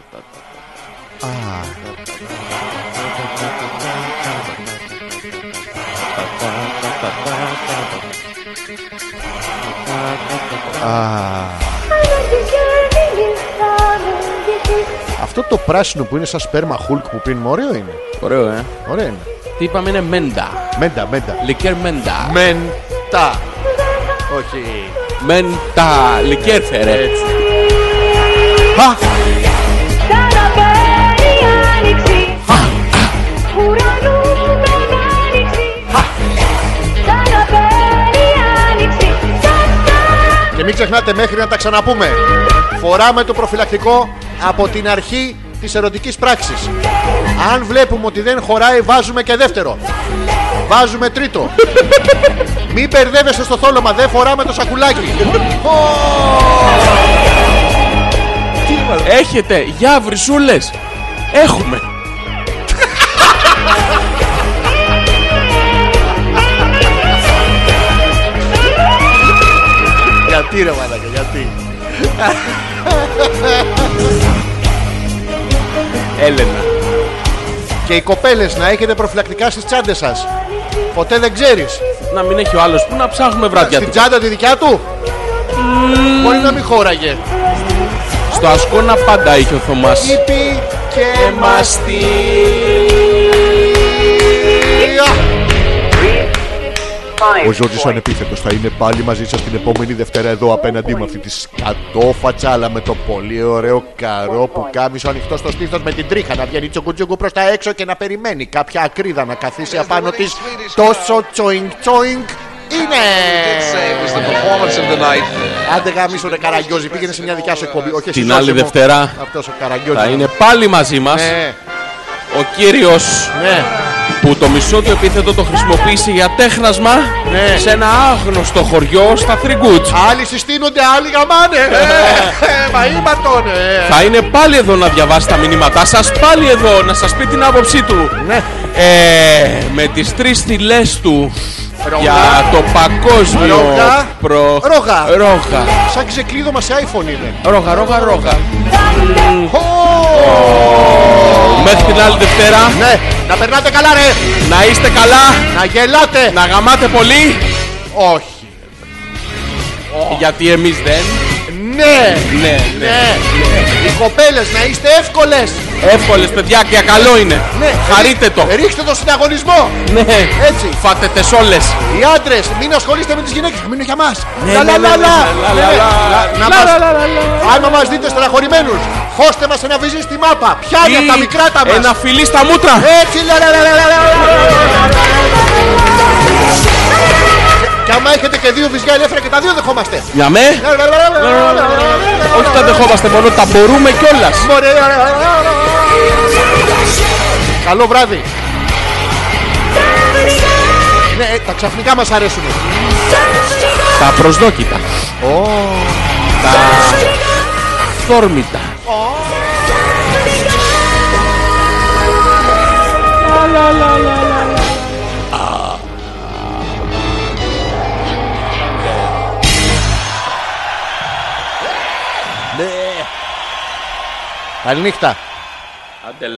A: Αυτό το πράσινο που είναι σαν σπέρμα χουλκ που πίνουμε, ωραίο είναι.
B: Ωραίο, ε.
A: Ωραίο είναι.
B: Τι είπαμε είναι μέντα.
A: Μέντα, μέντα.
B: Λικέρ μέντα.
A: Μέντα. Όχι.
B: Μέντα. Λικέρ φερέ.
A: Α, Και μην ξεχνάτε μέχρι να τα ξαναπούμε. Φοράμε το προφυλακτικό από την αρχή της ερωτικής πράξης. Αν βλέπουμε ότι δεν χωράει, βάζουμε και δεύτερο. Βάζουμε τρίτο. Μην μπερδεύεστε στο θόλωμα, δεν φοράμε το σακουλάκι.
B: Έχετε, για βρυσούλες. Έχουμε.
A: γιατί ρε μαλάκα, γιατί.
B: Έλενα.
A: Και οι κοπέλες να έχετε προφυλακτικά στις τσάντες σας. Ποτέ δεν ξέρεις.
B: Να μην έχει ο άλλος που να ψάχνουμε βράδια
A: Στην
B: του.
A: τσάντα τη δικιά του. Μπορεί να μην χώραγε.
B: Στο ασκόνα πάντα είχε ο Θωμάς.
A: Ήπι και
B: Μαστί.
A: μαστία. Ο Ζόρτζη Ανεπίθετος θα είναι πάλι μαζί σας την επόμενη Δευτέρα εδώ απέναντί μου. Αυτή τη σκατόφατσα, αλλά με το πολύ ωραίο καρό που κάμισε ανοιχτός στο στήθος με την τρίχα να βγαίνει τσουκουτσουκου προς τα έξω και να περιμένει κάποια ακρίδα να καθίσει απάνω της. Τόσο τσοινγκ τσοινγκ είναι! Άντε γάμισο ρε καραγκιόζη, πήγαινε σε μια δικιά σου εκπομπή. Όχι, εσύ,
B: Την
A: δώσε
B: άλλη
A: μου.
B: Δευτέρα
A: Αυτός ο καραγκιόζης.
B: Θα είναι πάλι μαζί μας
A: Ναι,
B: ο κύριος
A: ναι.
B: που το μισό του επίθετο το χρησιμοποίησε για τέχνασμα
A: Ναι.
B: σε ένα άγνωστο χωριό στα Θρυγκούτς.
A: Άλλοι συστήνονται, άλλοι γαμάνε. Ε, ε, Μα ήμαρτον. ε.
B: Θα είναι πάλι εδώ να διαβάσει τα μηνύματά σας, πάλι εδώ να σας πει την άποψή του.
A: Ναι.
B: Ε, με τις τρεις θυλές του για το παγκόσμιο
A: Ρόγα.
B: προ...
A: Ρόγα.
B: Ρόγα.
A: Σαν ξεκλείδωμα σε iPhone είναι.
B: Ρόγα, ρόγα, ρόγα.
A: Ω!
B: Μέχρι την άλλη Δευτέρα
A: Ναι, να περνάτε καλά ρε.
B: να είστε καλά,
A: Να γελάτε.
B: να γαμάτε πολύ,
A: Όχι.
B: γιατί εμείς δεν.
A: Ναι.
B: Ναι, ναι.
A: Ναι. Οι κοπέλες να είστε εύκολες.
B: Εύκολες παιδιά και καλό είναι. Χαρείτε το.
A: Ρίξτε το συναγωνισμό.
B: Ναι.
A: Έτσι.
B: Φάτε τες όλες.
A: Οι άντρες μην ασχολείστε με τις γυναίκες. Μείνουν για μας. Λα,
B: ναι,
A: λα,
B: ναι,
A: λα,
B: ναι,
A: λα.
B: ναι,
A: Ναι,
B: λα,
A: ναι.
B: λα,
A: Να-
B: λα,
A: να μας-
B: λα, λα, λα,
A: Άμα μας δείτε στεναχωρημένους, χώστε μας ένα βυζί στη μάπα. Πιάνε
B: Ή
A: από τα μικρά τα μας.
B: Ένα φιλί στα μούτρα.
A: Έτσι λα, λα, λα, λα, λα, λα, λα. Και άμα έχετε και δύο βυζιά ελεύθερα και τα δύο δεχόμαστε.
B: Για με. Όχι τα δεχόμαστε μόνο, τα μπορούμε κιόλας.
A: Καλό βράδυ. Ναι, ε, τα ξαφνικά μας αρέσουν.
B: Τα προσδόκητα. Τα φθόρμητα.
J: Καληνύχτα.
A: Άντε,